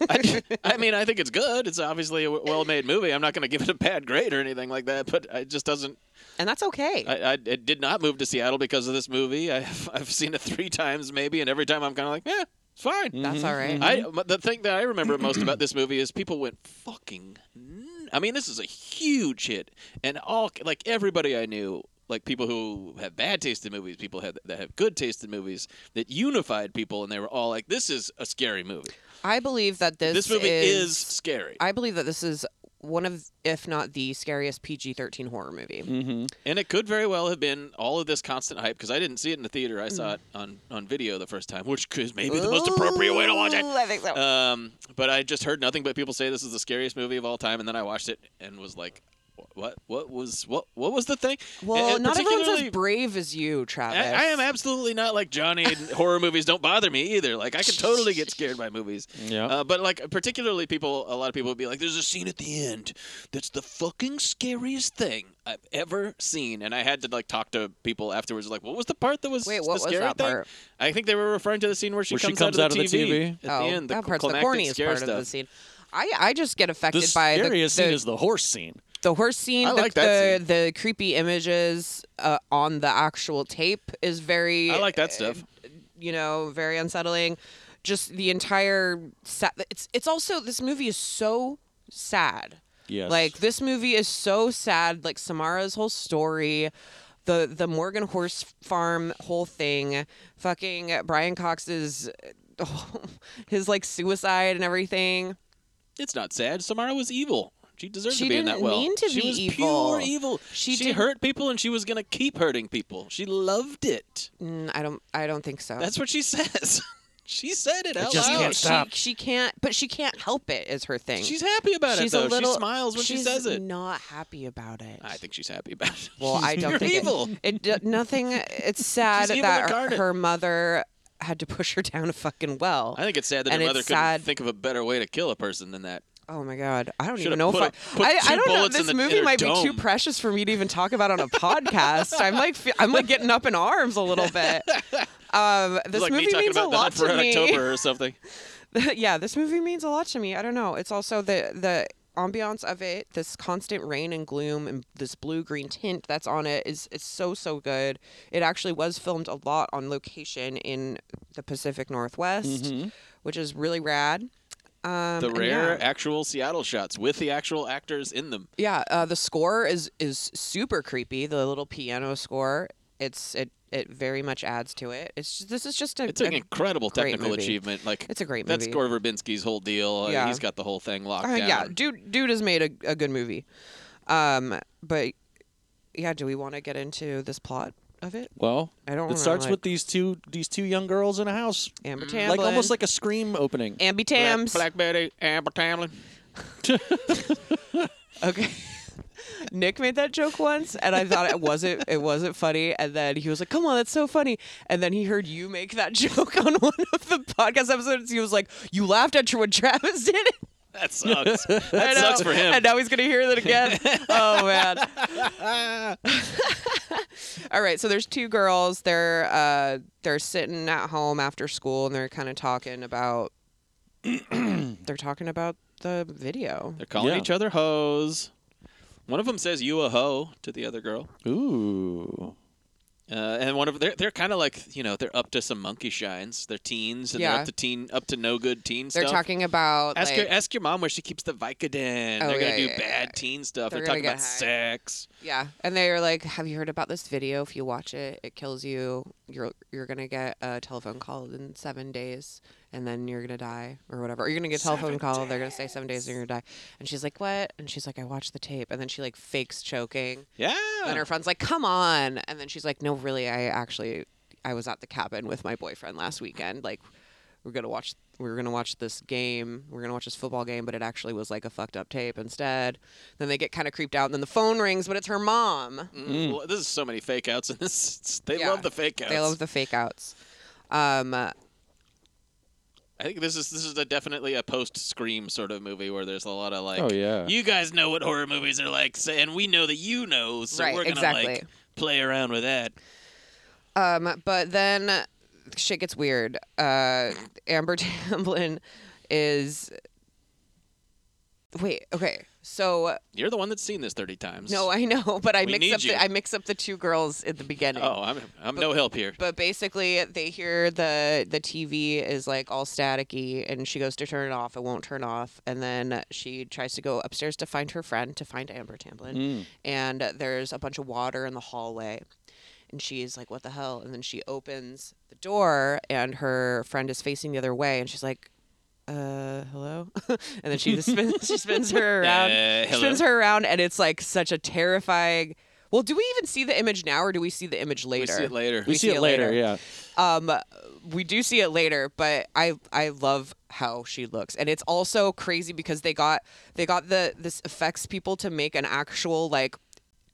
[SPEAKER 1] (laughs)
[SPEAKER 2] I, I mean, I think it's good. It's obviously a well made movie. I'm not going to give it a bad grade or anything like that. But it just doesn't.
[SPEAKER 1] And that's okay.
[SPEAKER 2] I, I it did not move to Seattle because of this movie. (laughs) I've, I've seen it three times maybe, and every time I'm kind of like, yeah, it's fine.
[SPEAKER 1] That's all right.
[SPEAKER 2] I but the thing that I remember most about this movie is people went fucking. n- I mean, this is a huge hit, and all like everybody I knew, like people who have bad taste in movies, people have, that have good taste in movies, that unified people, and they were all like, "This is a scary movie.
[SPEAKER 1] I believe that this,
[SPEAKER 2] This, movie is, scary."
[SPEAKER 1] I believe that this is one of, if not the scariest PG 13 horror movie.
[SPEAKER 2] Mm-hmm. And it could very well have been all of this constant hype because I didn't see it in the theater.
[SPEAKER 1] Mm.
[SPEAKER 2] I saw it on, on video the first time, which is maybe the
[SPEAKER 1] Oh.
[SPEAKER 2] most appropriate way to watch it.
[SPEAKER 1] Ooh, I think so.
[SPEAKER 2] Um, but I just heard nothing but people say this is the scariest movie of all time, and then I watched it and was like, "Wh- "What? What was what? What was the thing?"
[SPEAKER 1] Well,
[SPEAKER 2] And- and
[SPEAKER 1] not everyone's as
[SPEAKER 2] particularly-
[SPEAKER 1] brave as you, Travis.
[SPEAKER 2] I, I am absolutely not like Johnny. and (laughs) horror movies don't bother me either. Like I can totally get scared by movies.
[SPEAKER 3] Yeah.
[SPEAKER 2] Uh, but like particularly people, a lot of people would be like, "There's a scene at the end that's the fucking scariest thing I've ever seen," and I had to like talk to people afterwards. Like, what was the part that was
[SPEAKER 1] Wait,
[SPEAKER 2] the
[SPEAKER 1] what was
[SPEAKER 2] scary
[SPEAKER 1] that
[SPEAKER 2] thing?
[SPEAKER 1] part?
[SPEAKER 2] I think they were referring to the scene where she,
[SPEAKER 3] Where she
[SPEAKER 2] comes,
[SPEAKER 3] comes
[SPEAKER 2] out, of, the TV, at
[SPEAKER 1] oh,
[SPEAKER 2] the end. The
[SPEAKER 1] that part's the
[SPEAKER 2] climactic
[SPEAKER 1] corniest
[SPEAKER 2] scare
[SPEAKER 1] part
[SPEAKER 2] stuff.
[SPEAKER 1] of the scene. I, I just get
[SPEAKER 3] The
[SPEAKER 1] affected by the, the
[SPEAKER 3] scariest scene is the horse scene.
[SPEAKER 1] the horse scene,
[SPEAKER 2] I
[SPEAKER 1] the,
[SPEAKER 2] like that
[SPEAKER 1] the, the creepy images uh, on the actual tape is very
[SPEAKER 2] I like that stuff.
[SPEAKER 1] you know, very unsettling. Just the entire set. It's it's also this movie is so sad.
[SPEAKER 3] Yes.
[SPEAKER 1] Like this movie is so sad. Like Samara's whole story, the the Morgan horse farm whole thing, fucking Brian Cox's (laughs) his like suicide and everything.
[SPEAKER 2] It's not sad. Samara was evil. She deserved
[SPEAKER 1] She
[SPEAKER 2] to be in that
[SPEAKER 1] didn't
[SPEAKER 2] well.
[SPEAKER 1] mean to
[SPEAKER 2] she
[SPEAKER 1] be
[SPEAKER 2] was
[SPEAKER 1] evil.
[SPEAKER 2] pure evil.
[SPEAKER 1] She
[SPEAKER 2] She,
[SPEAKER 1] didn't-
[SPEAKER 2] hurt people, and she was gonna keep hurting people. She loved it.
[SPEAKER 1] Mm, I don't I don't think so.
[SPEAKER 2] That's what she says. (laughs) she said it out
[SPEAKER 3] just
[SPEAKER 2] loud.
[SPEAKER 3] can't
[SPEAKER 1] she,
[SPEAKER 3] stop.
[SPEAKER 1] She can't, but she can't help it. Is her thing.
[SPEAKER 2] She's happy about
[SPEAKER 1] She's
[SPEAKER 2] it
[SPEAKER 1] a
[SPEAKER 2] though.
[SPEAKER 1] little-
[SPEAKER 2] she smiles when she
[SPEAKER 1] she's
[SPEAKER 2] says it.
[SPEAKER 1] Not happy about it.
[SPEAKER 2] I think she's happy about it.
[SPEAKER 1] Well, I don't
[SPEAKER 2] You're
[SPEAKER 1] think (laughs)
[SPEAKER 2] evil.
[SPEAKER 1] It, it d- nothing.
[SPEAKER 2] (laughs)
[SPEAKER 1] It's sad
[SPEAKER 2] evil
[SPEAKER 1] that her,
[SPEAKER 2] incarnate.
[SPEAKER 1] her mother had to push her down a fucking well.
[SPEAKER 2] I think it's sad that
[SPEAKER 1] And
[SPEAKER 2] her
[SPEAKER 1] it's
[SPEAKER 2] mother couldn't
[SPEAKER 1] sad-
[SPEAKER 2] think of a better way to kill a person than that.
[SPEAKER 1] Oh my god, I don't
[SPEAKER 2] Should've
[SPEAKER 1] even know
[SPEAKER 2] put
[SPEAKER 1] if
[SPEAKER 2] a- put
[SPEAKER 1] I. I,
[SPEAKER 2] two
[SPEAKER 1] I don't know.
[SPEAKER 2] bullets
[SPEAKER 1] This
[SPEAKER 2] in the- in
[SPEAKER 1] movie
[SPEAKER 2] her
[SPEAKER 1] might be too
[SPEAKER 2] dome.
[SPEAKER 1] precious for me to even talk about on a podcast. I'm like, fe- I'm like getting up in arms a little
[SPEAKER 2] (laughs)
[SPEAKER 1] bit. Um,
[SPEAKER 2] It's
[SPEAKER 1] this
[SPEAKER 2] like me
[SPEAKER 1] movie
[SPEAKER 2] talking
[SPEAKER 1] means a
[SPEAKER 2] about the
[SPEAKER 1] lot
[SPEAKER 2] hunt for
[SPEAKER 1] to
[SPEAKER 2] Red
[SPEAKER 1] me.
[SPEAKER 2] October or something.
[SPEAKER 1] (laughs) yeah, this movie means a lot to me. I don't know. It's also the the ambiance of it, this constant rain and gloom and this blue green tint that's on it is it's so so good. It actually was filmed a lot on location in the Pacific Northwest, which is really rad. Um,
[SPEAKER 2] Mm-hmm. the
[SPEAKER 1] and
[SPEAKER 2] rare
[SPEAKER 1] yeah.
[SPEAKER 2] actual Seattle shots with the actual actors in them.
[SPEAKER 1] Yeah, uh, the score is is super creepy. The little piano score. It's it it very much adds to it. It's just, this is just a
[SPEAKER 2] It's an
[SPEAKER 1] a-
[SPEAKER 2] incredible
[SPEAKER 1] great
[SPEAKER 2] technical
[SPEAKER 1] movie.
[SPEAKER 2] achievement. Like
[SPEAKER 1] It's a great
[SPEAKER 2] That's
[SPEAKER 1] movie.
[SPEAKER 2] Gore Verbinski's whole deal. Uh,
[SPEAKER 1] Yeah.
[SPEAKER 2] He's got the whole thing locked
[SPEAKER 1] Uh,
[SPEAKER 2] down.
[SPEAKER 1] yeah, dude, dude has made a, a good movie. Um, but yeah, do we want to get into this plot of it?
[SPEAKER 3] Well,
[SPEAKER 1] I don't
[SPEAKER 3] It
[SPEAKER 1] wanna,
[SPEAKER 3] starts
[SPEAKER 1] like-
[SPEAKER 3] with these two these two young girls in a house,
[SPEAKER 1] Amber Tamblyn,
[SPEAKER 3] like almost like a scream opening.
[SPEAKER 1] Ambi
[SPEAKER 2] Black-
[SPEAKER 1] Tams.
[SPEAKER 2] Blackberry, Amber Tamlin.
[SPEAKER 1] (laughs) Okay. Nick made that joke once, and I thought it wasn't it wasn't funny. And then he was like, "Come on, that's so funny." And then he heard you make that (laughs) joke on one of the podcast episodes. He was like, "You laughed at when Travis did it." (laughs)
[SPEAKER 2] That sucks.
[SPEAKER 1] I
[SPEAKER 2] that
[SPEAKER 1] know.
[SPEAKER 2] sucks for him.
[SPEAKER 1] And now he's gonna hear that
[SPEAKER 2] (laughs)
[SPEAKER 1] again. oh man. All right, so there's two girls. They're uh, they're sitting at home after school, and they're kind of talking about (clears throat) they're talking about the video.
[SPEAKER 2] They're calling
[SPEAKER 3] Yeah.
[SPEAKER 2] each other hoes. One of them says "you a hoe" to the other girl,
[SPEAKER 3] Ooh,
[SPEAKER 2] uh, and one of they're they're kind of like you know they're up to some monkey shines. They're teens and
[SPEAKER 1] Yeah.
[SPEAKER 2] they're up to teen up to no good teen
[SPEAKER 1] They're
[SPEAKER 2] stuff.
[SPEAKER 1] talking about
[SPEAKER 2] Ask
[SPEAKER 1] like,
[SPEAKER 2] your ask your mom where she keeps the Vicodin.
[SPEAKER 1] Oh,
[SPEAKER 2] they're
[SPEAKER 1] yeah,
[SPEAKER 2] gonna do
[SPEAKER 1] yeah,
[SPEAKER 2] bad teen stuff.
[SPEAKER 1] They're gonna
[SPEAKER 2] They're, talking
[SPEAKER 1] get
[SPEAKER 2] about
[SPEAKER 1] high.
[SPEAKER 2] sex.
[SPEAKER 1] Yeah, and they are like, "Have you heard about this video? If you watch it, it kills you. You're you're gonna get a telephone call in seven days, and then you're gonna die or whatever. Or you're gonna get a telephone
[SPEAKER 12] Seven
[SPEAKER 1] call. They're gonna say seven days, and you're gonna die." And she's like, "What?" And she's like, "I watched the tape." And then she like fakes choking.
[SPEAKER 2] Yeah.
[SPEAKER 1] And her friend's like, "Come on!" And then she's like, "No, really, I actually, I was at the cabin with my boyfriend last weekend. Like, we're gonna watch." We were gonna watch this game. We are gonna watch this football game, but it actually was like a fucked up tape instead. Then they get kind of creeped out, and then the phone rings, but it's her mom.
[SPEAKER 2] Mm. Well, this is so many fake outs in this. (laughs) They
[SPEAKER 1] Yeah.
[SPEAKER 2] love the fake outs.
[SPEAKER 1] They love the fake outs. Um, uh,
[SPEAKER 2] I think this is this is a definitely a post Scream sort of movie where there's a lot of like,
[SPEAKER 3] Oh, yeah.
[SPEAKER 2] you guys know what horror movies are like, so, and we know that you know, so
[SPEAKER 1] Right,
[SPEAKER 2] we're gonna like
[SPEAKER 1] exactly.
[SPEAKER 2] play around with that.
[SPEAKER 1] um, but then shit gets weird. Uh, Amber (laughs) Tamblyn is. Wait. Okay. So
[SPEAKER 2] You're the one that's seen this thirty times.
[SPEAKER 1] no, I know, (laughs) but I
[SPEAKER 2] We
[SPEAKER 1] mix
[SPEAKER 2] need
[SPEAKER 1] up.
[SPEAKER 2] you.
[SPEAKER 1] The, I mix up the two girls in the beginning.
[SPEAKER 2] Oh, I'm I'm no help here.
[SPEAKER 1] But basically, they hear the the TV is like all staticky, and she goes to turn it off. It won't turn off, and then she tries to go upstairs to find her friend to find Amber Tamblyn,
[SPEAKER 13] Mm.
[SPEAKER 1] and there's a bunch of water in the hallway, and she's like, "What the hell?" And then she opens the door, and her friend is facing the other way, and she's like. Uh, hello, (laughs) and then she just spins, she spins
[SPEAKER 2] (laughs)
[SPEAKER 1] her around,
[SPEAKER 2] Uh,
[SPEAKER 1] She
[SPEAKER 2] hello?
[SPEAKER 1] spins her around, and it's like such a terrifying. Well, do we even see the image now, or do we see the image later?
[SPEAKER 2] We see it later.
[SPEAKER 1] We see it later.
[SPEAKER 3] yeah.
[SPEAKER 1] Um, we do see it later, but I I love how she looks, and it's also crazy because they got they got the this effects people to make an actual like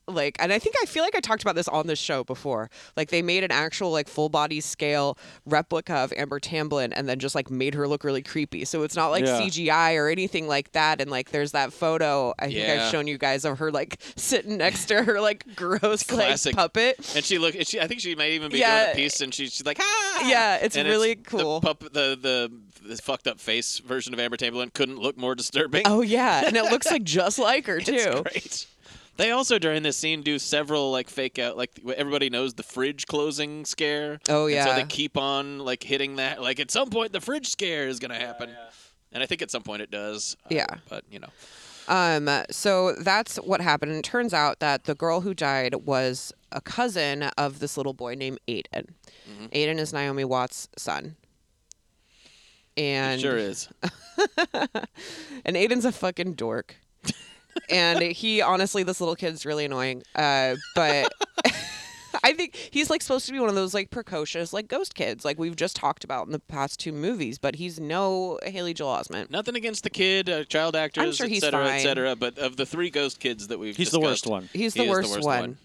[SPEAKER 1] like and I think I feel like I talked about this on this show before. Like they made an actual like full body scale replica of Amber Tamblyn and then just like made her look really creepy. So it's not like
[SPEAKER 12] Yeah.
[SPEAKER 1] CGI or anything like that. And like there's that photo I think
[SPEAKER 2] Yeah.
[SPEAKER 1] I've shown you guys of her like (laughs) sitting next to her like (laughs) gross like
[SPEAKER 2] Classic
[SPEAKER 1] puppet.
[SPEAKER 2] And she look. and She, I think she may even be
[SPEAKER 1] Yeah.
[SPEAKER 2] doing a piece, and she, she's like, ah.
[SPEAKER 1] Yeah, it's
[SPEAKER 2] And
[SPEAKER 1] really
[SPEAKER 2] cool. The, pup, the, the the fucked up face version of Amber Tamblyn couldn't look more disturbing.
[SPEAKER 1] Oh yeah, and it looks
[SPEAKER 2] (laughs)
[SPEAKER 1] like just like her too.
[SPEAKER 2] great. They also during this scene do several like fake out like everybody knows the fridge closing scare.
[SPEAKER 1] Oh,
[SPEAKER 2] And so
[SPEAKER 1] yeah.
[SPEAKER 2] they keep on like hitting that like at some point the fridge scare is gonna happen,
[SPEAKER 3] Oh,
[SPEAKER 2] and I think at some point it does. Uh,
[SPEAKER 1] Yeah.
[SPEAKER 2] but you know.
[SPEAKER 1] Um, so that's what happened. And it turns out that the girl who died was a cousin of this little boy named Aiden.
[SPEAKER 2] Mm-hmm.
[SPEAKER 1] Aiden is Naomi Watts' son. And (laughs)
[SPEAKER 2] sure is.
[SPEAKER 1] and Aiden's a fucking
[SPEAKER 2] (laughs)
[SPEAKER 1] dork. and he honestly, this little kid's really annoying. Uh, but (laughs) I think he's like supposed to be one of those like precocious like ghost kids, like we've just talked about in the past two movies. But he's no Haley Joel Osment.
[SPEAKER 2] Nothing against the kid, uh, child actors,
[SPEAKER 1] sure
[SPEAKER 2] et
[SPEAKER 1] he's
[SPEAKER 2] cetera, et
[SPEAKER 1] fine.
[SPEAKER 2] cetera. But of the three ghost kids that we've
[SPEAKER 3] He's the worst
[SPEAKER 2] discussed,
[SPEAKER 3] one.
[SPEAKER 1] He's
[SPEAKER 2] he
[SPEAKER 1] the,
[SPEAKER 2] is
[SPEAKER 1] worst, one.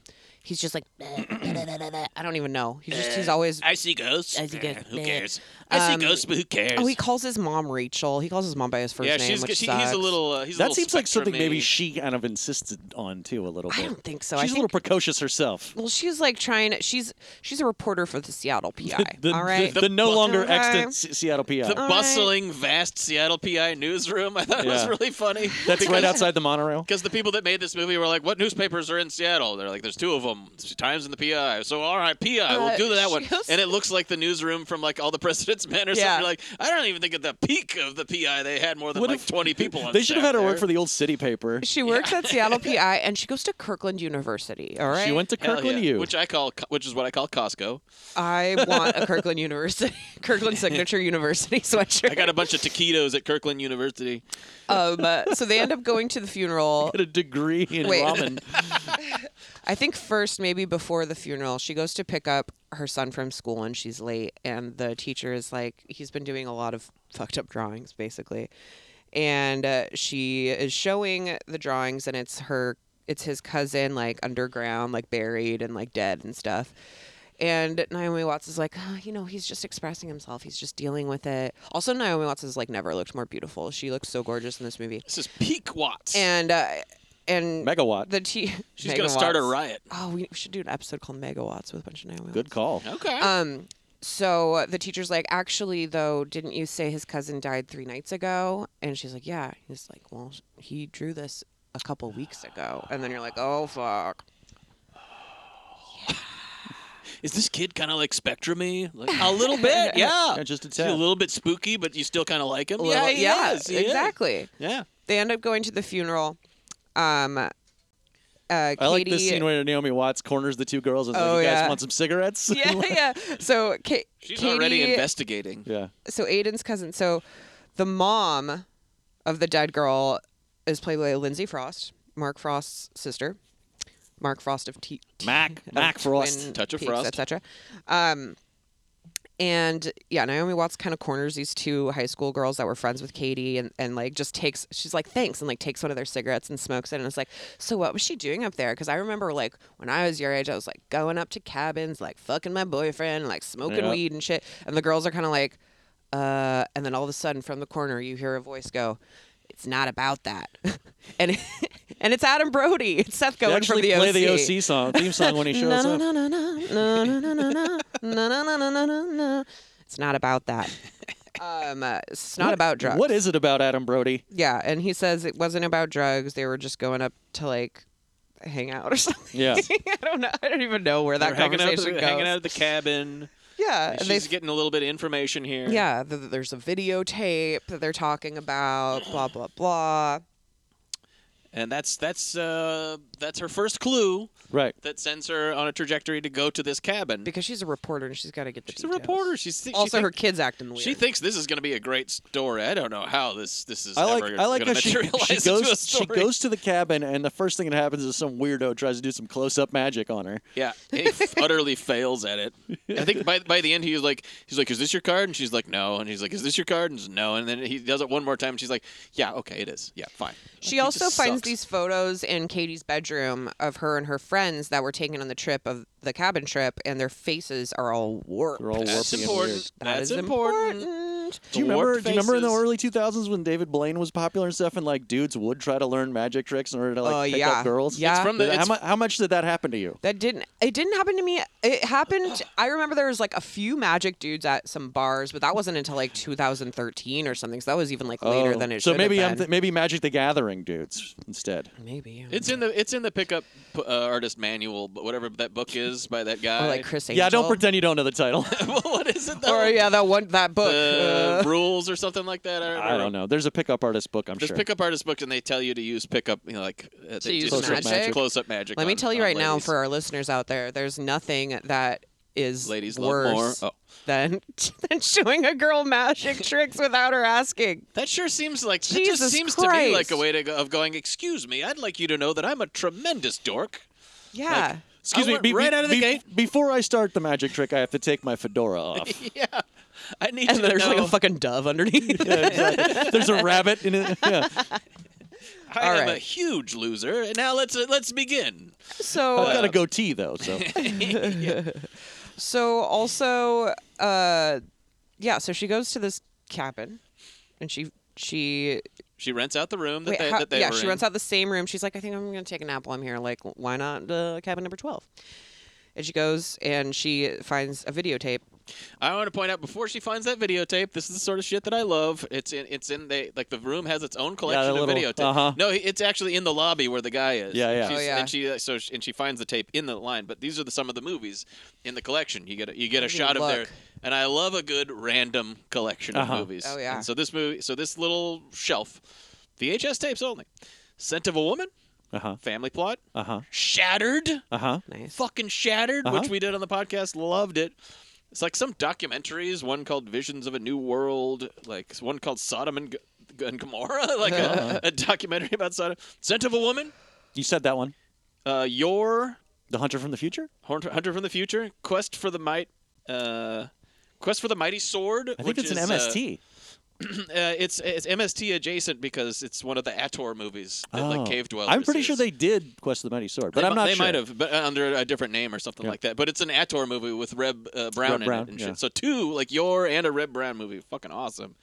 [SPEAKER 1] He's just like I don't even know. He's just he's always oh,
[SPEAKER 2] I see ghosts.
[SPEAKER 1] I see ghosts.
[SPEAKER 2] Who cares? I
[SPEAKER 1] Um,
[SPEAKER 2] see ghosts, but who cares?
[SPEAKER 1] Oh, he calls his mom Rachel. He calls his mom by his first
[SPEAKER 2] yeah,
[SPEAKER 1] name,
[SPEAKER 2] she's
[SPEAKER 1] which
[SPEAKER 2] she,
[SPEAKER 1] sucks.
[SPEAKER 2] he's a little. Uh, he's a
[SPEAKER 3] that
[SPEAKER 2] little
[SPEAKER 3] seems like something maybe
[SPEAKER 2] spectrum-y.
[SPEAKER 3] she kind of insisted on too a little bit. I
[SPEAKER 1] don't think so. I
[SPEAKER 3] She's a little precocious herself.
[SPEAKER 1] Well, she's like trying. to- She's she's a reporter for the Seattle PI.
[SPEAKER 3] The,
[SPEAKER 1] all right,
[SPEAKER 3] the, the no longer
[SPEAKER 1] Okay.
[SPEAKER 3] extant Se- Seattle PI.
[SPEAKER 2] The bustling, vast Seattle PI newsroom. (laughs) I thought it was
[SPEAKER 3] Yeah.
[SPEAKER 2] really funny.
[SPEAKER 3] That's
[SPEAKER 1] (laughs)
[SPEAKER 3] right outside the monorail.
[SPEAKER 2] Because the people that made this movie were like, "What newspapers are in Seattle?" They're like, "There's two of them. Times and the PI." So all right, PI,
[SPEAKER 1] Uh,
[SPEAKER 2] we'll do that
[SPEAKER 1] she
[SPEAKER 2] one.
[SPEAKER 1] also-
[SPEAKER 2] And it looks like the newsroom from like all the (laughs) President's Men or
[SPEAKER 1] Yeah.
[SPEAKER 2] something. You're like, I don't even think at the peak of the PI they had more than like 20 people. On
[SPEAKER 3] They should have
[SPEAKER 2] staff
[SPEAKER 3] had her
[SPEAKER 2] there.
[SPEAKER 3] work for the old city paper.
[SPEAKER 1] She works at Seattle PI, and she goes to Kirkland University. All right,
[SPEAKER 3] She went to
[SPEAKER 2] Hell
[SPEAKER 3] Kirkland
[SPEAKER 2] yeah.
[SPEAKER 3] U. (laughs)
[SPEAKER 2] which I call, which is what I call Costco.
[SPEAKER 1] I want a Kirkland University, (laughs) Kirkland Signature University sweatshirt.
[SPEAKER 2] I (laughs) got a bunch of taquitos at Kirkland University.
[SPEAKER 1] Um, uh, so they end up going to the funeral.
[SPEAKER 3] Get a degree in
[SPEAKER 1] Wait. (laughs)
[SPEAKER 3] ramen.
[SPEAKER 1] I think first, maybe before the funeral, she goes to pick up her son from school and she's late. And the teacher is like, he's been doing a lot of fucked up drawings, basically. And uh, she is showing the drawings, and it's her, it's his cousin, like underground, like buried and like dead and stuff. And Naomi Watts is like, oh, you know, he's just expressing himself. He's just dealing with it. Also, Naomi Watts has like never looked more beautiful. She looks so gorgeous in this movie.
[SPEAKER 2] This is peak Watts.
[SPEAKER 1] And uh, and
[SPEAKER 3] megawatt.
[SPEAKER 1] The t-
[SPEAKER 2] She's gonna start a
[SPEAKER 1] megawatts.
[SPEAKER 2] riot.
[SPEAKER 1] Oh, we should do an episode called Megawatts with a bunch of Naomi.
[SPEAKER 3] Good call.
[SPEAKER 2] Okay.
[SPEAKER 1] Um, so uh, the teacher's like, actually, though, didn't you say his cousin died three nights ago? And she's like, yeah. He's like, well, sh- he drew this a couple weeks ago. And then you're like, oh fuck.
[SPEAKER 2] Is this kid kind of like Spectrum-y? Like, a little bit, yeah.
[SPEAKER 3] Yeah, just a
[SPEAKER 2] Is he a
[SPEAKER 3] tad.
[SPEAKER 2] little bit spooky, but you still kind of like him.
[SPEAKER 1] A
[SPEAKER 2] yeah,
[SPEAKER 1] little-
[SPEAKER 2] he
[SPEAKER 1] yeah,
[SPEAKER 2] is, he is.
[SPEAKER 1] exactly.
[SPEAKER 2] Yeah.
[SPEAKER 1] They end up going to the funeral. Um, uh, Katie.
[SPEAKER 3] I like this scene where Naomi Watts corners the two girls and is
[SPEAKER 1] Oh,
[SPEAKER 3] like, "You
[SPEAKER 1] yeah.
[SPEAKER 3] guys want some cigarettes?"
[SPEAKER 1] (laughs) yeah, yeah. So Ka-
[SPEAKER 2] She's
[SPEAKER 1] Katie,
[SPEAKER 2] already investigating.
[SPEAKER 3] (laughs)
[SPEAKER 2] (laughs)
[SPEAKER 3] yeah.
[SPEAKER 1] So Aiden's cousin. So the mom of the dead girl is played by Lindsay Frost, Mark Frost's sister. Mark Frost of T. T-
[SPEAKER 3] Mac-
[SPEAKER 1] of
[SPEAKER 3] Mac Frost.
[SPEAKER 1] Twin
[SPEAKER 3] Touch of
[SPEAKER 1] Peaks,
[SPEAKER 3] Frost.
[SPEAKER 1] etc. Um, and yeah, Naomi Watts kind of corners these two high school girls that were friends with Katie, and, and like just takes she's like thanks and like takes one of their cigarettes and smokes it, and it's like so what was she doing up there? Because I remember like when I was your age, I was like going up to cabins, like fucking my boyfriend, like smoking
[SPEAKER 12] Yeah.
[SPEAKER 1] weed and shit, and the girls are kind of like, uh, and then all of a sudden from the corner you hear a voice go, it's not about that, (laughs) and and it's Adam Brody, it's Seth
[SPEAKER 3] They
[SPEAKER 1] Cohen from
[SPEAKER 3] actually
[SPEAKER 1] the
[SPEAKER 3] play
[SPEAKER 1] OC.
[SPEAKER 3] the OC song theme
[SPEAKER 1] (laughs)
[SPEAKER 3] song when he
[SPEAKER 1] No,
[SPEAKER 3] shows
[SPEAKER 1] no,
[SPEAKER 3] up.
[SPEAKER 1] no, no, no, no, no, no, no, no, no, no, no, no, no, no. It's not about
[SPEAKER 2] (laughs)
[SPEAKER 1] that. Um, uh, it's not
[SPEAKER 3] What-
[SPEAKER 1] about drugs.
[SPEAKER 3] What is it about Adam Brody?
[SPEAKER 1] Yeah, and he says it wasn't about drugs. They were just going up to like hang out or (laughs) something.
[SPEAKER 2] Yeah.
[SPEAKER 1] I don't know. I don't even know where that
[SPEAKER 2] They're hanging out,
[SPEAKER 1] conversation goes.
[SPEAKER 2] hanging out at the cabin.
[SPEAKER 1] Yeah,
[SPEAKER 2] And
[SPEAKER 1] and
[SPEAKER 2] she's
[SPEAKER 1] they-
[SPEAKER 2] getting a little bit of information here.
[SPEAKER 1] Yeah, th- th- there's a videotape that they're talking about. Blah blah blah.
[SPEAKER 2] and that's that's uh, that's her first clue.
[SPEAKER 3] Right.
[SPEAKER 2] That sends her on a trajectory to go to this cabin
[SPEAKER 1] because she's a reporter and she's got to get the.
[SPEAKER 2] She's a reporter. She's she
[SPEAKER 1] also
[SPEAKER 2] think-
[SPEAKER 1] her kids acting weird.
[SPEAKER 2] She thinks this is going to be a great story. I don't know how this this is
[SPEAKER 3] I like
[SPEAKER 2] ever
[SPEAKER 3] I like how
[SPEAKER 2] going to
[SPEAKER 3] she,
[SPEAKER 2] (laughs) materialize
[SPEAKER 3] she
[SPEAKER 2] into a
[SPEAKER 3] goes
[SPEAKER 2] story.
[SPEAKER 3] she goes to the cabin and the first thing that happens is some weirdo tries to do some close up magic on her.
[SPEAKER 2] Yeah, he (laughs) f- utterly fails at it. I think by by the end he was like, he's like, "Is this your card?" And she's like, "No." And he's like, "Is this your card?" And she's, no. And then he does it one more time. And she's like, "Yeah, okay, it is. Yeah, fine."
[SPEAKER 1] She
[SPEAKER 2] Like, he
[SPEAKER 1] also
[SPEAKER 2] just
[SPEAKER 1] finds
[SPEAKER 2] sucks.
[SPEAKER 1] these photos in Katie's bedroom of her and her friends that were taken on the trip of the cabin trip, and their faces are all warped.
[SPEAKER 3] They're all warpy
[SPEAKER 2] That's
[SPEAKER 3] and
[SPEAKER 2] important.
[SPEAKER 3] weird.
[SPEAKER 1] That
[SPEAKER 2] That's
[SPEAKER 1] is
[SPEAKER 2] important.
[SPEAKER 3] Do you
[SPEAKER 2] The
[SPEAKER 3] remember?
[SPEAKER 2] warped
[SPEAKER 3] Do you remember in the
[SPEAKER 2] faces.
[SPEAKER 3] early 2000s when David Blaine was popular and stuff, and like dudes would try to learn magic tricks in order to like
[SPEAKER 1] Oh,
[SPEAKER 3] pick
[SPEAKER 1] yeah.
[SPEAKER 3] up girls?
[SPEAKER 1] Yeah. It's from the-
[SPEAKER 3] Did- how,
[SPEAKER 1] it's-
[SPEAKER 3] mu- how much did that happen to you?
[SPEAKER 1] That didn't. It didn't happen to me. It happened. I remember there was like a few magic dudes at some bars, but that wasn't until like 2013 or something. So that was even like later
[SPEAKER 3] Oh.
[SPEAKER 1] than it
[SPEAKER 3] so
[SPEAKER 1] should
[SPEAKER 3] maybe
[SPEAKER 1] have
[SPEAKER 3] I'm
[SPEAKER 1] been.
[SPEAKER 3] th- maybe Magic the Gathering dudes instead.
[SPEAKER 1] Maybe
[SPEAKER 2] It's in the it's in the pickup uh, artist manual, but whatever that book is by that guy.
[SPEAKER 1] Or like
[SPEAKER 2] (laughs)
[SPEAKER 1] Chris Angel.
[SPEAKER 3] Yeah, don't pretend you don't know the title.
[SPEAKER 2] what is it?
[SPEAKER 1] Or yeah, that one that book.
[SPEAKER 2] The
[SPEAKER 1] uh,
[SPEAKER 2] rules or something like that. I don't,
[SPEAKER 3] I don't know. There's a pickup artist book. I'm
[SPEAKER 2] There's
[SPEAKER 3] sure.
[SPEAKER 2] pickup artist books, and they tell you to use pickup, you know, like uh, they
[SPEAKER 1] use
[SPEAKER 2] just
[SPEAKER 1] magic?
[SPEAKER 2] close up magic.
[SPEAKER 1] Let me
[SPEAKER 2] on-
[SPEAKER 1] tell you
[SPEAKER 2] on
[SPEAKER 1] right now,
[SPEAKER 2] ladies.
[SPEAKER 1] for our listeners out there, there's nothing that is
[SPEAKER 2] Ladies love more.
[SPEAKER 1] worse
[SPEAKER 2] Oh.
[SPEAKER 1] than (laughs) than showing a girl
[SPEAKER 2] (laughs)
[SPEAKER 1] magic tricks without her asking.
[SPEAKER 2] That sure seems like that
[SPEAKER 1] Jesus
[SPEAKER 2] just seems to
[SPEAKER 1] Christ.
[SPEAKER 2] me like a way to go, of going. Excuse me, I'd like you to know that I'm a tremendous dork.
[SPEAKER 1] Yeah.
[SPEAKER 3] Excuse
[SPEAKER 2] I
[SPEAKER 3] me.
[SPEAKER 2] went right out of the gate.
[SPEAKER 3] Before I start the magic trick, I have to take my
[SPEAKER 2] (laughs)
[SPEAKER 3] fedora off.
[SPEAKER 2] yeah, I need
[SPEAKER 1] and
[SPEAKER 2] you to
[SPEAKER 1] there's like
[SPEAKER 2] know
[SPEAKER 1] a fucking dove
[SPEAKER 2] (laughs)
[SPEAKER 1] underneath.
[SPEAKER 3] Yeah, exactly. There's a rabbit in it. Yeah.
[SPEAKER 2] I
[SPEAKER 1] All
[SPEAKER 2] am a
[SPEAKER 1] right.
[SPEAKER 2] huge loser. And now let's uh, let's begin.
[SPEAKER 1] So
[SPEAKER 3] I've got a goatee though,
[SPEAKER 2] (laughs)
[SPEAKER 3] so
[SPEAKER 1] So also, uh, yeah. So she goes to this cabin, and she she
[SPEAKER 2] She rents out the room that
[SPEAKER 1] Wait,
[SPEAKER 2] they,
[SPEAKER 1] how-
[SPEAKER 2] that they
[SPEAKER 1] yeah,
[SPEAKER 2] were
[SPEAKER 1] she
[SPEAKER 2] in.
[SPEAKER 1] rents out the same room. She's like, I think I'm gonna take a nap while I'm here. Like, why not uh, cabin number twelve? And she goes and she finds a videotape.
[SPEAKER 2] I want to point out before she finds that videotape, this is the sort of shit that I love. It's in it's in the like the room has its own collection
[SPEAKER 3] little-
[SPEAKER 2] of videotape.
[SPEAKER 3] uh-huh.
[SPEAKER 2] No, he- it's actually in the lobby where the guy is.
[SPEAKER 3] Yeah,
[SPEAKER 2] And
[SPEAKER 3] yeah.
[SPEAKER 2] she's-
[SPEAKER 3] Oh, yeah.
[SPEAKER 2] And she uh, so she, and she finds the tape in the line. But these are the, some of the movies in the collection. You get a, you get a
[SPEAKER 1] Ooh,
[SPEAKER 2] shot of their.
[SPEAKER 1] look.
[SPEAKER 2] And I love a good random collection
[SPEAKER 3] Uh-huh.
[SPEAKER 2] of movies.
[SPEAKER 1] Oh, yeah.
[SPEAKER 2] And so this movie, so this little shelf, VHS tapes only. Scent of a Woman,
[SPEAKER 3] uh huh,
[SPEAKER 2] Family Plot,
[SPEAKER 3] uh huh,
[SPEAKER 2] Shattered
[SPEAKER 3] uh huh.
[SPEAKER 1] Nice.
[SPEAKER 2] fucking shattered,
[SPEAKER 3] Uh-huh.
[SPEAKER 2] which we did on the podcast. Loved it. It's like some documentaries. One called Visions of a New World. Like one called Sodom and, G- and Gomorrah. (laughs) Like
[SPEAKER 3] Uh-huh.
[SPEAKER 2] a, a documentary about Sodom. Scent of a Woman.
[SPEAKER 3] You said that one.
[SPEAKER 2] Uh, Your
[SPEAKER 3] The Hunter from the Future.
[SPEAKER 2] Hunter Hunter from the Future. Quest for the Might. Uh, Quest for the Mighty Sword.
[SPEAKER 3] I think
[SPEAKER 2] which
[SPEAKER 3] it's an
[SPEAKER 2] is, uh,
[SPEAKER 3] MST.
[SPEAKER 2] uh, it's it's MST adjacent because it's one of the Ator movies that
[SPEAKER 3] Oh.
[SPEAKER 2] like cave dwellers.
[SPEAKER 3] I'm pretty
[SPEAKER 2] is.
[SPEAKER 3] sure they did Quest of the Mighty Sword, but
[SPEAKER 2] They
[SPEAKER 3] I'm
[SPEAKER 2] mi-
[SPEAKER 3] not
[SPEAKER 2] They
[SPEAKER 3] sure.
[SPEAKER 2] might have, but uh, under a different name or something
[SPEAKER 3] Yeah.
[SPEAKER 2] like that. But it's an Ator movie with Reb uh, Brown in
[SPEAKER 3] Brown,
[SPEAKER 2] it and
[SPEAKER 3] yeah.
[SPEAKER 2] shit. So two, like your and a Reb Brown movie, fucking awesome.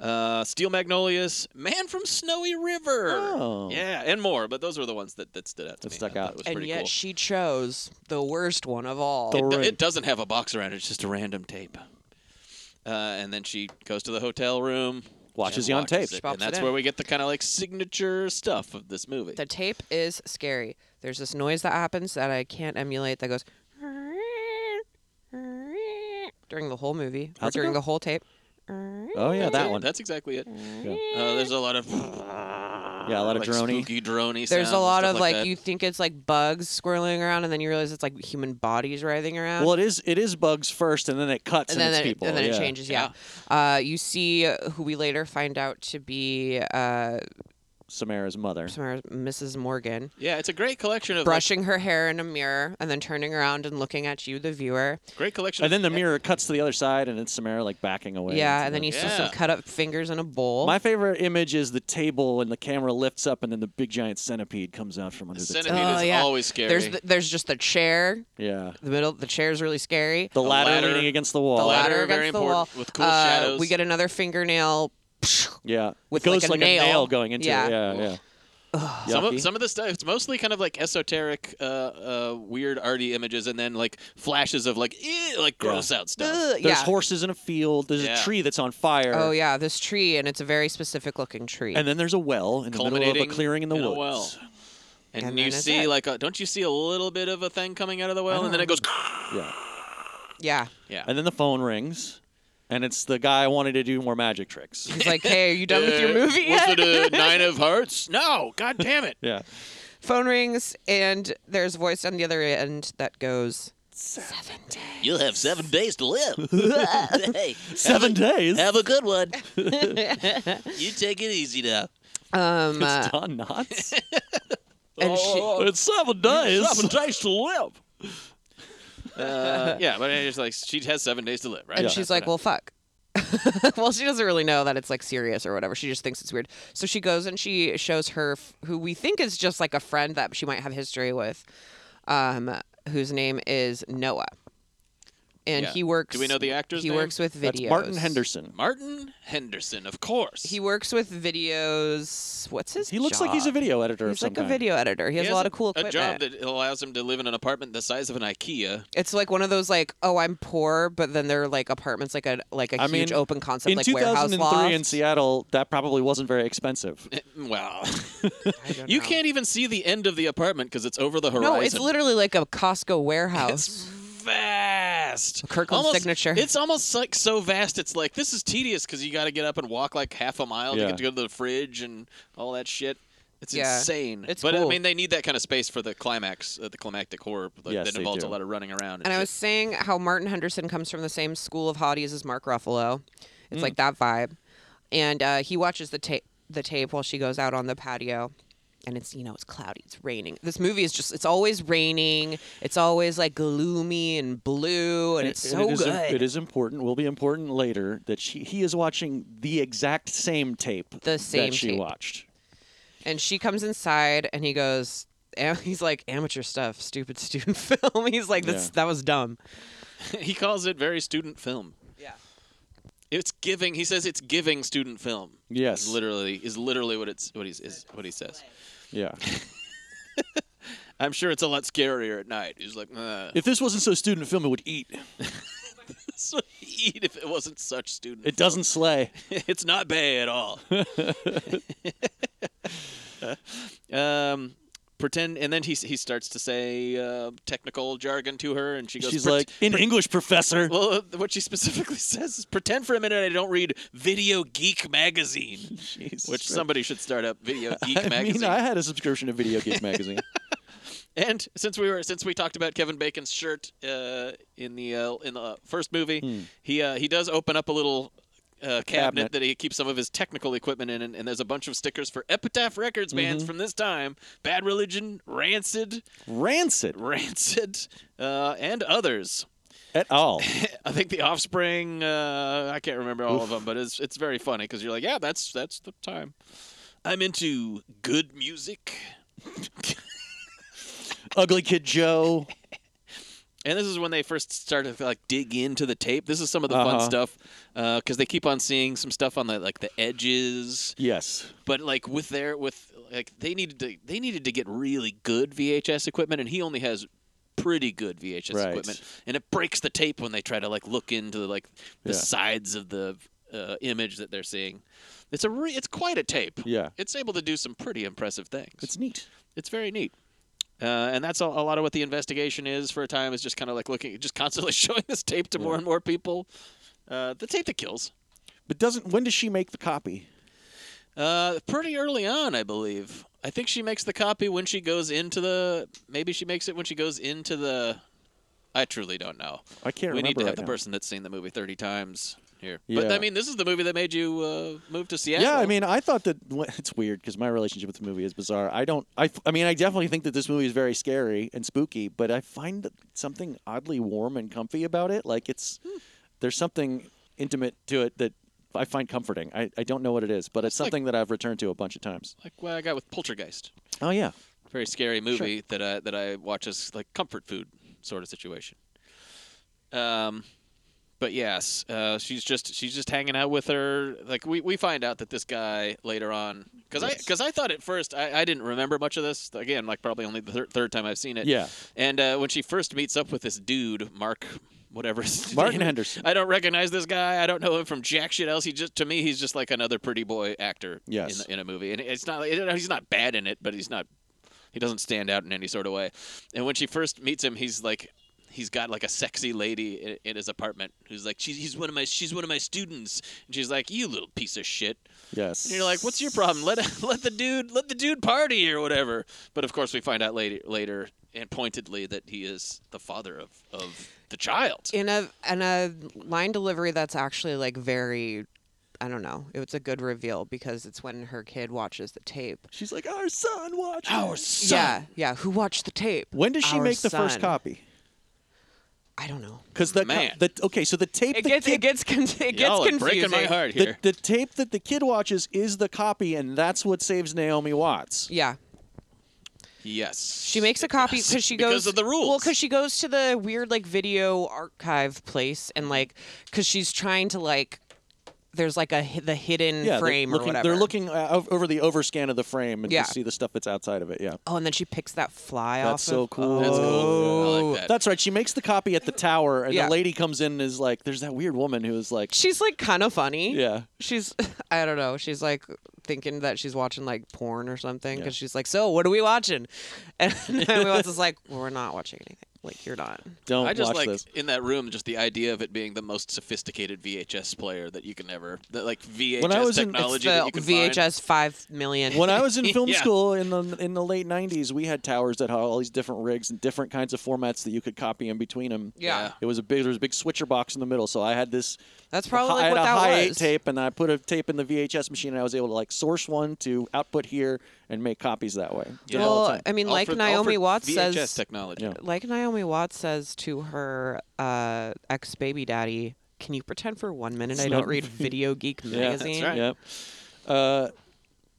[SPEAKER 2] Uh, Steel Magnolias, Man from Snowy River,
[SPEAKER 3] Oh.
[SPEAKER 2] yeah, and more. But those were the ones that, that stood out to
[SPEAKER 3] That
[SPEAKER 2] me.
[SPEAKER 3] stuck
[SPEAKER 2] I thought
[SPEAKER 3] out.
[SPEAKER 2] It was
[SPEAKER 1] And
[SPEAKER 2] pretty
[SPEAKER 1] yet
[SPEAKER 2] cool.
[SPEAKER 1] she chose the worst one of all.
[SPEAKER 2] It, do-
[SPEAKER 3] Thorin.
[SPEAKER 2] it doesn't have a box around it; it's just a random tape. Uh, and then she goes to the hotel room,
[SPEAKER 3] Watches
[SPEAKER 2] and
[SPEAKER 3] it on
[SPEAKER 2] watches
[SPEAKER 3] tape.
[SPEAKER 2] it.
[SPEAKER 3] She
[SPEAKER 1] pops
[SPEAKER 2] and that's
[SPEAKER 1] it in.
[SPEAKER 2] where we get the kind of like signature stuff of this movie.
[SPEAKER 1] The tape is scary. There's this noise that happens that I can't emulate that goes during the whole movie or
[SPEAKER 3] How's it
[SPEAKER 1] during
[SPEAKER 3] go?
[SPEAKER 1] the whole tape.
[SPEAKER 3] Oh yeah,
[SPEAKER 2] Mm, That's
[SPEAKER 3] that
[SPEAKER 2] it. Uh,
[SPEAKER 3] one.
[SPEAKER 2] That's exactly it.
[SPEAKER 3] Yeah.
[SPEAKER 2] Uh, there's a lot of
[SPEAKER 3] Yeah, a lot of
[SPEAKER 2] like
[SPEAKER 3] drony.
[SPEAKER 2] Spooky drony.
[SPEAKER 1] There's
[SPEAKER 2] sounds
[SPEAKER 1] a
[SPEAKER 2] and
[SPEAKER 1] lot
[SPEAKER 2] stuff
[SPEAKER 1] of
[SPEAKER 2] like,
[SPEAKER 1] like,
[SPEAKER 2] that.
[SPEAKER 1] you think it's like bugs squirreling around, and then you realize it's like human bodies writhing around.
[SPEAKER 3] Well, it is it is bugs first, and then it cuts
[SPEAKER 1] and
[SPEAKER 3] and,
[SPEAKER 1] then,
[SPEAKER 3] it's
[SPEAKER 1] it,
[SPEAKER 3] people.
[SPEAKER 1] and then
[SPEAKER 3] yeah.
[SPEAKER 1] it changes. Yeah. Uh, you see uh, who we later find out to be uh,
[SPEAKER 3] Samara's mother.
[SPEAKER 1] Samara- Mrs. Morgan.
[SPEAKER 2] Yeah, it's a great collection of like,
[SPEAKER 1] brushing her hair in a mirror and then turning around and looking at you, the viewer.
[SPEAKER 2] great collection.
[SPEAKER 3] And then the mirror cuts to the other side, and it's Samara like backing away.
[SPEAKER 1] yeah,
[SPEAKER 3] into
[SPEAKER 1] and then
[SPEAKER 3] the-
[SPEAKER 1] you see some cut up fingers in a bowl.
[SPEAKER 3] My favorite image is the table, and the camera lifts up, and then the big giant centipede comes out from under the,
[SPEAKER 2] centipede
[SPEAKER 3] table.
[SPEAKER 2] is
[SPEAKER 1] yeah.
[SPEAKER 2] always scary.
[SPEAKER 1] There's the, there's just the chair,
[SPEAKER 3] Yeah,
[SPEAKER 1] the middle. The chair's really scary.
[SPEAKER 3] the ladder,
[SPEAKER 2] ladder-
[SPEAKER 3] leaning against the
[SPEAKER 1] The
[SPEAKER 3] wall.
[SPEAKER 1] ladder,
[SPEAKER 2] ladder,
[SPEAKER 1] against
[SPEAKER 2] very
[SPEAKER 1] the wall.
[SPEAKER 2] important, with cool
[SPEAKER 1] Uh,
[SPEAKER 2] shadows.
[SPEAKER 1] We get another fingernail.
[SPEAKER 3] Yeah,
[SPEAKER 1] With
[SPEAKER 3] it goes
[SPEAKER 1] like a
[SPEAKER 3] like,
[SPEAKER 1] nail.
[SPEAKER 3] going into
[SPEAKER 1] Yeah.
[SPEAKER 3] it. Yeah, yeah.
[SPEAKER 2] Some
[SPEAKER 3] Yucky.
[SPEAKER 2] of, some of the stuff, it's mostly kind of like esoteric, uh, uh, weird, arty images, and then like flashes of like, "Ew," like gross out stuff.
[SPEAKER 1] Ugh,
[SPEAKER 3] There's
[SPEAKER 1] yeah.
[SPEAKER 3] horses in a field. There's
[SPEAKER 2] Yeah.
[SPEAKER 3] a tree that's on fire.
[SPEAKER 1] Oh yeah, this tree, and it's a very specific looking tree.
[SPEAKER 3] And then there's a well in the middle of a
[SPEAKER 2] Culminating
[SPEAKER 3] clearing in the
[SPEAKER 2] in a
[SPEAKER 3] woods.
[SPEAKER 2] well. And,
[SPEAKER 1] And
[SPEAKER 2] you
[SPEAKER 1] then it's
[SPEAKER 2] see
[SPEAKER 1] it. Oh.
[SPEAKER 2] like, a, don't you see a little bit of a thing coming out of the well, and then it goes.
[SPEAKER 3] Yeah.
[SPEAKER 1] yeah,
[SPEAKER 2] Yeah.
[SPEAKER 3] And then the phone rings, and it's the guy I wanted to do more magic
[SPEAKER 1] (laughs)
[SPEAKER 3] tricks.
[SPEAKER 1] he's like, "Hey, are you done (laughs) with your
[SPEAKER 2] (laughs) Uh,
[SPEAKER 1] movie
[SPEAKER 2] Was
[SPEAKER 1] yet?" (laughs)
[SPEAKER 2] it a nine of hearts? No, god damn it!
[SPEAKER 3] yeah.
[SPEAKER 1] Phone rings, and there's a voice on the other end that goes,
[SPEAKER 2] You'll have seven days to
[SPEAKER 1] (laughs)
[SPEAKER 2] live. (laughs) hey,
[SPEAKER 3] Seven days.
[SPEAKER 2] a good one. you take it easy now.
[SPEAKER 1] um, uh, Oh,
[SPEAKER 3] it's
[SPEAKER 1] (laughs)
[SPEAKER 3] Don Knotts.
[SPEAKER 1] and she,
[SPEAKER 3] it's seven days. Seven days to live.
[SPEAKER 1] (laughs)
[SPEAKER 2] Uh, yeah, but it's like she has seven days to live, right?
[SPEAKER 1] and
[SPEAKER 2] Yeah.
[SPEAKER 1] she's like, "Well, fuck." (laughs) well, she doesn't really know that it's like serious or whatever. She just thinks it's weird. So she goes and she shows her f- who we think is just like a friend that she might have history with, um, whose name is Noah, and
[SPEAKER 2] Yeah.
[SPEAKER 1] he works.
[SPEAKER 2] Do we know the actor's
[SPEAKER 1] He
[SPEAKER 2] name?
[SPEAKER 1] works with videos.
[SPEAKER 3] That's Martin Henderson.
[SPEAKER 2] Martin Henderson, of course.
[SPEAKER 1] He works with videos. What's his?
[SPEAKER 3] He looks like he's a
[SPEAKER 1] job?
[SPEAKER 3] video editor of
[SPEAKER 1] He's
[SPEAKER 3] some
[SPEAKER 1] like a
[SPEAKER 3] kind.
[SPEAKER 1] video editor. He has, a lot of cool
[SPEAKER 2] a
[SPEAKER 1] equipment.
[SPEAKER 2] job that allows him to live in an apartment the size of an IKEA.
[SPEAKER 1] it's like one of those like, oh, I'm poor, but then they're like apartments, like a like a
[SPEAKER 3] I
[SPEAKER 1] huge
[SPEAKER 3] mean,
[SPEAKER 1] open concept,
[SPEAKER 3] in
[SPEAKER 1] like warehouse
[SPEAKER 3] 2003
[SPEAKER 1] loft.
[SPEAKER 3] in Seattle, that probably wasn't very expensive.
[SPEAKER 2] Mm, Wow,
[SPEAKER 1] (laughs) I don't
[SPEAKER 2] you
[SPEAKER 1] know.
[SPEAKER 2] can't even see the end of the apartment because it's over the horizon.
[SPEAKER 1] No, it's literally like a Costco
[SPEAKER 2] It's
[SPEAKER 1] warehouse.
[SPEAKER 2] vast.
[SPEAKER 1] Kirkland
[SPEAKER 2] almost,
[SPEAKER 1] signature.
[SPEAKER 2] It's almost like so vast. It's like this is tedious because you got to get up and walk like half a mile
[SPEAKER 3] Yeah.
[SPEAKER 2] to get to go to the fridge and all that shit. It's
[SPEAKER 1] Yeah.
[SPEAKER 2] insane.
[SPEAKER 1] It's
[SPEAKER 2] but
[SPEAKER 1] cool.
[SPEAKER 2] I mean, they need that kind of space for the climax, uh, the climactic horror like,
[SPEAKER 3] Yes,
[SPEAKER 2] that
[SPEAKER 3] they
[SPEAKER 2] involves
[SPEAKER 3] do.
[SPEAKER 2] a lot of running around. And,
[SPEAKER 1] and I
[SPEAKER 2] shit.
[SPEAKER 1] was saying how Martin Henderson comes from the same school of hotties as Mark Ruffalo.
[SPEAKER 3] Mm.
[SPEAKER 1] It's like that vibe. And uh, he watches the tape the tape while she goes out on the patio. And it's you know it's cloudy, it's raining. This movie is just it's always raining. It's always like gloomy and blue, and it's so
[SPEAKER 3] it is,
[SPEAKER 1] good.
[SPEAKER 3] It is important. Will be important later that she he is watching the exact same tape
[SPEAKER 1] same
[SPEAKER 3] that she
[SPEAKER 1] tape.
[SPEAKER 3] watched.
[SPEAKER 1] And she comes inside and he goes, am- (laughs) he's like, amateur stuff, stupid (laughs) student film. He's like, this,
[SPEAKER 3] Yeah.
[SPEAKER 1] that was dumb.
[SPEAKER 2] (laughs) he calls it very student film.
[SPEAKER 1] Yeah.
[SPEAKER 2] It's giving. He says it's giving student film.
[SPEAKER 3] Yes.
[SPEAKER 2] Is literally is literally what it's what he's is what he says.
[SPEAKER 3] Yeah.
[SPEAKER 2] I'm sure it's a lot scarier at night. He's like, "Ugh."
[SPEAKER 3] if this wasn't so student film, it would eat.
[SPEAKER 2] (laughs) That's what you eat if it wasn't such student.
[SPEAKER 3] It doesn't
[SPEAKER 2] (laughs)
[SPEAKER 3] slay.
[SPEAKER 2] it's not Bay
[SPEAKER 3] (laughs)
[SPEAKER 2] at all. (laughs) um, pretend, and then he he starts to say uh, technical jargon to her, and she goes,
[SPEAKER 3] She's
[SPEAKER 2] "Pret-
[SPEAKER 3] like, in English, professor.
[SPEAKER 2] Well, what she specifically (laughs) says is pretend for a minute I don't read Video Geek Magazine,
[SPEAKER 3] Jesus
[SPEAKER 2] (laughs) which
[SPEAKER 3] Christ.
[SPEAKER 2] somebody should start up Video Geek
[SPEAKER 3] (laughs) I
[SPEAKER 2] Magazine.
[SPEAKER 3] mean, I had a subscription to Video Geek
[SPEAKER 2] (laughs)
[SPEAKER 3] Magazine.
[SPEAKER 2] And since we were since we talked about Kevin Bacon's shirt uh, in the uh, in the first movie, he uh, he does open up a little uh, cabinet,
[SPEAKER 3] Hmm. cabinet.
[SPEAKER 2] that he keeps some of his technical equipment in, and, and there's a bunch of stickers for Epitaph Records bands
[SPEAKER 3] Mm-hmm.
[SPEAKER 2] from this time: Bad Religion, Rancid, (laughs)
[SPEAKER 3] Rancid
[SPEAKER 2] Rancid, uh, and others.
[SPEAKER 3] at all.
[SPEAKER 2] I think The Offspring. Uh, I can't remember all of them, but it's it's very funny because you're like, yeah, that's that's the time. I'm into good music.
[SPEAKER 3] Ugly Kid Joe.
[SPEAKER 2] And this is when they first started to like dig into the tape. This is some of the fun
[SPEAKER 3] Uh-huh.
[SPEAKER 2] stuff because they keep on seeing some stuff on the like the edges,
[SPEAKER 3] Yes.
[SPEAKER 2] but like with their with like they needed to they needed to get really good VHS equipment, and he only has pretty good VHS
[SPEAKER 3] Right.
[SPEAKER 2] equipment, and it breaks the tape when they try to like look into like the
[SPEAKER 3] Yeah.
[SPEAKER 2] sides of the uh, image that they're seeing. It's a re- it's quite a tape.
[SPEAKER 3] Yeah.
[SPEAKER 2] it's able to do some pretty impressive things.
[SPEAKER 3] It's neat.
[SPEAKER 2] It's very neat. Uh, and that's a, a lot of what the investigation is for a time is just kind of like looking, just constantly (laughs) showing this tape to more and more people. Uh, the tape that kills.
[SPEAKER 3] But doesn't when does she make the copy?
[SPEAKER 2] Uh, pretty early on, I believe. I think she makes the copy when she goes into the. Maybe she makes it when she goes into the. I truly don't know.
[SPEAKER 3] I can't
[SPEAKER 2] We need
[SPEAKER 3] remember
[SPEAKER 2] to have
[SPEAKER 3] right
[SPEAKER 2] the
[SPEAKER 3] now.
[SPEAKER 2] person that's seen the movie thirty times here. But
[SPEAKER 3] Yeah.
[SPEAKER 2] I mean, this is the movie that made you uh, move to Seattle.
[SPEAKER 3] Yeah, I mean, I thought that (laughs) it's weird because my relationship with the movie is bizarre. I don't, I, I mean, I definitely think that this movie is very scary and spooky, but I find something oddly warm and comfy about it. Like it's,
[SPEAKER 2] Hmm.
[SPEAKER 3] there's something intimate to it that I find comforting. I, I don't know what it is, but it's
[SPEAKER 2] like-
[SPEAKER 3] something that I've returned to a bunch of times.
[SPEAKER 2] like what I got with Poltergeist.
[SPEAKER 3] Oh yeah,
[SPEAKER 2] Very scary movie that I that I watch as like comfort food sort of situation. Um, but yes, uh, she's just she's just hanging out with her. Like we, we find out that this guy later on because I
[SPEAKER 3] Yes.
[SPEAKER 2] because I thought at first I, I didn't remember much of this. Again, like probably only the third, third time I've seen it.
[SPEAKER 3] Yeah.
[SPEAKER 2] And uh, when she first meets up with this dude, Mark. Whatever his
[SPEAKER 3] Martin
[SPEAKER 2] name-
[SPEAKER 3] Henderson.
[SPEAKER 2] I don't recognize this guy. I don't know him from jack shit else. He just to me, he's just like another pretty boy actor.
[SPEAKER 3] Yes.
[SPEAKER 2] In, in a movie, and it's not like he's not bad in it, but he's not he doesn't stand out in any sort of way. And when she first meets him, he's like he's got like a sexy lady in, in his apartment who's like she's he's one of my she's one of my students, and she's like you little piece of shit.
[SPEAKER 3] yes.
[SPEAKER 2] And you're like, what's your problem? Let (laughs) let the dude let the dude party or whatever. But of course, we find out later later and pointedly that he is the father of of the child.
[SPEAKER 1] in a in a line delivery that's actually like very I don't know. It was a good reveal because it's when her kid watches the tape.
[SPEAKER 3] She's like, our son watched.
[SPEAKER 2] Our
[SPEAKER 1] Yeah, yeah. Who watched the tape?
[SPEAKER 3] When does she
[SPEAKER 1] Our
[SPEAKER 3] make the first
[SPEAKER 1] son.
[SPEAKER 3] copy?
[SPEAKER 1] I don't know.
[SPEAKER 3] Because the, co-
[SPEAKER 2] Man.
[SPEAKER 3] the okay, so the tape
[SPEAKER 1] It
[SPEAKER 3] the
[SPEAKER 1] gets it
[SPEAKER 3] kid-
[SPEAKER 1] gets con- it gets
[SPEAKER 2] Y'all are
[SPEAKER 1] confusing.
[SPEAKER 2] breaking my heart
[SPEAKER 3] the,
[SPEAKER 2] here.
[SPEAKER 3] the tape that the kid watches is the copy, and that's what saves Naomi Watts.
[SPEAKER 1] Yeah,
[SPEAKER 2] yes,
[SPEAKER 1] she makes a copy because she goes
[SPEAKER 2] Because of the rules.
[SPEAKER 1] Well, because she goes to the weird like video archive place and like because she's trying to like there's like a hi- the hidden
[SPEAKER 3] yeah,
[SPEAKER 1] frame
[SPEAKER 3] they're
[SPEAKER 1] or
[SPEAKER 3] looking,
[SPEAKER 1] whatever.
[SPEAKER 3] They're looking uh, ov- over the overscan of the frame and
[SPEAKER 1] Yeah.
[SPEAKER 3] to see the stuff that's outside of it. Yeah,
[SPEAKER 1] Oh, and then she picks that fly off.
[SPEAKER 3] that's so
[SPEAKER 1] of-
[SPEAKER 3] cool.
[SPEAKER 2] That's cool.
[SPEAKER 3] Oh,
[SPEAKER 2] I like that.
[SPEAKER 3] That's right. She makes the copy at the tower, and
[SPEAKER 1] Yeah.
[SPEAKER 3] the lady comes in and is like, "There's that weird woman who is like,
[SPEAKER 1] she's like kind of funny.
[SPEAKER 3] yeah,
[SPEAKER 1] She's (laughs) I don't know. She's like thinking that she's watching like porn or something because she's like, so what are we watching? (laughs) And Naomi Watts is like, well, we're not watching anything. Like you're not.
[SPEAKER 3] don't
[SPEAKER 2] I just
[SPEAKER 3] watch
[SPEAKER 2] like
[SPEAKER 3] this."
[SPEAKER 2] in that room, just the idea of it being the most sophisticated VHS player that you can ever, that, like VHS
[SPEAKER 3] I was in-
[SPEAKER 1] It's
[SPEAKER 2] technology that
[SPEAKER 1] the
[SPEAKER 2] you can find.
[SPEAKER 1] VHS five million.
[SPEAKER 3] When I was in film
[SPEAKER 2] Yeah.
[SPEAKER 3] school in the in the late '90s, we had towers that had all these different rigs and different kinds of formats that you could copy in between them.
[SPEAKER 1] Yeah.
[SPEAKER 3] it was a big there was a big switcher box in the middle, so I had this.
[SPEAKER 1] That's probably
[SPEAKER 3] I
[SPEAKER 1] like
[SPEAKER 3] had
[SPEAKER 1] what
[SPEAKER 3] a
[SPEAKER 1] that
[SPEAKER 3] high
[SPEAKER 1] was.
[SPEAKER 3] eight tape, and I put a tape in the VHS machine, and I was able to like source one to output here and make copies that way. Did it all the
[SPEAKER 1] (laughs) well,
[SPEAKER 3] time.
[SPEAKER 1] I mean, like
[SPEAKER 2] Alfred-
[SPEAKER 1] Naomi
[SPEAKER 2] Alfred
[SPEAKER 1] Watts
[SPEAKER 2] VHS
[SPEAKER 1] says,
[SPEAKER 2] technology.
[SPEAKER 3] Yeah.
[SPEAKER 1] like Naomi Watts says to her uh, ex baby daddy, "Can you pretend for one minute I don't read Video
[SPEAKER 2] (laughs)
[SPEAKER 1] Geek
[SPEAKER 3] Yeah, that's
[SPEAKER 1] magazine?"
[SPEAKER 2] right.
[SPEAKER 3] Yep. Uh,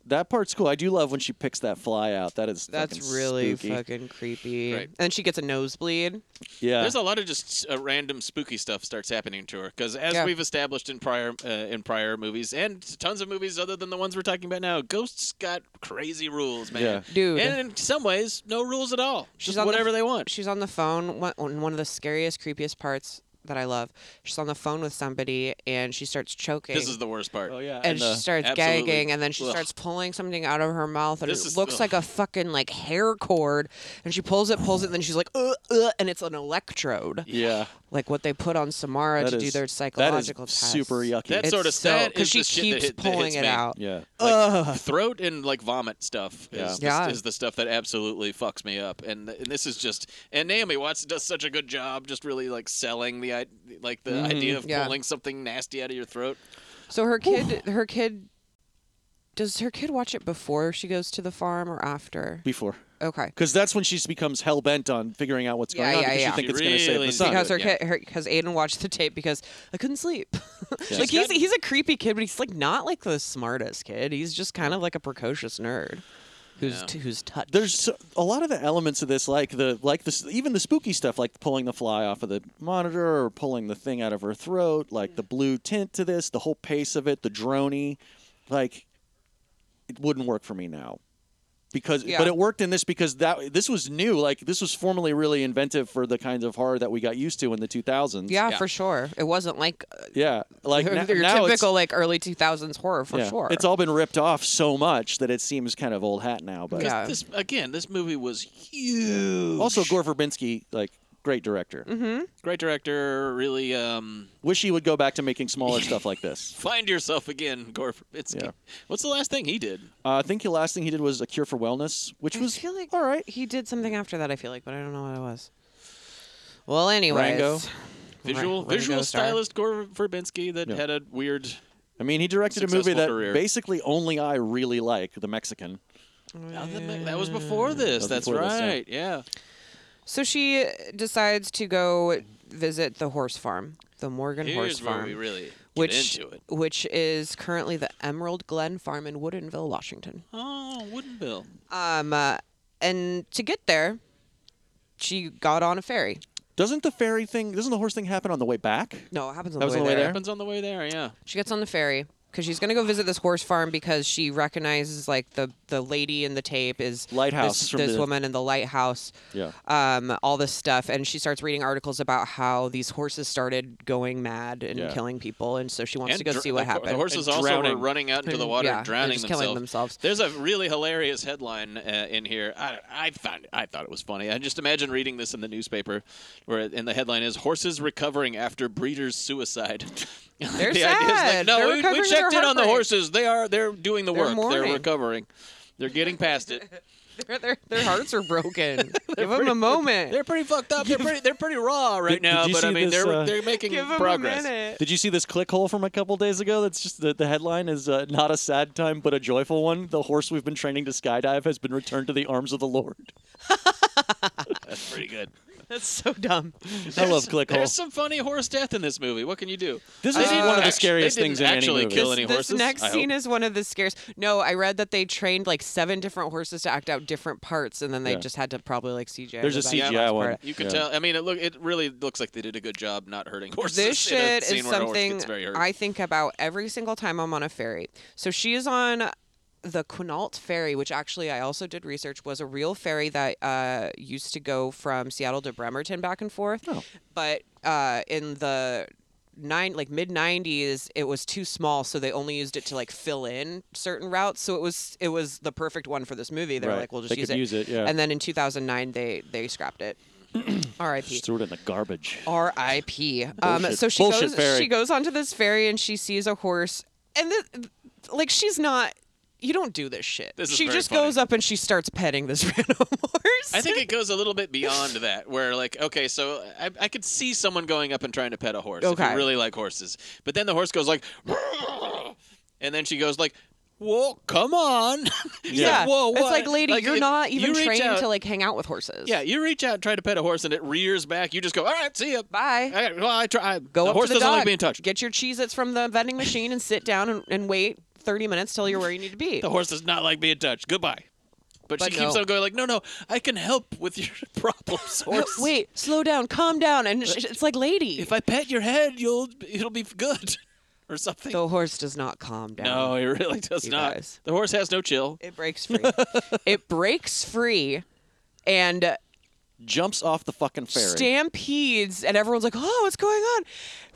[SPEAKER 3] that part's cool. I do love when she picks that fly out. That is
[SPEAKER 1] That's
[SPEAKER 3] fucking
[SPEAKER 1] really
[SPEAKER 3] spooky.
[SPEAKER 1] fucking creepy.
[SPEAKER 2] Right.
[SPEAKER 1] And she gets a nosebleed.
[SPEAKER 3] yeah.
[SPEAKER 2] There's a lot of just uh, random spooky stuff starts happening to her because, as
[SPEAKER 1] Yeah.
[SPEAKER 2] we've established in prior uh, in prior movies and tons of movies other than the ones we're talking about now, ghosts got crazy rules, man.
[SPEAKER 3] Yeah.
[SPEAKER 1] Dude.
[SPEAKER 2] and in some ways, no rules at all.
[SPEAKER 1] She's
[SPEAKER 2] just
[SPEAKER 1] on the
[SPEAKER 2] whatever
[SPEAKER 1] f-
[SPEAKER 2] they want.
[SPEAKER 1] She's on the phone. One, on one of the scariest, creepiest parts that I love. She's on the phone with somebody and she starts choking.
[SPEAKER 2] This is the worst part.
[SPEAKER 3] oh yeah.
[SPEAKER 1] and, she
[SPEAKER 3] uh,
[SPEAKER 1] starts
[SPEAKER 2] absolutely.
[SPEAKER 1] gagging, and then she
[SPEAKER 2] Ugh.
[SPEAKER 1] starts pulling something out of her mouth, and
[SPEAKER 2] This
[SPEAKER 1] it
[SPEAKER 2] is-
[SPEAKER 1] looks
[SPEAKER 2] ugh.
[SPEAKER 1] like a fucking like hair cord. And she pulls it, pulls it, and then she's like, uh, uh, and it's an electrode,
[SPEAKER 3] yeah.
[SPEAKER 1] like what they put on Samara
[SPEAKER 3] That
[SPEAKER 1] to do
[SPEAKER 3] is-
[SPEAKER 1] their psychological
[SPEAKER 3] That is
[SPEAKER 1] tests.
[SPEAKER 3] super yucky.
[SPEAKER 2] That's
[SPEAKER 1] It's
[SPEAKER 2] sort of
[SPEAKER 1] so-
[SPEAKER 2] sad
[SPEAKER 1] 'cause she
[SPEAKER 2] the shit that
[SPEAKER 1] keeps
[SPEAKER 2] hit- that
[SPEAKER 1] pulling
[SPEAKER 2] hits
[SPEAKER 1] it
[SPEAKER 2] me.
[SPEAKER 1] out.
[SPEAKER 3] yeah.
[SPEAKER 2] Like, throat and like vomit stuff is,
[SPEAKER 3] Yeah.
[SPEAKER 2] the,
[SPEAKER 1] Yeah.
[SPEAKER 2] is the stuff that absolutely fucks me up and, th- and this is just and Naomi Watts does such a good job just really like selling the i- like the idea of
[SPEAKER 1] Mm-hmm. Yeah.
[SPEAKER 2] pulling something nasty out of your throat
[SPEAKER 1] So her kid, her kid, does her kid watch it before she goes to the farm or after?
[SPEAKER 3] Before.
[SPEAKER 1] Okay.
[SPEAKER 3] Because that's when she becomes hell bent on figuring out what's
[SPEAKER 1] Yeah,
[SPEAKER 3] going on
[SPEAKER 1] yeah,
[SPEAKER 3] because
[SPEAKER 1] yeah.
[SPEAKER 3] she thinks
[SPEAKER 2] She
[SPEAKER 3] it's going to save
[SPEAKER 2] really
[SPEAKER 3] the son.
[SPEAKER 1] Because her
[SPEAKER 2] Yeah.
[SPEAKER 1] kid, her, because Aiden watched the tape because I couldn't sleep. (laughs) like
[SPEAKER 2] She's
[SPEAKER 1] he's
[SPEAKER 2] got-
[SPEAKER 1] he's a creepy kid, but he's like not like the smartest kid. He's just kind of like a precocious nerd who's t- who's touched.
[SPEAKER 3] There's so- a lot of the elements of this, like the like the s- even the spooky stuff, like pulling the fly off of the monitor or pulling the thing out of her throat, like the blue tint to this, the whole pace of it, the drony, like it wouldn't work for me now. Because,
[SPEAKER 1] Yeah.
[SPEAKER 3] but it worked in this because that this was new. Like this was formerly really inventive for the kinds of horror that we got used to in the 2000s.
[SPEAKER 1] yeah,
[SPEAKER 2] Yeah.
[SPEAKER 1] for sure. It wasn't like uh,
[SPEAKER 3] yeah.
[SPEAKER 1] (laughs)
[SPEAKER 3] Like
[SPEAKER 1] your
[SPEAKER 3] na-
[SPEAKER 1] your
[SPEAKER 3] now it's-
[SPEAKER 1] typical like early two thousands horror for
[SPEAKER 3] yeah,
[SPEAKER 1] sure.
[SPEAKER 3] It's all been ripped off so much that it seems kind of old hat now. But
[SPEAKER 1] Yeah. Oh.
[SPEAKER 2] this again this movie was huge
[SPEAKER 3] also, Gore Verbinski like Great director.
[SPEAKER 1] Mm-hmm.
[SPEAKER 2] Great director. Really um,
[SPEAKER 3] Wish he would go back to making
[SPEAKER 2] (laughs)
[SPEAKER 3] smaller stuff like this.
[SPEAKER 2] find yourself again, Gore Verbinski.
[SPEAKER 3] Yeah.
[SPEAKER 2] What's the last thing he did?
[SPEAKER 3] Uh, I think the last thing he did was A Cure for Wellness, which
[SPEAKER 1] I
[SPEAKER 3] was
[SPEAKER 1] feel like all right. He did something after that. I feel like, but I don't know what it was. Well, anyways,
[SPEAKER 3] Rango.
[SPEAKER 2] Visual
[SPEAKER 1] Ra-
[SPEAKER 2] visual
[SPEAKER 1] Rango Star.
[SPEAKER 2] stylist Gore Verbinski that
[SPEAKER 3] Yeah.
[SPEAKER 2] had a weird.
[SPEAKER 3] I mean, he directed a movie
[SPEAKER 2] Successful
[SPEAKER 3] that
[SPEAKER 2] career.
[SPEAKER 3] basically only I really like, The Mexican.
[SPEAKER 2] Oh, that, that was before this.
[SPEAKER 3] That
[SPEAKER 2] That's
[SPEAKER 3] was before this, yeah.
[SPEAKER 2] right. yeah.
[SPEAKER 1] So she decides to go visit the horse farm, the Morgan horse
[SPEAKER 2] Here's where
[SPEAKER 1] farm,
[SPEAKER 2] we really get
[SPEAKER 1] which
[SPEAKER 2] into it.
[SPEAKER 1] which is currently the Emerald Glen Farm in Woodinville, Washington.
[SPEAKER 2] Oh, wooden bill.
[SPEAKER 1] Um, uh, and to get there, she got on a ferry.
[SPEAKER 3] Doesn't the ferry thing, doesn't the horse thing happen on the way back?
[SPEAKER 1] No, it happens on the
[SPEAKER 3] That was
[SPEAKER 1] way
[SPEAKER 3] on the way
[SPEAKER 1] there.
[SPEAKER 3] there?
[SPEAKER 2] Happens on the way there. Yeah.
[SPEAKER 1] She gets on the ferry because she's gonna go visit this horse farm because she recognizes like the the lady in the tape is
[SPEAKER 3] Lighthouse
[SPEAKER 1] this,
[SPEAKER 3] from
[SPEAKER 1] this
[SPEAKER 3] the-
[SPEAKER 1] woman in the lighthouse.
[SPEAKER 3] Yeah.
[SPEAKER 1] Um, all this stuff, and she starts reading articles about how these horses started going mad and
[SPEAKER 3] Yeah.
[SPEAKER 1] killing people, and so she wants
[SPEAKER 2] And
[SPEAKER 1] to go
[SPEAKER 2] dr-
[SPEAKER 1] see what
[SPEAKER 2] the, ho-
[SPEAKER 1] happened.
[SPEAKER 2] The horses
[SPEAKER 3] And
[SPEAKER 2] also were
[SPEAKER 3] drowning.
[SPEAKER 2] running out into the
[SPEAKER 1] And-
[SPEAKER 2] water,
[SPEAKER 1] yeah,
[SPEAKER 2] and
[SPEAKER 1] they're
[SPEAKER 2] drowning
[SPEAKER 1] just killing themselves.
[SPEAKER 2] There's a really hilarious headline uh, in here. I, I found I thought it was funny. I just imagine reading this in the newspaper, where it- and the headline is "Horses recovering after breeder's suicide." (laughs)
[SPEAKER 1] They're
[SPEAKER 2] the idea is like,
[SPEAKER 1] sad.
[SPEAKER 2] no,
[SPEAKER 1] They're
[SPEAKER 2] we- we,
[SPEAKER 1] recovering
[SPEAKER 2] checked
[SPEAKER 1] their
[SPEAKER 2] in on the
[SPEAKER 1] heartbreak.
[SPEAKER 2] horses. They are they're doing the
[SPEAKER 1] They're
[SPEAKER 2] work.
[SPEAKER 1] mourning.
[SPEAKER 2] They're recovering. They're getting past it.
[SPEAKER 1] their, their, their hearts are
[SPEAKER 2] (laughs)
[SPEAKER 1] broken. Give them a moment.
[SPEAKER 2] They're pretty fucked up. They're pretty they're pretty raw right
[SPEAKER 3] Did-
[SPEAKER 2] now.
[SPEAKER 3] did you
[SPEAKER 2] but I
[SPEAKER 3] see
[SPEAKER 2] mean,
[SPEAKER 3] this,
[SPEAKER 2] they're
[SPEAKER 3] uh,
[SPEAKER 2] they're making
[SPEAKER 1] Give 'em
[SPEAKER 2] progress.
[SPEAKER 1] a minute.
[SPEAKER 3] Did you see this click hole from a couple days ago? That's just the, the headline is uh, not a sad time, but a joyful one. The horse we've been training to skydive has been returned to the arms of the Lord.
[SPEAKER 2] That's pretty good.
[SPEAKER 1] That's so dumb.
[SPEAKER 3] I love click hole.
[SPEAKER 2] There's some funny horse death in this movie. What can you do?
[SPEAKER 3] This
[SPEAKER 2] They
[SPEAKER 3] is
[SPEAKER 2] didn't
[SPEAKER 3] one of the
[SPEAKER 2] act-
[SPEAKER 3] scariest
[SPEAKER 2] they didn't
[SPEAKER 3] things in any
[SPEAKER 2] actually
[SPEAKER 3] movie.
[SPEAKER 2] kill
[SPEAKER 3] This-
[SPEAKER 2] any
[SPEAKER 1] this
[SPEAKER 2] horses.
[SPEAKER 1] next
[SPEAKER 2] I hope.
[SPEAKER 1] scene is one of the scares. No, I read that they trained like seven different horses to act out different parts, and then they
[SPEAKER 3] Yeah.
[SPEAKER 1] just had to probably like CGI.
[SPEAKER 3] There's
[SPEAKER 1] the
[SPEAKER 3] a
[SPEAKER 1] best
[SPEAKER 3] CGI
[SPEAKER 1] part.
[SPEAKER 3] one.
[SPEAKER 2] You can
[SPEAKER 3] Yeah.
[SPEAKER 2] tell. I mean, it look. It really looks like they did a good job not hurting horses.
[SPEAKER 1] This
[SPEAKER 2] in a
[SPEAKER 1] shit
[SPEAKER 2] scene
[SPEAKER 1] is
[SPEAKER 2] where a horse
[SPEAKER 1] something
[SPEAKER 2] gets very hurt.
[SPEAKER 1] I think about every single time I'm on a ferry. So she is on the Quinault ferry, which actually I also did research was a real ferry that uh, used to go from Seattle to Bremerton back and forth. But uh, in the nine like mid 90s it was too small so they only used it to like fill in certain routes so it was it was the perfect one for this movie they're
[SPEAKER 3] Right.
[SPEAKER 1] like we'll just
[SPEAKER 3] They could use it, yeah.
[SPEAKER 1] and then in 2009 they they scrapped it (clears throat) RIP
[SPEAKER 3] Just threw it in the garbage.
[SPEAKER 1] R.I.P. Um,
[SPEAKER 3] Bullshit.
[SPEAKER 1] so she
[SPEAKER 3] Bullshit
[SPEAKER 1] goes.
[SPEAKER 3] ferry.
[SPEAKER 1] She goes onto this ferry and she sees a horse, and th- like she's not. You don't do this shit.
[SPEAKER 2] This is
[SPEAKER 1] she
[SPEAKER 2] very
[SPEAKER 1] just
[SPEAKER 2] funny.
[SPEAKER 1] goes up and she starts petting this (laughs) random horse.
[SPEAKER 2] I
[SPEAKER 1] (laughs)
[SPEAKER 2] think it goes a little bit beyond that, where like, okay, so I, I could see someone going up and trying to pet a horse if
[SPEAKER 1] Okay.
[SPEAKER 2] you really like horses, but then the horse goes like, (laughs) and then she goes like, "Whoa, come on!" (laughs) He's
[SPEAKER 1] yeah.
[SPEAKER 2] like, Whoa, what?
[SPEAKER 1] It's like, lady, you're
[SPEAKER 2] if
[SPEAKER 1] not even
[SPEAKER 2] you reach
[SPEAKER 1] trained
[SPEAKER 2] out-
[SPEAKER 1] to like hang out with horses.
[SPEAKER 2] (laughs) Yeah, you reach out, and try to pet a horse, and it rears back. You just go, "All right, see ya,
[SPEAKER 1] Bye.
[SPEAKER 2] All right, well, I try. I-
[SPEAKER 1] Go
[SPEAKER 2] the
[SPEAKER 1] up
[SPEAKER 2] horse
[SPEAKER 1] to the
[SPEAKER 2] doesn't
[SPEAKER 1] dog.
[SPEAKER 2] like being touched.
[SPEAKER 1] Get your Cheez-Its from the vending machine and sit down and, and wait 30 minutes till you're where you need to be.
[SPEAKER 2] the horse does not like being touched. Goodbye. But,
[SPEAKER 1] But
[SPEAKER 2] she keeps
[SPEAKER 1] no.
[SPEAKER 2] on going like, no, no, I can help with your (laughs) problems, horse.
[SPEAKER 1] (gasps) Wait, slow down, calm down, and sh- it's like, lady,
[SPEAKER 2] If I pet your head, you'll it'll be good, (laughs) or something.
[SPEAKER 1] the horse does not calm down.
[SPEAKER 2] no, it really
[SPEAKER 1] (laughs)
[SPEAKER 2] does
[SPEAKER 1] You
[SPEAKER 2] not.
[SPEAKER 1] guys.
[SPEAKER 2] The horse has no chill.
[SPEAKER 1] It breaks free.
[SPEAKER 3] (laughs)
[SPEAKER 1] it breaks free and
[SPEAKER 3] Jumps off the fucking ferry.
[SPEAKER 1] stampedes, and everyone's like, oh, what's going on?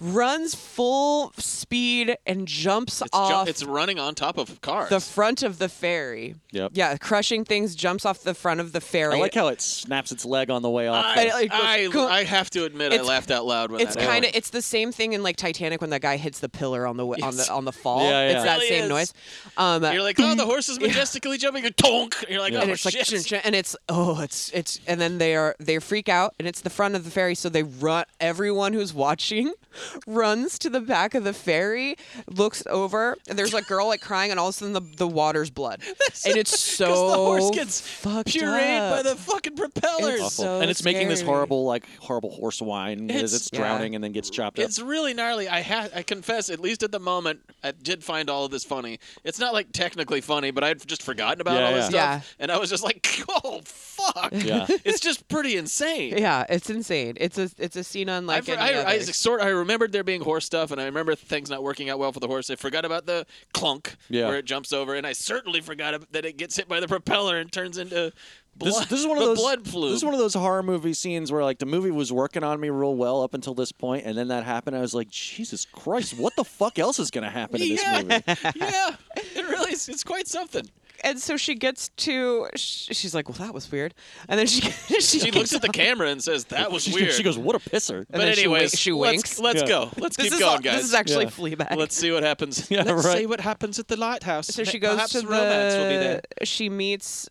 [SPEAKER 1] Runs full speed and jumps
[SPEAKER 2] It's, ju-
[SPEAKER 1] off
[SPEAKER 2] it's running on top of cars.
[SPEAKER 1] the front of the ferry.
[SPEAKER 3] Yep.
[SPEAKER 1] Yeah, crushing things, jumps off the front of the ferry.
[SPEAKER 3] I like how it snaps its leg on the way off.
[SPEAKER 2] I,
[SPEAKER 1] And it, like, goes,
[SPEAKER 2] I,
[SPEAKER 1] go-
[SPEAKER 2] I have to admit, I
[SPEAKER 1] It's-
[SPEAKER 2] laughed out loud when
[SPEAKER 1] it's
[SPEAKER 2] that
[SPEAKER 1] kind of
[SPEAKER 2] happened.
[SPEAKER 1] it's the same thing in like Titanic when that guy hits the pillar on the w- on the on the fall.
[SPEAKER 3] Yeah,
[SPEAKER 1] It's
[SPEAKER 3] yeah.
[SPEAKER 1] that
[SPEAKER 2] Really
[SPEAKER 1] same
[SPEAKER 2] is.
[SPEAKER 1] noise. Um, (laughs)
[SPEAKER 2] You're like, oh, the horse is majestically jumping. And tonk. And You're like,
[SPEAKER 1] and
[SPEAKER 2] oh
[SPEAKER 1] it's like
[SPEAKER 2] shit.
[SPEAKER 1] "Chin, chin," and it's oh it's it's and then they are they freak out and it's the front of the ferry so they run everyone who's watching (laughs) runs to the back of the ferry looks over and there's a girl like crying and all of a sudden the, the water's
[SPEAKER 2] (laughs)
[SPEAKER 1] blood and it's so
[SPEAKER 2] 'Cause the horse gets
[SPEAKER 1] fucked
[SPEAKER 2] pureed
[SPEAKER 1] up.
[SPEAKER 2] by the fucking propellers.
[SPEAKER 1] It's so
[SPEAKER 3] and it's making this
[SPEAKER 1] scary.
[SPEAKER 3] horrible, like horrible horse whine as
[SPEAKER 2] It's-
[SPEAKER 3] it's
[SPEAKER 1] Yeah.
[SPEAKER 3] drowning and then gets chopped up.
[SPEAKER 2] It's really gnarly. I ha- I confess, at least at the moment, I did find all of this funny. It's not like technically funny, but I'd just forgotten about
[SPEAKER 3] Yeah,
[SPEAKER 2] all this
[SPEAKER 3] yeah.
[SPEAKER 2] stuff,
[SPEAKER 1] Yeah.
[SPEAKER 2] and I was just like, (laughs) "Oh fuck!"
[SPEAKER 1] (laughs)
[SPEAKER 3] Yeah.
[SPEAKER 2] it's just pretty insane.
[SPEAKER 1] yeah it's insane it's a it's a scene
[SPEAKER 2] I,
[SPEAKER 1] unlike
[SPEAKER 2] for-
[SPEAKER 1] any
[SPEAKER 2] I, I
[SPEAKER 1] other.
[SPEAKER 2] sort I remembered there being horse stuff, and I remember things not working out well for the horse. I forgot about the clunk
[SPEAKER 3] Yeah.
[SPEAKER 2] where it jumps over, and I certainly forgot ab- that it gets hit by the propeller and turns into blood.
[SPEAKER 3] this, this is one of
[SPEAKER 2] a
[SPEAKER 3] those
[SPEAKER 2] blood flume.
[SPEAKER 3] This is one of those horror movie scenes where like the movie was working on me real well up until this point, and then that happened. I was like, Jesus
[SPEAKER 2] (laughs)
[SPEAKER 3] Christ, what the fuck else is gonna happen in this movie? (laughs)
[SPEAKER 2] yeah, it really is. It's quite something.
[SPEAKER 1] and so she gets to. sh- She's like, "Well, that was weird," and then she (laughs) she,
[SPEAKER 2] She
[SPEAKER 1] gets
[SPEAKER 2] looks at the
[SPEAKER 1] on-
[SPEAKER 2] camera and says, "That was
[SPEAKER 3] She-
[SPEAKER 2] weird."
[SPEAKER 3] She goes, "What a pisser!"
[SPEAKER 2] But
[SPEAKER 1] And then she wi-
[SPEAKER 2] anyways,
[SPEAKER 1] she winks.
[SPEAKER 2] Let's, let's
[SPEAKER 1] Yeah.
[SPEAKER 2] go. Let's
[SPEAKER 1] This
[SPEAKER 2] keep
[SPEAKER 1] is
[SPEAKER 2] going,
[SPEAKER 1] all-
[SPEAKER 2] guys.
[SPEAKER 1] this is actually
[SPEAKER 2] Yeah.
[SPEAKER 1] Fleabag.
[SPEAKER 2] Let's see what happens.
[SPEAKER 3] (laughs) Yeah,
[SPEAKER 2] let's
[SPEAKER 3] right.
[SPEAKER 2] see what happens at the lighthouse.
[SPEAKER 1] So she
[SPEAKER 2] Ma-
[SPEAKER 1] goes
[SPEAKER 2] Perhaps
[SPEAKER 1] to the.
[SPEAKER 2] romance will be there.
[SPEAKER 1] She meets,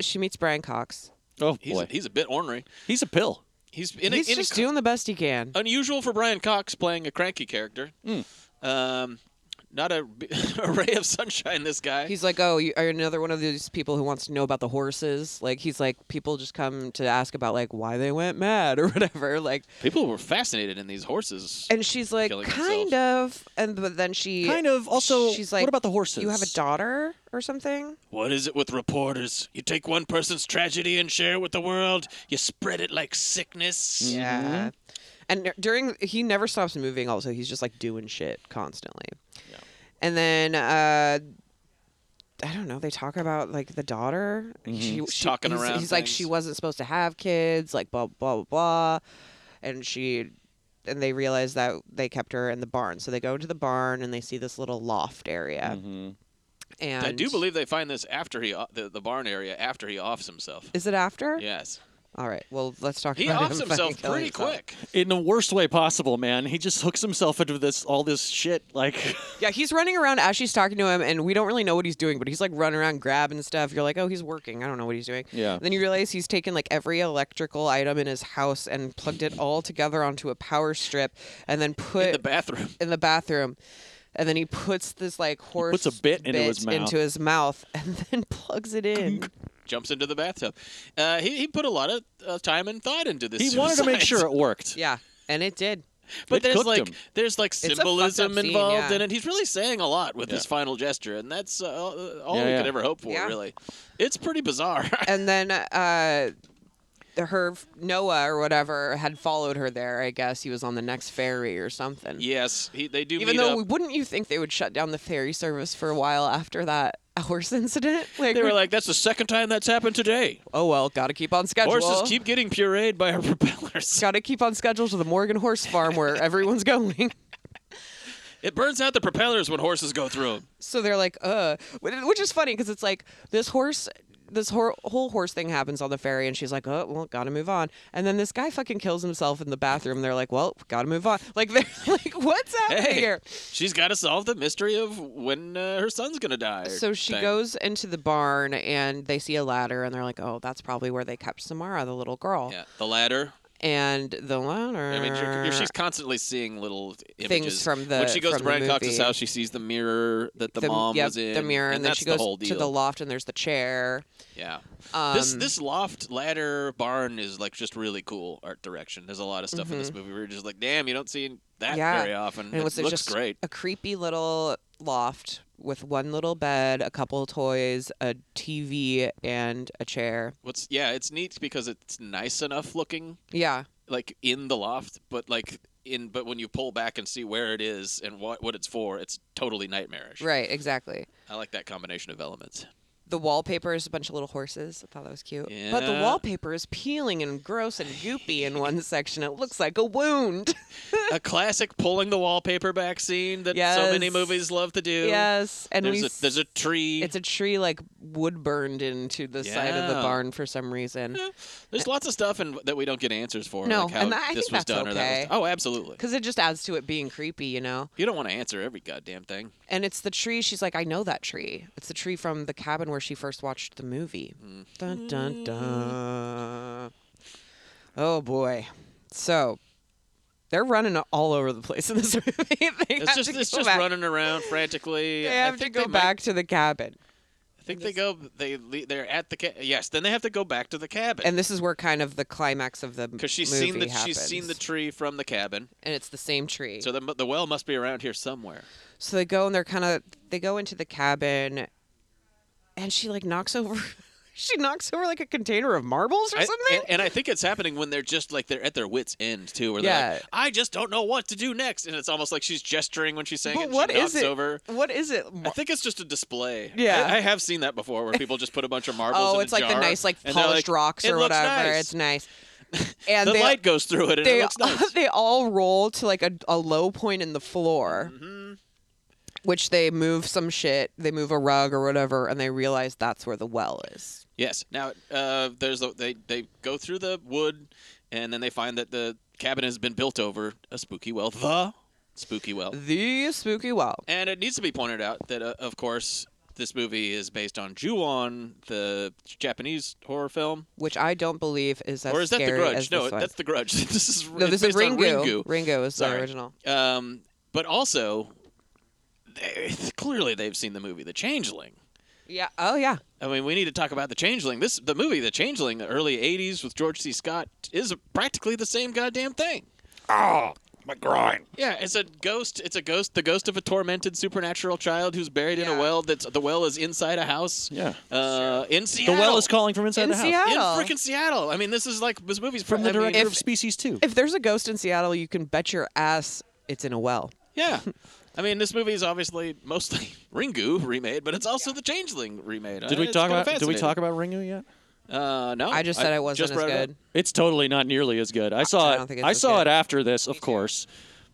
[SPEAKER 1] she meets Brian Cox.
[SPEAKER 3] Oh
[SPEAKER 2] He's,
[SPEAKER 3] boy,
[SPEAKER 2] he's a bit ornery.
[SPEAKER 3] he's a pill.
[SPEAKER 2] He's in
[SPEAKER 1] He's
[SPEAKER 2] a, in
[SPEAKER 1] just
[SPEAKER 2] a,
[SPEAKER 1] doing the best he can.
[SPEAKER 2] unusual for Brian Cox playing a cranky character.
[SPEAKER 1] Hmm.
[SPEAKER 2] Um, not a, (laughs) a ray of sunshine. This guy.
[SPEAKER 1] He's like, oh, you are you another one of these people who wants to know about the horses. Like he's like, people just come to ask about like why they went mad or (laughs) whatever. Like,
[SPEAKER 2] People were fascinated in these horses.
[SPEAKER 1] and she's like,
[SPEAKER 2] Killing
[SPEAKER 1] kind of, and but then she
[SPEAKER 2] Kind of.
[SPEAKER 3] Also,
[SPEAKER 1] she's like,
[SPEAKER 3] what about the horses?
[SPEAKER 1] You have a daughter or something?
[SPEAKER 2] What is it with reporters? You take one person's tragedy and share it with the world. You spread it like sickness.
[SPEAKER 1] Yeah. And during he never stops moving. Also, he's just like doing shit constantly. And then uh, I don't know. They talk about like the daughter. She,
[SPEAKER 2] He's Mm-hmm. talking
[SPEAKER 1] he's,
[SPEAKER 2] around
[SPEAKER 1] He's like
[SPEAKER 2] things.
[SPEAKER 1] she wasn't supposed to have kids. Like blah blah blah blah. And she and they realize that they kept her in the barn. So they go into the barn and they see this little loft area. Hmm. And
[SPEAKER 2] Mm-hmm. I do believe they find this after he o- the, the barn area after he offs himself.
[SPEAKER 1] Is it after?
[SPEAKER 2] Yes.
[SPEAKER 1] All right. Well, let's talk
[SPEAKER 2] He
[SPEAKER 1] about
[SPEAKER 2] offs
[SPEAKER 1] him (laughs)
[SPEAKER 2] himself
[SPEAKER 1] fucking killing
[SPEAKER 2] pretty
[SPEAKER 1] himself.
[SPEAKER 2] quick.
[SPEAKER 3] in the worst way possible, man. He just hooks himself into this all this shit. Like, (laughs)
[SPEAKER 1] Yeah, he's running around as she's talking to him, and we don't really know what he's doing, but he's like running around grabbing stuff. You're like, oh, he's working. I don't know what he's doing.
[SPEAKER 3] Yeah.
[SPEAKER 1] then you realize he's taken like every electrical item in his house and plugged it all together onto a power strip, and then put
[SPEAKER 2] In the bathroom. (laughs)
[SPEAKER 1] in the bathroom. And then he puts this like horse
[SPEAKER 3] puts a bit into his mouth.
[SPEAKER 1] into his mouth (laughs) and then plugs it in.
[SPEAKER 2] Jumps into the bathtub. Uh, he, he put a lot of uh, time and thought into this.
[SPEAKER 3] he wanted to make
[SPEAKER 2] suicide.
[SPEAKER 3] sure it worked.
[SPEAKER 1] yeah, and it did.
[SPEAKER 2] (laughs) But
[SPEAKER 3] It
[SPEAKER 2] there's
[SPEAKER 3] cooked
[SPEAKER 2] like
[SPEAKER 3] him.
[SPEAKER 2] there's like
[SPEAKER 1] a fucked up
[SPEAKER 2] symbolism
[SPEAKER 1] scene,
[SPEAKER 2] involved
[SPEAKER 1] yeah.
[SPEAKER 2] in it. He's really saying a lot with
[SPEAKER 3] Yeah.
[SPEAKER 2] his final gesture, and that's uh, all
[SPEAKER 3] Yeah,
[SPEAKER 2] we
[SPEAKER 3] yeah.
[SPEAKER 2] could ever hope for.
[SPEAKER 1] Yeah.
[SPEAKER 2] Really, it's pretty bizarre. (laughs)
[SPEAKER 1] and then uh the- her Noah or whatever had followed her there. I guess he was on the next ferry or something.
[SPEAKER 2] yes, he, they do.
[SPEAKER 1] Even
[SPEAKER 2] meet
[SPEAKER 1] though,
[SPEAKER 2] up.
[SPEAKER 1] wouldn't you think they would shut down the ferry service for a while after that (laughs) horse incident? Like,
[SPEAKER 2] they were like, "That's the second time that's happened today.
[SPEAKER 1] "Oh well, gotta keep on schedule."
[SPEAKER 2] Horses keep getting pureed by our (laughs) propellers.
[SPEAKER 1] (laughs) gotta keep on schedule to the Morgan Horse Farm
[SPEAKER 2] (laughs)
[SPEAKER 1] where everyone's going.
[SPEAKER 2] It burns out the propellers when horses go through 'em.
[SPEAKER 1] So they're like, "Uh," wh- which is funny because it's like this horse. This hor- whole horse thing happens on the ferry, and she's like, "Oh, well, gotta move on." And then this guy fucking kills himself in the bathroom. They're like, "Well, gotta move on." Like, (laughs) they're like, "What's happening
[SPEAKER 2] Hey,
[SPEAKER 1] here?"
[SPEAKER 2] she's got to solve the mystery of when uh, her son's gonna die. or
[SPEAKER 1] So she
[SPEAKER 2] thing.
[SPEAKER 1] goes into the barn, and they see a ladder, and they're like, "Oh, that's probably where they kept Samara, the little girl."
[SPEAKER 2] Yeah, the ladder.
[SPEAKER 1] and the ladder.
[SPEAKER 2] I mean, you're, you're, she's constantly seeing little images.
[SPEAKER 1] Uh, from the-
[SPEAKER 2] when she goes
[SPEAKER 1] from
[SPEAKER 2] to
[SPEAKER 1] the
[SPEAKER 2] Brian Cox's
[SPEAKER 1] movie.
[SPEAKER 2] house, she sees the mirror that the,
[SPEAKER 1] the,
[SPEAKER 2] mom
[SPEAKER 1] yep,
[SPEAKER 2] was in,
[SPEAKER 1] the mirror, and, then
[SPEAKER 2] that's
[SPEAKER 1] she goes
[SPEAKER 2] the whole
[SPEAKER 1] to
[SPEAKER 2] deal.
[SPEAKER 1] the loft, and there's the chair.
[SPEAKER 2] Yeah. this
[SPEAKER 1] Um,
[SPEAKER 2] this loft ladder barn is like just really cool art direction. There's a lot of stuff in this movie where you're just like, damn, you don't see that
[SPEAKER 1] Mm-hmm. yeah,
[SPEAKER 2] very often.
[SPEAKER 1] And it was
[SPEAKER 2] looks
[SPEAKER 1] just
[SPEAKER 2] great.
[SPEAKER 1] a creepy little loft with one little bed, a couple toys, a TV, and a chair.
[SPEAKER 2] What's yeah, it's neat because it's nice enough looking,
[SPEAKER 1] Yeah,
[SPEAKER 2] like in the loft, but like in but when you pull back and see where it is and what what it's for, it's totally nightmarish.
[SPEAKER 1] right, exactly.
[SPEAKER 2] I like that combination of elements.
[SPEAKER 1] The wallpaper is a bunch of little horses. I thought that was cute. But the
[SPEAKER 2] Yeah.
[SPEAKER 1] wallpaper is peeling and gross and goopy in one section. It looks like a wound. (laughs)
[SPEAKER 2] (laughs) a classic pulling the wallpaper back scene that so many
[SPEAKER 1] Yes.
[SPEAKER 2] movies love to do.
[SPEAKER 1] yes, and
[SPEAKER 2] there's
[SPEAKER 1] we
[SPEAKER 2] a
[SPEAKER 1] s-
[SPEAKER 2] there's a tree.
[SPEAKER 1] It's a tree like wood burned into the side of the
[SPEAKER 2] Yeah.
[SPEAKER 1] barn for some reason.
[SPEAKER 2] There's lots of stuff and that we don't get answers for.
[SPEAKER 1] No,
[SPEAKER 2] like how
[SPEAKER 1] and I think
[SPEAKER 2] this was
[SPEAKER 1] that's
[SPEAKER 2] done or that was
[SPEAKER 1] okay.
[SPEAKER 2] done. Oh, absolutely.
[SPEAKER 1] Because it just adds to it being creepy, you know?
[SPEAKER 2] You don't want to answer every
[SPEAKER 1] (laughs)
[SPEAKER 2] goddamn thing.
[SPEAKER 1] And it's the tree. She's like, I know that tree. It's the tree from the cabin where she first watched the movie.
[SPEAKER 2] Mm.
[SPEAKER 1] Dun, dun, dun. Oh, boy. So they're running all over the place in this (laughs) movie. They
[SPEAKER 2] It's
[SPEAKER 1] have
[SPEAKER 2] just
[SPEAKER 1] to
[SPEAKER 2] it's
[SPEAKER 1] go
[SPEAKER 2] just
[SPEAKER 1] back.
[SPEAKER 2] running around
[SPEAKER 1] (laughs)
[SPEAKER 2] frantically.
[SPEAKER 1] They
[SPEAKER 2] I
[SPEAKER 1] have to
[SPEAKER 2] think
[SPEAKER 1] go
[SPEAKER 2] they might-
[SPEAKER 1] back to the cabin.
[SPEAKER 2] I think they go. They le- they're at the ca- yes. Then they have to go back to the cabin
[SPEAKER 1] And this is where kind of the climax of the m-
[SPEAKER 2] because she's
[SPEAKER 1] movie
[SPEAKER 2] seen the
[SPEAKER 1] happens.
[SPEAKER 2] she's seen the tree from the cabin.
[SPEAKER 1] and it's the same tree.
[SPEAKER 2] So the the well must be around here somewhere.
[SPEAKER 1] So they go and they're kind of they go into the cabin, and she like knocks over, (laughs) she knocks over like a container of marbles or
[SPEAKER 2] I-
[SPEAKER 1] something.
[SPEAKER 2] and, and I think it's happening when they're just like they're at their wits' end too, where they're
[SPEAKER 1] Yeah.
[SPEAKER 2] like, "I just don't know what to do next," and it's almost like she's gesturing when she's saying
[SPEAKER 1] but
[SPEAKER 2] it. and
[SPEAKER 1] what
[SPEAKER 2] she
[SPEAKER 1] is
[SPEAKER 2] nods
[SPEAKER 1] it?
[SPEAKER 2] over.
[SPEAKER 1] What is it?
[SPEAKER 2] I think it's just a display.
[SPEAKER 1] Yeah.
[SPEAKER 2] I, I have seen that before, where people just put a bunch of marbles.
[SPEAKER 1] oh,
[SPEAKER 2] in
[SPEAKER 1] it's
[SPEAKER 2] a
[SPEAKER 1] like the
[SPEAKER 2] jar,
[SPEAKER 1] nice like
[SPEAKER 2] and they're
[SPEAKER 1] polished
[SPEAKER 2] like,
[SPEAKER 1] rocks
[SPEAKER 2] "It
[SPEAKER 1] or
[SPEAKER 2] looks
[SPEAKER 1] whatever.
[SPEAKER 2] nice."
[SPEAKER 1] It's
[SPEAKER 2] (laughs)
[SPEAKER 1] nice. And
[SPEAKER 2] the
[SPEAKER 1] they,
[SPEAKER 2] light goes through it,
[SPEAKER 1] (laughs)
[SPEAKER 2] and
[SPEAKER 1] they (laughs)
[SPEAKER 2] it looks nice. Mm-hmm.
[SPEAKER 1] they all roll to like a, a low point in the floor. Which they move some shit, they move a rug or whatever, and they realize that's where the well is.
[SPEAKER 2] Yes. Now, uh, there's the, they they go through the wood, and then they find that the cabin has been built over a spooky well. The spooky well.
[SPEAKER 1] The spooky well.
[SPEAKER 2] And it needs to be pointed out that, uh, of course, this movie is based on Ju-on, the Japanese horror film.
[SPEAKER 1] Which I don't believe is as
[SPEAKER 2] or is that The
[SPEAKER 1] scary
[SPEAKER 2] Grudge?
[SPEAKER 1] as
[SPEAKER 2] no,
[SPEAKER 1] this one.
[SPEAKER 2] that's The Grudge. (laughs) this is
[SPEAKER 1] No,
[SPEAKER 2] it's
[SPEAKER 1] this is
[SPEAKER 2] based on
[SPEAKER 1] Ringu.
[SPEAKER 2] Ringu.
[SPEAKER 1] Ringu is the
[SPEAKER 2] Sorry.
[SPEAKER 1] original.
[SPEAKER 2] Um, but also, they, clearly they've seen the movie The Changeling.
[SPEAKER 1] Yeah. Oh yeah.
[SPEAKER 2] I mean, we need to talk about The Changeling. This the movie The Changeling, the early '80s with George C. Scott, is practically the same goddamn thing. Ah,
[SPEAKER 3] Oh, my groin.
[SPEAKER 2] Yeah, it's a ghost. It's a ghost. The ghost of a tormented supernatural child who's buried in a well. That's the well is inside a house.
[SPEAKER 3] Yeah.
[SPEAKER 2] Uh, in
[SPEAKER 3] The
[SPEAKER 2] Seattle.
[SPEAKER 3] well is calling from inside
[SPEAKER 1] In
[SPEAKER 3] the house.
[SPEAKER 1] Seattle.
[SPEAKER 2] In freaking Seattle. I mean, this is like this movie's
[SPEAKER 3] From the
[SPEAKER 2] I mean,
[SPEAKER 3] director
[SPEAKER 1] if-
[SPEAKER 3] of Species 2.
[SPEAKER 1] If there's a ghost in Seattle, you can bet your ass it's in a well.
[SPEAKER 3] (laughs)
[SPEAKER 2] Yeah. I mean, this movie is obviously mostly (laughs) Ringu remade, but it's also The Changeling remade.
[SPEAKER 3] Did we talk about Did we talk about Ringu yet?
[SPEAKER 2] about? Uh, no.
[SPEAKER 1] I just said it wasn't as
[SPEAKER 2] brought it up.
[SPEAKER 1] good.
[SPEAKER 3] It's totally not nearly as good. I saw
[SPEAKER 1] I don't
[SPEAKER 3] it.
[SPEAKER 1] think it's
[SPEAKER 3] I
[SPEAKER 1] as
[SPEAKER 3] saw
[SPEAKER 1] good.
[SPEAKER 3] it after this, of course,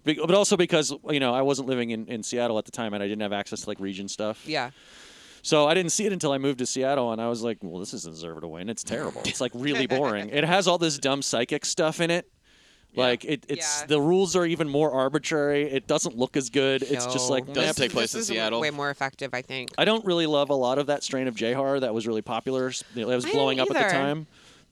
[SPEAKER 3] Be- but also because you know I wasn't living in, in Seattle at the time and I didn't have access to like region stuff.
[SPEAKER 1] Yeah.
[SPEAKER 3] So I didn't see it until I moved to Seattle, and I was like, "Well, this isn't deserved to win. It's terrible. It's like (laughs) really boring. it has all this dumb psychic stuff in it. Like it, it's
[SPEAKER 1] Yeah.
[SPEAKER 3] the rules are even more arbitrary. It doesn't look as good. It's just
[SPEAKER 1] No.
[SPEAKER 3] like
[SPEAKER 2] Doesn't
[SPEAKER 3] meh.
[SPEAKER 2] take place in
[SPEAKER 1] This is
[SPEAKER 2] Seattle.
[SPEAKER 1] way more effective, I think.
[SPEAKER 3] I don't really love a lot of that strain of J horror that was really popular. s- That was
[SPEAKER 1] I don't
[SPEAKER 3] blowing up at
[SPEAKER 1] either.
[SPEAKER 3] the time.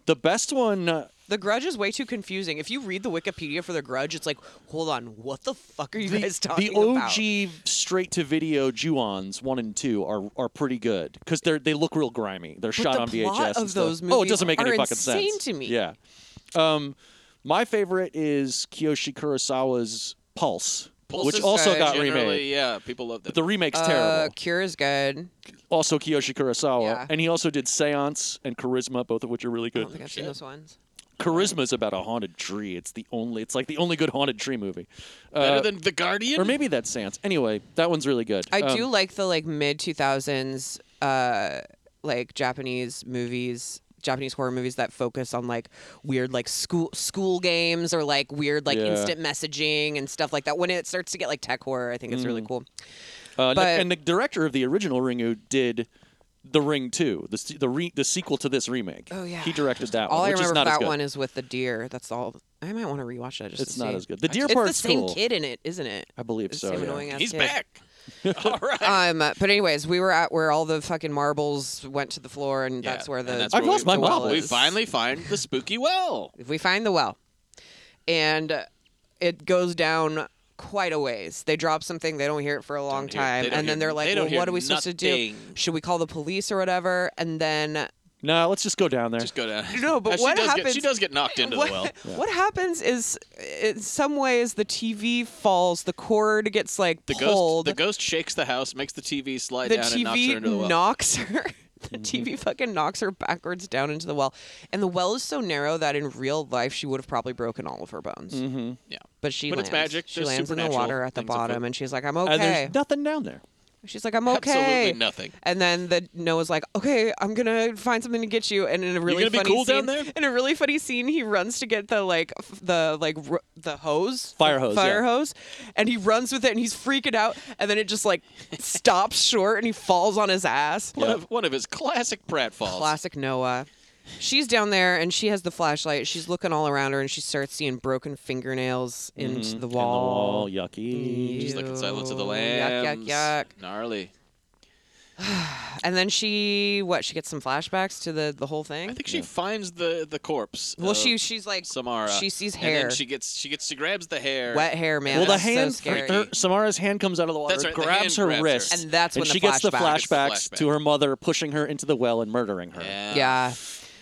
[SPEAKER 3] The best one. uh,
[SPEAKER 1] The Grudge is way too confusing. If you read the Wikipedia for The Grudge, it's like, hold on, what the fuck are you guys talking
[SPEAKER 3] the OG
[SPEAKER 1] about?
[SPEAKER 3] straight to video Ju-ons one and two are are pretty good because they're they look real grimy. They're
[SPEAKER 1] But
[SPEAKER 3] shot
[SPEAKER 1] the
[SPEAKER 3] on VHS.
[SPEAKER 1] plot
[SPEAKER 3] and
[SPEAKER 1] of
[SPEAKER 3] stuff.
[SPEAKER 1] those
[SPEAKER 3] oh, it
[SPEAKER 1] movies
[SPEAKER 3] doesn't make any
[SPEAKER 1] are
[SPEAKER 3] fucking
[SPEAKER 1] insane
[SPEAKER 3] sense
[SPEAKER 1] to me.
[SPEAKER 3] Yeah. Um, my favorite is Kiyoshi Kurosawa's Pulse,
[SPEAKER 2] Pulse
[SPEAKER 3] which
[SPEAKER 2] is
[SPEAKER 3] also
[SPEAKER 2] good.
[SPEAKER 3] got
[SPEAKER 2] Generally,
[SPEAKER 3] remade.
[SPEAKER 2] Yeah, people love that.
[SPEAKER 3] But the remake's
[SPEAKER 1] Uh,
[SPEAKER 3] terrible.
[SPEAKER 1] Cure is good.
[SPEAKER 3] Also Kiyoshi Kurosawa,
[SPEAKER 1] Yeah.
[SPEAKER 3] and he also did Seance and Charisma, both of which are really
[SPEAKER 1] I
[SPEAKER 3] good.
[SPEAKER 1] don't think I've seen those ones.
[SPEAKER 3] Charisma's about a haunted tree. It's the only. It's like the only good haunted tree movie.
[SPEAKER 2] Better
[SPEAKER 3] Uh,
[SPEAKER 2] than The Guardian.
[SPEAKER 3] or maybe that's Seance. Anyway, that one's really good.
[SPEAKER 1] I
[SPEAKER 3] Um,
[SPEAKER 1] do like the like mid two thousands uh like Japanese movies Japanese horror movies that focus on like weird like school school games or like weird like
[SPEAKER 3] Yeah.
[SPEAKER 1] instant messaging and stuff like that. When it starts to get like tech horror, I think it's
[SPEAKER 3] Mm.
[SPEAKER 1] really cool.
[SPEAKER 3] Uh, n-
[SPEAKER 1] But-
[SPEAKER 3] and the director of the original Ringu did the Ring Two, the se- the, re- the sequel to this remake.
[SPEAKER 1] Oh, yeah.
[SPEAKER 3] he directed that
[SPEAKER 1] All
[SPEAKER 3] one,
[SPEAKER 1] I
[SPEAKER 3] which is
[SPEAKER 1] remember
[SPEAKER 3] not as
[SPEAKER 1] that
[SPEAKER 3] good.
[SPEAKER 1] one is with the deer. That's all. I might want to rewatch that just
[SPEAKER 3] It's
[SPEAKER 1] to
[SPEAKER 3] not
[SPEAKER 1] see.
[SPEAKER 3] as good. The
[SPEAKER 1] I-
[SPEAKER 3] deer
[SPEAKER 1] it's
[SPEAKER 3] part's
[SPEAKER 1] the same
[SPEAKER 3] cool.
[SPEAKER 1] kid in it, isn't it?
[SPEAKER 3] I believe
[SPEAKER 1] It's the
[SPEAKER 3] Oh, so.
[SPEAKER 1] same
[SPEAKER 3] yeah.
[SPEAKER 1] annoying ass
[SPEAKER 2] He's
[SPEAKER 1] kid.
[SPEAKER 2] back. (laughs) All right.
[SPEAKER 1] Um, but anyways, we were at where all the fucking marbles went to the floor, and
[SPEAKER 2] Yeah,
[SPEAKER 1] that's where
[SPEAKER 2] and
[SPEAKER 1] the
[SPEAKER 2] that's
[SPEAKER 3] I've
[SPEAKER 2] where
[SPEAKER 3] lost
[SPEAKER 2] we-
[SPEAKER 3] my
[SPEAKER 2] the well
[SPEAKER 3] marbles.
[SPEAKER 2] is. We finally find the spooky well.
[SPEAKER 1] if we find the well and it goes down quite a ways they drop something they don't hear it for a long
[SPEAKER 2] hear-
[SPEAKER 1] time
[SPEAKER 2] they don't
[SPEAKER 1] and then
[SPEAKER 2] hear-
[SPEAKER 1] they're like
[SPEAKER 2] they don't
[SPEAKER 1] well
[SPEAKER 2] hear
[SPEAKER 1] what are we supposed to do
[SPEAKER 2] nothing."
[SPEAKER 1] should we call the police or whatever and then
[SPEAKER 3] No, let's just go down there.
[SPEAKER 2] Just go down.
[SPEAKER 1] (laughs) No, but
[SPEAKER 2] she
[SPEAKER 1] what
[SPEAKER 2] does Get, she
[SPEAKER 1] happens-
[SPEAKER 2] does get knocked into
[SPEAKER 1] what,
[SPEAKER 2] the
[SPEAKER 1] (laughs)
[SPEAKER 2] well.
[SPEAKER 1] what happens is in some ways the tv falls the cord gets (laughs) like
[SPEAKER 2] The ghost,
[SPEAKER 1] pulled
[SPEAKER 2] the ghost shakes the house, makes the TV slide
[SPEAKER 1] the
[SPEAKER 2] down,
[SPEAKER 1] TV
[SPEAKER 2] and knocks her into the well. Mm-hmm.
[SPEAKER 1] knocks her. (laughs) The TV fucking knocks her backwards down into the well. And the well is so narrow that in real life she would have probably broken all of her bones. Mm-hmm.
[SPEAKER 2] Yeah.
[SPEAKER 1] But she
[SPEAKER 2] But
[SPEAKER 1] lands.
[SPEAKER 2] it's magic.
[SPEAKER 1] She
[SPEAKER 2] There's
[SPEAKER 1] lands in the
[SPEAKER 2] supernatural
[SPEAKER 1] water at the
[SPEAKER 2] things afoot.
[SPEAKER 1] bottom and she's like, I'm
[SPEAKER 3] And
[SPEAKER 1] okay.
[SPEAKER 3] Uh, there's nothing down there.
[SPEAKER 1] She's like, I'm okay.
[SPEAKER 2] Absolutely nothing.
[SPEAKER 1] And then the Noah's like, okay, I'm gonna find something to get you. And in a really
[SPEAKER 2] gonna be
[SPEAKER 1] funny
[SPEAKER 2] cool
[SPEAKER 1] scene,
[SPEAKER 2] down there?
[SPEAKER 1] in a really funny scene, he runs to get the like f- the like r- the hose,
[SPEAKER 3] Fire hose,
[SPEAKER 1] fire
[SPEAKER 3] yeah.
[SPEAKER 1] hose, and he runs with it and he's freaking out. And then it just like (laughs) stops short and he falls on his ass.
[SPEAKER 2] One of one of his classic pratfalls.
[SPEAKER 1] Classic Noah. She's down there and she has the flashlight. She's looking all around her and she starts seeing broken fingernails
[SPEAKER 2] Mm-hmm.
[SPEAKER 1] into the
[SPEAKER 3] In the
[SPEAKER 1] wall.
[SPEAKER 3] wall, yucky.
[SPEAKER 2] She's like in Silence of the
[SPEAKER 1] Ew. Yuck, yuck,
[SPEAKER 2] Lambs.
[SPEAKER 1] yuck.
[SPEAKER 2] Gnarly.
[SPEAKER 1] And then she, what? She gets some flashbacks to the the whole thing.
[SPEAKER 2] I think she finds the the corpse.
[SPEAKER 1] well,
[SPEAKER 2] of
[SPEAKER 1] she she's like
[SPEAKER 2] Samara.
[SPEAKER 1] She sees
[SPEAKER 2] And
[SPEAKER 1] hair,
[SPEAKER 2] then she gets she gets she grabs the hair.
[SPEAKER 1] wet hair, man.
[SPEAKER 3] well, the
[SPEAKER 1] that's
[SPEAKER 3] hand,
[SPEAKER 1] so scary.
[SPEAKER 3] her- Samara's hand comes out of the water,
[SPEAKER 2] That's right, the hand
[SPEAKER 3] grabs her
[SPEAKER 2] grabs her.
[SPEAKER 3] wrist,
[SPEAKER 1] And that's when the
[SPEAKER 3] she gets the
[SPEAKER 1] flashback- It's
[SPEAKER 2] the
[SPEAKER 3] flashbacks to
[SPEAKER 2] flashback.
[SPEAKER 3] her mother pushing her into the well and murdering her.
[SPEAKER 2] Yeah.
[SPEAKER 1] yeah.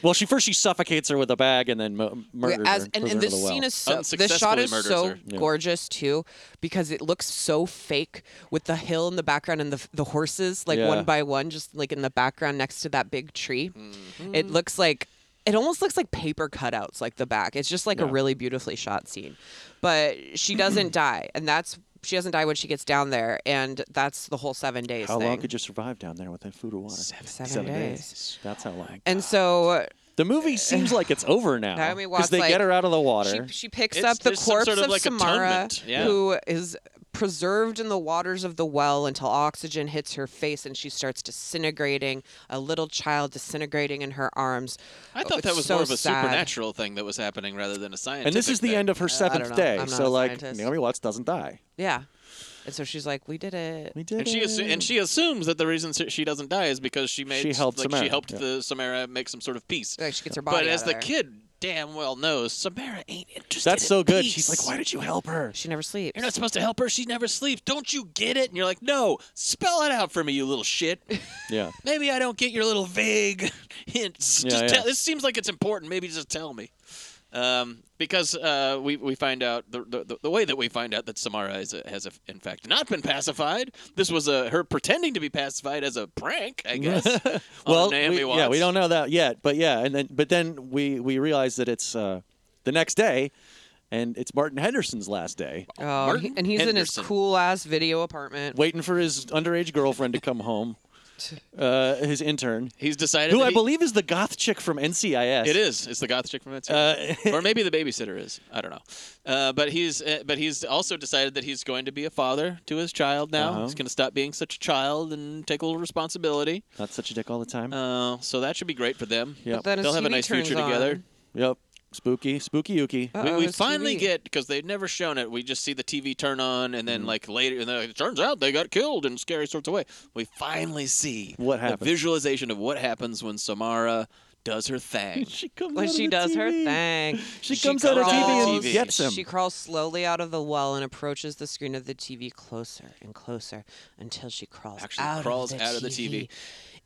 [SPEAKER 3] Well, she first she suffocates her with a bag and then mu-
[SPEAKER 1] We-
[SPEAKER 3] murders
[SPEAKER 1] as-
[SPEAKER 3] her.
[SPEAKER 1] and,
[SPEAKER 3] throws
[SPEAKER 1] and
[SPEAKER 3] her into
[SPEAKER 1] this
[SPEAKER 3] the well.
[SPEAKER 1] scene is so this
[SPEAKER 2] Unsuccessfully
[SPEAKER 1] shot is
[SPEAKER 2] murders
[SPEAKER 1] so
[SPEAKER 2] her.
[SPEAKER 3] Yeah.
[SPEAKER 1] gorgeous too because it looks so fake with the hill in the background and the the horses like
[SPEAKER 3] Yeah.
[SPEAKER 1] one by one just like in the background next to that big tree.
[SPEAKER 2] Mm-hmm.
[SPEAKER 1] It looks like it almost looks like paper cutouts like the back. It's just like a really beautifully shot scene. But she doesn't
[SPEAKER 3] (clears throat)
[SPEAKER 1] die and that's she doesn't die when she gets down there and that's the whole 7 days
[SPEAKER 3] How
[SPEAKER 1] thing.
[SPEAKER 3] long could you survive down there without food or water? Seven,
[SPEAKER 1] Seven
[SPEAKER 3] days.
[SPEAKER 1] days.
[SPEAKER 3] That's how long.
[SPEAKER 1] and so uh,
[SPEAKER 3] The movie seems like it's over
[SPEAKER 1] (laughs)
[SPEAKER 3] now
[SPEAKER 1] Naomi
[SPEAKER 3] because
[SPEAKER 1] Watts,
[SPEAKER 3] they
[SPEAKER 1] like-
[SPEAKER 3] get her out of the
[SPEAKER 1] She,
[SPEAKER 3] water.
[SPEAKER 1] she picks
[SPEAKER 2] It's-
[SPEAKER 1] up the
[SPEAKER 2] there's some
[SPEAKER 1] corpse
[SPEAKER 2] sort of,
[SPEAKER 1] of
[SPEAKER 2] like,
[SPEAKER 1] Samara,
[SPEAKER 2] atonement, yeah.
[SPEAKER 1] who is preserved in the waters of the well until oxygen hits her face and she starts disintegrating, a little child disintegrating in her arms.
[SPEAKER 2] I
[SPEAKER 1] Oh,
[SPEAKER 2] thought that
[SPEAKER 1] it's
[SPEAKER 2] was
[SPEAKER 1] so
[SPEAKER 2] more of a
[SPEAKER 1] sad.
[SPEAKER 2] supernatural thing that was happening rather than a science.
[SPEAKER 3] and this is the end of her seventh
[SPEAKER 1] know.
[SPEAKER 3] day.
[SPEAKER 1] I'm not
[SPEAKER 3] So
[SPEAKER 1] a
[SPEAKER 3] like
[SPEAKER 1] scientist.
[SPEAKER 3] Naomi Watts doesn't die.
[SPEAKER 1] Yeah. And so she's like, we did it.
[SPEAKER 3] We did
[SPEAKER 2] And she assu- and she assumes that the reason she- she doesn't die is because she made
[SPEAKER 3] She helped
[SPEAKER 2] like
[SPEAKER 3] Samara,
[SPEAKER 2] she helped
[SPEAKER 3] yeah.
[SPEAKER 2] the Samara make some sort of peace.
[SPEAKER 1] Like she gets her
[SPEAKER 2] but
[SPEAKER 1] body
[SPEAKER 2] as
[SPEAKER 1] out
[SPEAKER 2] the
[SPEAKER 1] of there.
[SPEAKER 2] kid damn well knows, Samara ain't interested.
[SPEAKER 3] That's
[SPEAKER 2] in
[SPEAKER 3] so good.
[SPEAKER 2] peace.
[SPEAKER 3] She's like, why did you help her?
[SPEAKER 1] She never sleeps.
[SPEAKER 2] You're not supposed to help her. She never sleeps. Don't you get it? And you're like, no, spell it out for me, you little shit.
[SPEAKER 3] Yeah.
[SPEAKER 2] Maybe I don't get your little vague (laughs) hints.
[SPEAKER 3] Yeah,
[SPEAKER 2] just
[SPEAKER 3] yeah.
[SPEAKER 2] Tell, this seems like it's important. Maybe just tell me. Um, because uh, we, we find out the, the, the way that we find out that Samara is a, has a, in fact not been pacified. This was a, her pretending to be pacified as a prank,
[SPEAKER 3] (laughs)
[SPEAKER 2] I guess. on
[SPEAKER 3] well,
[SPEAKER 2] Naomi
[SPEAKER 3] we-
[SPEAKER 2] Watts.
[SPEAKER 3] yeah, we don't know that yet, but yeah, and then but then we we realize that it's uh, the next day, and it's Martin Henderson's last day,
[SPEAKER 1] Oh, he-
[SPEAKER 2] Martin
[SPEAKER 1] and he's in his
[SPEAKER 2] Henderson.
[SPEAKER 1] cool ass video apartment.
[SPEAKER 3] waiting for his underage girlfriend to come home, uh, his intern,
[SPEAKER 2] He's decided.
[SPEAKER 3] who
[SPEAKER 2] that
[SPEAKER 3] I
[SPEAKER 2] he-
[SPEAKER 3] believe is the goth chick from NCIS.
[SPEAKER 2] It is. It's the goth chick from
[SPEAKER 3] Uh,
[SPEAKER 2] NCIS, or maybe the babysitter is. I don't know. Uh, but he's uh, but he's also decided that he's going to be a father to his child now.
[SPEAKER 3] Uh-huh.
[SPEAKER 2] He's going to stop being such a child and take a little responsibility.
[SPEAKER 3] (laughs) Not such a dick all the time.
[SPEAKER 2] Uh, so that should be great for them.
[SPEAKER 3] Yep.
[SPEAKER 1] But then his
[SPEAKER 2] They'll have a
[SPEAKER 1] TV
[SPEAKER 2] nice
[SPEAKER 1] turns
[SPEAKER 2] future
[SPEAKER 1] on.
[SPEAKER 2] together.
[SPEAKER 3] yep. Spooky, spooky Yuki.
[SPEAKER 1] Uh-oh,
[SPEAKER 2] we we
[SPEAKER 1] his
[SPEAKER 2] finally
[SPEAKER 1] TV.
[SPEAKER 2] get because they've never shown it. We just see the TV turn on, and
[SPEAKER 3] Mm-hmm.
[SPEAKER 2] then like later, and then it turns out they got killed in scary sorts of way. We finally see
[SPEAKER 3] What
[SPEAKER 2] The
[SPEAKER 3] happened?
[SPEAKER 2] visualization of what happens when Samara does
[SPEAKER 1] (laughs)
[SPEAKER 2] her thing.
[SPEAKER 3] She comes
[SPEAKER 1] When
[SPEAKER 3] out
[SPEAKER 1] she
[SPEAKER 3] of the
[SPEAKER 1] does her
[SPEAKER 3] TV.
[SPEAKER 1] thing.
[SPEAKER 3] She,
[SPEAKER 2] She
[SPEAKER 3] comes out of
[SPEAKER 2] crawls-
[SPEAKER 3] TV and
[SPEAKER 2] TV.
[SPEAKER 3] gets him.
[SPEAKER 1] She crawls slowly out of the well and approaches the screen of the TV closer and closer until she crawls
[SPEAKER 2] Actually
[SPEAKER 1] out
[SPEAKER 2] crawls
[SPEAKER 1] of the
[SPEAKER 2] out
[SPEAKER 1] TV,
[SPEAKER 2] of the TV.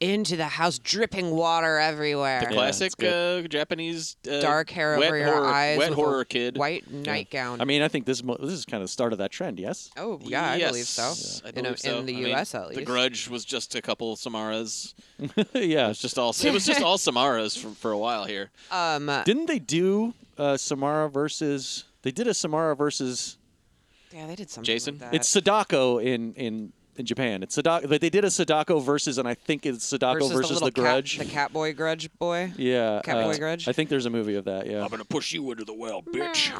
[SPEAKER 1] into the house, dripping water everywhere.
[SPEAKER 2] The classic uh, Japanese uh,
[SPEAKER 1] Dark hair
[SPEAKER 2] wet
[SPEAKER 1] over your
[SPEAKER 2] horror,
[SPEAKER 1] eyes.
[SPEAKER 2] Wet
[SPEAKER 1] with a
[SPEAKER 2] horror kid.
[SPEAKER 1] White nightgown.
[SPEAKER 3] I mean, I think this mo- this is kind of the start of that trend. Yes.
[SPEAKER 1] oh yeah, I believe
[SPEAKER 2] Yes,
[SPEAKER 1] so.
[SPEAKER 2] I
[SPEAKER 1] in,
[SPEAKER 2] believe so.
[SPEAKER 1] in the
[SPEAKER 2] I mean,
[SPEAKER 1] U.S. at least.
[SPEAKER 2] The Grudge was just a couple Samaras.
[SPEAKER 3] (laughs) yeah.
[SPEAKER 2] It's just all.
[SPEAKER 1] (laughs)
[SPEAKER 2] It was just all Samaras for, for a while here.
[SPEAKER 1] um,
[SPEAKER 3] Didn't they do uh, Samara versus? They did a Samara versus.
[SPEAKER 1] yeah, they did something.
[SPEAKER 2] Jason?
[SPEAKER 1] like that.
[SPEAKER 3] It's Sadako in in in Japan. It's Sadako. But they did a Sadako versus, and I think it's Sadako versus,
[SPEAKER 1] versus,
[SPEAKER 3] the,
[SPEAKER 1] little
[SPEAKER 3] Grudge.
[SPEAKER 1] Cat, the Catboy Grudge boy.
[SPEAKER 3] yeah.
[SPEAKER 1] Catboy
[SPEAKER 3] uh,
[SPEAKER 1] Grudge.
[SPEAKER 3] I think there's a movie of that. Yeah.
[SPEAKER 2] I'm gonna push you into the well, bitch.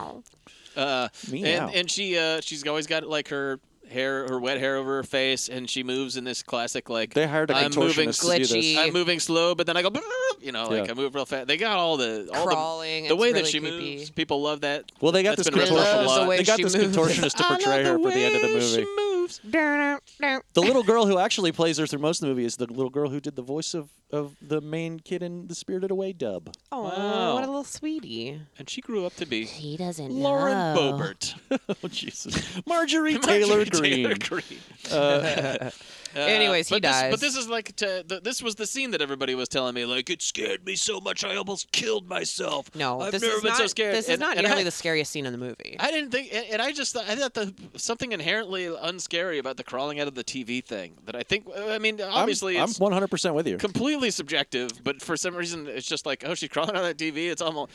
[SPEAKER 2] Uh,
[SPEAKER 3] Meow.
[SPEAKER 2] and and she uh, she's always got like her hair, her wet hair over her face, and she moves in this classic like.
[SPEAKER 3] They hired a
[SPEAKER 2] I'm moving
[SPEAKER 3] contortionist to do this.
[SPEAKER 1] glitchy.
[SPEAKER 2] I'm moving slow, but then I go, "Brrr," you know, like
[SPEAKER 3] Yeah.
[SPEAKER 2] I move real fast. They got all the all the-
[SPEAKER 1] Crawling,
[SPEAKER 2] The,
[SPEAKER 1] it's
[SPEAKER 2] way that
[SPEAKER 1] really
[SPEAKER 2] she
[SPEAKER 1] creepy.
[SPEAKER 2] moves, people love that.
[SPEAKER 3] Well, they got
[SPEAKER 2] That's
[SPEAKER 3] this
[SPEAKER 2] been referenced a
[SPEAKER 3] contortionist.
[SPEAKER 2] lot.
[SPEAKER 1] the way
[SPEAKER 3] they got
[SPEAKER 1] she
[SPEAKER 3] this
[SPEAKER 1] moves.
[SPEAKER 3] contortionist to portray her for the end of the movie.
[SPEAKER 2] moves.
[SPEAKER 3] The little girl who actually plays her through most of the movie is the little girl who did the voice of, of the main kid in the Spirited Away
[SPEAKER 2] (laughs)
[SPEAKER 3] dub.
[SPEAKER 1] Oh,
[SPEAKER 2] Wow.
[SPEAKER 1] what a little sweetie.
[SPEAKER 2] And she grew up to be
[SPEAKER 7] He doesn't
[SPEAKER 2] Lauren Boebert.
[SPEAKER 3] (laughs) Oh
[SPEAKER 2] (laughs)
[SPEAKER 3] Jesus, Marjorie Taylor Green.
[SPEAKER 2] (laughs) Uh,
[SPEAKER 1] Anyways, he
[SPEAKER 2] but this-
[SPEAKER 1] dies.
[SPEAKER 2] but this is like to, th- this was the scene that everybody was telling me like it scared me so much I almost killed myself.
[SPEAKER 1] No,
[SPEAKER 2] I've
[SPEAKER 1] this
[SPEAKER 2] never
[SPEAKER 1] is
[SPEAKER 2] been
[SPEAKER 1] not.
[SPEAKER 2] so scared.
[SPEAKER 1] This is
[SPEAKER 2] And-
[SPEAKER 1] not
[SPEAKER 2] and
[SPEAKER 1] nearly
[SPEAKER 2] I,
[SPEAKER 1] the scariest scene in the
[SPEAKER 3] (laughs)
[SPEAKER 1] movie.
[SPEAKER 2] I didn't think, and, and I just thought, I thought the something inherently unscary about the crawling out of the TV thing that I think. I mean, obviously,
[SPEAKER 3] I'm, I'm
[SPEAKER 2] it's
[SPEAKER 3] 100% with you.
[SPEAKER 2] completely subjective, but for some reason, it's just like, oh, she's crawling out of that TV. It's almost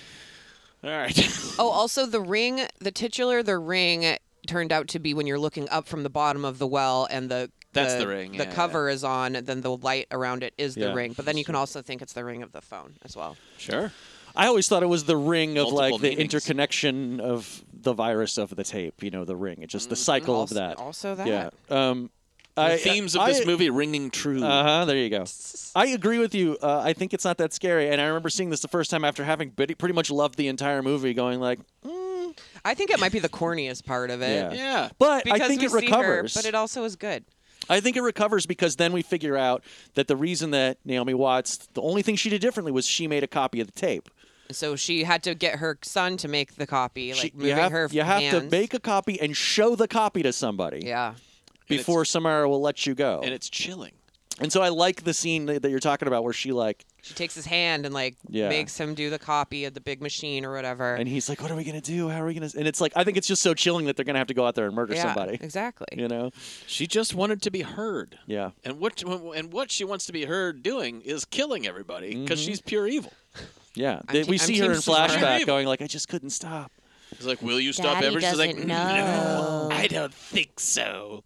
[SPEAKER 2] all right. (laughs)
[SPEAKER 1] Oh, also the ring, the titular, the ring turned out to be when you're looking up from the bottom of the well and the
[SPEAKER 2] That's the ring,
[SPEAKER 1] The
[SPEAKER 2] yeah,
[SPEAKER 1] cover is on, then the light around it is the
[SPEAKER 3] Yeah.
[SPEAKER 1] ring. But then you can also think it's the ring of the phone as well.
[SPEAKER 2] sure.
[SPEAKER 3] I always thought it was the ring of
[SPEAKER 2] Multiple
[SPEAKER 3] like the
[SPEAKER 2] meanings.
[SPEAKER 3] interconnection of the virus of the tape. You know, the ring. It's just
[SPEAKER 2] Mm-hmm.
[SPEAKER 3] the cycle
[SPEAKER 1] also,
[SPEAKER 3] of that.
[SPEAKER 1] Also that.
[SPEAKER 3] Yeah. Um, I,
[SPEAKER 2] the themes of
[SPEAKER 3] I-
[SPEAKER 2] this movie ringing true.
[SPEAKER 3] Uh huh. There you go. I agree with you. Uh, I think it's not that scary, and I remember seeing this the first time after having pretty pretty much loved the entire movie, going like,
[SPEAKER 1] I think it might be the corniest part of it.
[SPEAKER 3] Yeah.
[SPEAKER 2] Eh, yeah.
[SPEAKER 3] but
[SPEAKER 1] Because
[SPEAKER 3] I think
[SPEAKER 1] we
[SPEAKER 3] it
[SPEAKER 1] see her,
[SPEAKER 3] recovers.
[SPEAKER 1] but it also is good.
[SPEAKER 3] I think it recovers because then we figure out that the reason that Naomi Watts, the only thing she did differently was she made a copy of the tape.
[SPEAKER 1] So she had to get her son to make the copy, like
[SPEAKER 3] She-
[SPEAKER 1] moving
[SPEAKER 3] you have,
[SPEAKER 1] her.
[SPEAKER 3] you have to
[SPEAKER 1] hands.
[SPEAKER 3] make a copy and show the copy to somebody
[SPEAKER 1] Yeah.
[SPEAKER 3] before Samara will let you go.
[SPEAKER 2] and it's chilling.
[SPEAKER 3] And so I like the scene that that you're talking about where she like,
[SPEAKER 1] She takes his hand and like
[SPEAKER 3] Yeah.
[SPEAKER 1] makes him do the copy of the big machine or whatever.
[SPEAKER 3] and he's like, "What are we gonna do? How are we gonna?" And it's like, I think it's just so chilling that they're gonna have to go out there and murder
[SPEAKER 1] yeah,
[SPEAKER 3] somebody.
[SPEAKER 1] Exactly.
[SPEAKER 3] You know?
[SPEAKER 2] She just wanted to be heard.
[SPEAKER 3] Yeah.
[SPEAKER 2] And what and what she wants to be heard doing is killing everybody because
[SPEAKER 3] Mm-hmm.
[SPEAKER 2] she's pure evil.
[SPEAKER 3] Yeah.
[SPEAKER 1] I'm
[SPEAKER 3] They-
[SPEAKER 1] te-
[SPEAKER 3] we
[SPEAKER 1] I'm
[SPEAKER 3] see
[SPEAKER 1] team
[SPEAKER 3] her in
[SPEAKER 1] Samara.
[SPEAKER 2] (laughs)
[SPEAKER 3] flashback going like, "I just couldn't stop."
[SPEAKER 2] She's like, "Will you stop
[SPEAKER 7] Daddy
[SPEAKER 2] ever?" She's like,
[SPEAKER 7] doesn't
[SPEAKER 2] "No, I don't think so."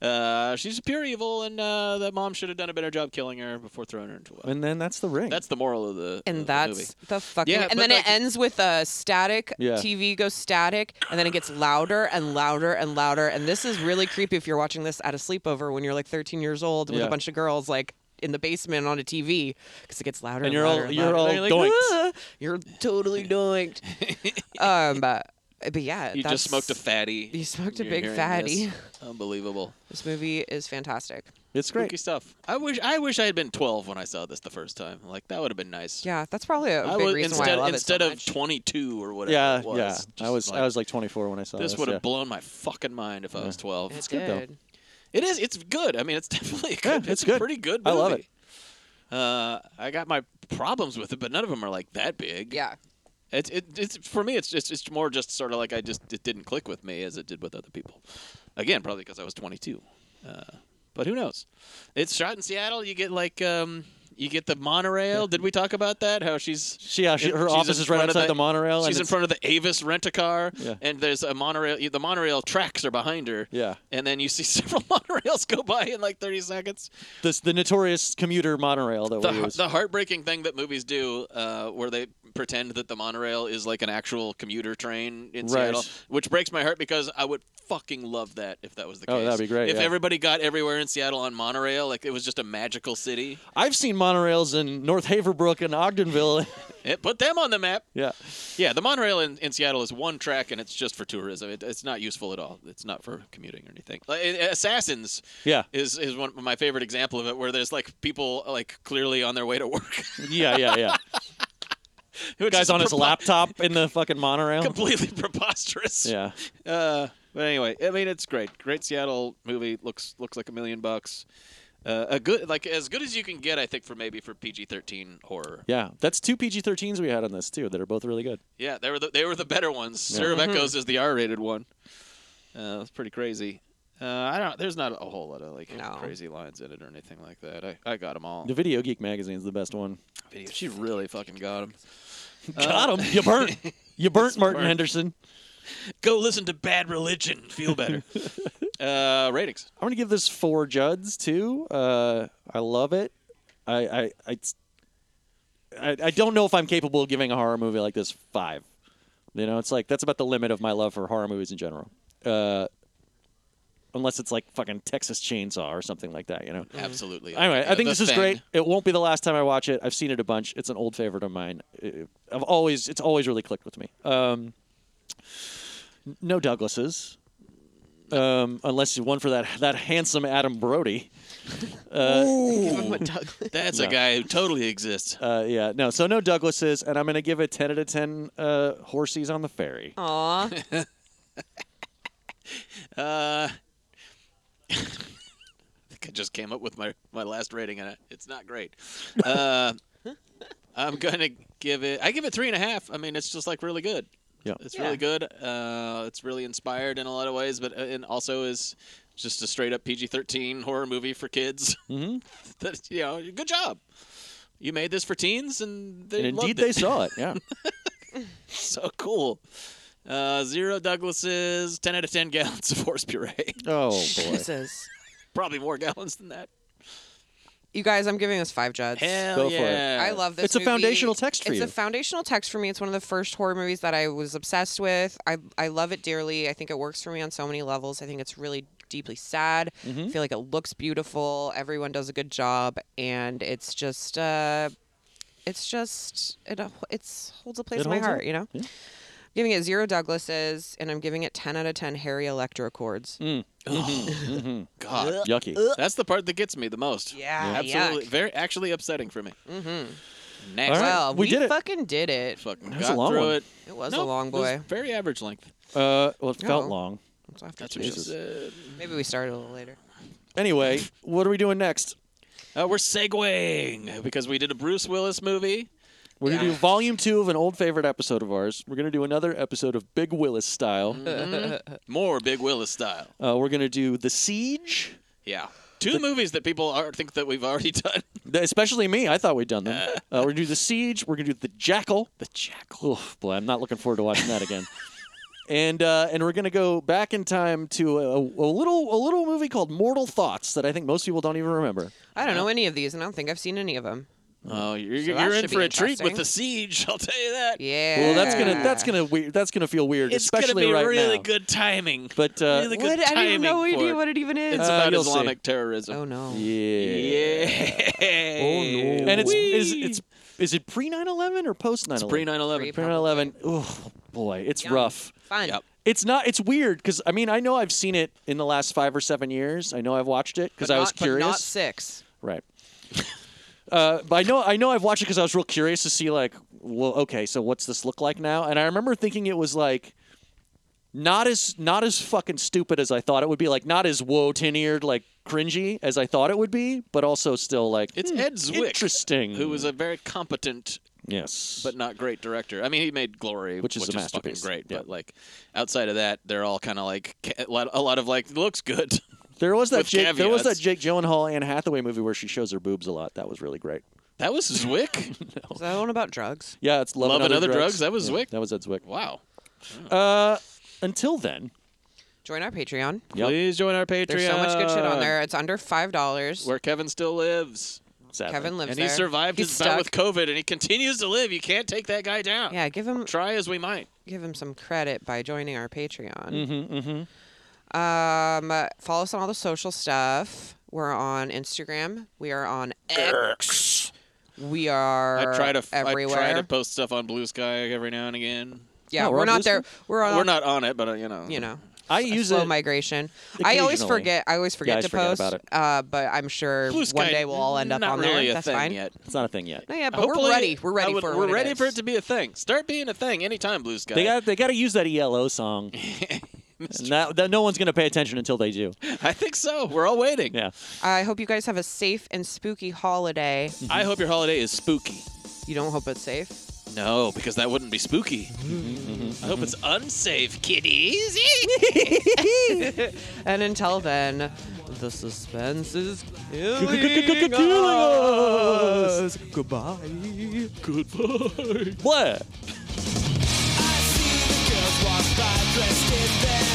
[SPEAKER 2] Uh, she's pure evil, and uh, that mom should have done a better job killing her before throwing her into a well.
[SPEAKER 3] And then that's the ring.
[SPEAKER 2] That's the moral of the
[SPEAKER 1] and
[SPEAKER 2] of the movie.
[SPEAKER 1] that's the, fucking
[SPEAKER 2] Yeah, but
[SPEAKER 1] and then
[SPEAKER 2] like-
[SPEAKER 1] it ends with a static
[SPEAKER 2] Yeah.
[SPEAKER 1] tv goes static and then it gets louder and louder and louder and this is really creepy if you're watching this at a sleepover when you're like 13 years old with
[SPEAKER 3] Yeah.
[SPEAKER 1] a bunch of girls like in the basement on a tv because it gets louder and,
[SPEAKER 3] And you're all-
[SPEAKER 1] louder and
[SPEAKER 3] you're
[SPEAKER 1] louder.
[SPEAKER 3] all
[SPEAKER 1] And like,
[SPEAKER 3] doinked.
[SPEAKER 1] "Ah, you're totally
[SPEAKER 2] (laughs)
[SPEAKER 1] doinked um but, but yeah
[SPEAKER 2] You
[SPEAKER 1] that's-
[SPEAKER 2] just smoked a fatty.
[SPEAKER 1] you smoked a
[SPEAKER 2] You're
[SPEAKER 1] big
[SPEAKER 2] hearing
[SPEAKER 1] fatty
[SPEAKER 2] this. Unbelievable.
[SPEAKER 1] this movie is fantastic
[SPEAKER 3] It's
[SPEAKER 2] Spooky stuff. I wish I wish I had been 12 when I saw this the first time. Like that would have been nice.
[SPEAKER 1] yeah that's probably a
[SPEAKER 2] I
[SPEAKER 1] big
[SPEAKER 2] was-
[SPEAKER 1] reason
[SPEAKER 2] instead
[SPEAKER 1] why i love
[SPEAKER 2] instead
[SPEAKER 1] it so
[SPEAKER 2] of 22 or whatever
[SPEAKER 3] yeah,
[SPEAKER 2] it was.
[SPEAKER 3] yeah. I
[SPEAKER 2] just
[SPEAKER 3] was
[SPEAKER 2] like,
[SPEAKER 3] I was like 24 when I saw this.
[SPEAKER 2] this would have
[SPEAKER 3] yeah.
[SPEAKER 2] blown my fucking mind if I was 12.
[SPEAKER 1] It's good, though.
[SPEAKER 2] It is. It's good. I mean, it's (laughs) definitely a good. it's,
[SPEAKER 3] it's
[SPEAKER 2] a
[SPEAKER 3] good.
[SPEAKER 2] pretty good.
[SPEAKER 3] I
[SPEAKER 2] Movie.
[SPEAKER 3] love
[SPEAKER 2] Uh, I got my problems with it, but none of them are like that big.
[SPEAKER 1] Yeah.
[SPEAKER 2] It's it, it's for me. It's just it's more just sort of like I just it didn't click with me as it did with other people. Again, probably because I was 22. Uh, but who knows? It's shot in Seattle. You get like um. You get the monorail. Did we talk about that? How she's
[SPEAKER 3] She- yeah, she- her
[SPEAKER 2] she's
[SPEAKER 3] office
[SPEAKER 2] in
[SPEAKER 3] is right
[SPEAKER 2] front of
[SPEAKER 3] outside the monorail, and
[SPEAKER 2] She's in
[SPEAKER 3] it's-
[SPEAKER 2] front of the Avis rent a car,
[SPEAKER 3] Yeah.
[SPEAKER 2] and there's a monorail. The monorail tracks are behind her.
[SPEAKER 3] Yeah.
[SPEAKER 2] And then you see (laughs) several monorails go by in like 30 seconds.
[SPEAKER 3] This the notorious commuter monorail that
[SPEAKER 2] The,
[SPEAKER 3] we use.
[SPEAKER 2] the heartbreaking thing that movies do, uh, where they pretend that the monorail is like an actual commuter train in
[SPEAKER 3] Right.
[SPEAKER 2] Seattle, which breaks my heart because I would fucking love that if that was the
[SPEAKER 3] Oh,
[SPEAKER 2] case.
[SPEAKER 3] that'd be great,
[SPEAKER 2] If
[SPEAKER 3] yeah.
[SPEAKER 2] everybody got everywhere in Seattle on monorail, like it was just a magical city.
[SPEAKER 3] I've seen monorails in North Haverbrook and Ogdenville. (laughs)
[SPEAKER 2] It put them on the map.
[SPEAKER 3] yeah.
[SPEAKER 2] Yeah, the monorail in, in Seattle is one track, and it's just for tourism. It, it's not useful at all. It's not for commuting or anything. Like, it- Assassins,
[SPEAKER 3] Yeah.
[SPEAKER 2] is is one my favorite example of it, where there's like people like clearly on their way to work. (laughs)
[SPEAKER 3] Yeah, yeah, yeah.
[SPEAKER 2] Which
[SPEAKER 3] Guy's
[SPEAKER 2] is
[SPEAKER 3] on his
[SPEAKER 2] prepo-
[SPEAKER 3] laptop in the fucking monorail.
[SPEAKER 2] completely preposterous.
[SPEAKER 3] Oh. Yeah.
[SPEAKER 2] Uh, but anyway, I mean, it's great. Great Seattle movie. Looks looks like a million bucks. Uh, a good like as good as you can get, I think, for maybe for PG thirteen horror.
[SPEAKER 3] Yeah, that's two PG-13s we had on this too that are both really good.
[SPEAKER 2] Yeah, they were the, they were the better ones.
[SPEAKER 3] Yeah.
[SPEAKER 2] Serum
[SPEAKER 3] Mhm.
[SPEAKER 2] Echoes is the R-rated one. Uh, that's pretty crazy. Uh, I don't. There's not a whole lot of like crazy lines in it or anything like that. I, I got them all.
[SPEAKER 3] The Video Geek magazine's the best one.
[SPEAKER 2] Video- She really fucking got them.
[SPEAKER 3] Got him. You
[SPEAKER 2] (laughs)
[SPEAKER 3] burnt. You burnt Martin
[SPEAKER 2] Uh, burnt.
[SPEAKER 3] Henderson.
[SPEAKER 2] Go listen to Bad Religion.
[SPEAKER 3] (laughs)
[SPEAKER 2] Feel better. uh, ratings.
[SPEAKER 3] I'm gonna give this four Juds too. Uh, I love it. I I, I I I don't know if I'm capable of giving a horror movie like this five. You know, it's like that's about the limit of my love for horror movies in general. Uh, unless it's like fucking Texas Chainsaw or something like that. You know.
[SPEAKER 2] Absolutely.
[SPEAKER 3] Mm. Anyway,
[SPEAKER 2] Yeah,
[SPEAKER 3] I think
[SPEAKER 2] The
[SPEAKER 3] this is
[SPEAKER 2] Thing.
[SPEAKER 3] great. It won't be the last time I watch it. I've seen it a bunch. It's an old favorite of mine. It- I've always it's always really clicked with me. Um, n- no Douglases, um, unless you one for that that handsome Adam Brody. Uh,
[SPEAKER 2] That's a
[SPEAKER 3] No.
[SPEAKER 2] guy who totally exists.
[SPEAKER 3] uh, yeah, no. So no Douglases, and I'm gonna give it ten out of ten. Uh, horsies on the ferry.
[SPEAKER 1] Aw.
[SPEAKER 2] Uh, I think I just came up with my, my last rating, and I- it's not great.
[SPEAKER 1] (laughs)
[SPEAKER 2] Uh, I'm gonna give it. I give it three and a half. I mean, it's just like really good.
[SPEAKER 3] Yeah.
[SPEAKER 2] It's really good. Uh, it's really inspired in a lot of ways, but uh, and also is just a straight up PG-13 horror movie for kids. (laughs)
[SPEAKER 3] Mm-hmm.
[SPEAKER 2] That's you know, good job. You made this for teens, and they
[SPEAKER 3] And indeed,
[SPEAKER 2] loved
[SPEAKER 3] they
[SPEAKER 2] it.
[SPEAKER 3] saw it.
[SPEAKER 1] (laughs)
[SPEAKER 3] Yeah.
[SPEAKER 2] (laughs) so cool. Uh, zero Douglases, ten out of ten gallons of horse puree. (laughs)
[SPEAKER 3] Oh boy.
[SPEAKER 1] jesus
[SPEAKER 2] Probably more gallons than that.
[SPEAKER 1] You guys, I'm giving this five Juds.
[SPEAKER 2] Hell Go for it. yeah.
[SPEAKER 1] I love this.
[SPEAKER 3] It's a
[SPEAKER 1] movie.
[SPEAKER 3] foundational text for
[SPEAKER 1] it's
[SPEAKER 3] you.
[SPEAKER 1] a foundational text for me. It's one of the first horror movies that I was obsessed with. I I love it dearly. I think it works for me on so many levels. I think it's really deeply sad. I
[SPEAKER 3] Mhm.
[SPEAKER 1] feel like it looks beautiful. Everyone does a good job, and it's just uh, it's just it uh, it's holds a place
[SPEAKER 3] It
[SPEAKER 1] in my
[SPEAKER 3] holds
[SPEAKER 1] heart.
[SPEAKER 3] up.
[SPEAKER 1] You know,
[SPEAKER 3] Yeah.
[SPEAKER 1] I'm giving it zero Douglases, and I'm giving it ten out of ten Harry Electro chords.
[SPEAKER 3] Mm. Mhm.
[SPEAKER 2] God,
[SPEAKER 3] Yucky.
[SPEAKER 2] That's the part that gets me the most.
[SPEAKER 1] (laughs) Yeah,
[SPEAKER 2] absolutely.
[SPEAKER 1] yuck.
[SPEAKER 2] Very, actually upsetting for me.
[SPEAKER 1] Mm-hmm.
[SPEAKER 2] Next,
[SPEAKER 3] All right.
[SPEAKER 1] Well,
[SPEAKER 3] we
[SPEAKER 1] we,
[SPEAKER 3] did it.
[SPEAKER 1] fucking did it.
[SPEAKER 2] fucking
[SPEAKER 3] That's a
[SPEAKER 2] got
[SPEAKER 3] long
[SPEAKER 2] through
[SPEAKER 3] one.
[SPEAKER 2] it.
[SPEAKER 1] It was
[SPEAKER 2] Nope,
[SPEAKER 1] a long
[SPEAKER 2] it was
[SPEAKER 1] boy.
[SPEAKER 2] very average length.
[SPEAKER 3] Uh, well, it felt
[SPEAKER 1] Oh.
[SPEAKER 3] long.
[SPEAKER 1] It's after
[SPEAKER 2] That's
[SPEAKER 1] two.
[SPEAKER 2] what she said.
[SPEAKER 1] Maybe we started a little later.
[SPEAKER 3] Anyway, what are we doing next?
[SPEAKER 2] Uh, we're segueing because we did a Bruce Willis movie.
[SPEAKER 3] We're gonna do volume two of an old favorite episode of ours. We're gonna do another episode of Big Willis style.
[SPEAKER 2] Mm-hmm. More Big Willis style.
[SPEAKER 3] Uh, we're gonna do The Siege,
[SPEAKER 2] Yeah. Two movies that people are, think that we've already (laughs) done.
[SPEAKER 3] Th- especially me. I thought we'd done
[SPEAKER 2] (laughs)
[SPEAKER 3] them. Uh, we're gonna do The Siege. We're gonna do The Jackal.
[SPEAKER 2] The Jackal.
[SPEAKER 3] Oh boy, I'm not looking forward to watching that again. and uh, and we're gonna go back in time to a, a little a little movie called Mortal Thoughts that I think most people don't even remember.
[SPEAKER 1] I don't know any of these, and I don't think I've seen any of them.
[SPEAKER 2] Oh, you're,
[SPEAKER 1] So that
[SPEAKER 2] you're in
[SPEAKER 1] should be
[SPEAKER 2] for a treat with
[SPEAKER 1] interesting.
[SPEAKER 2] the siege. I'll tell you that.
[SPEAKER 1] Yeah.
[SPEAKER 3] Well, that's gonna that's gonna we- that's gonna feel weird,
[SPEAKER 2] It's gonna
[SPEAKER 3] especially
[SPEAKER 2] be
[SPEAKER 3] right
[SPEAKER 2] really
[SPEAKER 3] now.
[SPEAKER 2] good timing.
[SPEAKER 3] But uh,
[SPEAKER 2] really
[SPEAKER 1] What?
[SPEAKER 2] good
[SPEAKER 1] I
[SPEAKER 2] timing.
[SPEAKER 1] don't even know
[SPEAKER 2] for
[SPEAKER 1] idea
[SPEAKER 2] it.
[SPEAKER 1] what it even is.
[SPEAKER 2] It's
[SPEAKER 3] Uh,
[SPEAKER 2] about
[SPEAKER 3] you'll see.
[SPEAKER 2] Islamic terrorism.
[SPEAKER 1] oh no.
[SPEAKER 3] yeah.
[SPEAKER 2] Yeah.
[SPEAKER 3] Oh no. And it's is it's is it pre 9/11 or post 9/11?
[SPEAKER 2] It's pre 9 11.
[SPEAKER 3] Pre 9/11. Oh boy, it's
[SPEAKER 1] Yum.
[SPEAKER 3] rough.
[SPEAKER 1] Fun.
[SPEAKER 2] Yep.
[SPEAKER 3] It's not. It's weird because I mean I know I've seen it in the last five or seven years. I know I've watched it because
[SPEAKER 1] But
[SPEAKER 3] I was
[SPEAKER 1] not- but
[SPEAKER 3] curious.
[SPEAKER 1] not
[SPEAKER 2] (laughs)
[SPEAKER 1] six.
[SPEAKER 3] Right. (laughs) Uh, but I know I know I've watched it because I was real curious to see like, well, okay, so what's this look like now? And I remember thinking it was like not as not as fucking stupid as I thought it would be, like not as whoa tin eared like cringy as I thought it would be, but also still like
[SPEAKER 2] It's
[SPEAKER 3] hmm,
[SPEAKER 2] Ed Zwick.
[SPEAKER 3] interesting.
[SPEAKER 2] Who was a very competent
[SPEAKER 3] yes,
[SPEAKER 2] but not great director. I mean, he made Glory,
[SPEAKER 3] Which is a
[SPEAKER 2] fucking
[SPEAKER 3] masterpiece.
[SPEAKER 2] great.
[SPEAKER 3] Yeah.
[SPEAKER 2] But like, outside of that, they're all kind of like ca- a lot, a lot of like looks good. (laughs)
[SPEAKER 3] there was that
[SPEAKER 2] with
[SPEAKER 3] Jake, there was that
[SPEAKER 2] caveats.
[SPEAKER 3] Jake Gyllenhaal Anne Hathaway movie where she shows her boobs a lot. That was really great.
[SPEAKER 2] That was Zwick.
[SPEAKER 3] (laughs)
[SPEAKER 1] Is that one about drugs?
[SPEAKER 3] Yeah, it's love,
[SPEAKER 2] Love
[SPEAKER 3] and
[SPEAKER 2] and
[SPEAKER 3] Other
[SPEAKER 2] Other
[SPEAKER 3] drugs.
[SPEAKER 2] Drugs? That was
[SPEAKER 3] Yeah,
[SPEAKER 2] Zwick?
[SPEAKER 3] That was Ed Zwick.
[SPEAKER 2] wow.
[SPEAKER 3] Uh, until then,
[SPEAKER 1] Join our Patreon.
[SPEAKER 3] Yep.
[SPEAKER 2] Please join our Patreon.
[SPEAKER 1] There's so much good shit on there. It's under five dollars.
[SPEAKER 2] Where Kevin still lives,
[SPEAKER 3] sadly.
[SPEAKER 1] Kevin lives
[SPEAKER 2] and
[SPEAKER 1] there.
[SPEAKER 2] he survived
[SPEAKER 1] He's
[SPEAKER 2] his
[SPEAKER 1] stuck.
[SPEAKER 2] bout with COVID, and he continues to live. You can't take that guy down.
[SPEAKER 1] Yeah, give him
[SPEAKER 2] Try as we might.
[SPEAKER 1] give him some credit by joining our Patreon.
[SPEAKER 3] Mm-hmm, mm-hmm.
[SPEAKER 1] Um, uh, follow us on all the social stuff. We're on Instagram. We are on X. We are.
[SPEAKER 2] I try to f-
[SPEAKER 1] everywhere.
[SPEAKER 2] I try to post stuff on Blue Sky every now and again.
[SPEAKER 1] yeah,
[SPEAKER 3] No,
[SPEAKER 1] we're,
[SPEAKER 3] we're on
[SPEAKER 1] not there.
[SPEAKER 3] Bluesky?
[SPEAKER 1] We're on.
[SPEAKER 2] We're not on it, but uh, you know.
[SPEAKER 1] You know.
[SPEAKER 3] I
[SPEAKER 1] a
[SPEAKER 3] use
[SPEAKER 1] slow
[SPEAKER 3] it.
[SPEAKER 1] migration. I always
[SPEAKER 3] occasionally.
[SPEAKER 1] forget. I always forget
[SPEAKER 3] I
[SPEAKER 1] to
[SPEAKER 3] forget
[SPEAKER 1] post.
[SPEAKER 3] about it.
[SPEAKER 1] Uh, but I'm sure
[SPEAKER 2] Blue
[SPEAKER 1] one
[SPEAKER 2] Sky,
[SPEAKER 1] day we'll all end up
[SPEAKER 2] not
[SPEAKER 1] on
[SPEAKER 2] really
[SPEAKER 1] there.
[SPEAKER 2] A
[SPEAKER 1] That's
[SPEAKER 2] thing
[SPEAKER 1] fine.
[SPEAKER 2] Yet.
[SPEAKER 3] It's not a thing yet.
[SPEAKER 1] No, yeah, but
[SPEAKER 2] Hopefully-
[SPEAKER 1] we're ready. We're
[SPEAKER 2] I
[SPEAKER 1] ready
[SPEAKER 2] would-
[SPEAKER 1] for it.
[SPEAKER 2] We're
[SPEAKER 1] when
[SPEAKER 2] ready
[SPEAKER 1] is.
[SPEAKER 2] for it to be a thing. Start being a thing anytime, Blue Sky.
[SPEAKER 3] They got they got to use that ELO song. And that, that no one's gonna pay attention until they do.
[SPEAKER 2] (laughs) I think so. We're all waiting.
[SPEAKER 3] Yeah.
[SPEAKER 1] I hope you guys have a safe and spooky holiday.
[SPEAKER 2] I hope your holiday is spooky.
[SPEAKER 1] You don't hope it's safe.
[SPEAKER 2] No, because that wouldn't be spooky.
[SPEAKER 3] Mm-hmm.
[SPEAKER 2] I hope it's unsafe,
[SPEAKER 3] (laughs)
[SPEAKER 2] kiddies.
[SPEAKER 1] (laughs) And until then, the suspense is
[SPEAKER 3] Killing
[SPEAKER 1] killing
[SPEAKER 3] us.
[SPEAKER 1] us. Goodbye.
[SPEAKER 3] What?
[SPEAKER 6] I see the girls walk by dressed in their